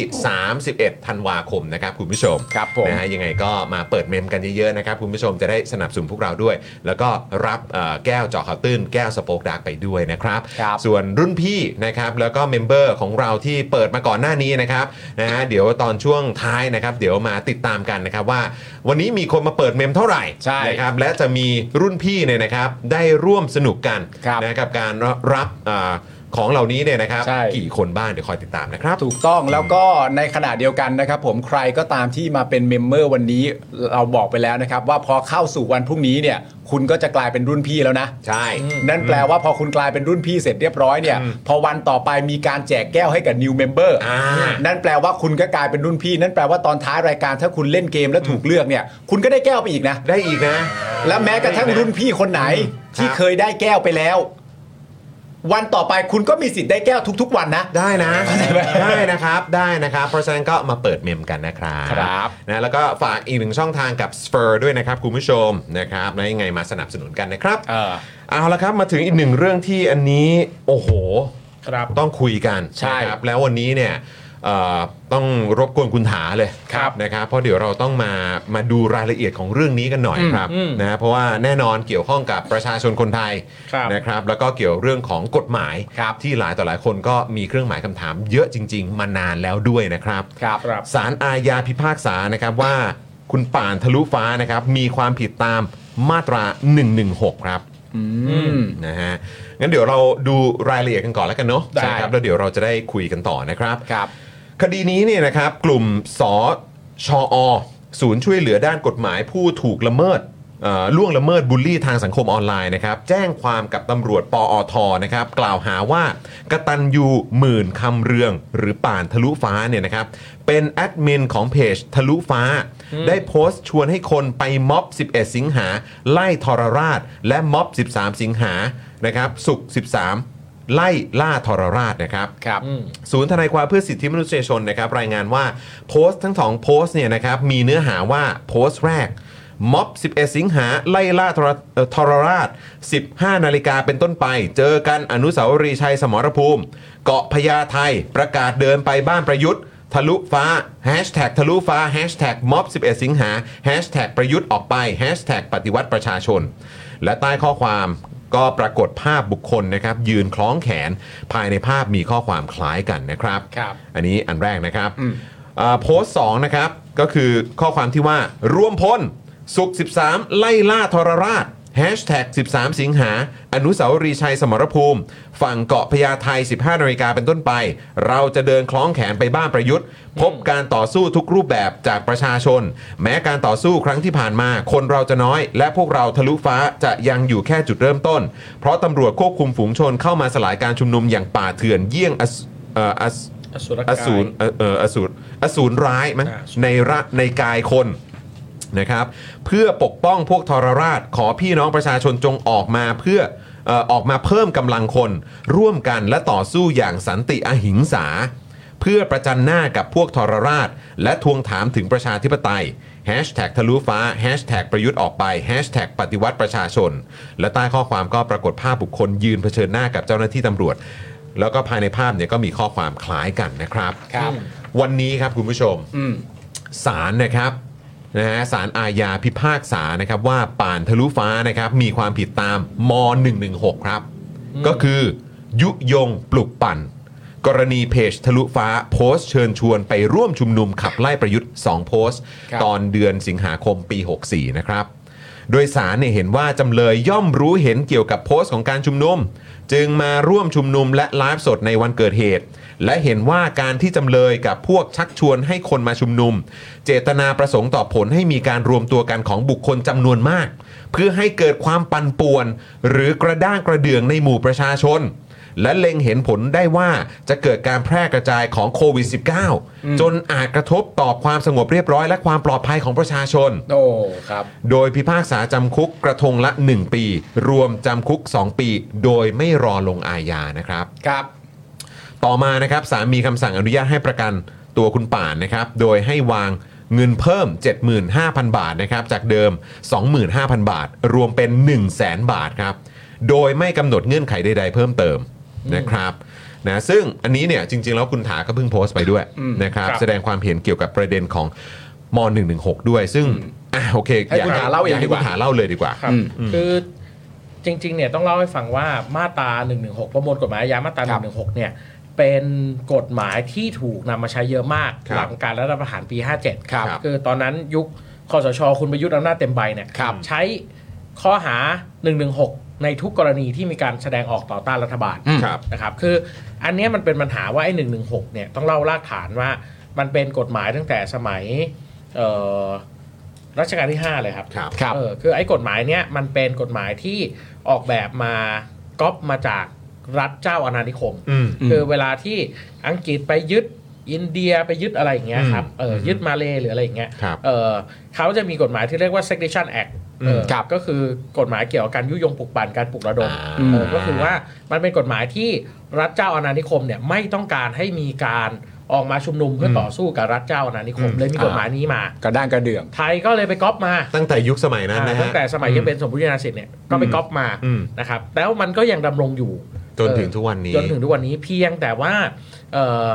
A: 31 ธันวาคมนะครับ คุณผู้ชม
B: ครับผม
A: นะฮะยังไงก็มาเปิดเมมกันเยอะๆนะครับ คุณผู้ชมจะได้สนับสนุนพวกเราด้วย แล้วก็รับเอ่อแก้วเจาะข่าวตื้นแก้วสโป๊กดาร์กไปด้วยนะครับ
B: ครับ
A: ส่วนรุ่นพี่นะครับแล้วก็เมมเบอร์ของเราที่เปิดมาก่อนหน้านี้นะครับนะฮะเดี๋ยวตอนช่วงท้ายนะครับ เดี๋ยวมาติดตามกันนะครับว่า
C: วันนี้มีคนมาเปิดเมมเท่าไหร่
B: ใช่
C: นะครับและจะมีรุ่นพี่เนี่ยนะครับได้ร่วมสนุกกัน
B: ครับ
C: นะครับการรับอ่าของเหล่านี้เนี่ยนะครับ
B: ใช่
C: กี่คนบ้างเดี๋ยวคอยติดตามนะครับ
B: ถูกต้องแล้วก็ในขณะเดียวกันนะครับผมใครก็ตามที่มาเป็นเมมเบอร์วันนี้เราบอกไปแล้วนะครับ ว่าพอเข้าสู่วันพรุ่งนี้เนี่ยคุณก็จะกลายเป็นรุ่นพี่แล้วนะ
C: ใช่
B: นั่นแปลว่าพอคุณกลายเป็นรุ่นพี่เสร็จเรียบร้อยเนี่ย พอวันต่อไปมีการแจกแก้วให้กับ new member
C: อ่า
B: นั่นแปลว่าคุณก็กลายเป็นรุ่นพี่ นั่นแปลว่าตอนท้ายรายการถ้าคุณเล่นเกมแล้วถูกเลือกเนี่ย คุณก็ได้แก้วไปอีกนะ
C: ได้อีกนะ
B: และแม้กระทั่งรุ่นพี่คนไหนที่เคยได้แก้วไปแล้ว วันต่อไปคุณก็มีสิทธิ์ได้แก้วทุก ๆ วันนะ
C: ได้นะได้นะครับได้นะครับ เพราะฉะนั้นก็มาเปิดเมมกันนะครับ
B: ครับ
C: นะแล้วก็ฝากอีกหนึ่งช่องทางกับ s p u r ด้วยนะครับคุณผู้ชมนะครับนะยังไงมาสนับสนุนกันนะครับ
B: เออ
C: เอาละครับมาถึงอีกหนึ่งเรื่องที่อันนี้โอ้โห
F: ครับ
C: ต้องคุยกัน
B: ใช่
C: นะครับแล้ววันนี้เนี่ยเอ่อต้องรบกวนคุณถาเลย
B: ครับ
C: นะครับเพราะเดี๋ยวเราต้องมามาดูรายละเอียดของเรื่องนี้กันหน่อยครับ
F: อืม
C: นะเพราะว่าแน่นอนเกี่ยวข้องกับประชาชนคนไทย
F: ครับ
C: นะครับแล้วก็เกี่ยวเรื่องของกฎหมาย
B: ครับ
C: ที่หลายต่อหลายคนก็มีเครื่องหมายคำถามเยอะจริง ๆ มานานแล้วด้วยนะครับ
B: ครับ
F: ครับ
C: ศาลอาญาพิพากษานะครับว่าคุณป่านทะลุฟ้านะครับมีความผิดตามมาตรา 116 ครับ
B: อืม
C: นะฮะงั้นเดี๋ยวเราดูรายละเอียดกันก่อนแล้วกันเนาะ
B: ได้
C: นะครับแล้วเดี๋ยวเราจะได้คุยกันต่อนะครับ
B: ครับ
C: คดีนี้เนี่ยนะครับกลุ่มสชอ ศูนย์ช่วยเหลือด้านกฎหมายผู้ถูกละเมิดเอ่อล่วงละเมิดบูลลี่ทางสังคมออนไลน์นะครับแจ้งความกับตำรวจปอทนะครับกล่าวหาว่ากตันยูหมื่นคำเรือง หรือป่านทะลุฟ้าเนี่ยนะครับเป็นแอดมินของเพจทะลุฟ้า ได้โพสต์ชวนให้คนไปม็อบ 11 สิงหา ไล่ทรราช และม็อบ 13 สิงหานะครับสุกร์13 ไล่ล่าทรราชนะครับ
B: ครับ
C: ศูนย์ทนายความเพื่อสิทธิมนุษยชนนะครับรายงานว่าโพสต์ทั้งสองโพสต์เนี่ยนะครับมีเนื้อหาว่าโพสต์แรกม็อบ 11 สิงหา ไล่ล่าทรเอ่อทรราช 15 นาฬิกาเป็นต้นไป เจอกันอนุสาวรีย์ชัยสมรภูมิ เกาะพญาไทประกาศเดินไปบ้านประยุทธ์ ทะลุฟ้า hashtag ทะลุฟ้า hashtag ม็อบ11 สิงหา hashtag ประยุทธ์ออกไป hashtag ปฏิวัติประชาชน และใต้ข้อความก็ปรากฏภาพบุคคลนะครับยืนคล้องแขนภายในภาพมีข้อความคล้ายกันนะครับ
B: ครับ
C: อันนี้อันแรกนะครับอ่าโพสต์2นะครับ ก็คือข้อความที่ว่า ร่วมพลสุข 13 ไล่ล่าทรราช Hashtag 13 สิงหา อนุสาวรีย์ชัยสมรภูมิ ฝั่งเกาะพญาไท15นาฬิกาเป็นต้นไป เราจะเดินคล้องแขนไปบ้านประยุทธ์ พบการต่อสู้ทุกรูปแบบจากประชาชน แม้การต่อสู้ครั้งที่ผ่านมา คนเราจะน้อย และพวกเราทะลุฟ้าจะยังอยู่แค่จุดเริ่มต้น เพราะตำรวจควบคุมฝูงชนเข้ามาสลายการชุมนุมอย่างป่าเถื่อนเยี่ยงอสเอ่ออส
F: อสุ
C: อก
F: ราย
C: สูรเอ่อเอ่ออสูรอสูรร้ายมั้ง
F: อ่า
C: ในระในกายคนนะครับ เพื่อปกป้องพวกทรราชขอพี่น้องประชาชนจงออกมาเพื่อเอ่อออกมาเพิ่มกำลังคน ร่วมกันและต่อสู้อย่างสันติอหิงสา เพื่อประจันหน้ากับพวกทรราช และทวงถามถึงประชาธิปไตย Hashtag ทะลุฟ้า Hashtag ประยุทธ์ออกไป Hashtag ปฏิวัติประชาชน และใต้ข้อความก็ปรากฏภาพบุคคลยืนเผชิญหน้ากับเจ้าหน้าที่ตำรวจ แล้วก็ภายในภาพเนี่ยก็มีข้อความคล้ายกันนะครับ
B: ครับ
C: วันนี้ครับคุณผู้ชม
B: อืม
C: ศาลนะครับนะฮะศาลอาญาพิพากษานะครับว่าป่านทะลุฟ้านะครับมีความผิดตามม .116 ครับ ก็คือ ยุยงปลุกปั่น กรณีเพจทะลุฟ้าโพสต์เชิญชวนไปร่วมชุมนุมขับไล่ประยุทธ์ 2 โพสต์
B: ครับ
C: ตอนเดือนสิงหาคมปี 64 นะครับ โดยสารเนี่ยเห็นว่าจำเลยย่อมรู้เห็นเกี่ยวกับโพสต์ของการชุมนุม จึงมาร่วมชุมนุมและไลฟ์สดในวันเกิดเหตุ และเห็นว่าการที่จำเลยกับพวกชักชวนให้คนมาชุมนุม เจตนาประสงค์ต่อผลให้มีการรวมตัวกันของบุคคลจำนวนมาก เพื่อให้เกิดความปั่นป่วน หรือกระด้างกระเดื่องในหมู่ประชาชน และเล็งเห็นผลได้ว่าจะเกิดการแพร่กระจายของโควิด -19 จนอาจกระทบต่อความสงบเรียบร้อยและความปลอดภัยของประชาชน
B: โอ้ครับ
C: โดยพิพากษาจำคุกกระทงละ 1 ปี รวมจำคุก 2 ปี โดยไม่รอลงอาญานะครับ
B: ครับ
C: ต่อมานะครับศาลมีคำสั่งอนุญาตให้ประกันตัวคุณป่านนะครับ โดยให้วางเงินเพิ่ม 75,000 บาทนะครับ จากเดิม 25,000 บาท รวมเป็น 100,000 บาทครับ โดยไม่กำหนดเงื่อนไขใดๆเพิ่มเติมนะครับนะซึ่งอันนี้เนี่ยจริงๆ แล้วคุณถาก็เพิ่งโพสต์ไปด้วยนะครับ
F: ครับ
C: แสดงความเห็นเกี่ยวกับประเด็นของม .116 ด้วย ซึ่งอ่ะโอเค
B: ให้คุณถาเล่าเอง
C: ยกให้
B: ดีก
C: คุ
B: ว่า
C: ณถาเล่าเลยดีกว่า
F: ครับคือจริงๆเนี่ยต้องเล่าให้ฟังว่ามาตรา 116 ประมวลกฎหมายอาญามาตรา
B: ครับ
F: 116 เนี่ยเป็นกฎหมายที่ถูกนำมาใช้เยอะมาก
C: ครับ
F: หลังการรัฐประหารปี
B: ครับ
F: 57 คือตอนนั้นยุค คอสชคุณประยุทธ์อำนาจเต็มใบเนี่ย
B: ครับ
F: ใช้ข้อหา 116 ในทุกกรณีที่มีการแสดงออกต่อต้านรัฐบาล
B: อืม
C: ครับ
F: นะครับคืออันเนี้ยมันเป็นปัญหาว่าไอ้หนึ่งหนึ่งหกเนี่ยต้องเล่ารากฐานว่ามันเป็นกฎหมายตั้งแต่สมัยเอ่อรัชกาลที่ 5 เลยครับ
C: ครับ
B: ครับ
F: เออคือไอ้กฎหมายเนี้ยมันเป็นกฎหมายที่ออกแบบมาก๊อปมาจากรัฐเจ้าอาณานิคม
C: อืม
F: คือเวลาที่อังกฤษไปยึดอินเดียไปยึดอะไรอย่างเงี้ยครับเออยึดมาเลย์หรืออะไรอย่างเงี้ย
C: ครับ
F: เออเขาจะมีกฎหมายที่เรียกว่า sedition act เออ
B: มครับ
F: ก็คือกฎหมายเกี่ยวกับการยุยงปลุกปั่นการปลุกระดม
C: อ่า
F: เออก็คือว่ามันเป็นกฎหมายที่รัฐเจ้าอาณานิคมเนี่ยไม่ต้องการให้มีการออกมาชุมนุมเพื่ออต่อสู้กับรัฐเจ้าอาณานิคมเลยมีกฎหมายนี้มา
B: กระด้างกระเดื่อง
F: ไทยก็เลยไปก๊อปมา
C: ตั้งแต่ยุคสมัยนั้นนะ
F: อ่า
C: ฮะ
F: ตั้งแต่สมัยยังเป็นสมบูรณาสิทธิ์เนี่ยก็ไปก๊อปมา
C: อืม
F: นะครับแล้วมันก็ยังดำรงอยู่
C: จนถึง
F: เอ่อ
C: ทุกวันนี้
F: จนถึงทุกวันนี้เพียงแต่ว่าเอ่อ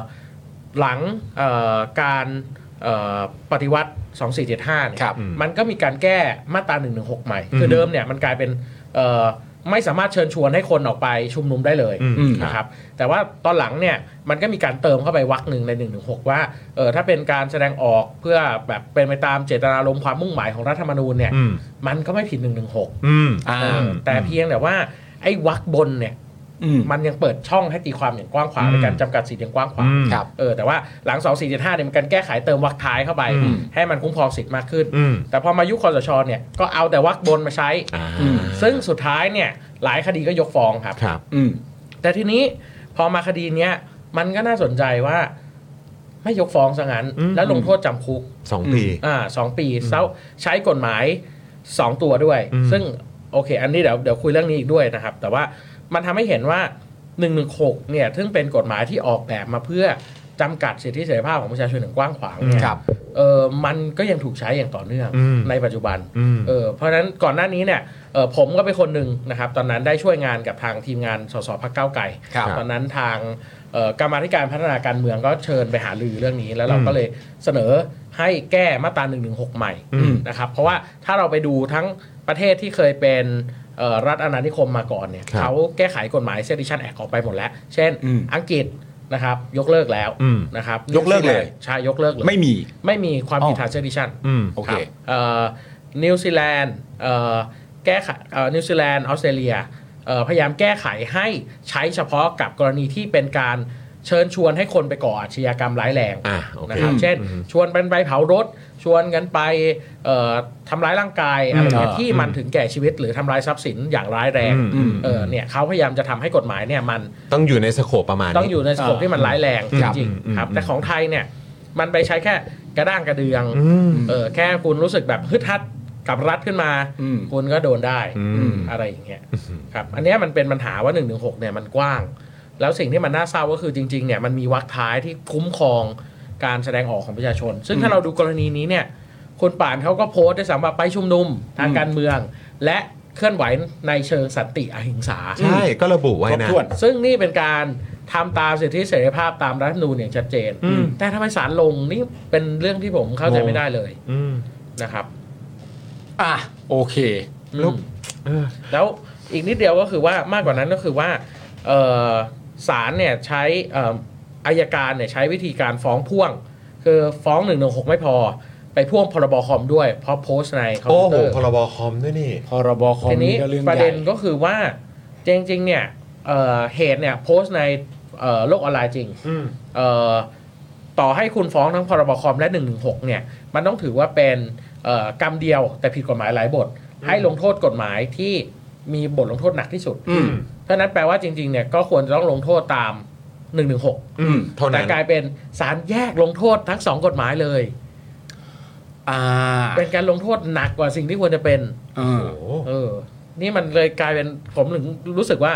F: หลังเอ่อการเอ่อปฏิวัติ 2475เนี่ย
B: ครับ
F: มันก็มีการแก้มาตรา 116 ใหม่ คือเดิมเนี่ยมันกลายเป็นเอ่อไม่สามารถเชิญชวนให้คนออกไปชุมนุมได้เลย
C: อืม
F: นะครับแต่ว่าตอนหลังเนี่ยมันก็มีการเติมเข้าไปวรรคหนึ่งใน 116 ว่าเออถ้าเป็นการแสดงออกเพื่อแบบเป็นไปตามเจตนารมณ์ความมุ่งหมายของรัฐธรรมนูญเนี่ย
C: อืม
F: มันก็ไม่ผิด1นึ
C: อืม
B: อ่า
F: แต่เพียงแต่ว่าไอ้วักบนเนี่ย
B: อืม
F: มันยังเปิดช่องให้ตีความอย่างกว้างขวาง
C: อืม
F: ในการจำกัดสิทธิ์อย่างกว้างขวาง
C: อืม
B: ครับ
F: เออแต่ว่าหลัง 2 4 7 5เนี่ยมันการแก้ไขเติมวักท้ายเข้าไป
C: อืม
F: ให้มันคุ้มครองสิทธิ์มากขึ้น
C: อืม
F: แต่พอมายุคคอสชเนี่ยก็เอาแต่วักบนมาใช้
C: อ่า
B: อืม
F: ซึ่งสุดท้ายเนี่ยหลายคดีก็ยกฟ้องครับ
C: ครับ
B: อืม
F: แต่ทีนี้พอมาคดีเนี้ยมันก็น่าสนใจว่าไม่ยกฟ้องซะงั้น
C: อืม
F: แล้วลงโทษจำคุก
C: สองปี
F: อ่าสองปีเซาใช้กฎหมาย 2 ตัวด้วย
C: อืม
F: ซึ่งโอเค อันนี้เดี๋ยวเดี๋ยวคุยเรื่องนี้อีกด้วยนะครับ แต่ว่ามันทำให้เห็นว่า 1 1 6เนี่ยซึ่งเป็นกฎหมายที่ออกแบบมาเพื่อจำกัดสิทธิเสรีภาพของประชาชนอย่างกว้างขวางเนี่ย
B: ครับ
F: เออมันก็ยังถูกใช้อย่างต่อเนื่อง
C: อืม
F: ในปัจจุบัน
C: อืม
F: เออเพราะฉะนั้นก่อนหน้านี้เนี่ยเออผมก็เป็นคนหนึ่งนะครับตอนนั้นได้ช่วยงานกับทางทีมงานสสพักเก้าวไก่
B: ครับ
F: ตอนนั้นทางเอ่อกรรมาธิการพัฒนาการเมืองก็เชิญไปหาลือเรื่องนี้ แล้วเราก็เลยเสนอให้แก้มาตรา1นึใหม่
B: อืม
F: นะครับเพราะว่าถ้าเราไปดูทั้งประเทศที่เคยเป็นเอ่อรัฐอาณานิคมมาก่อนเนี่ย
C: ครับ
F: เขาแก้ไขกฎหมาย Sedition Act ออกไปหมดแล้ว เช่น
B: อืม
F: อังกฤษนะครับยกเลิกแล้ว
C: อืม
F: นะครับ
B: ยกเลิกเลย
F: ใช่ยกเลิกเลย
B: ไม่มี
F: ไม่มีความผิด
B: อ๋อ
F: ฐาน Sedition
C: อืม
B: โอเค
F: นิวซีแลนด์แก้ไขเอ่อนิวซีแลนด์ออสเตรเลียเอ่อพยายามแก้ไขให้ใช้เฉพาะกับกรณีที่เป็นการเชิญชวนให้คนไปก่ออาชญากรรมร้ายแรง
C: อ่ะโอเค
F: นะครับ
B: อืม
F: เช่น ชวนเป็นไปเผารถ ชวนกันไปเอ่อทำร้ายร่างกายอะไรเงี้ย
B: อ่า
F: ที่มันถึงแก่ชีวิตหรือทำร้ายทรัพย์สินอย่างร้ายแรง
C: อืมอืม
F: เออเนี่ยเขาพยายามจะทำให้กฎหมายเนี่ยมัน
C: ต้องอยู่ในสโคปประมาณนี้
F: ต้องอยู่ในสโคป
B: อ่า
F: ที่มันร้ายแรงจ
B: ครับ
F: ริง
C: อืม
F: ๆครับ
C: อืม
F: แต่ของไทยเนี่ยมันไปใช้แค่กระด้างกระเดือง
C: อืม
F: เออแค่คุณรู้สึกแบบฮึดฮัดกับรัฐขึ้นมา
B: อืม
F: คุณก็โดนได้
C: อืม
F: อะไรอย่างเงี้ยครับอันเนี้ยมันเป็นปัญหาว่า1นึเนี่ยมันกว้าง แล้วสิ่งที่มันน่าเศร้าก็คือจริงๆเนี่ยมันมีวรรคท้ายที่คุ้มครองการแสดงออกของประชาชน ซึ่งถ้าเราดูกรณีนี้เนี่ยคนป่านเขาก็โพสต์ด้วยสำหรับไปชุมนุมทาง
B: อืม
F: การเมือง และเคลื่อนไหวในเชิงสันติอหิงสา
C: ใช่ ก็ระบุไว้
B: ครบ
C: นะ
B: ถ้วน
F: ซึ่งนี่เป็นการทำตามสิทธิเสรีภาพตามรัฐธรรมนูญอย่างชัดเจน
C: อืม
F: แต่ทำไมศาลลงนี่เป็นเรื่องที่ผมเข้าใจไม่ได้เลย
C: อืม
F: นะครับ
B: อ่ะโอเค
C: แล้ว
F: อืม
C: เออ
F: แล้วอีกนิดเดียวก็คือว่ามากกว่านั้นก็คือว่าเอ่อศาลเนี่ยใช้เอ่ออายการเนี่ยใช้วิธีการฟ้องพ่วง คือฟ้องหนึ่งหนึ่งหกไม่พอ ไปพ่วงพรบคอมด้วย เพราะโพสต์ในคอม
C: โอ้
F: พิว
C: โห
F: เตอร์
C: พรบคอมด้วยนี่
B: พรบคอม
F: ทีนี้
B: ก็เรื่อง
F: ประ
B: ให
F: เด็
B: ญ่
F: นก็คือว่าจริงๆเนี่ยเอ่อเหตุเนี่ยโพสต์ในเอ่อโลกออนไลน์จริง
C: อืม
F: เอ่อต่อให้คุณฟ้องทั้งพรบคอมและ 116เนี่ยมันต้องถือว่าเป็นเอ่อกรรมเดียวแต่ผิดกฎหมายหลายบท ให้ลงโทษกฎหมายที่มีบทลงโทษหนักที่สุด
B: อืม
F: เพราะฉะนั้นแปลว่าจริงๆเนี่ยก็ควรจะต้องลงโทษตาม 116
B: อืม
C: เท่า
F: แต่
C: นั้น
F: กลายเป็นสารแยกลงโทษทั้งสองกฎหมายเลย
B: อ่า
F: เป็นการลงโทษหนักกว่าสิ่งที่ควรจะเป็น
B: เออ
C: โอ้โห
F: เออ นี่มันเลยกลายเป็นผมถึงรู้สึกว่า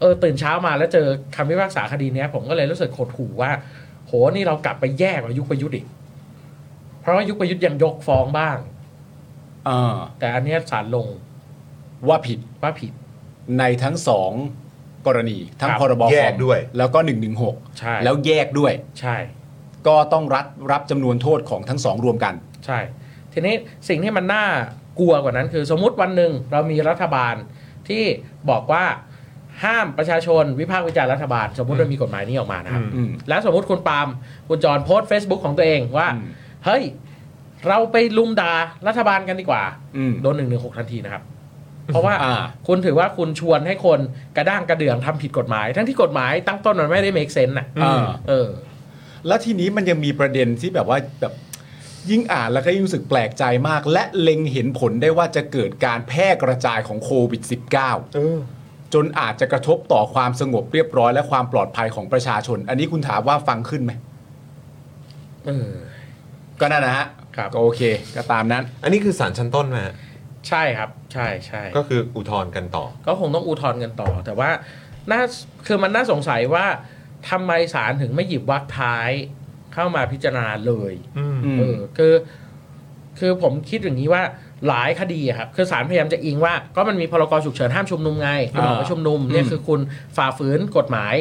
F: เออตื่นเช้ามาแล้วเจอคำพิพากษาคดีเนี้ย ผมก็เลยรู้สึกขดหู่ว่า โหนี่เรากลับไปแย่กว่ายุคประยุทธ์อีก เพราะว่ายุคประยุทธ์ยังยกฟ้องบ้าง
B: เออ
F: แต่อันเนี้ยศาลลง
B: ว่าผิด
F: ว่าผิด
B: ในทั้งสองกรณี ทั้ง
F: ครับ
B: พรบคอม
C: แยกด้วย
B: แล้วก็1นึ
F: ใช่
B: แล้วแยกด้วย
F: ใช่
B: ก็ต้องรับรับจำนวนโทษของทั้งสองรวมกัน
F: ใช่ ทีนี้สิ่งที่มันน่ากลัวกว่านั้นคือ สมมติวันหนึ่งเรามีรัฐบาลที่บอกว่าห้ามประชาชนวิพากษ์วิจารณ์รัฐบาล สมมติเรามีกฎหมายนี้ออกมานะครับ
B: อืม
F: แล้วสมมติคุณปาล์มคุณจรโพสต์ Facebook ของตัวเองว่า
B: อืม
F: เฮ้ย เราไปลุมด่ารัฐบาลกันดีกว่า
B: อืม
F: โดนหนึ่งหนึ่งหกทันทีนะครับ เพราะว่า
B: อ่า
F: คุณถือว่าคุณชวนให้คนกระด้างกระเดื่องทำผิดกฎหมาย ทั้งที่กฎหมายตั้งต้นมันไม่ได้ make sense น่ะ
B: อ่า
F: เออ
B: แล้วทีนี้มันยังมีประเด็นที่แบบว่าแบบยิ่งอ่านแล้วก็ยิ่งรู้สึกแปลกใจมาก และเล็งเห็นผลได้ว่าจะเกิดการแพร่กระจายของโควิด -19
G: เออ
B: จนอาจจะกระทบต่อความสงบเรียบร้อยและความปลอดภัยของประชาชน อันนี้คุณถามว่าฟังขึ้นไหม
F: เออ
B: ก็นั่นนะฮะ
F: ครับ
B: ก็โอเค ก็ตามนั้น
C: อันนี้คือสารชั้นต้นมาฮะ
F: ใช่ครับ ใช่ใช่
C: ก็คืออุทธรณ์กันต่อ
F: ก็คงต้องอุทธรณ์กันต่อ แต่ว่าน่าคือมันน่าสงสัยว่าทำไมศาลถึงไม่หยิบวรรคท้ายเข้ามาพิจารณาเลย
B: อืม
F: เออคือคือผมคิดอย่างนี้ว่าหลายคดีอะครับคือศาลพยายามจะอิงว่า ก็มันมีพรกฉุกเฉินห้ามชุมนุมไงคุณออกไป
B: อ่า
F: ชุมนุมเนี่ย
B: อืม
F: คือคุณฝ่าฝืนกฎหมาย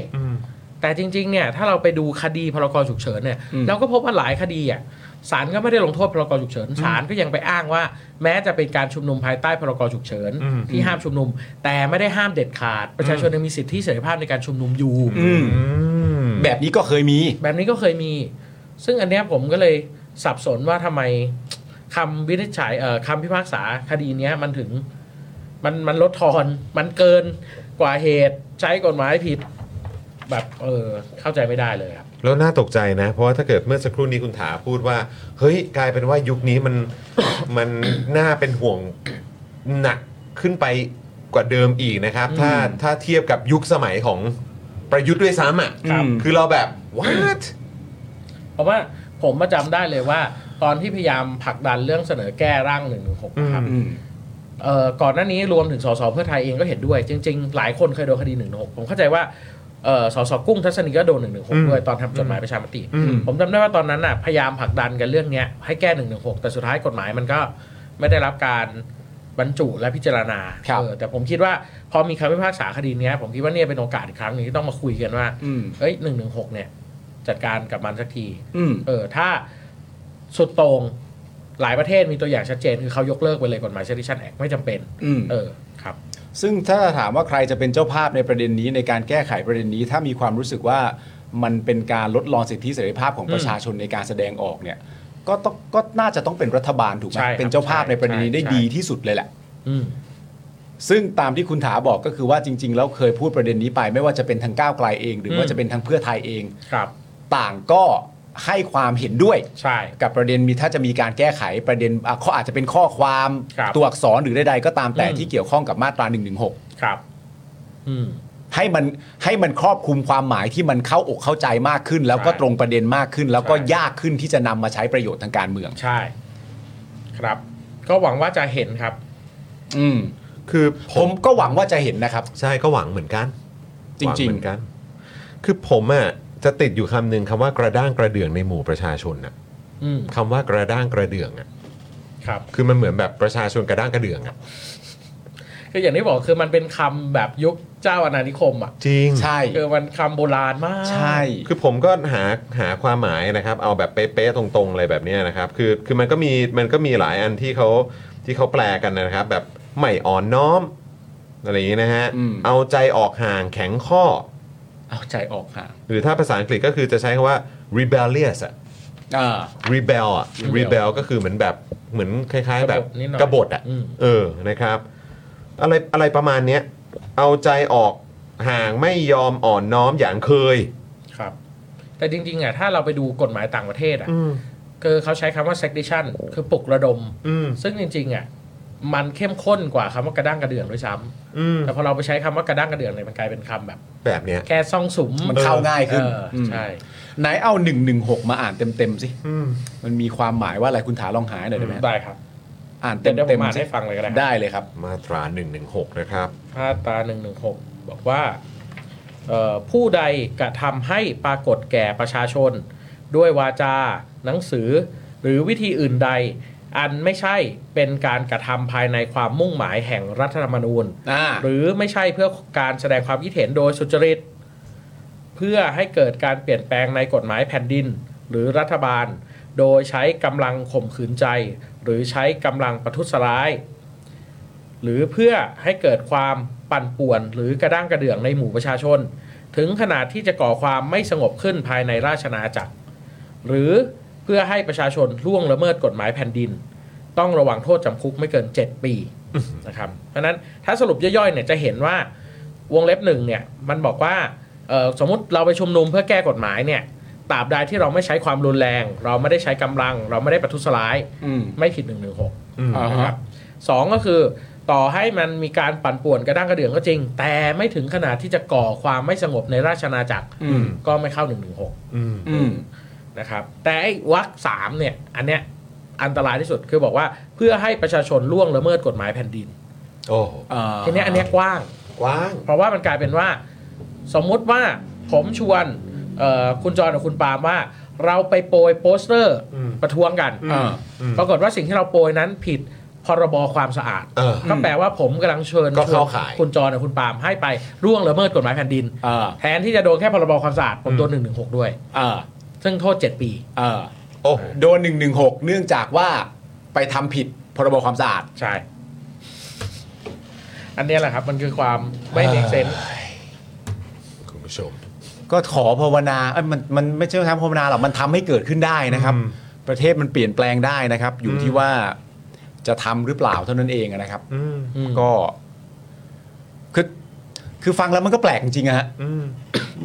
F: แต่จริง ๆ เนี่ย ถ้าเราไปดูคดีพรกฉุกเฉินเนี่ย เราก็พบว่าหลายคดีอ่ะศาลก็ไม่ได้ลงโทษพรกฉุกเฉินศาลก็ยังไปอ้างว่า แม้จะเป็นการชุมนุมภายใต้พรกฉุกเฉินที่ห้ามชุมนุม แต่ไม่ได้ห้ามเด็ดขาด ประชาชนยังมีสิทธิเสรีภาพในการชุมนุมอยู่
B: อืมแบบนี้ก็เคยมี
F: แบบนี้ก็เคยมี ซึ่งอันเนี้ยผมก็เลยสับสนว่าทำไมคำวินิจฉัยเอ่อคำพิพากษาคดีเนี้ยมันถึงมันมันลดทอน มันเกินกว่าเหตุใช้กฎหมายผิด แบบเออเข้าใจไม่ได้เลยครับ
C: แล้วน่าตกใจนะ เพราะว่าถ้าเกิดเมื่อสักครู่นี้คุณถาพูดว่า เฮ้ยกลายเป็นว่ายุคนี้มัน มันน่าเป็นห่วงหนักขึ้นไปกว่าเดิมอีกนะครับ ถ้าถ้าเทียบกับยุคสมัยของประยุทธ์ด้วยซ้ำอ่ะ
B: ครับ
C: คือเราแบบ what
F: เพราะว่าผมมาจำได้เลยว่า ตอนที่พยายามผลักดันเรื่องเสนอแก้ร่างหนึ่งหนึ่งหกครับ
B: อืม
F: เอ่อก่อนหน้านี้รวมถึงสสเพื่อไทยเองก็เห็นด้วย จริง ๆ หลายคนเคยโดนคดีหนึ่งหกผมเข้าใจว่าเอ่อสสกุ้งทัศนีก็โดนหนึ่งหนึ่งหกด้วยตอนทำจดหมายประชามติ
B: อืม
F: ผมจำได้ว่าตอนนั้นน่ะพยายามผลักดันกันเรื่องเนี้ยให้แก้1นึแต่สุดท้ายกฎหมายมันก็ไม่ได้รับการบรรจุและพิจารณา
B: ครับ
F: เออแต่ผมคิดว่าพอมีคำพิพากษาคดีเนี้ย ผมคิดว่าเนี่ยเป็นโอกาสอีกครั้งหนึ่งที่ต้องมาคุยกันว่า
B: อืม
F: เอ้ยหนึ่งหนึ่งหกเนี่ย จัดการกับมันสักที
B: อืม
F: เออถ้าสุดโตรงหลายประเทศมีตัวอย่างชัดเจน คือเขายกเลิกไปเลยกฎหมาย Sedition Act ไม่จำเป็น
B: อืม
F: เออครับ
B: ซึ่งถ้าถามว่าใครจะเป็นเจ้าภาพในประเด็นนี้ในการแก้ไขประเด็นนี้ ถ้ามีความรู้สึกว่ามันเป็นการลดรอนสิทธิเสรีภาพของประชาชนในการแสดงออกเนี่ย ก็ต้องก็น่าจะต้องเป็นรัฐบาลถูกไหม
F: ใช่ครับ
B: เป็นเจ้าภาพในประเด็นนี้ได้
F: ใช่
B: ดีที่สุดเลยแหละ
F: อืม
B: ซึ่งตามที่คุณถาบอกก็คือว่าจริง ๆ แล้วเคยพูดประเด็นนี้ไป ไม่ว่าจะเป็นทางก้าวไกลเอง หรือว่า
F: อืม
B: จะเป็นทางเพื่อไทยเอง
F: ครับ
B: ต่างก็ให้ความเห็นด้วย
F: ใช่
B: กับประเด็นมีถ้าจะมีการแก้ไขประเด็นอ่ะข้ออาจจะเป็นข้อความ
F: ครับ
B: ตัวอักษรหรือใดๆก็ตามแต่
F: อืม
B: ที่เกี่ยวข้องกับมาตรา1นึ
F: ครับ อืม
B: ให้มันให้มันครอบคลุมความหมายที่มันเข้าอกเข้าใจมากขึ้น แล้วก็
F: ใช่
B: ตรงประเด็นมากขึ้น แล้วก็
F: ใช่
B: ยากขึ้นที่จะนำมาใช้ประโยชน์ทางการเมือง
F: ใช่ ครับ ก็หวังว่าจะเห็นครับ
B: อืม
C: คือผ
B: ผม มก็หวังว่าจะเห็นนะครับ
C: ใช่ก็หวังเหมือนกัน
B: จริงๆ
C: หวัเหมือนกัน คือผมอ่ะจะติดอยู่คำหนึ่งคำว่ากระด้างกระเดื่องในหมู่ประชาชนน่ะ
F: อืม
C: คำว่ากระด้างกระเดื่องอ่ะ
F: ครับ
C: คือมันเหมือนแบบประชาชนกระด้างกระเดื่องอ่ะ
F: คืออย่างที่บอกคือมันเป็นคำแบบยุคเจ้าอาณานิคมอ่ะ
C: จริง
B: ใช่
F: คือมันคำโบราณมาก
B: ใช่
C: คือผมก็หาหาความหมายนะครับ เอาแบบเป๊ะๆตรงๆอะไรแบบเนี้ยนะครับ คือคือมันก็มีมันก็มีหลายอันที่เขาที่เขาแปลกันนะครับ แบบไม่อ่อนน้อมอะไรอย่างนี้นะฮะ
B: อืม
C: เอาใจออกห่างแข็งข้อ
B: เอาใจออกห่าง
C: หรือถ้าภาษาอังกฤษก็คือจะใช้คำว่า rebellious อะ
B: อ่า
C: rebel อะ
F: Rebel
C: rebel ก็คือเหมือนแบบเหมือนคล้าย ๆ แบบ
F: กบฏนิดหน่อย
C: กบฏอะ
F: อืม
C: เออนะครับ อะไรอะไรประมาณเนี้ยเอาใจออกห่างไม่ยอมอ่อนน้อมอย่างเคย
F: ครับ แต่จริงๆอ่ะถ้าเราไปดูกฎหมายต่างประเทศอ่ะคือเขาใช้คำว่า sedition คือปลุกระดม
C: อืม
F: ซึ่งจริงๆอ่ะมันเข้มข้นกว่าคำว่ากระด้างกระเดื่องด้วยซ้ำ
C: อืม
F: แต่พอเราไปใช้คำว่ากระด้างกระเดื่องเนี่ยมันกลายเป็นคำแบบ
C: แบบเนี้ย
F: แค่ซ่องสุม
B: มันเข้าง่ายขึ้น
F: เอออ
B: ม
F: ใช่
B: ไหนเอา 116 มาอ่านเต็มๆสิมันมีความหมายว่าอะไรคุณถาลองหาหน่อยได้ไหม
F: ได้ครับ
B: อ่านเต็
F: เดี๋ยวเดี๋ยวผม
B: ม
F: อ่าน
B: ๆสิ
F: ให้ฟังเลยก็ได้ครับ
B: ได้เลยครับ
C: มาตรา 116 นะครับ
F: มาตรา116 บอกว่าเอ่อผู้ใดกระทำให้ปรากฏแก่ประชาชน ด้วยวาจา หนังสือ หรือวิธีอื่นใด อันไม่ใช่เป็นการกระทำภายในความมุ่งหมายแห่งรัฐธรรมนูญ
B: อ่า
F: หรือไม่ใช่เพื่อการแสดงความคิดเห็นโดยสุจริต เพื่อให้เกิดการเปลี่ยนแปลงในกฎหมายแผ่นดิน หรือรัฐบาล โดยใช้กำลังข่มขืนใจ หรือใช้กำลังประทุษร้าย หรือเพื่อให้เกิดความปั่นป่วน หรือกระด้างกระเดื่องในหมู่ประชาชน ถึงขนาดที่จะก่อความไม่สงบขึ้นภายในราชนาจักร หรือ เพื่อให้ประชาชนล่วงละเมิดกฎหมายแผ่นดิน ต้องระวังโทษจำคุกไม่เกิน 7 ปีนะครับเพราะฉะนั้นถ้าสรุปย่อยๆเนี่ยจะเห็นว่าวงเล็บหนึ่งเนี่ยมันบอกว่าเอ่อสมมติเราไปชุมนุมเพื่อแก้กฎหมายเนี่ยตราบใดที่เราไม่ใช้ความรุนแรง เราไม่ได้ใช้กำลัง เราไม่ได้ประทุษร้าย
B: อืม
F: ไม่ผิด1นึ
B: อ่า
F: นะค
B: ฮะ
F: รับสองก็คือต่อให้มันมีการปั่นป่วนกระด้างกระเดื่องก็จริง แต่ไม่ถึงขนาดที่จะก่อความไม่สงบในราชนาจักร
B: อืม
F: ก็ไม่เข้า1นึ
A: อืม
B: อืม
F: นะครับแต่ไอ้วรรคสามเนี่ยอันเนี้ยอันตรายที่สุดคือบอกว่าเพื่อให้ประชาชนล่วงละเมิดกฎหมายแผ่นดิน
A: โอ้
B: อ่า
F: ทีเนี้ยอันเนี้ยกว้าง
A: กว้าง
F: เพราะว่ามันกลายเป็นว่า สมมุติว่าผมชวนเอ่อคุณจอนกับคุณปาล์มว่า เราไปโปรยโปสเตอร์ประท้วงกัน
B: อ่า
F: ปรากฏว่าสิ่งที่เราโปรยนั้นผิดพรบความสะอาด
A: เออ
F: ก็แปลว่าผมกำลังเชิญ
A: ก็
F: ชว
A: เข้าน ข่าย
F: คุณจอนกับคุณปาล์มให้ไปร่วงละเมิดกฎหมายแผ่นดิน
B: อ่า
F: แทนที่จะโดนแค่พรบความสะอาดผมโดนหนึ่งหนึ่งหกด้วย
B: อ่า
F: ซึ่งโทษ 7 ปี
B: อ่า
A: โอ้
B: โดน 116 เนื่องจากว่าไปทำผิดพรบความสะอาด
F: ใช่ อันเนี้ยแหละครับมันคือความไม่เมกเซน
A: คุณผู้ชม
B: ก็ขอภาวนาเอ้ยมันมันไม่ใช่ทำภาวนาหรอกมันทำให้เกิดขึ้นได้นะครับ ประเทศมันเปลี่ยนแปลงได้นะครับ อยู่ที่ว่าจะทำหรือเปล่าเท่านั้นเองนะครับก็คือคือฟังแล้วมันก็แปลกจริงๆอะฮะ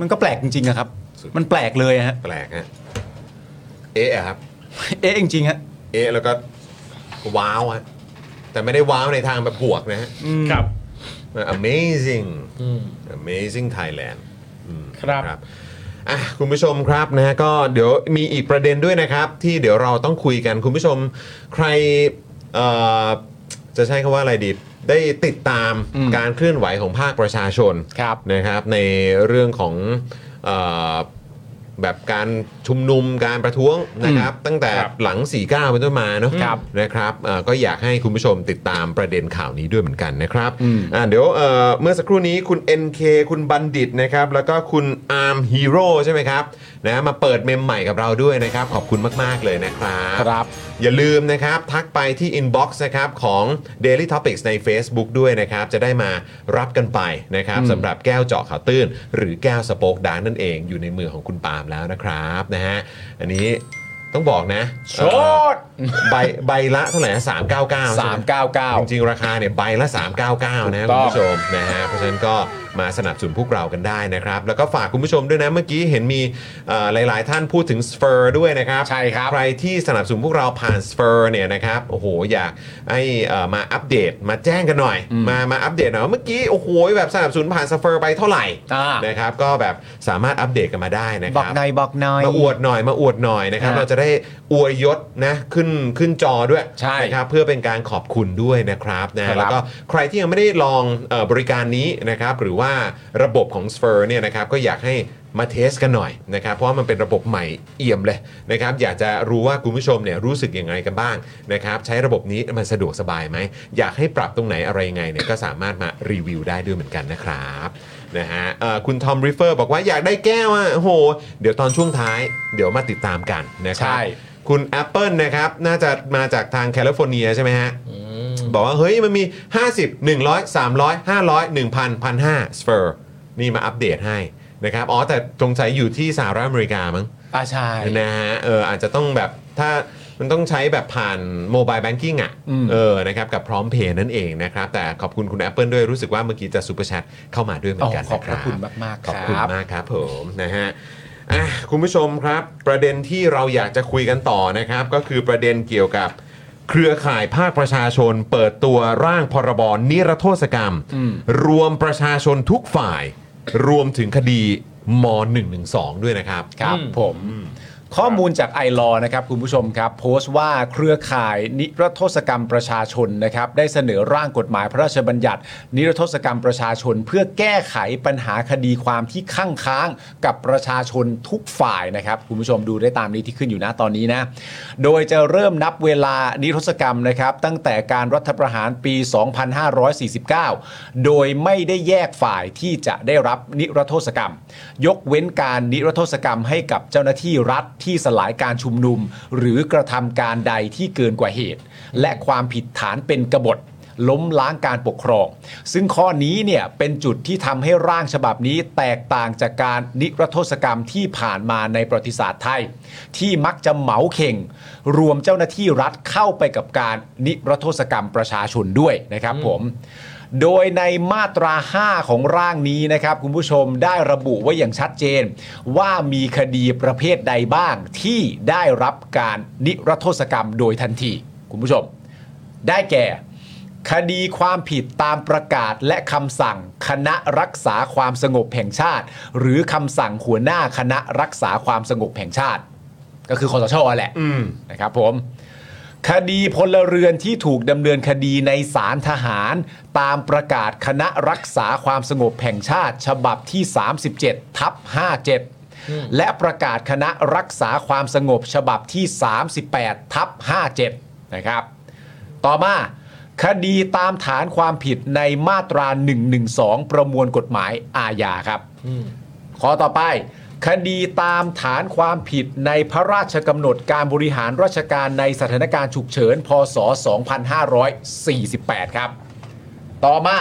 B: มันก็แปลกจริงๆอะครับ
A: สุด
B: มันแปลกเลยอะฮะ
A: แปลกฮะเอ๊ะอะครับ
B: เอ๊ะจริงๆฮะ
A: เอ๊ะแล้วก็ว้าวฮะแต่ไม่ได้ว้าวในทางแบบบวกนะฮะ
B: อืม
F: ครับ
A: Amazing
F: อืม
A: Amazing Thailand อืม
F: ครับ
A: อ่ะคุณผู้ชมครับนะฮะก็เดี๋ยวมีอีกประเด็นด้วยนะครับ ที่เดี๋ยวเราต้องคุยกันคุณผู้ชมใครเอ่อจะใช้คำว่าอะไรดีได้ติดตาม
B: อืม
A: การเคลื่อนไหวของภาคประชาชน
B: ครับ
A: นะครับในเรื่องของเออแบบการชุมนุมการประท้วงนะครับ ตั้งแต่
F: ครับ
A: หลัง 49 เป็นต้นมาเนอะนะครับเอ่อก็อยากให้คุณผู้ชมติดตามประเด็นข่าวนี้ด้วยเหมือนกันนะครับ
B: อืม
A: อ่ะเดี๋ยวเอ่อเมื่อสักครู่นี้คุณ NK คุณบัณฑิตนะครับ แล้วก็คุณอาร์มฮีโร่ใช่ไหมครับนะมาเปิดเมมใหม่กับเราด้วยนะครับ ขอบคุณมาก ๆ เลยนะครับ
B: ครับ
A: อย่าลืมนะครับ ทักไปที่ inbox นะครับของ Daily Topics ใน Facebook ด้วยนะครับ จะได้มารับกันไปนะครับ
B: อืม
A: สำหรับแก้วเจาะข่าวตื้น หรือแก้วสโป๊กดาร์กนั่นเองอยู่ในมือของคุณปาล์มแล้วนะครับนะฮะอันนี้ต้องบอกนะเอ่อ
B: ด
A: ใบใบละเท่าไหร่นะ399ใช่
B: สา
A: ไห
B: มเก้าเก้า
A: จริงๆ ราคาเนี่ยใบละ 399 นะ
B: ถู
A: คุณ
B: กต้อง
A: ผู้ชมนะฮะเพราะฉะนั้นก็มาสนับสนุนพวกเรากันได้นะครับ แล้วก็ฝากคุณผู้ชมด้วยนะเมื่อกี้เห็นมีเอ่อหลาย ๆ ท่านพูดถึงสเฟอร์ด้วยนะครับ
B: ใช่ครับ
A: ใครที่สนับสนุนพวกเราผ่านสเ e อร์เนี่ยนะครับ โอ้โห อยากให้เอ่อมาอัปเดตมาแจ้งกันหน่อย มามาอัปเดตหน่อยว่าเมื่อกี้ โอ้โห แบบสนับสนุนผ่านสเ e อร์ไปเท่าไหร่
B: อ่าน
A: นะครับ ก็แบบสามารถอัปเดตกันมาได้นะค
B: บ
A: รั
B: อกหน่อยบอกหน่อย
A: มาอวดหน่อยมาอวดหน่อยนะครับ
B: อ่า
A: เราจะได้อวยยศนะขึ้นขึ้นจอด้วย
B: ใช่
A: นะครับเพื่อเป็นการขอบคุณด้วยนะครับ
B: ครั
A: นะ
B: บ
A: แล้วก็ใครที่ยังไม่ได้ลองเออบริการนี้นะครับหรือว่าระบบของ s p h e r เนี่ยนะครับก็อยากให้มาเทสกันหน่อยนะครับเพราะว่ามันเป็นระบบใหม่เอี่ยมเลยนะครับอยากจะรู้ว่าคุณผู้ชมเนี่ยรู้สึกยังไงกันบ้างนะครับใช้ระบบนี้มันสะดวกสบายไหมอยากให้ปรับตรงไหนอะไรยังไงเนี่ยก็สามารถมารีวิวได้ด้วยเหมือนกันนะครับนะฮะเอ่อคุณทอมริเฟอร์บอกว่าอยากได้แก้วอ่ะโอ้โหเดี๋ยวตอนช่วงท้ายเดี๋ยวมาติดตามกันนะครับ
B: ใช่
A: คุณ Apple นะครับ น่าจะมาจากทางแคลิฟอร์เนียใช่ไหมฮะ บอกว่า เฮ้ย มันมี 50 100 300 500 1,000 1,500สเฟอร์นี่มาอัปเดตให้นะครับ อ๋อ แต่ตรงใจอยู่ที่สหรัฐอเมริกามั้ง
B: อ่าใช่
A: นะฮะเอออาจจะต้องแบบถ้ามันต้องใช้แบบผ่านโมบายแบงกิ้งอ่ะ
B: อืม
A: เออนะครับ กับพร้อมเพย์นั่นเองนะครับ แต่ขอบคุณคุณ Apple ด้วยรู้สึกว่าเมื่อกี้จะซูเปอร์แชทเข้ามาด้วยเหมื
B: โอ้
A: อนกันนะ
B: ขอบพ
A: ครั
B: ระ
A: บ
B: คุณมากๆ
A: ข
B: ค
A: อบ
B: รั
A: คุณ
B: บ
A: มากครับผมนะฮะอ่ะคุณผู้ชมครับ ประเด็นที่เราอยากจะคุยกันต่อนะครับ ก็คือประเด็นเกี่ยวกับเครือข่ายภาคประชาชน เปิดตัวร่างพรบนิรโทษกรรม
B: อืม
A: รวมประชาชนทุกฝ่าย รวมถึงคดีม .112 ด้วยนะครับ
B: ครับผมข้อมูลจากไอรอนะครับคุณผู้ชมครับ โพสต์ว่าเครือข่ายนิรโทษกรรมประชาชนนะครับ ได้เสนอร่างกฎหมายพระราชบัญญัติ นิรโทษกรรมประชาชน เพื่อแก้ไขปัญหาคดีความที่ข้างค้างกับประชาชนทุกฝ่ายนะครับคุณผู้ชมดูได้ตามนี้ที่ขึ้นอยู่นะตอนนี้นะ โดยจะเริ่มนับเวลานิรโทษกรรมนะครับ ตั้งแต่การรัฐประหารปี 2549 โดยไม่ได้แยกฝ่ายที่จะได้รับนิรโทษกรรม ยกเว้นการนิรโทษกรรมให้กับเจ้าหน้าที่รัฐที่สลายการชุมนุม หรือกระทำการใดที่เกินกว่าเหตุ และความผิดฐานเป็นกบฏ ล้มล้างการปกครอง ซึ่งข้อนี้เนี่ยเป็นจุดที่ทำให้ร่างฉบับนี้แตกต่างจากการนิรโทษกรรมที่ผ่านมาในประวัติศาสตร์ไทย ที่มักจะเหมาเข่ง รวมเจ้าหน้าที่รัฐเข้าไปกับการนิรโทษกรรมประชาชนด้วยนะครับผม โดยในมาตรา 5 ของร่างนี้นะครับ คุณผู้ชมได้ระบุไว้อย่างชัดเจน ว่ามีคดีประเภทใดบ้างที่ได้รับการนิรโทษกรรมโดยทันที คุณผู้ชม ได้แก่ คดีความผิดตามประกาศและคำสั่งคณะรักษาความสงบแห่งชาติ หรือคำสั่งหัวหน้าคณะรักษาความสงบแห่งชาติ ก็คือคอสชแหละนะครับผม คดีพลเรือนที่ถูกดำเนินคดีในศาลทหาร ตามประกาศคณะรักษาความสงบแห่งชาติ ฉบับที่ 37 ทับ 57 และประกาศคณะรักษาความสงบฉบับที่ 38 ทับ 57 นะครับ ต่อมา คดีตามฐานความผิดในมาตรา 112 ประมวลกฎหมายอาญาครับ ข้อต่อไป คดีตามฐานความผิดในพระราชกำหนดการบริหารราชการในสถานการณ์ฉุกเฉิน พศ 2548 ครับ ต่อมา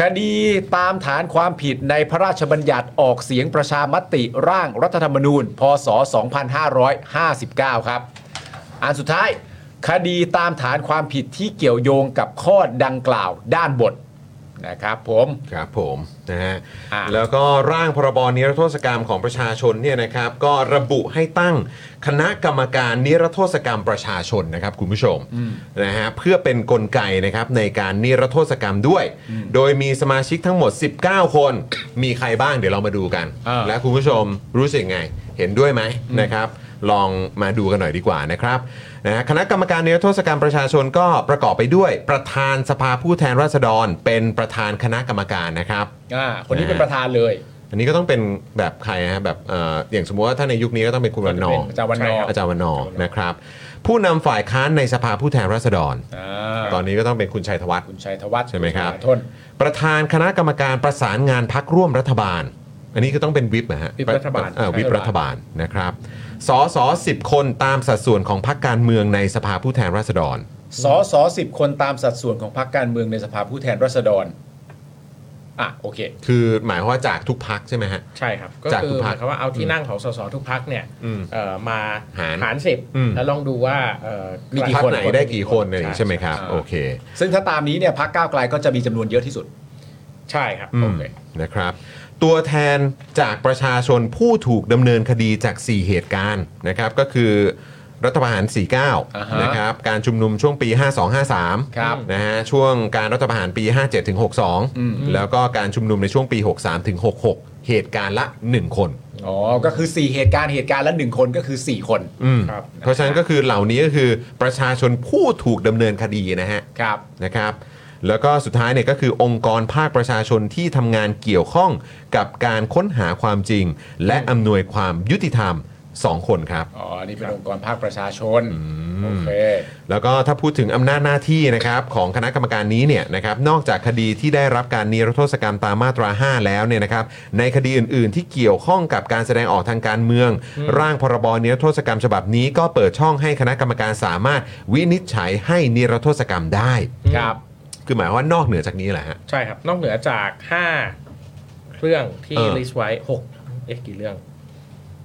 B: คดีตามฐานความผิดในพระราชบัญญัติออกเสียงประชามติร่างรัฐธรรมนูญ พศ 2559 ครับ อันสุดท้าย คดีตามฐานความผิดที่เกี่ยวโยงกับข้อดังกล่าวด้านบทนะครับผม
C: ครับผมนะฮะ
B: อ่า
C: แล้วก็ร่างพรบนิรโทษกรรมของประชาชนเนี่ยนะครับ ก็ระบุให้ตั้งคณะกรรมการนิรโทษกรรมประชาชนนะครับคุณผู้ชมนะฮะเพื่อเป็นนกลไกนะครับในการนิรโทษกรรมด้วย โดยมีสมาชิกทั้งหมด 19 คน มีใครบ้างเดี๋ยวเรามาดูกัน
B: อ่า
C: และคุณผู้ชมรู้สึกไง เห็นด้วยไหมนะครับ ลองมาดูกันหน่อยดีกว่านะครับนะฮะคณะกรรมการนิรโทษกรรมประชาชนก็ประกอบไปด้วยประธานสภาผู้แทนราษฎร เป็นประธานคณะกรรมการนะครับ
B: อ่าคนนี้เป็นประธานเลย
C: อันนี้ก็ต้องเป็นแบบใครฮะแบบเอ่ออย่างสมมติว่าถ้าในยุคนี้ก็ต้องเป็นคุณวันนอร์
B: อาจารย์วันนอร์
C: อาจารย์วันนอร์นะครับ ผู้นำฝ่ายค้านในสภาผู้แทนราษฎร
B: อ่า
C: ตอนนี้ก็ต้องเป็นคุณชัยธวัฒน์
B: คุณชัยธวัฒน์
C: ใช่ไหมครั
B: ณ
C: บ
B: ธนาทน
C: ประธานคณะกรรมการประสานงานพักร่วมรัฐบาล อันนี้ก็ต้องเป็นวิปนะฮะ
F: วิปรัฐบาล
C: เอ่อวิปรัฐบาลนะครับสอสอสิบคนตามสัดส่วนของพักการเมืองในสภาผู้แทนราษฎร
B: สอสอสิบคนตามสัดส่วนของพรรคการเมืองในสภาผู้แทนราษฎร อ่ะ โอเค
C: คือหมายความว่าจากทุกพักใช่ไหมฮะ
F: ใช่ครับ ก็
C: จาก
F: คื
C: ทุ
F: อกห
C: พรร
F: มา
C: ค
F: ยความว่าเอาที่นั่งของสสทุกพักเนี่ย
C: อืม
F: เอ่อมา
C: หาร
F: สิบ
C: อืม
F: แล้วลองดูว่าเอ่อ
B: มีกี่
C: พัก
B: คน
C: ไหนได้กี่คนอะไรอย่างงี้ใช่ไหมครับโอเค
B: ซึ่งถ้าตามนี้เนี่ยพรรคก้าวไกลก็จะมีจำนวนเยอะที่สุด
F: ใช่ครับ
C: อืมนะครับตัวแทนจากประชาชนผู้ถูกดำเนินคดีจาก 4 เหตุการณ์นะครับก็คือรัฐประหาร
B: อ่าฮะ
C: 49 นะครับการชุมนุมช่วงปี 5253
B: ครับ
C: นะฮะช่วงการรัฐประหารปี 57ถึง
B: อืม
C: 62 แล้วก็การชุมนุมในช่วงปี 63ถึง66 เหตุการณ์ละ 1 คน
B: อ๋อ ก็คือ 4 เหตุการณ์เหตุการณ์ละ 1 คนก็คือ 4 คน
C: อืม
F: ครับ
C: เพราะฉะนั้นก็คือเหล่านี้ก็คือประชาชนผู้ถูกดำเนินคดีนะฮะ
B: ครับ
C: นะครับแล้วก็สุดท้ายเนี่ยก็คือองค์กรภาคประชาชนที่ทำงานเกี่ยวข้องกับการค้นหาความจริง และอำนวยความยุติธรรม 2 คนครับ
B: อ๋อ นี่เป็นองค์กรภาคประชาชน โอเค
C: แล้วก็ถ้าพูดถึงอำนาจหน้าที่นะครับของคณะกรรมการนี้เนี่ยนะครับนอกจากคดีที่ได้รับการนิรโทษกรรมตามมาตรา 5 แล้วเนี่ยนะครับในคดีอื่น ๆ ที่เกี่ยวข้องกับการแสดงออกทางการเมือง ร่างพรบนิรโทษกรรมฉบับนี้ก็เปิดช่องให้คณะกรรมการสามารถวินิจฉัยให้นิรโทษกรรมได้
B: ครับ
C: คือหมายว่านอกเหนือจากนี้แหละฮะ
F: ใช่ครับ นอกเหนือจากห้าเรื่องที่
C: เออ
F: ลิสต์ไว้หกเอ๊ะกี่เรื่อง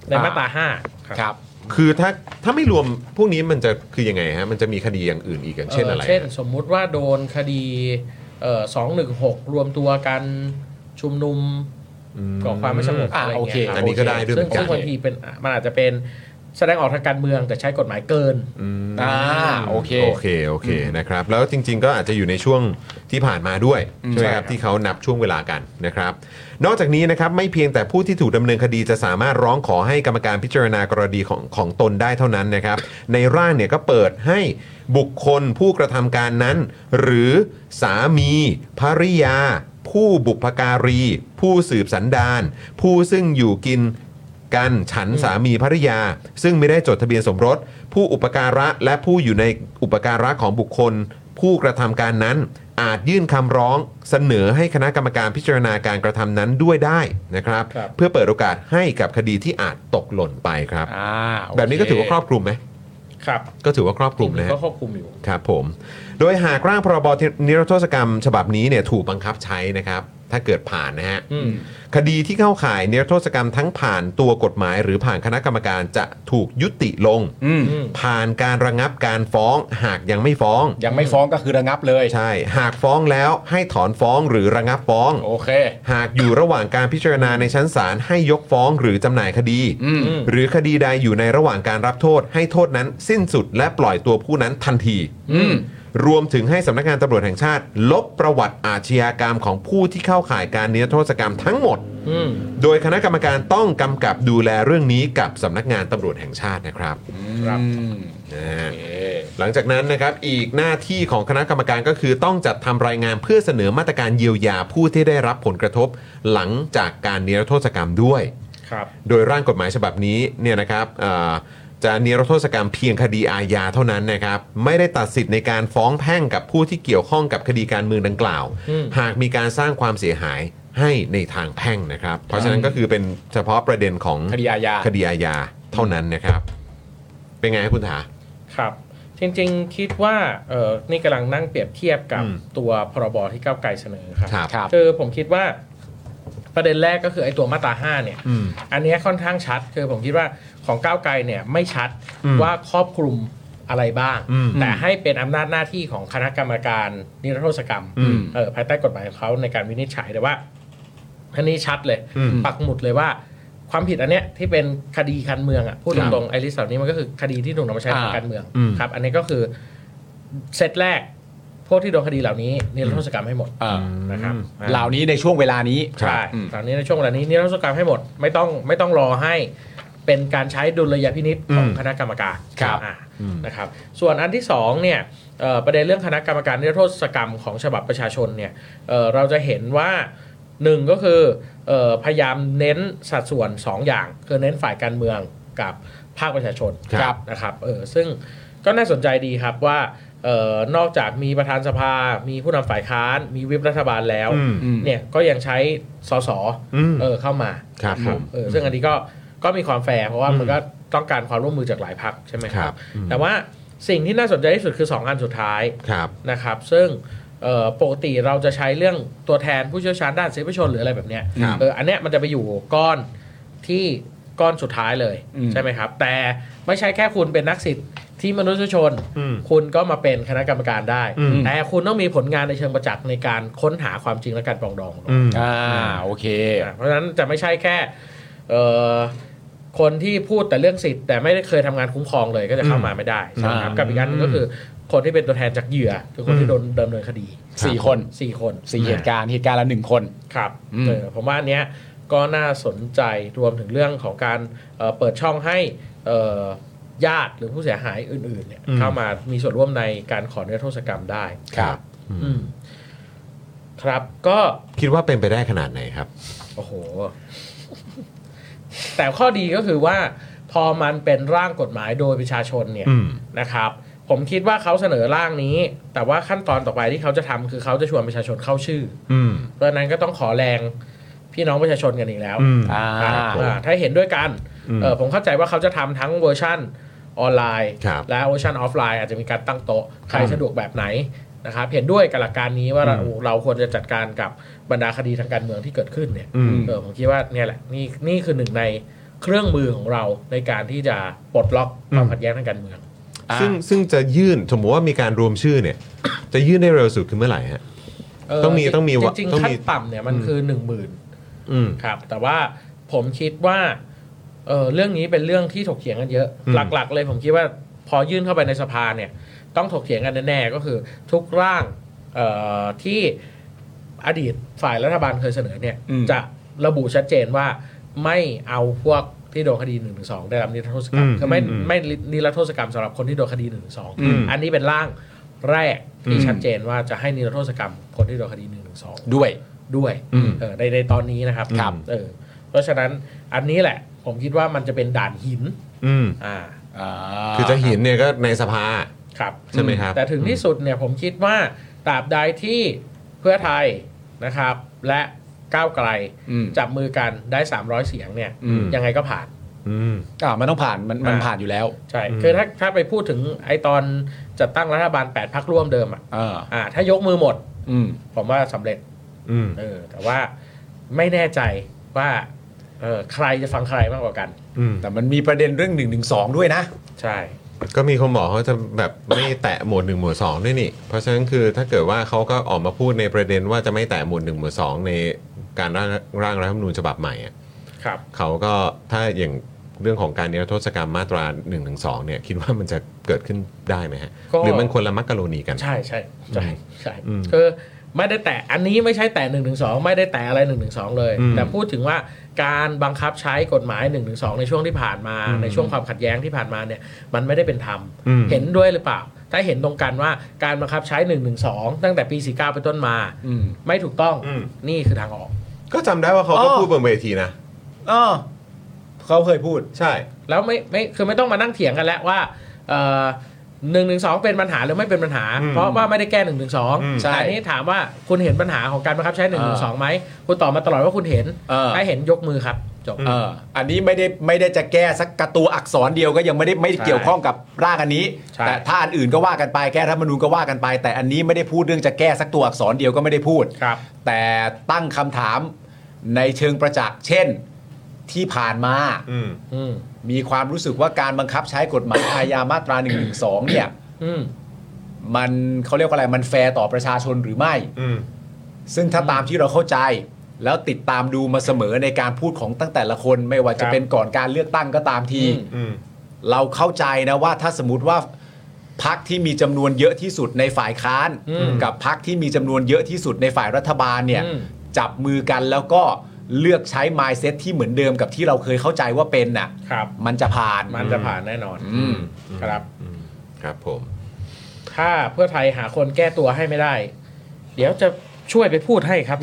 F: ในมาตราห้าครับ
B: ครับ
C: คือถ้าถ้าไม่รวมพวกนี้มันจะคือยังไงฮะมันจะมีคดีอย่างอื่นอีกอย่างเช่นอะไร
F: เช่นสมมุติว่าโดนคดีสองหนึ่งหกรวมตัวกันชุมนุม
C: อืม
F: ก่อความไม่สงบ
B: อ่ะ
F: อะไร
B: โอเค
F: เงี้ยครับ
C: อันนี้ก็ได้ด้วยเหมือนกัน
F: ซึ่งซึ่งบางทีเป็นมันอาจจะเป็นแสดงออกทางการเมืองแต่ใช้กฎหมายเกิน
C: อืม
B: อ่าโอเค
C: โอเคโอเคนะครับแล้วจริง ๆ ก็อาจจะอยู่ในช่วงที่ผ่านมาด้วยใช่ไหมครับที่เขานับช่วงเวลากันนะครับ นอกจากนี้นะครับไม่เพียงแต่ผู้ที่ถูกดำเนินคดีจะสามารถร้องขอให้กรรมการพิจารณากรณีของของตนได้เท่านั้นนะครับ ในร่างเนี่ยก็เปิดให้บุคคลผู้กระทำการนั้น หรือสามีภริยา ผู้บุพการี ผู้สืบสันดาน ผู้ซึ่งอยู่กิน กันฉันสามีภรรยา ซึ่งไม่ได้จดทะเบียนสมรส ผู้อุปการะและผู้อยู่ในอุปการะของบุคคล ผู้กระทำการนั้น อาจยื่นคำร้องเสนอให้คณะกรรมการพิจารณาการกระทำนั้นด้วยได้นะครับ
F: ครับ
C: เพื่อเปิดโอกาสให้กับคดีที่อาจตกหล่นไปครับ
B: อ่าโอเค
C: แบบนี้ก็ถือว่าครอบคลุมไหม
F: ครับ
C: ก็ถือว่าครอบคลุมนะฮะ
F: ก็ควบคุมอยู่
C: ครับผม โดยหากร่างพรบนิรโทษกรรม ฉบับนี้เนี่ยถูกบังคับใช้นะครับ ถ้าเกิดผ่านนะฮะ
F: อืม
C: คดีที่เข้าข่ายนิรโทษกรรมทั้งผ่านตัวกฎหมายหรือผ่านคณะกรรมการจะถูกยุติลง
B: อืม
F: อืม
C: ผ่านการระงับการฟ้องหากยังไม่ฟ้อง
B: ยังไม่ฟ้องก็คือระงับเลย
C: ใช่ หากฟ้องแล้วให้ถอนฟ้องหรือระงับฟ้อง
B: โอเค
C: หากอยู่ระหว่างการพิจารณาในชั้นศาลให้ยกฟ้องหรือจำหน่ายคดี
B: อืม
C: หรือคดีใดอยู่ในระหว่างการรับโทษ ให้โทษนั้นสิ้นสุดและปล่อยตัวผู้นั้นทันที
B: อืม
C: รวมถึงให้สำนักงานตำรวจแห่งชาติ ลบประวัติอาชญากรรมของผู้ที่เข้าข่ายการนิรโทษกรรมทั้งหมด
F: อืม
C: โดยคณะกรรมการต้องกำกับดูแลเรื่องนี้กับสำนักงานตำรวจแห่งชาตินะครับ
F: ครับ
C: นะฮะ
B: โอเค
C: หลังจากนั้นนะครับอีกหน้าที่ของคณะกรรมการก็คือต้องจัดทำรายงานเพื่อเสนอมาตรการเยียวยาผู้ที่ได้รับผลกระทบ หลังจากการนิรโทษกรรมด้วย
F: ครับ
C: โดยร่างกฎหมายฉบับนี้เนี่ยนะครับเอ่อจะนิรโทษกรรมเพียงคดีอาญาเท่านั้นนะครับ ไม่ได้ตัดสิทธิ์ในการฟ้องแพ่งกับผู้ที่เกี่ยวข้องกับคดีการเมืองดังกล่าว
F: อืม
C: หากมีการสร้างความเสียหายให้ในทางแพ่งนะครับ เพราะฉะนั้นก็คือเป็นเฉพาะประเด็นของ
B: คดีอาญา
C: คดีอาญาเท่านั้นนะครับ เป็นไงครับคุณถา
F: ครับ จริงๆ คิดว่าเออนี่กำลังนั่งเปรียบเทียบกับ
C: อืม
F: ตัวพรบที่ก้าวไกลเสนอครับ
C: ครับ
B: ครับ
F: คือผมคิดว่าประเด็นแรกก็คือไอ้ตัวมาตราห้าเนี่ย
C: อืม
F: อันเนี้ยค่อนข้างชัด คือผมคิดว่าของก้าวไกลเนี่ยไม่ชัด
C: อืม
F: ว่าครอบคลุมอะไรบ้าง
C: อืม
F: แต่ให้เป็นอำนาจหน้าที่ของคณะกรรมการนิรโทษกรรม
C: อืม
F: เออภายใต้กฎหมายของเขาในการวินิจฉัยแต่ว่าอันนี้ชัดเลย
C: อืม
F: ปักหมุดเลยว่า ความผิดอันเนี้ยที่เป็นคดีการเมืองอ่ะพูด
B: ครับ
F: ตรงๆไอริสเหล่านี้มันก็คือคดีที่ถูกนำมาใช้ทาง
B: อ่า
F: การเมือง
C: อืม
F: ครับ อันนี้ก็คือเซตแรกพวกที่โดนคดีเหล่านี้นิรโทษกรรมให้หมด
B: เออ
F: นะครับ
B: เหล่านี้ในช่วงเวลานี้
F: ใช่
B: อืม
F: ตอนนี้ในช่วงเวลานี้นิรโทษกรรมให้หมดไม่ต้องไม่ต้องรอให้เป็นการใช้ดุลยพินิษของ
C: อืม
F: คณะกรรมการ
B: ครับ
F: อ่า
C: อืม
F: นะครับส่วนอันที่สองเนี่ยเอ่อประเด็นเรื่องคณะกรรมการนิรโทษกรรมของฉบับประชาชนเนี่ยเอ่อเราจะเห็นว่าหนึ่งก็คือเอ่อพยายามเน้นสัดส่วน 2 อย่าง คือเน้นฝ่ายการเมืองกับภาคประชาชน
B: ครับ
F: นะครับเออซึ่งก็น่าสนใจดีครับว่าเออนอกจากมีประธานสภา มีผู้นำฝ่ายค้าน มีวิปรัฐบาลแล้ว
C: อืม
B: อืม
F: เนี่ยก็ยังใช้สส
C: อืม
F: เออเข้ามา
C: ครับผม
F: เออซึ่งอันนี้ก็ก็มีความแฟร์เพราะว่ามันก็ต้องการความร่วมมือจากหลายพักใช่ไหมค
C: ครั
F: รับ
C: บอืม
F: แต่ว่าสิ่งที่น่าสนใจที่สุดคือ 2 อันสุดท้าย
C: ครับ
F: นะครับ ซึ่งเอ่อปกติเราจะใช้เรื่องตัวแทนผู้เชี่ยวชาญด้านสิทธิประชนหรืออะไรแบบเนี้ย
C: ครับ
F: เอออันเนี้ยมันจะไปอยู่ก้อนที่ก้อนสุดท้ายเลย
B: อืม
F: ใช่ไหมครับ แต่ไม่ใช่แค่คุณเป็นนักสิทธิ์ที่มนุษยชน
C: อืม
F: คุณก็มาเป็นคณะกรรมการได้
C: อืม
F: แต่คุณต้องมีผลงานในเชิงประจักษ์ในการค้นหาความจริงและการปรองดอง
C: อืม
B: อ่าโอเค
F: อ่ะเพราะฉะนั้นจะไม่ใช่แค่เอ่อคนที่พูดแต่เรื่องสิทธิ์แต่ไม่ได้เคยทำงานคุ้มครองเลยก็จะเข้ามาไม่ได้ใช่ไหมครับ
B: อ่า
F: กับอีกอันหนึ่งก็คือคนที่เป็นตัวแทนจากเหยื่อคือคนที่โดนดำเนินคดี
B: สี่คน
F: สี่คน
B: สี่เหตุการณ์เหตุการณ์ละหนึ่งคน
F: ครับ
B: อืม
F: เออผมว่าอันเนี้ยก็น่าสนใจรวมถึงเรื่องของการเอ่อเปิดช่องให้เอ่อญาติหรือผู้เสียหายอื่นๆเนี่ย
C: อืม
F: เข้ามามีส่วนร่วมในการขอเนื้อโทษกรรมได้
C: ครับ
F: อืมครับก็
C: คิดว่าเป็นไปได้ขนาดไหนครับ
F: โอ้โห แต่ข้อดีก็คือว่า พอมันเป็นร่างกฎหมายโดยประชาชนเนี่ย
C: อืม
F: นะครับ ผมคิดว่าเขาเสนอร่างนี้ แต่ว่าขั้นตอนต่อไปที่เขาจะทำคือเขาจะชวนประชาชนเข้าชื่อ
C: อืม
F: เพราะฉะนั้นก็ต้องขอแรงพี่น้องประชาชนกันอีกแล้ว
C: อืม
B: อ่า
F: ครับอ่าถ้าเห็นด้วยกัน
C: อืม
F: เออผมเข้าใจว่าเขาจะทำทั้งเวอร์ชั่นออนไลน์
C: ครับ
F: และเวอร์ชันออฟไลน์อาจจะมีการตั้งโต๊ะใคร
C: ครับ
F: สะดวกแบบไหนนะครับเห็นด้วยกับหลักการนี้ว่าเรา
C: อืม
F: เราควรจะจัดการกับบรรดาคดีทางการเมืองที่เกิดขึ้นเนี่ย
C: อืม
F: เออผมคิดว่าเนี่ยแหละนี่นี่คือหนึ่งในเครื่องมือของเราในการที่จะปลดล็อกความ
C: อืม
F: ขัดแย้งทางการเมือง
C: ซึ่งซึ่งจะยื่นสมมติว่ามีการรวมชื่อเนี่ย จะยื่นได้เร็วสุดคือเมื่อไหร่ฮะ
F: เอ
C: ต้องมี
F: จริ
C: ต้องมีวะ
F: จริง
C: ต้อง
F: ๆขั้
C: มี
F: นต่ำเนี่ยมันคือหนึ่งหมื่น
C: อืม
F: ครับ แต่ว่าผมคิดว่าเออเรื่องนี้เป็นเรื่องที่ถกเถียงกันเยอะ
C: อืม
F: หลักๆ เลยผมคิดว่าพอยื่นเข้าไปในสภาเนี่ย ต้องถกเถียงกันแน่ๆก็คือทุกร่างเอ่อที่อดีตฝ่ายรัฐบาลเคยเสนอเนี่ย
B: อืม
F: จะระบุชัดเจนว่าไม่เอาพวกที่โดนคดี1นึได้รับนิรโทษกรรม
C: อืม
F: คือไม่
C: อืม
F: ไม่นิรโทษกรรมสำหรับคนที่โดนคดี1นึ
C: อืม
F: อันนี้เป็นร่างแรกที่
C: อืม
F: ชัดเจนว่าจะให้นิรโทษกรรมคนที่โดนคดี1นึ
B: ด้วย
F: ด้วย
C: อืม
F: เออในในตอนนี้นะครับ
C: ครับ
F: เออเพราะฉะนั้นอันนี้แหละ ผมคิดว่ามันจะเป็นด่านหิน
C: อืม
F: อ่า
B: อ่า
C: คือจะเห็นเนี่ยก็ในสภา
F: ครับ
C: ใช่ไหมครับ
F: แต่ถึงที่สุดเนี่ยผมคิดว่าตราบใดที่เพื่อไทยนะครับ และก้าวไกล
B: อืม
F: จับมือกันได้ 300 เสียงเนี่ย
B: อืม
F: ยังไงก็ผ่าน
C: อืม
B: อ่ามันต้องผ่านมันมัน
F: อ่า
B: ผ่านอยู่แล้ว
F: ใช่คือถ้าถ้าไปพูดถึงไอตอนจัดตั้งรัฐบาล 8พักร่วมเดิมอ่ะ
B: อ่า
F: อ่าถ้ายกมือหมด
B: อืม
F: ผมว่าสำเร็จ
C: อืม
F: เออแต่ว่าไม่แน่ใจว่าเออใครจะฟังใครมากกว่ากัน
C: อืม
B: แต่มันมีประเด็นเรื่องหนึ่งหนึ่งสองด้วยนะ
F: ใช่
C: ก็มีคนบอกเขาจะแบบไม่แตะหมวดหนึ่งหมวดสองด้วยนี่ เพราะฉะนั้นคือถ้าเกิดว่าเขาก็ออกมาพูดในประเด็นว่าจะไม่แตะหมวดหนึ่งหมวดสองในการร่างร่างรัฐธรรมนูญฉบับใหม่อะ
F: ครับ
C: เขาก็ถ้าอย่างเรื่องของการนิรโทษกรรมมาตรา1นึเนี่ยคิดว่ามันจะเกิดขึ้นได้ไหมฮะ
F: ก็
C: หรือมันคนละมักกะโรนีกัน
F: ใช่ใช่ใช่ใช่
C: อืม
F: คือไม่ได้แตะอันนี้ไม่ใช่แตะหนึ่งถึงสองไม่ได้แตะอะไรหนึ่งถึงสองเลย
C: อืม
F: แต่พูดถึงว่าการบังคับใช้กฎหมายหนึ่งถึงสองในช่วงที่ผ่านมา
C: อืม
F: ในช่วงความขัดแย้งที่ผ่านมาเนี่ยมันไม่ได้เป็นธรรม
C: อืม
F: เห็นด้วยหรือเปล่า ถ้าเห็นตรงกันว่าการบังคับใช้หนึ่งถึงสองตั้งแต่ปีสี่เก้าเป็นต้นมา
B: อืม
F: ไม่ถูกต้อง
C: อืม
F: นี่คือทางออก
C: ก็จำได้ว่าเขาก็
B: อ๋อ
C: พูดบนเวทีนะ
B: อ๋อเขาเคยพูด
C: ใช่
F: แล้วไม่ไม่คือไม่ต้องมานั่งเถียงกันแล้วว่าหนึ่งหนึ่งสองเป็นปัญหาหรือไม่เป็นปัญหา
C: อืม
F: เพราะว่าไม่ได้แก้หนึ่งหนึ่งสอง
C: อืม
B: ใช่
F: แต่อันนี้ถามว่าคุณเห็นปัญหาของการบังคับใช้หนึ่งหนึ่งสองไหมคุณตอบมาตลอดว่าคุณเห็น
B: เออ
F: ถ้าเห็นยกมือครับจบ
B: เอออันนี้ไม่ได้ไม่ได้จะแก้สักกระตัวอักษรเดียวก็ยังไม่ได้ไม่
F: ใช่
B: เกี่ยวข้องกับร่างอันนี้
F: ใช่
B: แต่ถ้าอันอื่นก็ว่ากันไปแก้รัฐธรรมนูญก็ว่ากันไป แต่อันนี้ไม่ได้พูดเรื่องจะแก้สักตัวอักษรเดียวก็ไม่ได้พูด
F: ครับ
B: แต่ตั้งคำถามในเชิงประจักษ์ เช่นที่ผ่านมา
C: อืม
F: อืม
B: มีความรู้สึกว่าการบังคับใช้กฎหมายอาญามาตรา1นึเนี่ย
F: อืม
B: มันเขาเรียกว่าอะไรมันแฟร์ต่อประชาชนหรือไม่
C: อืม
B: ซึ่งถ้าตามที่เราเข้าใจ แล้วติดตามดูมาเสมอในการพูดของตั้งแต่ละคน ไม่ว่าจะเป็นก่อนการเลือกตั้งก็ตามที
F: อืม
C: อืม
B: เราเข้าใจนะว่าถ้าสมมติว่าพักที่มีจำนวนเยอะที่สุดในฝ่ายค้าน กับพักที่มีจำนวนเยอะที่สุดในฝ่ายรัฐบาลเนี่ย
F: อืม
B: จับมือกันแล้วก็เลือกใช้ mindset ที่เหมือนเดิมกับที่เราเคยเข้าใจว่าเป็นน่ะ
F: ครับ
B: มันจะผ่าน
F: มันจะผ่านแน่นอน
B: อืม
F: ครับ
C: ครับผม
F: ถ้าเพื่อไทยหาคนแก้ตัวให้ไม่ได้ เดี๋ยวจะช่วยไปพูดให้ครับ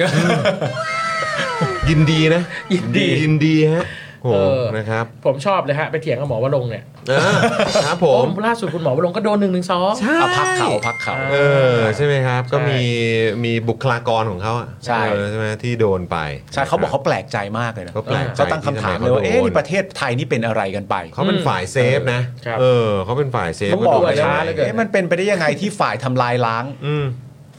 C: ยินดีนะ
F: ยินดี
C: ยินดีฮะโห
F: เออ
C: นะครับ
F: ผมชอบเลยฮะไปเถียงกับหมอวรงค์เนี่ย
C: เออครับผ
F: โอ้
C: ม
F: ล่าสุดคุณหมอวรงค์ก็โดนหนึ่งหนึ่งสอง
C: ใช่
B: อ่ะพักเขาพักเขา
C: เออ ใช่ไหมครับ
F: ใช่
C: ก็มีมีบุคลากรของเขาอะ
B: ใช่
C: เออใช่ไหมที่โดนไป
B: ใช่เขาบอก
C: นะครั
B: เขาแปลกใจมากเลยนะ
C: เขาแปลกใจ
B: เขาตั้งคำถามเลยว่า
C: ที่ทำไมเขาโดน
B: เอ๊ะนี่ประเทศไทยนี่เป็นอะไรกันไป
C: เขาเป็นฝ่ายเซฟนะครับ เออเขาเป็นฝ่ายเซฟ
B: เขาบอก
C: ว่
B: เลยนะ
C: โดนไป
F: ช้าหลือ เกิน
B: เอ๊ะมันเป็นไปได้ยังไงที่ฝ่ายทำลายล้าง
C: อืม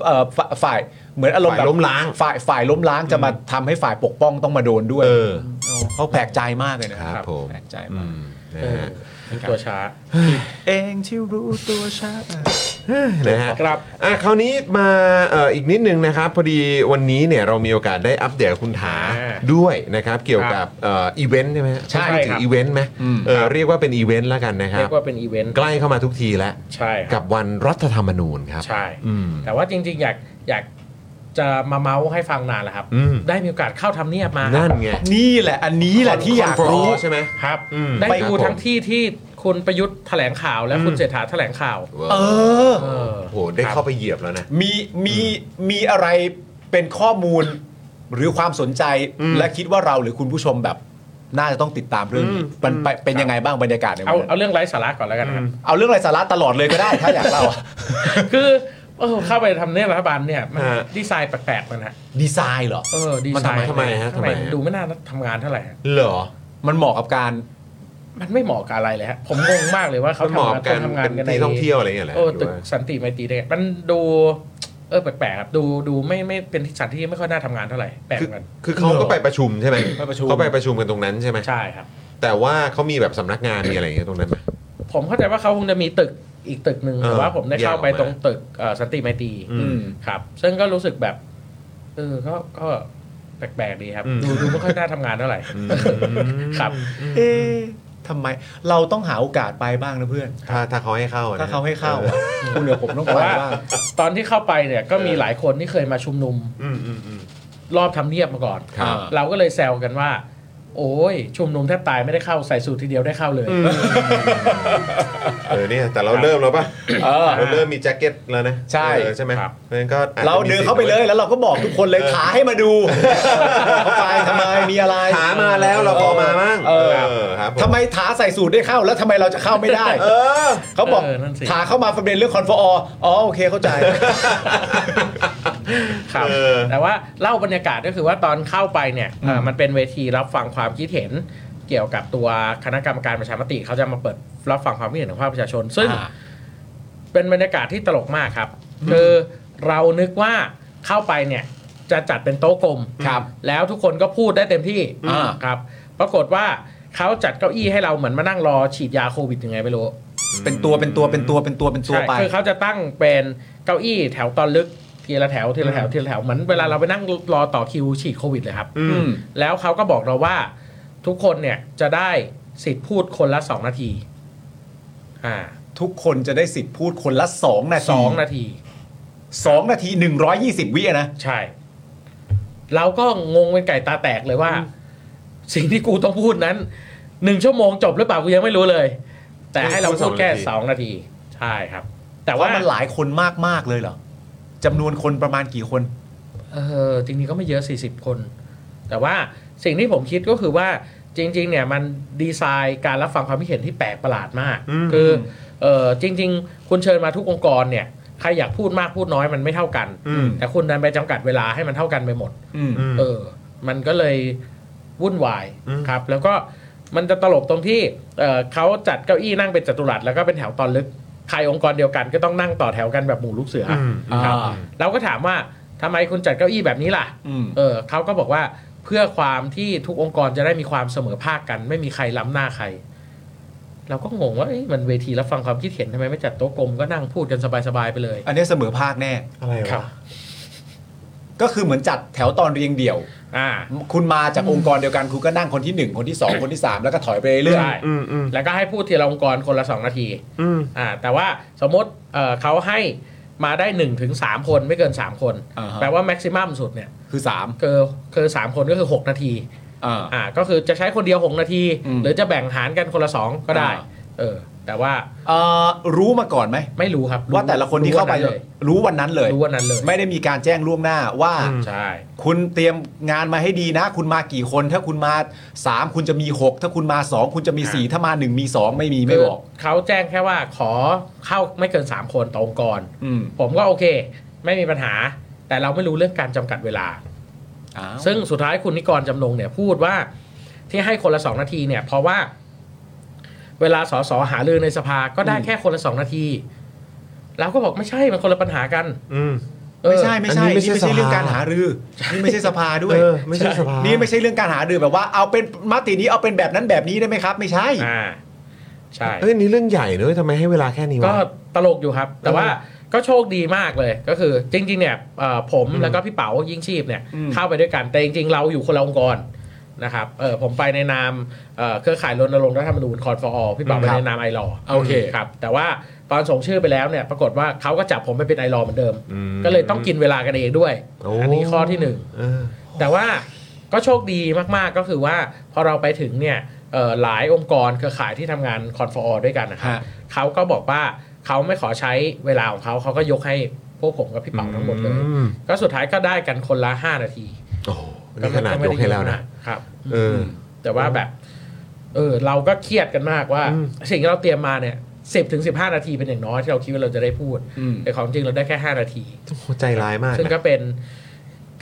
B: เอ่อฝ่าฝ่ายเหมือนอารมณ์แบ
C: ฝ่า
B: บ
C: ยล้มล้าง
B: ฝ่ายฝ่ายล้มล้างจะมาทำให้ฝ่ายปกป้องต้องมาโดนด้วย
C: เออ
B: เขาแปลกใจมากเลยนะครับ
C: ผม
B: แปลกใจ
C: อื
B: มาก
C: มนะ
F: เออ
C: ฮะ
F: ตัวช้า
B: เองที่รู้ตัวช้า
C: นะฮะ
F: ครับ
C: อ่ะคราวนี้มาเอ่ออีกนิดนึงนะครับ พอดีวันนี้เนี่ยเรามีโอกาสได้อัปเดตคุณถา
F: อ่า
C: ด้วยนะครับ เกี่ยวกับเอ่ออีเวนต์ใช่ไหมฮะ
F: ใช่
C: ไม่ถึ
F: ครั
C: ง
F: บ
C: อีเวนต์ไหม
B: อืม
C: เออเรียกว่าเป็นอีเวนต์แล้วกันนะครั
F: เรี
C: บ
F: ยกว่าเป็นอีเวนต์
C: ใกล้เข้ามาทุกทีแล้ว
F: ใช่ครับ
C: กับวันรัฐธรรมนูญครับ
F: ใช่
C: อืม
F: แต่ว่าจริงๆ อยากอยากจะมาเมาส์ให้ฟังนานแล้วครับ
C: อืม
F: ได้มีโอกาสเข้าทำเนียบมา
C: นั่นไง
B: นี่แหละอันนี้แหละที่อยากรู้
C: ใช่ไหม
F: ครับ
C: อืม
F: ได้
C: ไปค
F: ดู
C: รับผม
F: ทั้งที่ที่คุณประยุทธ์แถลงข่าวและคุณ
C: อืม
F: เศรษฐาแถลงข่าว
B: เออ
C: โอ้โหได้เข้าไปเหยียบแล้วนะ
B: มีมีมีอะไรเป็นข้อมูลหรือความสนใจ
C: อืม
B: และคิดว่าเราหรือคุณผู้ชมแบบ น่าจะต้องติดตามเรื่องนี้มันไปเป็นยังไงบ้างบรรยากาศในวั
F: เอา
B: นนั้น
F: เอาเรื่องไร้สาระก่อนแล้วกันนะครับ
B: เอาเรื่องไรสาระตลอดเลยก็ได้ ถ้าอยากเล่าอะ
F: คือเออเข้าไปทำเนียบรัฐบาลเนี่ยมัน
C: ฮะ
F: ดีไซน์แปลกๆมันฮะ
B: ดีไซน์เหรอ
F: เออดี
C: มัน
F: ไซ
C: ทำไมทำ
F: น์
C: ไมฮะทำไมฮะ
F: ดูไม่น่าทำงานเท่าไหร่ฮะ
C: เหรอ
B: มันเหมาะกับการ
F: มันไม่เหมาะกับอะไรเลยฮะผมงงมากเลยว่าเขา
C: มันเหมาะ
F: ทำ
C: กับการ
F: งานเขาทำงาน
C: เป็น
F: กันใน
C: ที่ท่องเที่ยวอะไรอย่างเงี้ยแหละ
F: โอ้
C: หรื
F: ตึ
C: อก ว่า
F: สันติไมตรีได้ไงมันดูเออแปลกๆครับดูดูไม่ไม่เป็นที่สันที่ไม่ค่อยน่าทำงานเท่าไหร่แปลก
C: คือ
F: เหมือนกัน
C: คือเขาก็ไปประชุมใช่ไหม
B: ไปประชุม
C: เขาไปประชุมกันตรงนั้นใช่ไหม
F: ใช่ครับ
C: แต่ว่าเขามีแบบสำนักงานมีอะไรอย่างเงี้ยตรงนั้นไหม
F: ผมเข้าใจว่าเขาคงจะมีตึกอีกตึกหนึ่ง
C: เออ
F: แต่ว่าผมได้เข้าไป
C: แยกออกมา
F: ตรงตึกเอ่อสันติไมตรี
C: อืม
F: ครับ ซึ่งก็รู้สึกแบบเออก็ก็แปลกๆดีครับ
C: อืม
F: ดูดูไม่ค่อยน่าทำงานเท่าไหร่ ครับ
B: เอ๊ะทำไมเราต้องหาโอกาสไปบ้างนะเพื่อน
C: ถ้าถ้าเขาให้เข้าอะนะ
B: ถ้าเขาให้เข้าอะคุณเดี๋ยวผมต้อง
F: แต่
B: ไป
F: ว่า
B: บ้าง
F: ตอนที่เข้าไปเนี่ยก็มีหลายคนที่เคยมาชุมนุม
C: อืมอืมอืม
F: รอบทำเนียบมาก่อน
C: ครับ
F: เราก็เลยแซวกันว่า โอ้ยชุมนุมแทบตายไม่ได้เข้าใส่สูตรทีเดียวได้เข้าเลย
C: เออเนี่ยแต่เราเริ่มแล้วป่ะ
B: เออ
C: เราเริ่มมีแจ็คเก็ตแล้วนะ
B: ใช่
C: เออใช่ไหม
F: ครับ
C: เพราะฉะนั้นก็อจจะ
B: เราเดินเข้าไปเลยแล้วเราก็บอกทุกคนเลยขาให้มาดู เข้าไปทำไมมีอะไร
C: หามาแล้วเราขอมามั่ง
B: เออ
C: ครับผ
B: ทำไมถาใส่สูตรได้เข้า แล้วทำไมเราจะเข้าไม่ได้
C: เออ
B: เขาบอก
F: เออนั่นสิ
B: ถาเข้ามาประเด็นเรื่องคอนฟอร์อ๋อโอเคเข้าใจ
F: ครับ
C: เออ
F: แต่ว่าเล่าบรรยากาศก็คือว่าตอนเข้าไปเนี่ยเอ่อ
B: อืม
F: มันเป็นเวทีรับฟังความคิดเห็น เกี่ยวกับตัวคณะกรรมการประชามติเขาจะมาเปิดรับฟังความคิดเห็นของภาคประชาชน ซึ่ง
B: อ่า
F: เป็นบรรยากาศที่ตลกมากครับ คือเรานึกว่าเข้าไปเนี่ยจะจัดเป็นโต๊ะกลม
B: ครับ
F: แล้วทุกคนก็พูดได้เต็มที่
B: อ่า
F: ครับ ปรากฏว่าเขาจัดเก้าอี้ให้เราเหมือนมานั่งรอฉีดยาโควิดยังไงไม่รู้
B: เป็นตัวเป็นตัวเป็นตัวเป็นตัวเป็นตัว
F: ใช่
B: ไป
F: คือเขาจะตั้งเป็นเก้าอี้แถวตอนลึกทีละแถวทีละแถวทีละแถวเหมือนเวลาเราไปนั่งรอต่อคิวฉีดโควิดเลยครับ
B: อืม
F: แล้วเขาก็บอกเราว่าทุกคนเนี่ยจะได้สิทธิ์พูดคนละสองนาทีอ่า
B: ทุกคนจะได้สิทธิ์พูดคนละ2นาที
F: สองนาที
B: สองนาที 120 วิอะนะ
F: ใช่ เราก็งงเป็นไก่ตาแตกเลยว่า สิ่งที่กูต้องพูดนั้นหนึ่งชั่วโมงจบหรือเปล่ากูยังไม่รู้เลย แต่ให้เราพูดแค่สองนาที ใช่ครับ แต่
B: แต่ว่า
F: ว่า
B: มันหลายคนมากมากๆเลยเหรอจำนวนคนประมาณกี่คน
F: เออจริงๆก็ไม่เยอะสี่สิบคน แต่ว่าสิ่งที่ผมคิดก็คือว่าจริง ๆ เนี่ยมันดีไซน์การรับฟังความคิดเห็นที่แปลกประหลาดมาก คือเออจริง ๆ คุณเชิญมาทุกองค์กรเนี่ยใครอยากพูดมากพูดน้อยมันไม่เท่ากัน
B: อืม
F: แต่คุณดันไปจำกัดเวลาให้มันเท่ากันไปหมด
B: อืม
F: เออ มันก็เลยวุ่นวายครับ แล้วก็มันจะตลกตรงที่เอ่อเขาจัดเก้าอี้นั่งเป็นจัตุรัสแล้วก็เป็นแถวตอนลึก ใครองค์กรเดียวกันก็ต้องนั่งต่อแถวกันแบบหมู่ลูกเสืออครับ
B: อ่า
F: เราก็ถามว่าทำไมคุณจัดเก้าอี้แบบนี้ล่ะ
B: อืม
F: เออเขาก็บอกว่าเพื่อความที่ทุกองค์กรจะได้มีความเสมอภาคกัน ไม่มีใครล้ำหน้าใคร เราก็งงว่าเอ๊ะมันเวทีรับฟังความคิดเห็นทำไมไม่จัดโต๊ะกลมก็นั่งพูดกันสบายๆไปเลย
B: อันนี้เสมอภาคแน่
G: อะไรวะ
B: ก็คือเหมือนจัดแถวตอนเรียงเดี่ยว
F: อ่า
B: คุณมาจากองค์กรเดียวกันคุณก็นั่งคนที่หนึ่งคนที่สองคนที่สามแล้วก็ถอยไปเรื่อย
F: ใช่แล้วก็ให้พูดทีละองค์กรคนละ 2 นาทีอ่าแต่ว่าสมมติเอ่อเขาให้มาได้1นถึงสคนไม่เกิน 3 คน
B: ๆอ่าฮะ
F: แปลว่าแม็กซิมัมสุดเนี่ย
B: คือสาม
F: คือคือสามคนก็คือ 6 นาที
B: อ่า
F: อ่าก็คือจะใช้คนเดียว 6 นาที
B: อืม
F: หรือจะแบ่งหารกันคนละ 2 ก็ได้
B: อ่า
F: เออแต่ว่า
B: เอ่อรู้มาก่อนไหม
F: ไม่รู้ครับรู้
B: ว่าแต่ละคนที่เข้าไป
F: รู้วันนั้น
B: รู้วันนั้นเลย
F: เลยรู้วันนั้นเลย
B: ไม่ได้มีการแจ้งล่วงหน้าว่า
F: ใช่
B: คุณเตรียมงานมาให้ดีนะ คุณมากี่คน ถ้าคุณมา 3 คุณจะมี 6 ถ้าคุณมา 2 คุณจะมี 4 ถ้ามา 1 มี 2 ไม่มีไม่บอก
F: คือเขาแจ้งแค่ว่าขอเข้าไม่เกิน 3 คนต่อองค์กร
B: อืม
F: ผมก็โอเค ไม่มีปัญหา แต่เราไม่รู้เรื่องการจำกัดเวลา
B: อ้าว
F: ซึ่งสุดท้ายคุณนิกรจำนงเนี่ยพูดว่าที่ให้คนละสองนาทีเนี่ยเพราะว่า เวลาสสหารือในสภาก็ได้แค่คนละสองนาทีเราก็บอกไม่ใช่มันคนละปัญหากันเออ
B: ไม่ใช่ไม่ใช่
G: อันนี้ไม่
B: นี่ไม่
G: ใช่
B: ใช่เรื่อ
G: ส
B: ง
G: ภา
B: การหารือนี่ไม่ใช่สภาด้วย
G: เออไม่ใช่สภา
B: นี่ไม่ใช่เรื่องการหารือแบบว่าเอาเป็นมตินี้เอาเป็นแบบนั้นแบบนี้ได้ไหมครับ ไม่ใช่
F: อ่า ใช่
C: เอ้ยอันนี่เรื่องใหญ่เลยทำไมให้เวลาแค่นี้
F: ก็
C: วะ
F: ตลกอยู่ครับ แต่ว่าก็โชคดีมากเลยก็คือ จริง ๆ เนี่ยเอ่อผมแล้วก็พี่เป๋ายิ่งชีพเนี่ย
B: อืม
F: เข้าไปด้วยกันแต่จริง ๆ เราอยู่คนละองค์กรนะครับเออผมไปในนามเอ่อเครือข่ายรณรงค์รัฐธรรมนูญคอนฟอร์พี่เป๋าไปในนามไอรอ
C: โอเค
F: ครับ แต่ว่าตอนส่งชื่อไปแล้วเนี่ยปรากฏว่าเขาก็จับผมไปเป็นไอรอเหมือนเดิม
C: อืม
F: ก็เลยต้องกินเวลากันเองด้วย
C: โอ้
F: อันนี้ข้อที่หนึ่ง
C: เออ
F: แต่ว่าก็โชคดีมาก ๆ ก็คือว่าพอเราไปถึงเนี่ยเอ่อหลายองค์กรเครือข่ายที่ทำงานคอนฟอร์ด้วยกันนะครับ
B: ฮะ
F: เขาก็บอกว่าเขาไม่ขอใช้เวลาของเขาเขาก็ยกให้พวกผมกับพี่เป๋าทั้งหมดเลย
C: อืม
F: ก็สุดท้ายก็ได้กันคนละ 5 นาที
C: โอ้โหนี่ขนาดยกให้แล้วนะครับ เออ
F: แต่ว่าแบบเออเราก็เครียดกันมากว่า สิ่งที่เราเตรียมมาเนี่ยสิบถึงสิบห้านาทีเป็นอย่างน้อยที่เราคิดว่าเราจะได้พูด
B: อืม
F: แต่ของจริงเราได้แค่ห้านาที
C: โอ้โหใจร้ายมาก
F: ซึ่ง
C: นะ
F: ก็เป็น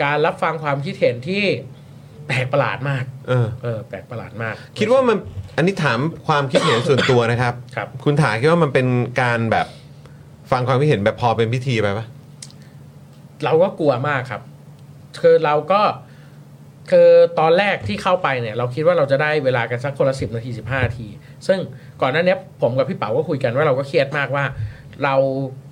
F: การรับฟังความคิดเห็นที่แปลกประหลาดมาก
C: เออ
F: เออแปลกประหลาดมาก
C: คิดว่ามันอันนี้ถามความคิดเห็นส่วนตัวนะครับ
F: ครับ
C: คุณถาคิดว่ามันเป็นการแบบฟังความคิดเห็นแบบพอเป็นพิธีไปปะ
F: เราก็กลัวมากครับคือเราก็คือตอนแรกที่เข้าไปเนี่ย เราคิดว่าเราจะได้เวลากันสักคนละสิบนาทีสิบห้านาที ซึ่งก่อนหน้าเนี้ยผมกับพี่เป๋าก็คุยกันว่าเราก็เครียดมากว่า เรา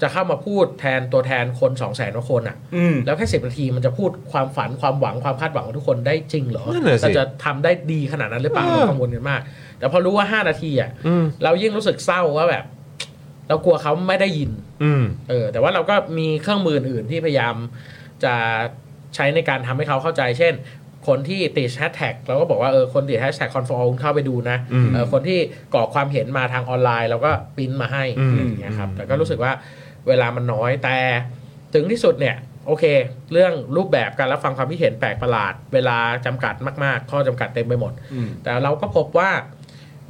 F: จะเข้ามาพูดแทนตัวแทนคนสองแสนกว่าคนอ่ะ
B: อืม
F: แล้วแค่สิบนาทีมันจะพูดความฝันความหวังความคาดหวังของทุกคนได้จริงเหรอ
C: นั่นน่ะสิ
F: เราจะทำได้ดีขนาดนั้นหรือเปล่าเรากังวลกันมาก แต่พอรู้ว่าห้านาทีอ่ะ
C: อืม
F: เรายิ่งรู้สึกเศร้าว่าแบบ เรากลัวเขาไม่ได้ยิน
C: อืม
F: เออแต่ว่าเราก็มีเครื่องมืออื่นๆที่พยายามจะใช้ในการทำให้เขาเข้าใจ เช่น คนที่ติดแฮชแท็กเราก็บอกว่าเออคนติดแฮชแท็กคอนฟอร์คุณเข้าไปดูนะ
C: อืม
F: เออคนที่กรอกความเห็นมาทางออนไลน์เราก็ปริ้นมาให้
C: อืม
F: อะไรอย่างเงี้ยครับแต่ก็รู้สึกว่าเวลามันน้อยแต่ถึงที่สุดเนี่ยโอเค เรื่องรูปแบบการรับฟังความคิดเห็นแปลกประหลาด เวลาจำกัดมากๆ ข้อจำกัดเต็มไปหมด
B: อืม
F: แต่เราก็พบว่า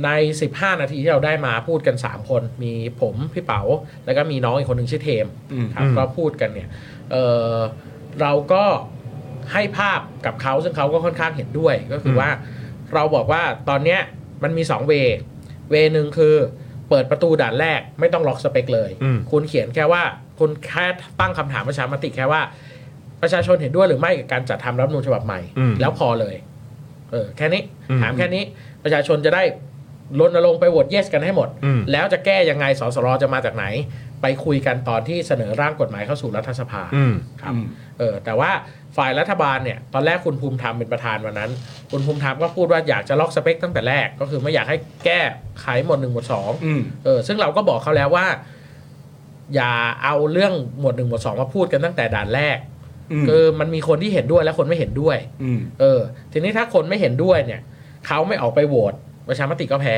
F: ใน 15 นาทีที่เราได้มาพูดกัน 3 คน มีผมพี่เป๋าแล้วก็มีน้องอีกคนหนึ่งชื่อเทม
B: อืม
F: ครับก็พูดกันเนี่ยเอ่อเราก็ให้ภาพกับเขาซึ่งเขาก็ค่อนข้างเห็นด้วยก็คือว่า เราบอกว่าตอนเนี้ยมันมี2เวเวหนึ่งคือเปิดประตูด่านแรกไม่ต้องล็อกสเปคเลย
C: อืม
F: คุณเขียนแค่ว่าคุณแค่ตั้งคำถามประชามติแค่ว่า ประชาชนเห็นด้วยหรือไม่กับการจัดทำรัฐธรรมนูญฉบับใหม่
C: อืม
F: แล้วพอเลยเออแค่นี้
C: อืม
F: ถามแค่นี้ประชาชนจะได้รณรงค์ไปโหวตเยสกันให้หมด
C: อืม
F: แล้วจะแก้ยังไงสสรจะมาจากไหน ไปคุยกันตอนที่เสนอร่างกฎหมายเข้าสู่รัฐสภา
C: อืม
F: ครับเออแต่ว่าฝ่ายรัฐบาลเนี่ยตอนแรกคุณภูมิธรรมเป็นประธานวันนั้น คุณภูมิธรรมก็พูดว่าอยากจะล็อกสเปคตั้งแต่แรก ก็คือไม่อยากให้แก้ไขหมวดหนึ่งหมวดสอง
B: อืม
F: เออซึ่งเราก็บอกเขาแล้วว่า อย่าเอาเรื่องหมวดหนึ่งหมวดสองมาพูดกันตั้งแต่ด่านแรกคือมันมีคนที่เห็นด้วยและคนไม่เห็นด้วย
B: อืม
F: เออ ทีนี้ถ้าคนไม่เห็นด้วยเนี่ยเขาไม่ออกไปโหวตประชามติก็แพ้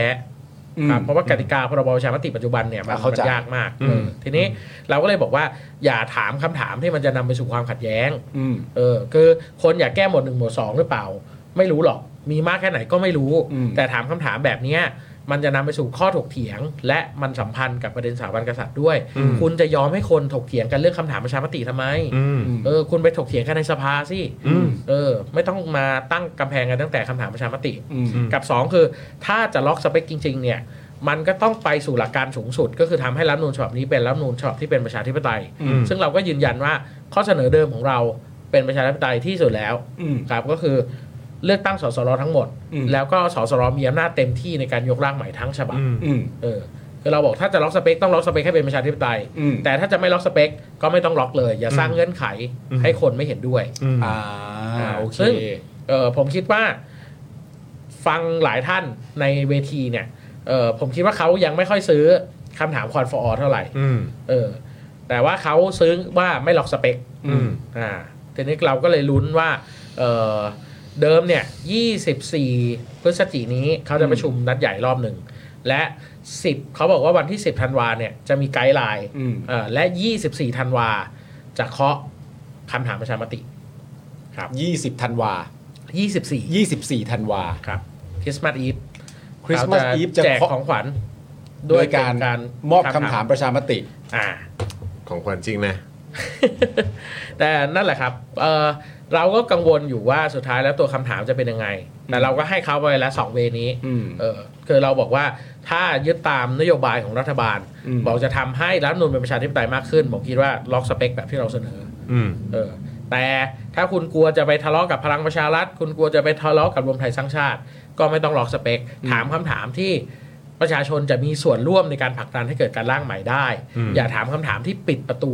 F: ครับเพราะว่ากติกาพรบประชามติปัจจุบันเนี่ยมัน
B: อ่ะเข้าใจ
F: มันยากมาก
C: อืม
F: เออทีนี้เราก็เลยบอกว่าอย่าถามคำถามที่มันจะนำไปสู่ความขัดแย้ง
B: อืม
F: เออคือคนอยากแก้หมวดหนึ่งหมวดสองหรือเปล่า ไม่รู้หรอกมีมากแค่ไหนก็ไม่รู้
B: อืม
F: แต่ถามคำถามแบบเนี้ยมันจะนำไปสู่ข้อถกเถียง และมันสัมพันธ์กับประเด็นสถาบันกษัตริย์ด้วย
C: อืม
F: คุณจะยอมให้คนถกเถียงกันเรื่องคำถามประชามติทำไม
C: อืม
F: เออคุณไปถกเถียงกันในสภาสิ
C: อืม
F: เออ ไม่ต้องมาตั้งกำแพงกันตั้งแต่คำถามประชามติ
B: อืม
C: อืม
F: กับ 2 คือถ้าจะล็อกสเปคจริงๆเนี่ยมันก็ต้องไปสู่หลักการสูงสุด ก็คือทำให้รัฐธรรมนูญฉบับนี้เป็นรัฐธรรมนูญฉบับที่เป็นประชาธิปไตย
C: อืม
F: ซึ่งเราก็ยืนยันว่าข้อเสนอเดิมของเราเป็นประชาธิปไตยที่สุดแล้ว
B: อืม
F: ครับก็คือเลือกตั้งสสรทั้งหมด
B: อืม
F: แล้วก็สสรมีอำนาจเต็มที่ในการยกร่างใหม่ทั้งฉบับ
C: อืม
B: อืม
F: เออคือเราบอกถ้าจะล็อกสเปคต้องล็อกสเปคให้เป็นประชาธิปไตย
B: อืม
F: แต่ถ้าจะไม่ล็อกสเปคก็ไม่ต้องล็อกเลย อย่าสร้างเงื่อนไข
C: อืม
F: ให้คนไม่เห็นด้วย
C: อืม
B: อ่าโอเค
F: ซึ่ง เออผมคิดว่าฟังหลายท่านในเวทีเนี่ยเออผมคิดว่าเขายังไม่ค่อยซื้อคำถามคอนฟอร์เท่าไหร่
C: อืม
F: เออแต่ว่าเขาซื้อว่าไม่ล็อกสเปค
C: อืม
F: อ่าทีนี้เราก็เลยลุ้นว่าเออเดิมเนี่ย 24 พฤศจิกนี้เขาจะประชุมนัดใหญ่รอบหนึ่ง และ 10 เขาบอกว่าวันที่ 10ธันวาเนี่ยจะมีไกด์ไลน์
B: อืม
F: เออและ 24ธันวาจะเคาะคำถามประชามติครับ
B: ยี่สิบธันวา
F: 24
B: ยี่สิบสี่ธันวา
F: ครับคริสต์มาสอีฟ
B: Christmas Eve จะ
F: แจก
B: เคาะ
F: ของขวัญ
B: โดยการ
F: เป็น
B: มอบคำถามประชามติ
F: อ่า
C: ของความจริงนะ
F: แต่นั่นแหละครับเออเราก็กังวลอยู่ว่าสุดท้ายแล้วตัวคำถามจะเป็นยังไง แต่เราก็ให้เขาไปแล้วสองเวนี้
B: อืม
F: เออคือเราบอกว่าถ้ายึดตามนโยบายของรัฐบาล
B: อืม
F: บอกจะทำให้รัฐธรรมนูนเป็นประชาธิปไตยมากขึ้น ผมคิดว่าล็อกสเปคแบบที่เราเสนอ
C: อืม
F: เออแต่ถ้าคุณกลัวจะไปทะเลาะกับพลังประชารัฐ คุณกลัวจะไปทะเลาะกับรวมไทยสร้างชาติ ก็ไม่ต้องล็อกสเปค ถามคำถามที่ประชาชนจะมีส่วนร่วมในการผลักดันให้เกิดการร่างใหม่ได้
C: อืม
F: อย่าถามคำถามที่ปิดประตู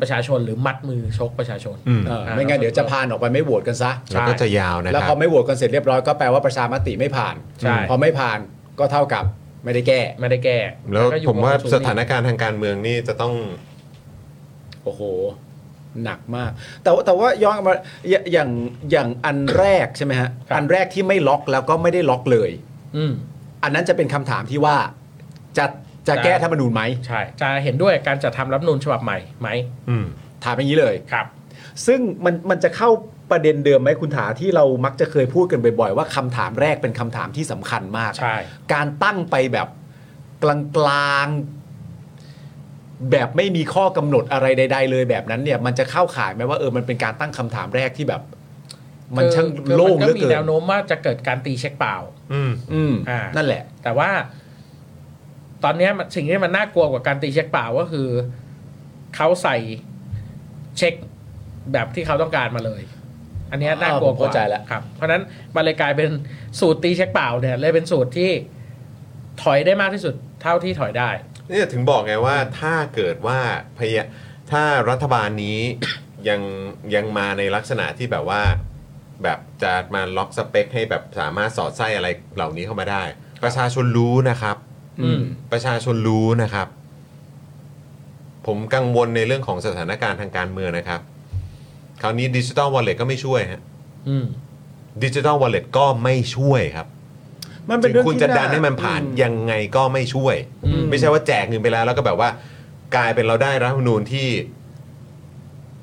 F: ประชาชนหรือมัดมือชกประชาชน
C: อืม
B: เออไม่งั้นเดี๋ยวจะพานออกไปไม่โหวตกันซะ
F: ใช่
C: แล้วก็จะยาวนะค
B: แล้
C: รั
B: ว
C: บ
B: พอไม่โหวตกันเสร็จเรียบร้อยก็แปลว่าประชามติไม่ผ่าน
F: ใช่
B: พอไม่ผ่านก็เท่ากับไม่ได้แก้
F: ไม่ได้แก้
C: แล้ว
F: ก็อยู่
C: ผมว่า
F: กับ
C: สถานการณ์ทางการเมืองนี่จะต้อง
B: โอ้โห หนักมาก แต่ว่าแต่ว่าย้อนกลับมาอย่าอย่างอย่างอันแรกใช่ไหมฮะ อันแรกที่ไม่ล็อกแล้วก็ไม่ได้ล็อกเลย
F: อืม
B: อันนั้นจะเป็นคำถามที่ว่าจะจะแก้ธรรมนูญไหม
F: ใช่จะเห็นด้วยการจัดทำรัฐธรรมนูญฉบับใหม่ไหม
C: อืม
B: ถามอย่างนี้เลย
F: ครับ
B: ซึ่งมันมันจะเข้าประเด็นเดิมไหมคุณถาที่เรามักจะเคยพูดกันบ่อยๆว่าคำถามแรกเป็นคำถามที่สำคัญมาก
F: ใช่
B: การตั้งไปแบบกลางๆ แบบไม่มีข้อกำหนดอะไรใด ๆ เลยแบบนั้นเนี่ย มันจะเข้าข่ายไหมว่าเออมันเป็นการตั้งคำถามแรกที่แบบ มันช่าง
F: คือ
B: โล่งเห
F: มัก็
B: ลือ
F: มี
B: เกิน
F: แนวโน้มว่าจะเกิดการตีเช็คเปล่า
C: อืม
B: อืม
F: อ่านั่
B: นั่นแหละ
F: แต่ว่าตอนเนี้ยมันสิ่งที่มันน่ากลัวกว่าการตีเช็คเปล่าก็คือเขาใส่เช็คแบบที่เขาต้องการมาเลย อันเนี้ย
B: อ่า
F: น่ากลัว
B: ผม
F: กว่า
B: เข้าใจแล้ว
F: ครับ เพราะฉะนั้นมันเลยกลายเป็นสูตรตีเช็คเปล่าเนี่ยเลยเป็นสูตรที่ถอยได้มากที่สุดเท่าที่ถอยได้
C: เนี่ยถึงบอกไงว่าถ้าเกิดว่าพยาถ้ารัฐบาลนี้ ยังยังมาในลักษณะที่แบบว่า แบบจะมาล็อกสเปคให้แบบสามารถสอดไส้อะไรเหล่านี้เข้ามาได้ ประชาชนรู้นะครับ
F: อืม
C: ประชาชนรู้นะครับ ผมกังวลในเรื่องของสถานการณ์ทางการเมืองนะครับ คราวนี้ดิจิตอลวอลเล็ก็ไม่ช่วยฮะ
F: อืม
C: ดิจิตอลวอลเล็ก็ไม่ช่วยครับ
B: มันเป็
C: ถึ
B: น
C: ง
B: เรื่อง
C: คุณจะดันให้มันผ่าน
B: อื
C: ยังไงก็ไม่ช่วย
F: อืม
C: ไม่ใช่ว่าแจกเงินไปแล้ว แล้วก็แบบว่ากลายเป็นเราได้รัฐธรรมนูญที่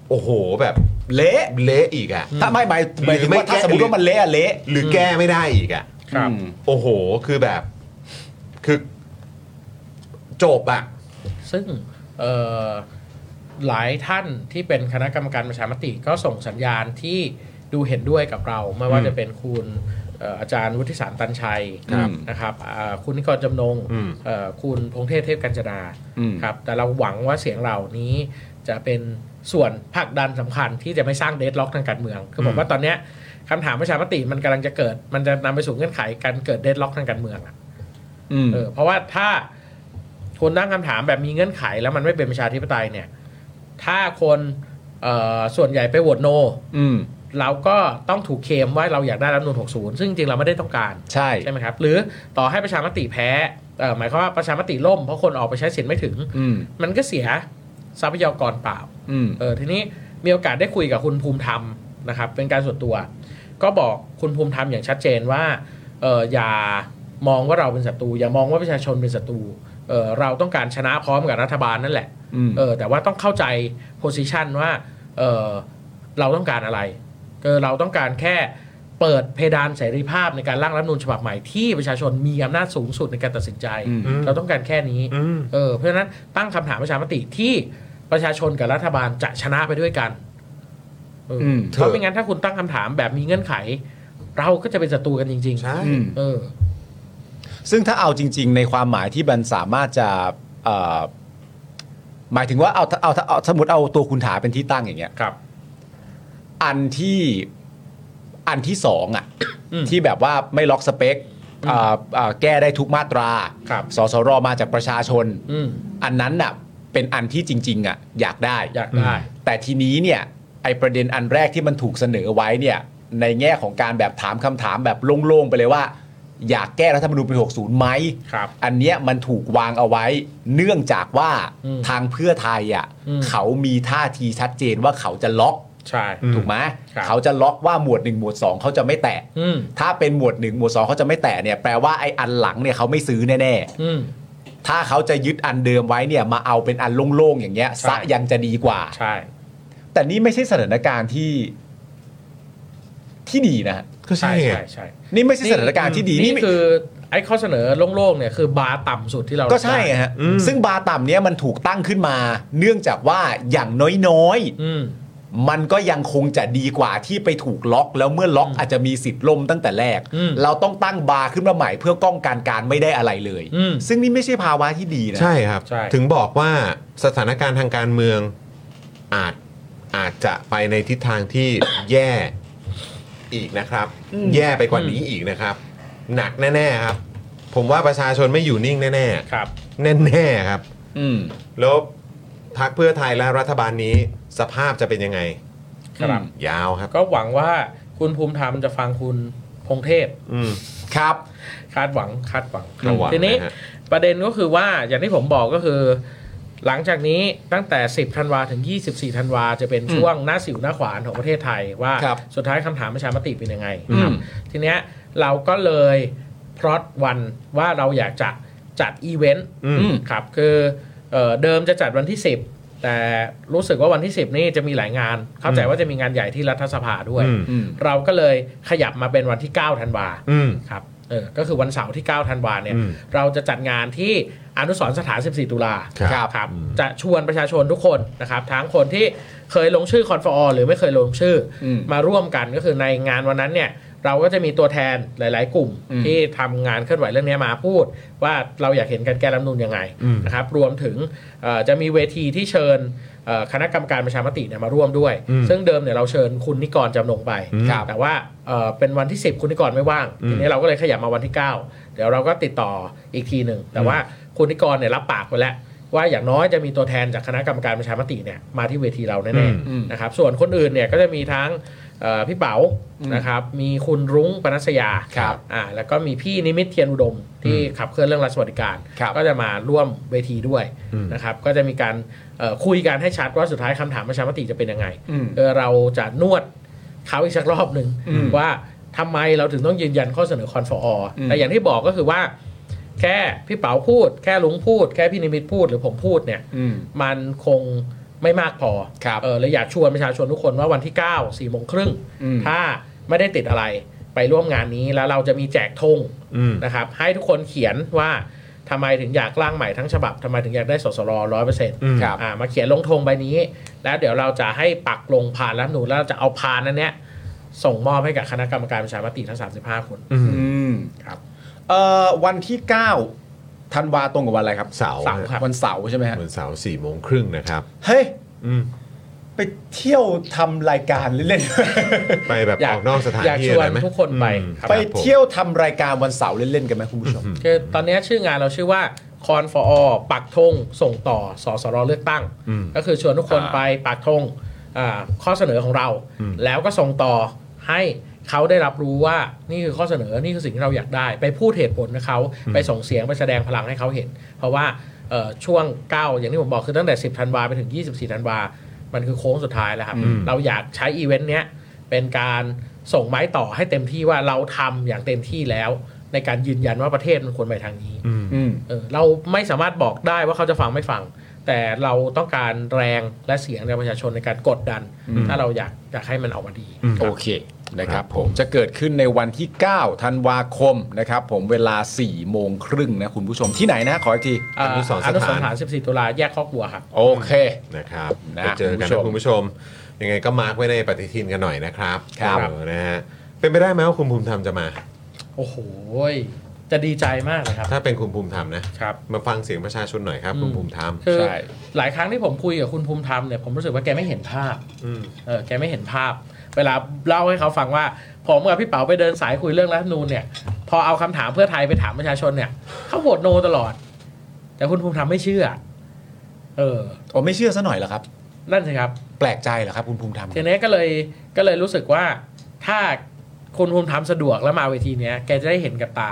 C: โอ้โหแบบ
B: เละ
C: เละอีกอะ
B: ถ้าไม่หมายหมายถึง
C: หรือไม่
B: ว่าถ้า
C: แก้
B: สมมติว่ามันเละอะเละ
C: หรือแก้ไม่ได้อีกอะ
F: ครับ
B: อืม
C: โอ้โห คือแบบ คือจบอะ
F: ซึ่งเอ่อหลายท่านที่เป็นคณะกรรมการประชามติก็ส่งสัญญาณที่ ดูเห็นด้วยกับเรา ไม่ว่า
B: อืม
F: จะเป็นคุณเอ่ออาจารย์วุฒิสารตันชัย
B: ครับ
F: นะครับอ่าคุณนิกรจำนง
C: อืม
F: เอ่อคุณพงเทพเทพกัญจนา
B: อืม
F: ครับแต่เราหวังว่าเสียงเหล่านี้จะเป็นส่วนผลักดันสำคัญที่จะไม่สร้างเดดล็อกทางการเมืองคือผมว่าตอนเนี้ยคำถามประชามติมันกำลังจะเกิด มันจะนำไปสู่เงื่อนไขการเกิดเดดล็อกทางการเมืองอะ
B: อืม
F: เออเพราะว่าถ้าคนตั้งคำถามแบบมีเงื่อนไขแล้วมันไม่เป็นประชาธิปไตยเนี่ย ถ้าคนเอ่อส่วนใหญ่ไปโหวตโน
B: อืม
F: เราก็ต้องถูกเคลมว่าเราอยากได้รัฐธรรมนูล60 ซึ่งจริงๆเราไม่ได้ต้องการ
B: ใช่
F: ใช่ไหมครับ หรือต่อให้ประชามติแพ้เอ่อหมายความว่าประชามติล่มเพราะคนออกไปใช้สิทธิ์ไม่ถึง
B: อืม
F: มันก็เสียทรัพยากรเปล่า
B: อืม
F: เออทีนี้มีโอกาสได้คุยกับคุณภูมิธรรมนะครับ เป็นการส่วนตัว ก็บอกคุณภูมิธรรมอย่างชัดเจนว่าเอออย่ามองว่าเราเป็นศัตรูอย่ามองว่าประชาชนเป็นศัตรูเออเราต้องการชนะพร้อมกับรัฐบาลนั่นแหละ
B: อืม
F: เออแต่ว่าต้องเข้าใจโพสิชันว่าเออเราต้องการอะไรเออเราต้องการแค่เปิดเพดานเสรีภาพในการร่างรัฐธรรมนูญฉบับใหม่ที่ประชาชนมีอำนาจสูงสุดในการตัดสินใจ
B: อืม
F: เราต้องการแค่นี้
E: อืม
F: เออเพราะฉะนั้นตั้งคำถามประชามติที่ประชาชนกับรัฐบาลจะชนะไปด้วยกันเอออ
B: ม
F: เพราะไม่งั้นถ้าคุณตั้งคำถามแบบมีเงื่อนไข เราก็จะเป็นศัตรูกันจริงๆ
C: ใช่
B: อืม
F: เออ
B: ซึ่งถ้าเอาจริง ๆ ในความหมายที่มันสามารถจะเอ่อหมายถึงว่าเอาเอาเอาสมมติเอาตัวคุณถาเป็นที่ตั้งอย่างเงี้ย
F: ครับ
B: อันที่อันที่สองอ่ะ
F: อืม
B: ที่แบบว่าไม่ล็อกสเปคอ่าอ่าแก้ได้ทุกมาตรา
F: ครับ
B: สสรมาจากประชาชน
F: อืม
B: อันนั้นน่ะเป็นอันที่จริง ๆอ่ะอยากได้
F: อยากได้
B: แต่ทีนี้เนี่ยไอประเด็นอันแรกที่มันถูกเสนอไว้เนี่ยในแง่ของการแบบถามคำถามแบบโล่งๆไปเลยว่า อยากแก้รัฐธรรมนูญปี 60 ไหม
F: ครับ
B: อันเนี้ยมันถูกวางเอาไว้ เนื่องจากว่า
F: อืม
B: ทางเพื่อไทยอ่ะ
F: อืม
B: เขามีท่าทีชัดเจนว่าเขาจะล็อก
F: ใช่
B: ถูกไหม
F: ครับ
B: เขาจะล็อกว่าหมวด 1 หมวด 2 เขาจะไม่แตะ
F: อืม
B: ถ้าเป็นหมวด 1 หมวด 2 เขาจะไม่แตะเนี่ยแปลว่าไอ้อันหลังเนี่ยเขาไม่ซื้อแน่
F: อืม
B: ๆ ถ้าเขาจะยึดอันเดิมไว้เนี่ยมาเอาเป็นอันโล่งๆอย่างเงี้ย
F: ใช่
B: ซะยังจะดีกว่า
F: ใช่
B: แต่นี่ไม่ใช่สถานการณ์ที่ที่ดีนะฮะ
C: ก็
F: ใช่
C: ใช่ไง
F: ใช่ใช่
B: นี่ไม่ใช่สถานการณ์ที่ดี
F: นี่
B: ไม่
F: คือไอ้ข้อเสนอโล่งๆเนี่ยคือบาร์ต่ำสุดที่เรา
B: ก็ใช่ฮะ
C: อืม
B: ซึ่งบาร์ต่ำเนี่ยมันถูกตั้งขึ้นมา เนื่องจากว่าอย่างน้อยๆ
F: อืม
B: มันก็ยังคงจะดีกว่าที่ไปถูกล็อก แล้วเมื่อล็อกอาจจะมีสิทธิ์ล่มตั้งแต่แรก
F: อืม
B: เราต้องตั้งบาร์ขึ้นมาใหม่เพื่อป้องกันการไม่ได้อะไรเลย
F: อืม
B: ซึ่งนี่ไม่ใช่ภาวะที่ดีนะ
C: ใช่ครับ
F: ใช่
C: ถึงบอกว่าสถานการณ์ทางการเมืองอาจอาจจะไปในทิศทางที่ แย่อีกนะครับ แย่ไปกว่านี้อีกนะครับ หนักแน่ๆครับ ผมว่าประชาชนไม่อยู่นิ่งแน่
F: ครับ
C: ๆแน่ๆครับ
B: อืม
C: แล้วพักเพื่อไทยและรัฐบาลนี้สภาพจะเป็นยังไง
F: ครับ
C: ยาวครับ
F: ก็หวังว่าคุณภูมิธรรมจะฟังคุณพงเทพ
C: อืม
B: ครับ
F: คาดหวังคาดหวัง
C: คาดหวัง
F: ทีนี้
C: นะฮะ
F: ประเด็นก็คือว่าอย่างที่ผมบอกก็คือ หลังจากนี้ตั้งแต่ 10ธันวาถึง 24ธันวาจะเป็นช่วงหน้าสิวหน้าขวานของประเทศไทยว่า
B: ครับ
F: สุดท้ายคำถามประชามติเป็นยังไง
B: อืม
F: ทีเนี้ยเราก็เลยพลอตวันว่าเราอยากจะจัดอีเวนต์
C: อืม
B: อืม
F: ครับคือเอ่อเดิมจะจัดวันที่ 10 แต่รู้สึกว่าวันที่ 10 นี่จะมีหลายงาน เข้าใจว่าจะมีงานใหญ่ที่รัฐสภาด้วย
C: อืม
B: อืม
F: เราก็เลยขยับมาเป็นวันที่9ธันวา
C: อืม
F: ครับ เออ ก็คือวันเสาร์ที่ 9 ธันวาเนี่ย
C: อืม
F: เราจะจัดงานที่อนุสรณ์สถาน 14 ตุลา
C: ครับ
F: ครับ จะชวนประชาชนทุกคนนะครับ ทั้งคนที่เคยลงชื่อคอนฟอร์หรือไม่เคยลงชื่ออ
B: ม
F: มาร่วมกันก็คือในงานวันนั้นเนี่ย เราก็จะมีตัวแทนหลาย ๆ กลุ่ม
B: อืม
F: ที่ทำงานเคลื่อนไหวเรื่องนี้มาพูด ว่าเราอยากเห็นการแก้รัฐธรรมนูลยังไง
C: อืม
F: นะครับ รวมถึงเอ่อจะมีเวทีที่เชิญเอ่อคณะกรรมการประชามติเนี่ยมาร่วมด้วย
C: อืม
F: ซึ่งเดิมเนี่ยเราเชิญคุณนิกรจำนงไป
C: อืม
F: แต่ว่าเอ่อเป็นวันที่ 10 คุณนิกรไม่ว่าง
C: อืม
F: ทีนี้เราก็เลยขยับมาวันที่ 9 เดี๋ยวเราก็ติดต่ออีกทีหนึ่ง แต่ว่าคุณนิกรเนี่ยรับปากไปแล้ว ว่าอย่างน้อยจะมีตัวแทนจากคณะกรรมการประชามติเนี่ยมาที่เวทีเรา
C: อื
F: แน่
C: ม
B: อืม
F: ๆนะครับส่วนคนอื่นเนี่ยก็จะมีทั้งเอ่อพี่เป๋า
B: อืม
F: นะครับมีคุณรุ้งปนัสยา
B: ครับ
F: อ่าแล้วก็มีพี่นิมิตเทียนอุดม ที่ขับเคลื่อนเรื่องรัฐสวัสดิการ
B: ครับ
F: ก็จะมาร่วมเวทีด้วย
C: อืม
F: นะครับก็จะมีการเอ่อคุยกันให้ชัดว่าสุดท้ายคำถามประชามติจะเป็นยังไง
B: อืม
F: เออเราจะนวด เขาอีกสักรอบหนึ่ง
B: อืม
F: ว่าทำไมเราถึงต้องยืนยันข้อเสนอคอนฟอร์
B: อืม
F: แต่อย่างที่บอกก็คือว่า แค่พี่เป๋าพูด แค่ลุงพูด แค่พี่นิมิตพูดหรือผมพูดเนี่ย
B: อืม
F: มันคงไม่มากพอ
B: ครับ
F: เออเลยอยากชวนประชาชนทุกคนว่าวันที่ 9 4โมงครึ่ง
B: อืม
F: ถ้าไม่ได้ติดอะไรไปร่วมงานนี้แล้วเราจะมีแจกธง
C: อืม
F: นะครับ ให้ทุกคนเขียนว่าทำไมถึงอยากร่างใหม่ทั้งฉบับทำไมถึงอยากได้สสรร้อยเปอร์เซ็นต์
C: อืม
B: ครับ
F: อ่ามาเขียนลงธงใบนี้ แล้วเดี๋ยวเราจะให้ปักลงพานรัฐธรรมนูญแล้วเราจะเอาพานนั้นเนี้ย ส่งมอบให้กับคณะกรรมการประชามติทั้ง 35 คน
B: อืม
F: ครับ
B: เอ่อวันที่9ธันวาตรงกับวันอะไรครับ
C: เสาร์
F: เสาร์ครับ
B: วันเสาร์ใช่ไหมฮะ
C: วันเสาร์สี่โมงครึ่งนะครับ
B: เฮ้ย
C: อืม
B: ไปเที่ยวทำรายการเล่น
C: ไปแบบออกนอกสถาน
F: อยาก
C: ที่
F: ช
C: อะ
F: วน
C: ไรไหม
F: ทุกคนไปครั
B: ๆ
F: บ
B: ไปเที่ยวทำรายการวันเสาร์เล่นๆกันไหมคุณผู้ชม
F: คือตอนนี้ชื่องานเราชื่อว่าคอนฟออปักธงส่งต่อสสรเลือกตั้ง
C: อืม
F: ก็คือชวนทุกคน
C: อ่า
F: ไปปักธงอ่าข้อเสนอของเรา
C: อืม
F: แล้วก็ส่งต่อให้เขาได้รับรู้ว่านี่คือข้อเสนอนี่คือสิ่งที่เราอยากได้ ไปพูดเหตุผลกับเขาไปส่งเสียงไปแสดงพลังให้เขาเห็น เพราะว่าเอ่อช่วง 9 อย่างที่ผมบอกคือตั้งแต่ 10ธันวาไปถึง 24ธันวามันคือโค้งสุดท้ายแล้วครับ
C: อืม
F: เราอยากใช้อีเวนต์เนี้ยเป็นการส่งไม้ต่อให้เต็มที่ว่าเราทำอย่างเต็มที่แล้ว ในการยืนยันว่าประเทศมันควรไปทางนี้
C: อืม
B: อืม
F: เออเราไม่สามารถบอกได้ว่าเขาจะฟังไม่ฟัง แต่เราต้องการแรงและเสียงจากประชาชนในการกดดัน ถ้าเราอยากอยากให้มันออกมาดี
C: อืม
B: โอเคนะครับผมจะเกิดขึ้นในวันที่ 9 ธันวาคมนะครับผมเวลา 4 โมงครึ่งนะคุณผู้ชมที่ไหนนะ ขออีกที
F: อ
C: นุ
F: นุ
C: ส
F: ส
C: ร
F: ร
C: ณ์
F: ณ์
C: สถาน
F: สถาน 14 ตุลาแยกครอบครัวครับ
B: โอเค
C: นะครับ
B: นะ
C: ไปเจอกันนะ
B: คุ
C: คุณ
B: ณผู้
C: ผู้ช
B: ช
C: ม
B: ม
C: ยังไงก็มาร์กไว้ในปฏิทินกันหน่อยนะครับ
B: ครับ
C: เออนะฮะเป็นไปได้ไหมว่าคุณภูมิธรรมจะมา
F: โอ้โหยจะดีใจมากเลยครับ
C: ถ้าเป็นคุณภูมิธรรมนะครับ มาฟังเสียงประชาชนหน่อยครับ คุณ
F: อืม
C: ภูมิธรรม
F: คือ
B: ใช่
F: หลายครั้งที่ผมคุยกับคุณภูมิธรรมเนี่ยผมรู้สึกว่าแกไม่เห็นภาพ
C: อืม
F: เออแกไม่เห็นภาพ เวลาเล่าให้เขาฟังว่า ผมกับพี่เป๋าไปเดินสายคุยเรื่องรัฐธรรมนูญเนี่ย พอเอาคำถามเพื่อไทยไปถามประชาชนเนี่ย เขาโหวตโนตลอด แต่คุณภูมิธรรมไม่เชื่อ เออ
B: โอ้ไม่เชื่อซะหน่อยเหรอครับ
F: นั่นสิครับ
B: แปลกใจเหรอครับคุณภูมิธรรม
F: ทีนี้ก็เลยก็เลยรู้สึกว่าถ้าคุณภูมิธรรมสะดวกแล้วมาเวทีเนี้ยแกจะได้เห็นกับตา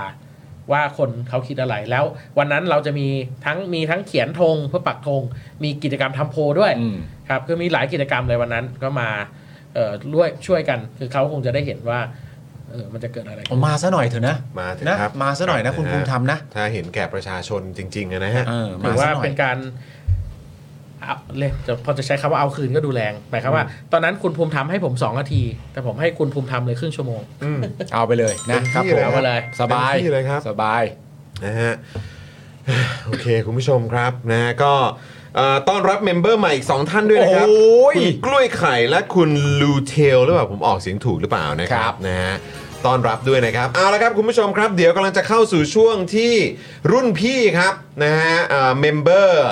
F: ว่าคนเขาคิดอะไรแล้ว วันนั้นเราจะมีทั้งมีทั้งเขียนธงเพื่อปักธงมีกิจกรรมทำโพลด้วย
B: อืม
F: ครับคือมีหลายกิจกรรมเลยวันนั้นก็มาเอ่อร่วยช่วยกัน คือเขาคงจะได้เห็นว่าเออมันจะเกิดอะไรขึ้น
B: เอามาซะหน่อยเถอะนะ
C: มาเถอะ
B: นะครับ มาซะหน่อยนะคุณ
C: ฮ
B: ภูมิธรรมนะ
C: ถ้าเห็นแก่ประชาชนจริงๆอะนะฮะ
B: เออ
F: ถื
B: มา
F: อ
B: ซะ
F: ว่า
B: หน่อย
F: เป็นการเอาเลยจะพอจะใช้คำว่าเอาคืนก็ดูแรงหมายความว่า ตอนนั้นคุณภูมิธรรมให้ผมสองนาที แต่ผมให้คุณภูมิธรรมเลยครึ่งชั่วโมง
C: อืม
B: เอาไปเลยนะ
C: เต็มที่
B: ครับผม
C: เลยครับ
F: เอา
B: สบาย
C: เต็
F: ไปเลย
C: มที่เลยครับ
B: สบาย
C: นะฮะ โอเค คุณผู้ชมครับนะฮะก็เอ่อต้อนรับเมมเบอร์ใหม่อีก 2 ท่านด้วยนะครับ
B: โอ้ย
C: คุณกล้วยไข่และคุณลูเทลหรือเปล่าผมออกเสียงถูกหรือเปล่านะค
B: ค
C: รั
B: รั
C: บบ นะฮะต้อนรับด้วยนะครับเอาละครับคุณผู้ชมครับ เดี๋ยวกำลังจะเข้าสู่ช่วงที่รุ่นพี่ครับนะฮะเมมเบอร์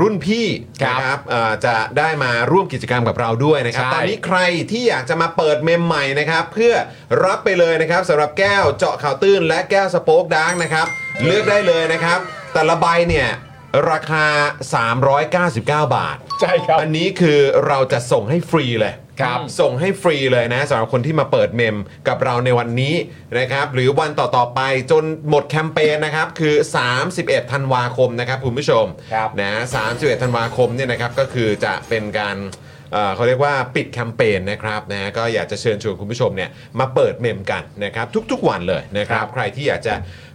C: รุ่นพี่นะครับเอ่อจะได้มาร่วมกิจกรรมกับเราด้วยนะครับ
B: ใช่
C: ตอนนี้ ใครที่อยากจะมาเปิดเมมใหม่นะครับเพื่อรับไปเลยนะครับสำหรับแก้วเจาะข่าวตื้น และแก้วสโป๊กดาร์กนะครับเลือกได้เลยนะครับ แต่ละใบเนี่ยราคา 399 บาท
B: ใช่ครับ
C: อันนี้คือเราจะส่งให้ฟรีเลย
B: ครับ
C: ส่งให้ฟรีเลยนะสำหรับคนที่มาเปิดเมมกับเราในวันนี้นะครับหรือวันต่อ ๆ ไปจนหมดแคมเปญนะครับคือ 31 ธันวาคมนะครับคุณผู้ชม
B: ครับ
C: นะ31 ธันวาคมเนี่ยนะครับก็คือจะเป็นการเอ่อเขาเรียกว่าปิดแคมเปญนะครับนะก็อยากจะเชิญชวนคุณผู้ชมเนี่ยมาเปิดเมมกันนะครับทุกๆวันเลยนะครับใครที่อยากจะ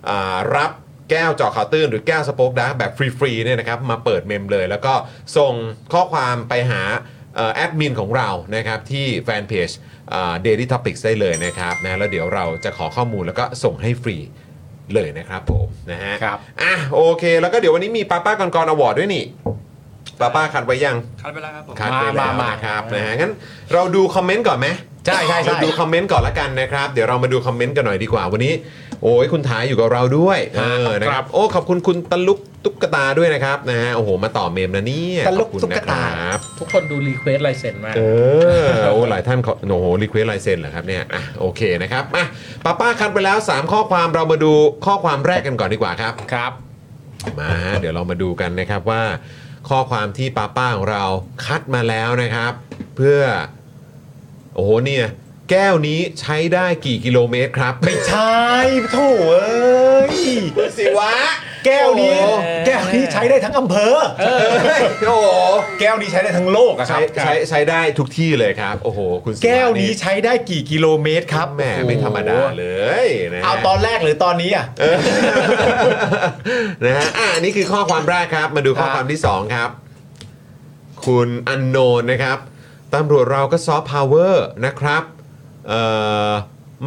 C: อ่ารับ แก้วเจอข่าวตื้นหรือแก้วสป็อกดาร์กแบบฟรีๆเนี่ยนะครับมาเปิดเมมเลย แล้วก็ส่งข้อความไปหาเอ่อแอดมินของเรานะครับที่แฟนเพจเดลี่ท็อปิกได้เลยนะครับนะแล้วเดี๋ยวเราจะขอข้อมูลแล้วก็ส่งให้ฟรีเลยนะครับผมนะฮะ
B: ครับ
C: อ่ะโอเค แล้วก็เดี๋ยววันนี้มีป้าป้าก่อนกอนอวอร์ดด้วยนี่ป้าป้าคัดไว้ยัง
E: คัดไปแล้วครับผม
C: คัดไว้
B: มา
C: แล้ว
B: มามา
C: นะครับนะฮะงั้นเราดูคอมเมนต์ก่อนไหม
B: ใช่ใช่ใช่
C: เราดูคอมเมนต์ก่อนละกันนะครับเดี๋ยวเรามาดูคอมเมนต์กันหน่อยดีกว่าวันนี้ โอ้ยคุณถายอยู่กับเราด้วยเออนะค
F: ครั
C: รับ
F: บ
C: โอ้ขอบคุณคุณตะลุกตุ๊กตาด้วยนะครับนะฮะโอ้โหมาต่อเมมนะเนี่ย
B: ตะลุก
C: ขอบคุณ
B: ตุ๊กตา
C: นะครับ
F: ทุกคนดูรีเควสลายเซ็นมาก
C: เออโอ้หลายท่านขอโอ้โหรีเควสลายเซ็นเหรอครับเนี่ยอ่ะโอเคนะครับมาป้าป้าคัดไปแล้ว 3 ข้อความเรามาดูข้อความแรกกันก่อนดีกว่าครับ
B: ครับ
C: มาฮะเดี๋ยวเรามาดูกันนะครับว่า ข้อความที่ป้าป้าของเราคัดมาแล้วนะครับ เพื่อ โอ้โหเนี่ยแก้วนี้ใช้ได้กี่กิโลเมตรครับ
B: ไม่ใช่โถ่เอ้ย
C: สิวะ
B: แก้วนี้
C: โอ้
B: แก้วนี้ใช้ได้ทั้งอำเภอ
C: โอ้โห
B: แก้วนี้ใช้ได้ทั้งโลกอะค
C: ใช้
B: รับ
C: ใช้ใช้ได้ทุกที่เลยครับ โอ้โห คุณศิระ
B: แก้วนี้ใช้ได้กี่กิโลเมตรครับ
C: แหมไม่ธรรมดาเลยนะฮะ
B: เอาตอนแรกหรือตอนนี้อะ
C: เออนะฮะอ่ะอันนี้คือข้อความแรกครับ มาดูข้อความที่ 2 ครับ คุณอันโนนนะครับตำรวจเราก็ซอฟต์พาวเวอร์นะครับเอ่อ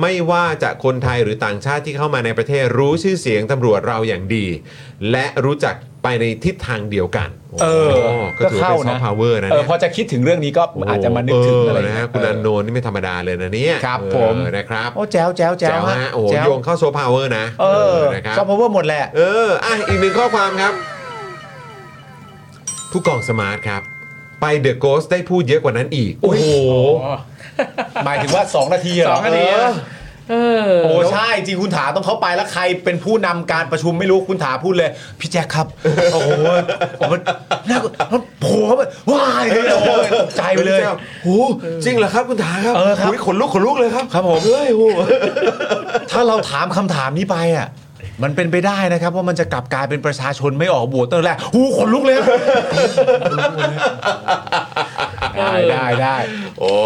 C: ไม่ว่าจะคนไทยหรือต่างชาติที่เข้ามาในประเทศรู้ชื่อเสียงตำรวจเราอย่างดี และรู้จัก
A: ไปในทิศทางเดียวกัน
B: เออ
A: โก็ถือว่าเป็นซอฟต์พาวเวอร์นะ
B: เอ
A: เนี่
B: อย พอจะคิดถึงเรื่องนี้ก็อาจจะมานึกถึงอะไร
A: เนะ
B: เงี้
A: ฮะ
B: ย
A: คุณอันโนนนี่ไม่ธรรมดาเลยนะเนี่ย
B: ครับ
A: เออ
B: ผม
A: นะครับ
B: โอ้แจ๋วแจ๋วแจ๋
A: แจ๋
B: ว
A: วฮะโอ้โห
B: แจ๋ว
A: โยงเข้าโซฟต์พาวเวอร์นะ
B: เออ
A: นะครับ
B: ซอฟต์พาวเวอร์หมดแหละ
A: เอออ่ะอีกหนึ่งข้อความครับ ผู้กองสมาร์ทครับ ไปเดอะโกสได้พูดเยอะกว่านั้นอีก โอ้โห
F: อ๋อ
B: หมายถึงว่า 2 นาทีเหร
F: สองนาที
B: เ
F: นะเออ
B: โอ้ใช่จริงคุณถาต้องเข้าไปแล้วใครเป็นผู้นำการประชุมไม่รู้คุณถาพูดเลย พี่แจ็คครับ โอ้โหผมมันน่ากลัวมันโผล่เข้าไปว้ายเลยโอ้โหตกใจไปเลย
A: โหจริงเหรอครับคุณถาครับ
B: เออครับ
A: โยขนลุกขนลุกเลยครับ
B: ครับผมเฮ้ยโหถ้าเราถามคำถามนี้ไปอ่ะ มันเป็นไปได้นะครับ ว่ามันจะกลับกลายเป็นประชาชนไม่ออกบวชตั้งแต่แรกหูขนลุกเลยได้ได้ได้
A: โอ้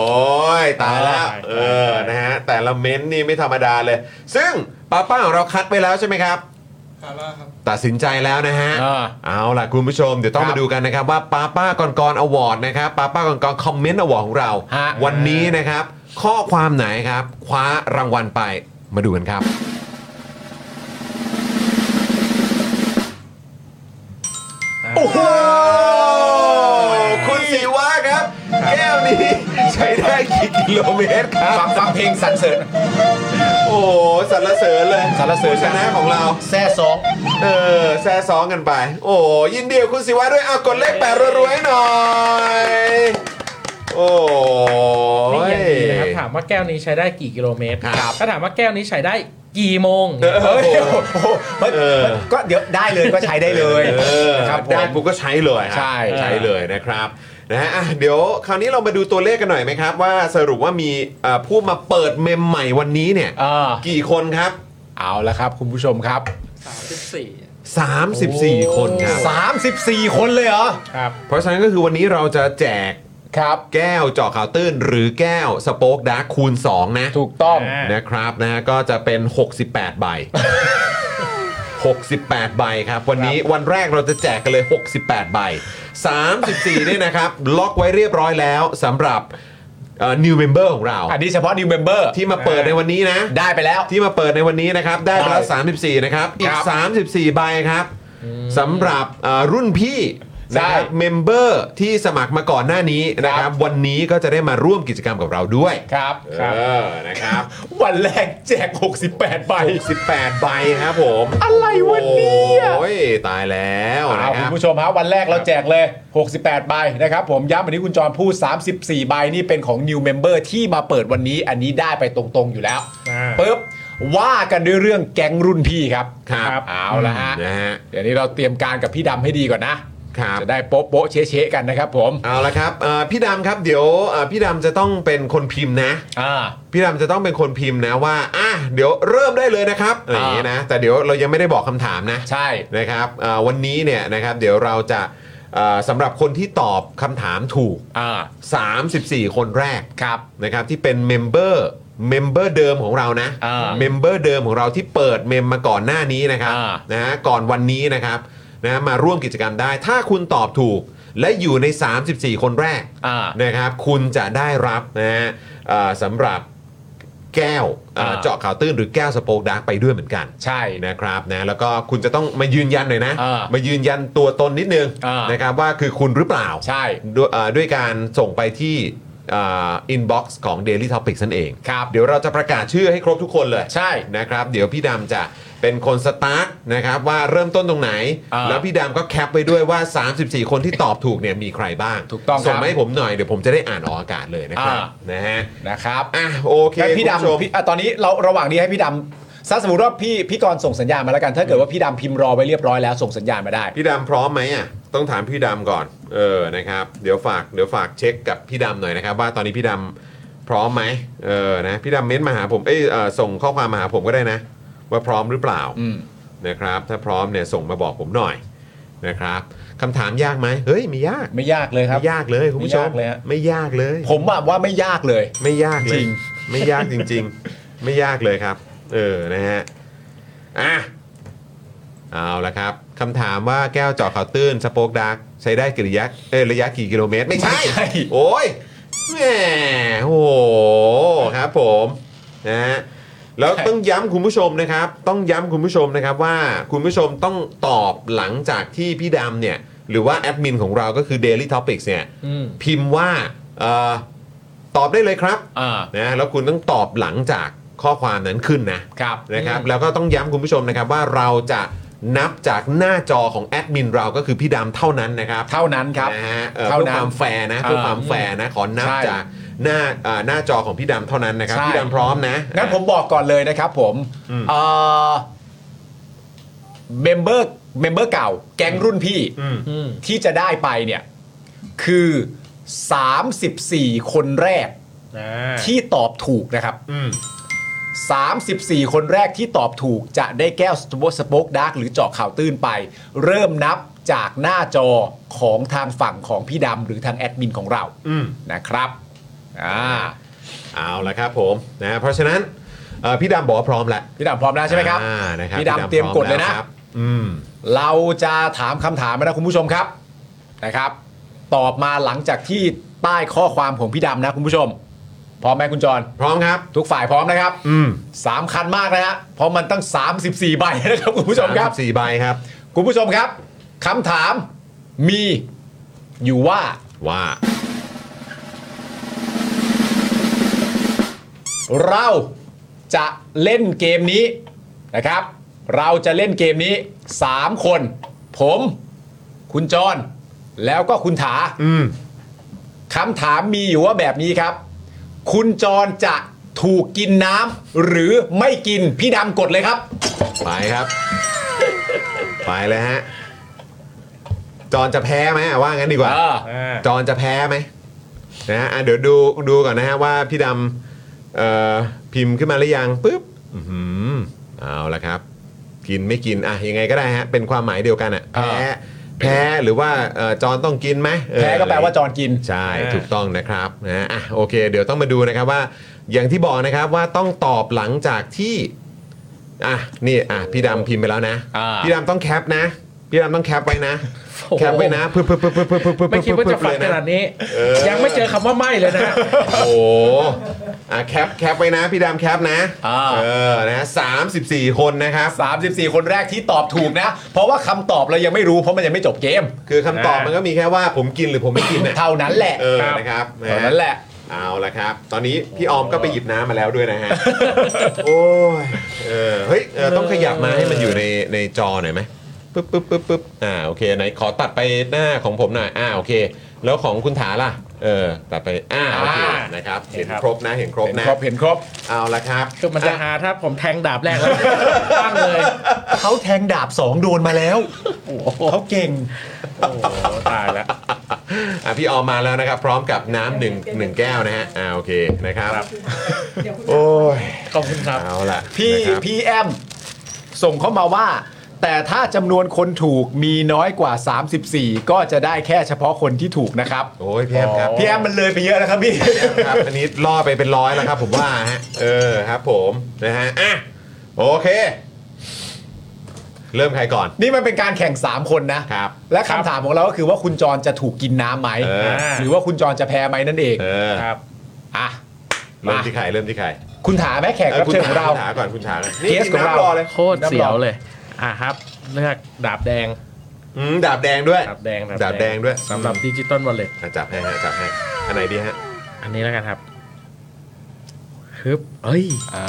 A: ยตายแล้ว
F: ตาย
A: เออนะฮะแต่ละเม้นต์นี่ไม่ธรรมดาเลย ซึ่งป้าป้าของเราคัดไปแล้วใช่ไหมครับ
E: ครับว่าครับ
A: ตัดสินใจแล้วนะฮะ
B: อ่า
A: เอาล่ะคุณผู้ชมเดี๋ยวต้อง
B: ครับ
A: มาดูกันนะครับว่าป้าป้ากรกรอวอร์ดนะครับป้าป้ากรกรคอมเมนต์อวอร์ดของเรา
B: ฮะ
A: วันนี้นะครับ ข้อความไหนครับ คว้ารางวัลไปมาดูกันครับ โอ้โหคุณสีวะครับ แก้วนี้ใช้ได้กี่กิโลเมตรครับ
B: ฟังฟังเพลงสรรเสริญ
A: โอ้โหสรรเสริญเลย
B: สรรเสริญ
A: ผู้ชนะของเรา
B: แซ่สอง
A: เออแซ่ซ้องกันไป โอ้โหยินดีกับคุณศิวะด้วยเอากดเลขแปดรัวๆให้หน่อย โอ้ย
F: นี่ยังดีนะครับถามว่าแก้วนี้ใช้ได้กี่กิโลเมตร
A: ครับ
F: ถ้าถามว่าแก้วนี้ใช้ได้กี่โมง
B: เฮ้ยโอ้โหมัน
A: เออ
B: มัน ก็เดี๋ยวได้เลยก็ใช้ได้เลย
A: เออ
B: ครับผม
A: ได้ปุ๊บก็ใช้เลยฮะ
B: ใช่
A: ใช้เลยนะครับนะฮะอ่ะเดี๋ยวคราวนี้เรามาดูตัวเลขกันหน่อยไหมครับ ว่าสรุปว่ามีเอ่อผู้มาเปิดเมมใหม่วันนี้เนี่ย
B: เออ
A: กี่คนครับ
B: เอาละครับ คุณผู้ชมครับ
E: 34
A: 34 คนครับ
B: 34 คนเลยเหรอ
F: ครับ
A: เพราะฉะนั้นก็คือวันนี้เราจะแจก
B: ครับ
A: แก้วเจาะข่าวตื้น หรือแก้วสโป๊กดาร์คคูณ 2 นะ
B: ถูกต้อง
F: อ่า
A: นะครับนะฮะก็จะเป็น 68 ใบ 68 ใบครับ วันนี้วันแรกเราจะแจกกันเลย 68 ใบ 34 เนี่ยนะครับ ล็อกไว้เรียบร้อยแล้วสำหรับเอ่อ new member ของเรา
B: อันนี้เฉพาะ new member ที่
A: ที่มาเปิดในวันนี้นะ
B: ได้ไปแล้ว
A: ที่มาเปิดในวันนี้นะครับ ได้ไปแล้ว 34 นะครับ อี
B: ค
A: ก
B: รับ
A: 34 ใบครับสำหรับเอ่อรุ่นพี่นะครับ
B: ได้
A: เมมเบอร์ที่สมัครมาก่อนหน้านี้นะค
B: ครั
A: รับ
B: บ
A: วันนี้ก็จะได้มาร่วมกิจกรรมกับเราด้วย
B: ครับ
A: เออนะครับ
B: วันแรกแจก 68 ใบ
A: 68 ใบครับผม
B: อะไรวะเนี่ย
A: โอ้ยตายแล้วนะ
B: เอา
A: ค
B: คุ
A: รั
B: ณ
A: บ
B: ผู้ชมฮะวันแรกเราแจกเลย 68 ใบนะครับ ผมย้ำอันนี้คุณจรพูด 34 ใบนี่เป็นของ new member ที่มาเปิดวันนี้ อันนี้ได้ไปตรงๆอยู่แล้ว
F: อ่า
B: ปึ๊บว่ากันด้วยเรื่องแก๊งรุ่นพี่ครับ
A: ครับ
B: เอาละฮะ
A: นะฮะ
B: เดี๋ยวนี้เราเตรียมการกับพี่ดำให้ดีก่อนนะครับ จะได้โป๊ะโป๊ะเช๊ะเช๊ะกันนะครับผม
A: เอาละครับเอ่อพี่ดำครับเดี๋ยวเอ่อพี่ดำจะต้องเป็นคนพิมพ์นะ
B: อ่า
A: พี่ดำจะต้องเป็นคนพิมพ์นะว่าอ่ะเดี๋ยวเริ่มได้เลยนะครับอะไรอย่างนี้นะ แต่เดี๋ยวเรายังไม่ได้บอกคำถามนะ
B: ใช่
A: นะครับเอ่อวันนี้เนี่ยนะครับเดี๋ยวเราจะเอ่อสำหรับคนที่ตอบคำถามถูก
B: อ่า
A: 34 คนแรก
B: ครับ
A: นะครับที่เป็นเมมเบอร์เมมเบอร์เดิมของเรานะ
B: อ่า
A: เมมเบอร์เดิมของเราที่เปิดเมมมาก่อนหน้านี้นะครับ
B: อ่า
A: นะฮะก่อนวันนี้นะครับนะฮะมาร่วมกิจกรรมได้ ถ้าคุณตอบถูกและอยู่ใน 34 คนแรก
B: อ่า
A: นะครับคุณจะได้รับนะฮะเอ่อสำหรับแก้วเอ่อ
B: อ่า
A: เจาะข่าวตื้นหรือแก้วสโปกดาร์กไปด้วยเหมือนกัน
B: ใช่
A: นะครับนะแล้วก็คุณจะต้องมายืนยันหน่อยนะ
B: อ่า
A: มายืนยันตัวตนนิดนึง
B: อ่าน
A: นะครับว่าคือคุณหรือเปล่า
B: ใช่
A: ด้วยเอ่อด้วยการส่งไปที่อินบ็อกซ์ของ Daily Topics นั่นเอง
B: ครับ
A: เดี๋ยวเราจะประกาศชื่อให้ครบทุกคนเลย
B: ใช่
A: นะครับ เดี๋ยวพี่ดำจะเป็นคนสตาร์ทนะครับว่าเริ่มต้นตรงไหน
B: อ่า
A: แล้วพี่ดำก็แคปไปด้วยว่า 34 คนที่ตอบถูกเนี่ยมีใครบ้าง
B: ถูกต้องครับ
A: ส่งมาให้ผมหน่อยเดี๋ยวผมจะได้อ่านออกอากาศเลยนะครับ
B: อ่า
A: นะฮะ
B: นะครับ
A: อ่ะโอเค
B: งั้นพี่
A: คุณผู้ชม
B: ดำพี่อ่ะตอนนี้เราระหว่างนี้ให้พี่ดำถ้าสมมติว่าพี่พี่กรณ์ส่งสัญญาณมาแล้วกัน ถ้าเกิดว่าพี่ดำพิมพ์รอไว้เรียบร้อยแล้วส่งสัญญาณมาได้
A: พี่ดำพร้อมไหมอ่ะต้องถามพี่ดำก่อนเออนะครับเดี๋ยวฝากเดี๋ยวฝากเช็คกับพี่ดำหน่อยนะครับ ว่าตอนนี้พี่ดำพร้อมไหมเออนะพี่ดำเม้นมาหาผมเอ้ยเอ่อส่งข้อความมาหาผมก็ได้นะ ว่าพร้อมหรือเปล่า
B: อืม
A: นะครับถ้าพร้อมเนี่ยส่งมาบอกผมหน่อยนะครับคำถามยากไหมเฮ้ยไม่ยาก
B: ไม่ยากเลยครับ
A: ไม่ยากเลยคุณผู้ชม
B: ไม่ยากเลยฮะ
A: ไม่ยากเลย
B: ผมอะว่าไม่ยากเลย
A: ไม่ยากเล
B: จริ
A: ย
B: ง
A: ไม่ยากจริง ๆ ไม่ยากเลยครับ เออนะฮะอ่ะเอาละครับคำถามว่าแก้วเจาะข่าวตื้นสโปกดาร์กใช้ได้กี่ระยะเอยระยะกี่กิโลเมตร ไม่ใช่
B: ไม่ใช่
A: โอ้ยแหมโอ้โหครับผมนะฮะ
C: แล้วต้องย้ำคุณผู้ชมนะครับ ต้องย้ำคุณผู้ชมนะครับว่าคุณผู้ชมต้องตอบหลังจากที่พี่ดำเนี่ยหรือว่าแอดมินของเราก็คือ Daily Topics เนี่ย
F: อืม
C: พิมพ์ว่าเอ่อตอบได้เลยครับ
B: อ่า
C: นะแล้วคุณต้องตอบหลังจากข้อความนั้นขึ้นนะ
B: ครับ
C: นะครับแล้วก็ต้องย้ำคุณผู้ชมนะครับว่าเราจะนับจากหน้าจอของแอดมินเราก็คือพี่ดำเท่านั้นนะครับ
B: เท่านั้นครับ
C: นะฮะเอ่อ
B: เท่า
C: เพื่อ
B: นั้น
C: ความแฟร์นะเพื่อความแฟร์นะขอนับ
B: ใช่
C: จากหน้าเอ่อหน้าจอของพี่ดำเท่านั้นนะครับ
B: ใช่
C: พี่ดำพร้อมนะ
B: งั้นผมบอกก่อนเลยนะครับผมเอ่อเมมเบอร์เมมเบอร์เก่า แก๊งรุ่นพี่
C: อืม
F: อืม
B: ที่จะได้ไปเนี่ย คือ 34 คนแรก
F: อ่า
B: ที่ตอบถูกนะครับ
C: อืม
B: 34 คนแรกที่ตอบถูกจะได้แก้วสโปสโป๊กดาร์กหรือเจาะข่าวตื้นไป เริ่มนับจากหน้าจอของทางฝั่งของพี่ดำหรือทางแอดมินของเรา
C: อืม
B: นะครับอ่า
C: เอาละครับผมนะเพราะฉะนั้นเอ่อพี่ดำบอกว่าพร้อมแล้ว
B: พี่ดำพร้อมแล้วใช่ไหมครับ
C: อ่านะครับ
B: พี่ดำเตรียมกดเลยนะ
C: พร้อแวครับอืม
B: เราจะถามคำถามนะคุณผู้ชมครับนะครับ ตอบมาหลังจากที่ใต้ข้อความของพี่ดำนะคุณผู้ชม พร้อมไหมคุณจร
C: พร้อมครับ
B: ทุกฝ่ายพร้อมนะครับ
C: อืม
B: สามคันมากนะฮะเพราะมันตั้ง 34 ใบนะครับคุณผู้ชมครับ
C: สี่ใบครับ
B: คุณผู้ชมครับคำถามมีอยู่ว่า
C: ว่า
B: เราจะเล่นเกมนี้นะครับ เราจะเล่นเกมนี้ 3 คน ผม คุณจร แล้วก็คุณถา
C: อืม
B: คำถามมีอยู่ว่าแบบนี้ครับ คุณจรจะถูกกินน้ำหรือไม่กินพี่ดำกดเลยครับ
C: ไปครับ ไปเลยฮะจอนจะแพ้ไหมว่างั้นดีกว่า
B: เออ
F: อ่า
C: จอนจะแพ้ไหมนะฮะอ่ะเดี๋ยวดูดูก่อนนะฮะว่าพี่ดำเอ่อพิมพ์ขึ้นมาหรือยังปุ๊บอื้อหือเอาละครับ กินไม่กินอ่ะยังไงก็ได้ฮะเป็นความหมายเดียวกันอะ
B: อ่า
C: แพ้แพ้หรือว่าเอ่อจอนต้องกินไหมเออ
B: แพ้ก็แปลว่าจรกิน
C: ใช่ถูกต้องนะครับนะฮะอ่ะโอเค เดี๋ยวต้องมาดูนะครับว่า อย่างที่บอกนะครับว่าต้องตอบหลังจากที่อ่ะนี่อ่ะพี่ดำพิมพ์ไปแล้วนะ
B: อ่า
C: พี่ดำต้องแคปนะ พี่ดำต้องแคปไว้นะ
F: โอ้โห
C: แคปไว้นะปึ๊บปึ๊บปึ๊บปึ๊บปึ๊บปึ๊บปึ๊บ
F: ไม่คิดว่าจะฟัง
C: เลยนะ
F: ขนาดนี้
C: เออ
F: ยังไม่เจอคำว่าไม่เลยนะ
C: โอ้โหอ่ะแคปแคปไว้นะ พี่ดำแคปนะ
B: อ่า
C: เออ นะสามสิบสี่คนนะครับ
B: 34 คนแรกที่ตอบถูกนะ เพราะว่าคำตอบเรายังไม่รู้เพราะมันยังไม่จบเกม
C: คือคำตอบมันก็มีแค่ว่าผมกินหรือผมไม่กินนะ
B: เท่านั้นแหละ
C: เออ
F: ครับ
C: นะครับ
B: เท่านั้นแหละ
C: เอาละครับ ตอนนี้พี่ออมก็ไปหยิบน้ำมาแล้วด้วย นะฮะ โอ้ย เออ เฮ้ยเออต้องขยับมาให้มันอยู่ในในจอหน่อยไหมปึ๊บปึ๊บปึ๊บปึ๊บอ่า โอเค ไหนขอตัดไปหน้าของผมหน่อย อ่า โอเค แล้วของคุณถาล่ะ เออ ตัดไป อ่า โอเค
F: อ่าน
C: นะครับ เห็นครบนะ เห็นครบ
B: เห็น
C: นะ
B: ครบเห็นครบ
C: เอาละครับ
F: คือมันจะหาถ้าผมแทงดาบแรกแล้ว ตั้งเลย
B: เขาแทงดาบสองโดนมาแล้วเขาเก่ง
F: โอ้โหตายแล้ว
C: อ่ะพี่ออมมาแล้วนะครับ พร้อมกับน้ำหนึ่งหนึ่งแก้วนะฮะอ่าโอเคนะครับ โอ้ย
F: ขอบคุณครับ
C: เอาล่ะ
B: พี่
C: นะครับ
B: พี่แอมส่งเข้ามาว่า แต่ถ้าจำนวนคนถูกมีน้อยกว่า 34 ก็จะได้แค่เฉพาะคนที่ถูกนะครับ
C: โอ้ยพี่แอมครับ
F: อ๋อ
C: พี่
B: พี่แอมมันเลยไปเยอะนะครับพี่
C: แอมครับอันนี้ล่อไปเป็นร้อยแล้วครับผมว่าฮะเออครับผมนะฮะอ่ะโอเค เริ่มใครก่อน
B: นี่มันเป็นการแข่ง 3 คนนะ
C: ครับ
B: และคำถามของเราก็คือว่าคุณจรจะถูกกินน้ำไหม
C: เอ
F: อ
B: หรือว่าคุณจรจะแพ้ไหมนั่นเอง
C: เออ
F: ครับ
B: อ่ะ
C: เริ่มที่ใครเริ่มที่ใคร
B: คุณถามไหมแขก
C: เออ
B: รับ
C: คุณ
B: เชิญของ
C: ถา
B: เรา
C: คุณถาก่อนคุณถาก่อนนี่
B: เกสของเรา
C: น้ำรอเลย
F: โคตรเสียวเลย อ่ะครับ เลือกดาบแดง
C: อืมดาบแดงด้วย
F: ดาบแดง
C: ดาบแดงด้วย
F: สำหรับดิจิตอลวอลเล็ต
C: อ่ะจับให้ฮะจับให้อันไหนดีฮะ
F: อันนี้แล้วกันครับฮึบเอ้ย
B: อ่า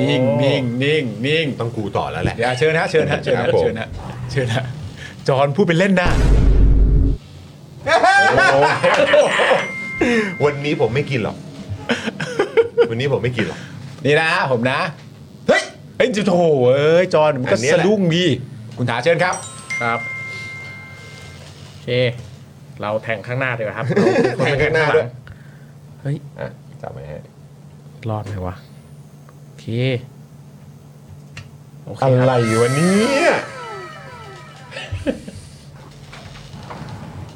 B: นิ่งนิ่งนิ่งนิ่ง
C: ต้องกูต่อแล้วแหละ
B: เดี๋ยวเชิญนะเชิญนะเชิญ
C: ครั
B: นะ
C: บผม
B: เชิญนะเชิญนะจอห์นพูดเป็นเล่นนะ
C: วันนี้ผมไม่กินหรอก วันนี้ผมไม่กินหรอก
B: นี่นะผมนะ เฮ้ยเฮ้ยจะโถเอ้ยจอห์นมันก็
C: อันเนี้ยแห
B: สะ
C: ละ
B: ดุ้งดีคุณถาเชิญครับ
F: ครับโอเค เราแทงข้างหน้าดีกว่าครับ
C: แทงข้างหน้าด้วย
F: เฮ้ย
C: อ่ะจับไหมฮะ
F: รอดไหมวะ โอเค โอเค
C: อะ
F: ค
C: ไร
F: รับ
C: วะเนี่ยนี่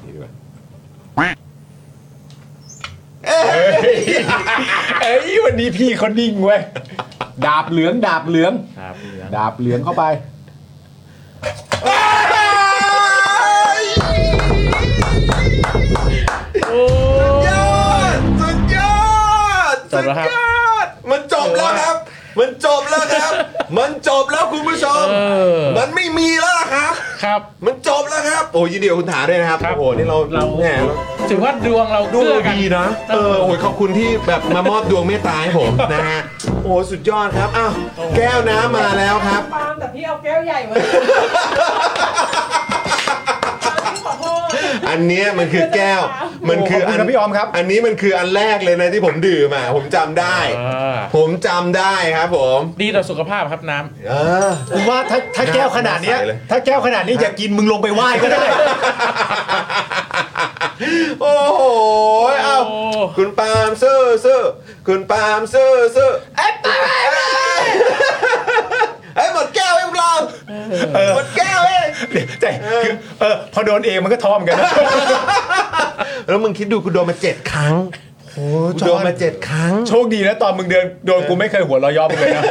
C: ดีกว่า
B: เอ้ยวันนี้พี่เขานิ่งเว้ยดาบเหลืองดาบเหลือง
F: ครับเหลือง
B: ดาบเหลืองเข้าไป
F: โอ้
C: สุดยอด
F: จบแล้วครับ
C: มันจบแล้วครับ มันจบแล้วครับ มันจบแล้วคุณผู้ชม
F: เออ
C: มันไม่มีแล้วล่ะครับ
F: ครับ
C: มันจบแล้วครับ โอ้ยยินดีกับคุณถาด้วยนะครับ
F: ครับ
C: โอ้โห นี่เรา
F: เรา
C: แหม
F: ถือว่าดวงเรา
C: ดวง
F: เกื้
C: เรา
F: อกัน
C: ดีนะ เออ โอ้ยขอบคุณที่แบบมามอบดวงเมตตาให้ผมนะฮะ โอ้โหสุดยอดครับ อ้าว แก้วน้ำมาแล้วครับ
H: ปาล์มแต่พี่เอาแก้วใหญ่มาปาล์มพี่ขอโทษ
C: อันเนี้ยมันคือแก้ว มันคือ
B: ข
C: อั
B: อบคุณครับพี่ออมครับ
C: อันนี้มันคืออันแรกเลยนะที่ผมดื่มอ่ะ ผมจำได้
F: อ่า
C: ผมจำได้ครับผม
F: ดีต่อสุขภาพครับน้ำ
C: เออ
B: ผมว่าถ้าถ้าแก้วขนาดเนี้ย
C: ใส่เลย
B: ถ้าแก้วขนาดนี้อย่ากินมึงลงไปไหว้ก็ได้
C: โอ้โหเอ้า
F: โอ้
C: คุณปาล์มซื้อซื้อคุณปาล์มซื้อซื้อเอ้ยปาล์มเอ้ยหมดแก้วให้พวกเราหมดแก้วเอ้ย
B: แต่คือเออพอโดนเองมันก็ท้อมอนกันนะ
C: แล้วมึงคิดดูกูโดนมาเจ็ดครั้งกูโดนมาเจ็ดครั้ง
B: โชคดีนะตอนมึงเดินโดนกูไม่เคยหัวเราะย่อมงเลยนะ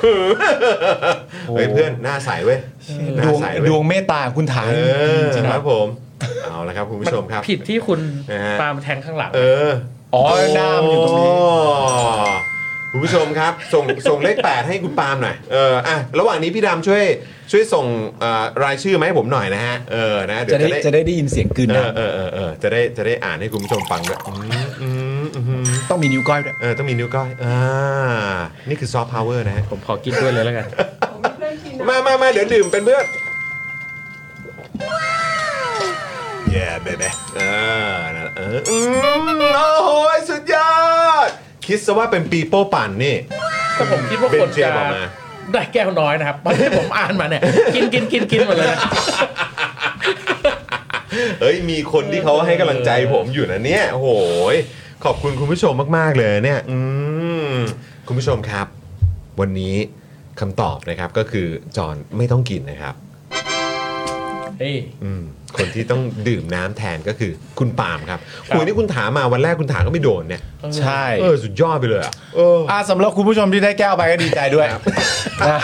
C: เฮ้ยเพื่อนหน้าใสเว้ยหน้า
B: ดวง
C: ใสเว้ย
B: ดวงเมตตาของคุณถาย
C: เออ
B: จริง
C: ค
B: ๆ
C: รั
B: นะ
C: บผม เอาละครับคุณผู้ชมครับ
F: ผิดที่คุณ
C: นะฮะ
F: ปาล์มแทงข้างหลัง
C: เออ
B: อ๋อหน้ามันอยู่ตรงนี้
C: คุณผู้ชมครับ ส่งส่งเลขแปดให้คุณปาล์มหน่อยเอออ่ะระหว่างนี้พี่ดำช่วยช่วยส่งเอ่อรายชื่อมาให้ผมหน่อยนะฮะเออนะเดี๋ย
B: จะ
C: ว
B: ได้
C: จะได้
B: จะได้ได้ยินเสียงกลืน
C: เอ
B: นะ
C: อเออเออเออจะได้จะได้อ่านให้คุณผู้ชมฟังด้วยอืมอืมอืม
B: ต้องมีนิ้วก้อยด้วย
C: เออต้องมีนิ้วก้อยอ่านี่คือซอฟต์พาวเวอร์นะฮะ
F: ผมขอกินด้วยเลยแล้วกัน
H: ผมมีเพื่อนกินนะ
C: มามามาเดี๋ยวดื่มเป็นเพื่อนเย้เบเบ้เออนั่นแหละเอออืมโอ้โหสุดยอด คิดซะว่าเป็นปีโป้ปั่นนี่
F: แต่ผมคิดว่า
C: เบ
F: คน
C: นเจ
F: จะ
C: มออกมา
F: ได้แก้วน้อยนะครับตอนที่ผมอ่าน มาเนี่ย กินกินกินกินหมดเลยนะ
C: เอ้ยมีคนที่เขาให้กำลังใจผมอยู่นะเนี่ยโอ้โหยขอบคุณคุณผู้ชมมาก ๆ เลยเนี่ยอืมคุณผู้ชมครับ วันนี้คำตอบนะครับก็คือจอห์นไม่ต้องกินนะครับ
F: เฮ้ย
C: อืมคนที่ต้องดื่มน้ำแทนก็คือคุณปาล์มครับ
F: ครับ
C: คุยนี่คุณถามมาวันแรกคุณถามก็ไม่โดนเนี่ย
B: ใช่
C: เออสุดยอดไปเลยอ่ะเออ
B: อ่ะสำหรับคุณผู้ชมที่ได้แก้วไปก็ดีใจด้วยนะ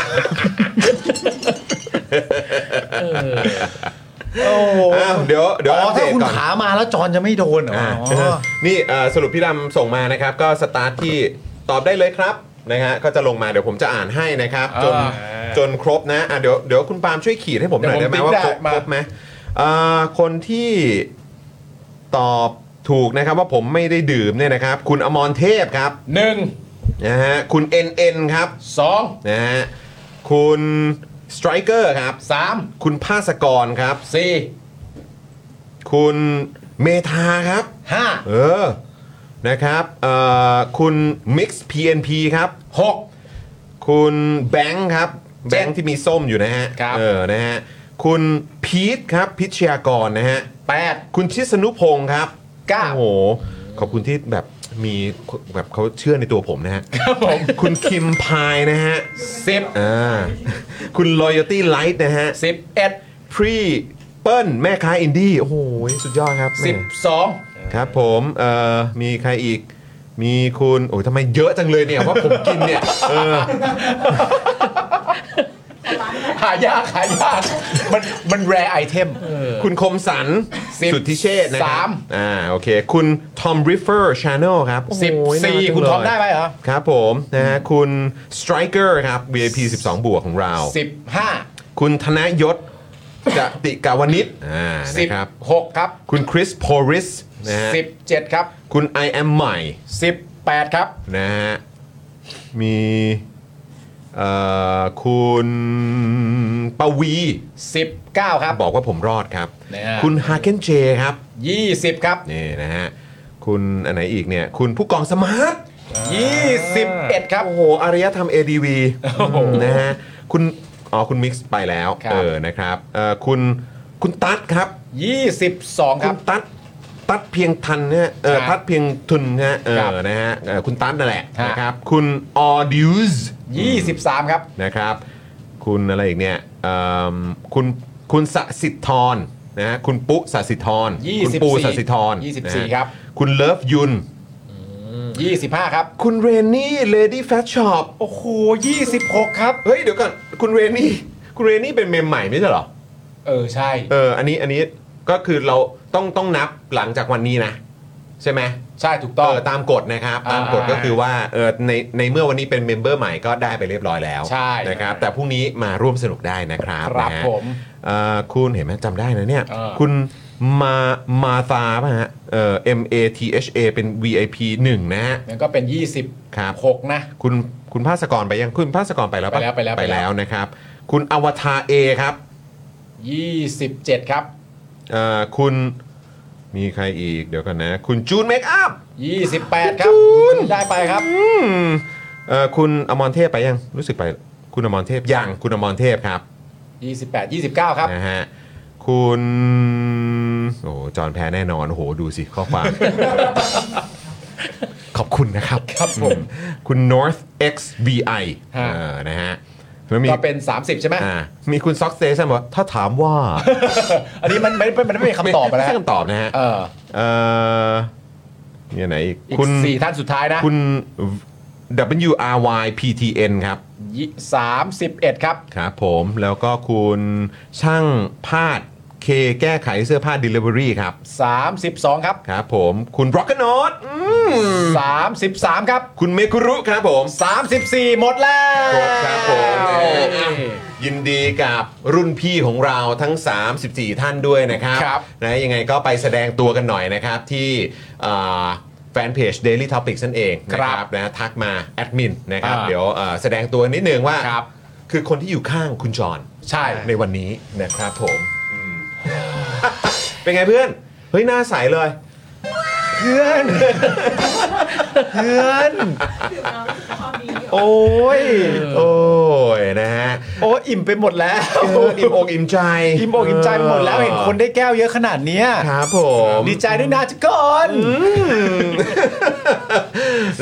F: เออ
B: โอ้โห
C: อ้าวเดี๋ยวเดี๋ยว
B: อ๋อ
C: ปเด
B: ถ้า
C: ต
B: คุณ
C: ก่อน
B: ถามมาแล้วจอนจะไม่โดนเหรอ
C: อ่า
B: อ๋อ
C: นี่เอ่อสรุปพี่ดำส่งมานะครับ ก็สตาร์ทที่ตอบได้เลยครับนะฮะก็จะลงมาเดี๋ยวผมจะอ่านให้นะครับ จน
B: อ่า
C: จนครบนะอ่ะเดี๋ยวเดี๋ยวคุณปาล์มช่วยขีดให้ผมหน่อย
B: เดี๋
C: ได้
B: ยวผม
C: ไหมว่าครบ
B: ติ๊กได้มา
C: ครบไหมอ่าคนที่ตอบถูกนะครับว่าผมไม่ได้ดื่มเนี่ยนะครับ คุณอมรเทพครับ
B: หนึ่ง
C: นะฮะคุณ NN ครับ
B: สอง
C: นะฮะคุณสไตรเกอร์ครับ
B: สาม
C: คุณภาสกรครับ
B: สี่
C: คุณเมธาครับ
B: ห้า
C: เออ นะครับเอ่อคุณ Mix PNP ครับ
B: หก
C: คุณแบงค์ครับ
B: เจ็ด
C: แบงค์ที่มีส้มอยู่นะฮะ
B: ครับ
C: เออ นะฮะ คุณพีทครับ พิชยากรนะฮะ
B: แปด
C: คุณชิสนุพงศ์ครับ
B: เก้า
C: โอ้โห ขอบคุณที่แบบมีแบบเขาเชื่อในตัวผมนะฮะ
B: ครับผม
C: คุณคิมพายนะฮะ
B: สิบ
C: อ่า คุณ Loyalty Light นะฮะ
B: สิบเอ็ด
C: พรีเปิ้ลแม่ค้าอินดี้ โอ้โห สุดยอดครับแม่
B: สิบสอง
C: ครับผมเอ่อมีใครอีก มีคุณโอ้ยทำไมเยอะจังเลยเนี่ยว่าผมกินเนี่ยเออ
B: หายากหายาก มันมันแรไอเทม
C: คุณคมสัน
B: สิบ
C: สุทธิเชษฐ์นะครั
B: สาม
C: อ่าโอเค คุณทอมริฟเฟอร์ชานอลครับโอ้โห
B: สิบสี่
C: น่ารักจัง
B: คุณ
C: เลย
B: ทอมได้ไหมเหรอ
C: ครับผมนะฮะคุณสไตรเกอร์ครับ VIP 12 บวกของเรา
B: สิบห้า
C: คุณธนยศจติกาวนิชอ่า
B: สิบ
C: นะครับ
B: หกครับ
C: คุณคริสโพริสนะฮะ
B: สิบเจ็ดครับ
C: คุณ I am ใหม่
B: สิบแปดครับ
C: นะฮะ มีเอ่อคุณปวี
B: สิบเก้าครับ
C: บอกว่าผมรอดครับ
B: นะฮะ
C: คุณฮาเกนเจครับ
B: ยี่สิบครับ
C: นี่นะฮะ คุณอันไหนอีกเนี่ย คุณผู้กองสมาร์ท
B: ยี่สิบเอ็ดครับ
C: โอ้โหอารยธรรม ADV นะฮะ คุณอ๋อคุณมิกซ์ไปแล้ว
B: ครับ
C: เออนะครับเอ่อคุณคุณตั๊ดครับ
B: ยี่สิบสองค
C: คุ
B: รับ
C: ณตั๊ดตั๊ดเพียงทันนะฮะเออ
B: ครับ
C: ตั๊ดเพียงทุนนะฮะเอ
B: ครับ
C: อนะฮะเอ่อคุณตั๊ดนั่นแหละ
B: ฮะ
C: นะครับ คุณออดิวส์
B: ยี่สิบสามครับ
C: นะครับคุณอะไรอีกเนี่ยเอิ่มคุณคุณสสิทธรนะฮะคุณปุ๊สสิทธร
B: 24
C: คุณปูสสิทธร
B: 24
C: นะฮะ
B: ครับ
C: คุณเลิฟยุน
B: ยี่สิบห้าครับ
C: คุณเรนนี่เลดี้แฟชช็อป
B: โอ้โหยี่สิบหกครับ
C: เฮ้ยเดี๋ยวก่อนคุณเรนนี่คุณเรนนี่เป็นเมมใหม่ไม่ใช่เหรอ
B: เออ ใช่
C: เอออันนี้อันนี้ก็คือเราต้องต้องนับหลังจากวันนี้นะ ใช่ไหม
B: ใช่ถูกต้อง
A: เออตามกฎนะครับ ตามกฎก็คือว่าเออในในเมื่อวันนี้เป็นเมมเบอร์ใหม่ก็ได้ไปเรียบร้อยแล้ว
B: ใช่
A: นะครับ แต่พรุ่งนี้มาร่วมสนุกได้นะครับ
B: ครับ
A: นะฮะ
B: ผม
A: เอ่อคุณเห็นไหมจำได้นะเนี่ย
B: เออ
A: คุณมามาตาป่ะฮะเอ่อ M A T H A เป็น VIP 1 นะฮะ
B: งั้นก็เป็น
A: ครับ
B: 26 นะ
A: คุณคุณภาสกรไปยังคุณภาสกรไปแล้วะ
B: ไปแล้วไปแล้ว
A: ไป
B: ไปแล้ว
A: แล้วนะครับ คุณอวตารเอครับ
B: 27 ครับ
A: เอ่อคุณมีใครอีกเดี๋ยวกันนะ คุณจูนเมคอัพ
B: 28 ครับ ได้ไปครับ
A: อืมเอ่อคุณอมรเทพไปยังรู้สึกไปคุณอมรเทพยังคุณอมรเทพครับ
B: 28 29 ครับ
A: นะฮะคุณโอ้จอนแพ้แน่นอนโอ้โหดูสิข้อ ความ ขอบคุณนะครับ
B: ครับผม
A: อืคุณ North XVI
B: ฮะ
A: เออนะฮะแล้วมี
B: ก็เป็น 30 ใช่ไหม
A: อ่ามีคุณซ็อกเซชันบอกว่าถ้าถามว่า
B: อันนี้มันไม่มันไม่เป็นคำตอบ
A: ไม่
B: นะ
A: ใช่คำตอบนะฮะ
B: เออ
A: เอ่อมีอันไหนอีก
B: อีก
A: คุณ
B: สี่ท่านสุดท้ายนะ
A: คุณ WRYPTN ครับ
B: ยี่สามสิบเอ็ดครับ
A: ครับผมแล้วก็คุณช่างพาดเคแก้ไขเสื้อผ้า Delivery ครับ
B: 32 ครับ
A: ครับผมคุณ Rock n o t
B: 33 ครับ
A: คุณเมคุรุครับผม
B: 34 หมดแล้ว
A: ครบครับผมอ่ะยินดีกับรุ่นพี่ของเราทั้ง 34 ท่านด้วยนะครับ
B: ครับ
A: นะยังไงก็ไปแสดงตัวกันหน่อยนะครับ ที่อ่าแฟนเพจ Daily Topics นั่นเองนะค
B: ครั
A: รับบ นะทักมาแอดมินนะครับ
B: อ่า
A: เดี๋ยวอ่าแสดงตัวนิดนึงว่า
B: ครับ
A: คือคนที่อยู่ข้างคุณจอน
B: ใช่
A: ในวันนี้นะครับผม เป็นไงเพื่อน เฮ้ย หน้าใสเลย เพื่อน เพื่อน
I: ถึงแล้วความดี
B: โอ้ย
A: โอ้ยนะฮะ
B: โอ้อิ่มไปหมดแล้ว
A: เอออิ่มอกอิ่มใจ
B: อิ่มอกอิ่มใจไปหมดแล้วเห็นคนได้แก้วเยอะขนาดเนี้ย
A: ครับผม
B: ดีใจด้วยนะทุกคน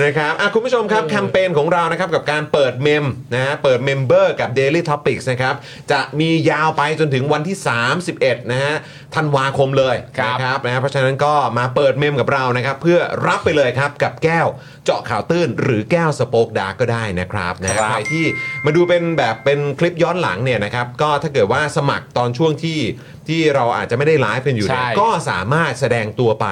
A: นะครับอ่ะคุณผู้ชมครับแคมเปญของเรานะครับ กับการเปิดเมมนะฮะเปิดเมมเบอร์กับ Daily Topics นะครับ จะมียาวไปจนถึงวันที่ 31 นะฮะธันวาคมเลยนะครับนะฮะเพราะฉะนั้นก็มาเปิดเมมกับเรานะครับ เพื่อรับไปเลยครับกับแก้วเจาะข่าวตื้น หรือแก้วสโปกดาร์กก็ได้นะครับนะฮะใครที่มาดูเป็นแบบเป็นคลิปย้อนหลังเนี่ยนะครับก็ถ้าเกิดว่าสมัครตอนช่วงที่ที่เราอาจจะไม่ได้ไลฟ์เป็นอยู่เนี่ยก็ ก็สามารถแสดงตัวไป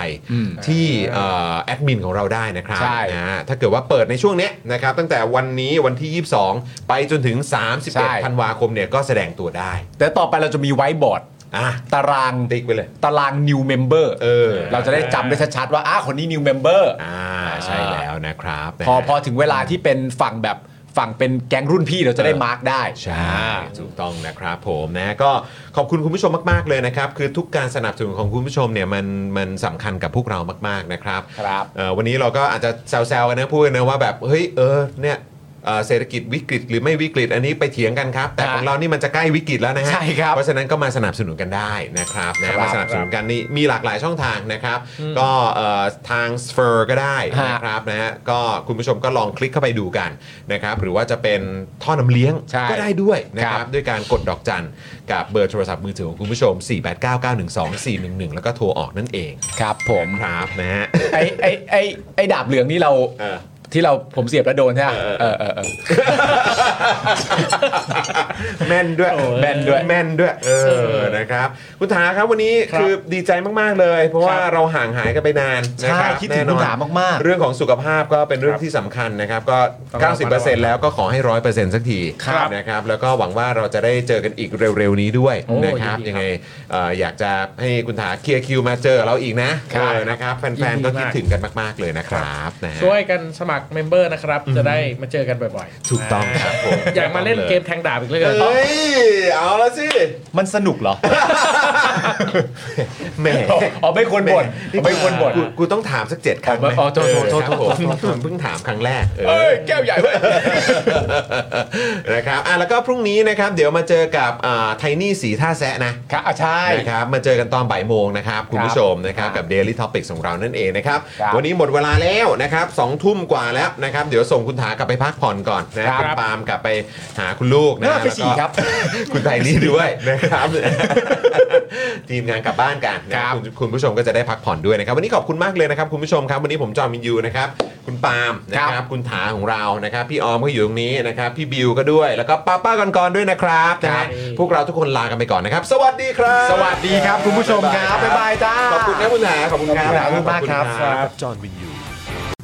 A: ที่เอ่อแอดมินของเราได้นะครับ
B: ใช่
A: นะฮะถ้าเกิดว่าเปิดในช่วงเนี้ยนะครับ ตั้งแต่วันนี้วันที่ 22 ไปจนถึง 31ธันวาคมเนี่ยก็แสดงตัวได้
B: แต่ต่อไปเราจะมีไวท์บอร์ด
A: อ่ะ
B: ตาราง
A: ติ๊กไปเลย
B: ตาราง new member
A: เออ
B: เราจะได้จำได้ชัดๆว่าอ้าคนนี้ new member
A: อ่าใช่แล้วนะครับนะ
B: พอ
A: ฮะ
B: พอถึงเวลาที่เป็นฝั่งแบบฝั่งเป็นแก๊งรุ่นพี่เราจะได้มาร์กได้
A: ใช่ถูกต้องนะครับผมนะก็ขอบคุณคุณผู้ชมมาก ๆ เลยนะครับ คือทุกการสนับสนุนของคุณผู้ชมเนี่ยมันมันสำคัญกับพวกเรามากๆนะครับ
B: ครับ
A: เอ่อวันนี้เราก็อาจจะแซวๆกันนะพูดกันนะว่าแบบเฮ้ยเออเนี่ยเอ่อเศรษฐกิจวิกฤตหรือไม่วิกฤตอันนี้ไปเถียงกันครับ แต่
B: ฮะ
A: ของเรานี่มันจะใกล้วิกฤตแล้วนะฮะ
B: ใช่ครับ
A: เพราะฉะนั้นก็มาสนับสนุนกันได้นะครับ
B: ครั
A: นะ
B: บ
A: มาสนับสนุนกันนี่มีหลากหลายช่องทางนะครับ ก็เอ่อทางสเฟอร์ก็ได้
B: ฮะ
A: นะครับนะฮะก็คุณผู้ชมก็ลองคลิกเข้าไปดูกันนะครับหรือว่าจะเป็นท่อน้ำเลี้ยง
B: ใช่
A: ก็ได้ด้วยนะค
B: ค
A: รั
B: รั
A: บบ ด้วยการกดดอกจันกับเบอร์โทรศัพท์มือถือของคุณผู้ชม 489912411 แล้วก็โทรออกนั่นเอง
B: ครับผม
A: ครับนะฮะ
B: ไอไอไอไอดาบเหลืองนี่เรา
A: เออ
B: ที่เราผมเสียบแล้วโดนใช่ไหมเออเออเออ
A: แม่นด้วย
F: โอ้ย
A: แม่นด้วยแม่นด้วยเออนะครับ คุณถาครับวันนี้
F: ครับ
A: คือดีใจมาก ๆ เลย เพราะว่า
F: ครับ
A: เราห่างหายกันไปนานนะรับ
B: ใช่คิดถึงคุณถามากๆ
A: เรื่องของสุขภาพก็เป็นเรื่อง
F: ครับ
A: ที่สำคัญนะครับ ก็
F: ต้องระมัดระวัง
A: 90%แล้วก็ขอให้ 100%สักที
F: ครับ
A: นะครับ แล้วก็หวังว่าเราจะได้เจอกันอีกเร็ว ๆ นี้ด้วย
F: โอ้
A: นะครับ
F: ยินดีครับ
A: ยังไงเอ่ออยากจะให้คุณถาเคลียร์คิวมาเจอเราอีกนะครับ เออนะครับแฟน
F: ยิน
A: ๆ
F: ดี
A: ก็คิด
F: มาก
A: ถึงกันมาก ๆ เลยนะครับนะฮะ
F: ช่วยกันสมัครเมมเบอร์นะครับ จะได้มาเจอกันบ่อยๆ
A: ถูกต้องครับผม
F: อยากมาเล่นเกมแทงดาบอีกเหลย
A: เอ้ยเอาละสิ
B: มันสนุกเหรอ
A: แหม
B: อ๋อไม่ควรบ่นไม่ควรบ่น
A: กูกูต้องถามสักเจ็ดครั้งไหม
B: อ๋อโทษโทษ
A: เออค
B: โทษ
A: รับผม
B: โทษโทษ
A: เพิ่งถามครั้งแรกเออ
B: เอ้ยแก้วใหญ่เว้ย
A: นะครับอ่ะแล้วก็พรุ่งนี้นะครับเดี๋ยวมาเจอกับไทนี่สีท่าแซะนะครับ
B: อ่ะใช่
A: นะครับมาเจอกันตอนบ่ายโมงนะครับคุณผู้ชมนะครับกับ Daily Topic ของเรานั่นเองนะครับ
B: ครับ
A: วันนี้หมดเวลาแล้วนะครับสองทุ่มกว่าแล้วนะครับเดี๋ยวส่งคุณถากลับไปพักผ่อนก่อนนะครับคุณปาล์มกลับไปหาคุณลูกนะ
B: เออไปฉี่
A: แล้วก็
B: ครับ
A: คุณไทนี่ด้วยนะครับ ทีมงานกลับบ้านกันนะค
B: ครั
A: รับบ คุณคุณผู้ชมก็จะได้พักผ่อนด้วยนะครับ วันนี้ขอบคุณมากเลยนะครับ คุณผู้ชมครับวันนี้ผมจอมินยูนะครับ คุณปาล์มนะค
B: ครั
A: รับบ คุณถาของเรานะครับ พี่ออมก็อยู่ตรงนี้นะครับ พี่บิวก็ด้วยแล้วก็ป้าป้ากอนๆด้วยนะครับนะ
B: ครั
A: ฮะ
B: บ
A: พวกเราทุกคนลากันไปก่อนนะครับ สวัสดีครับ
B: สวัสดีครับคุณผู้ชมครับ บ๊ายบายจ้า
A: ขอบคุณนะคุณถาขอบคุณครับ
B: ขอบคุณมากครับ
A: จอห์นวินยู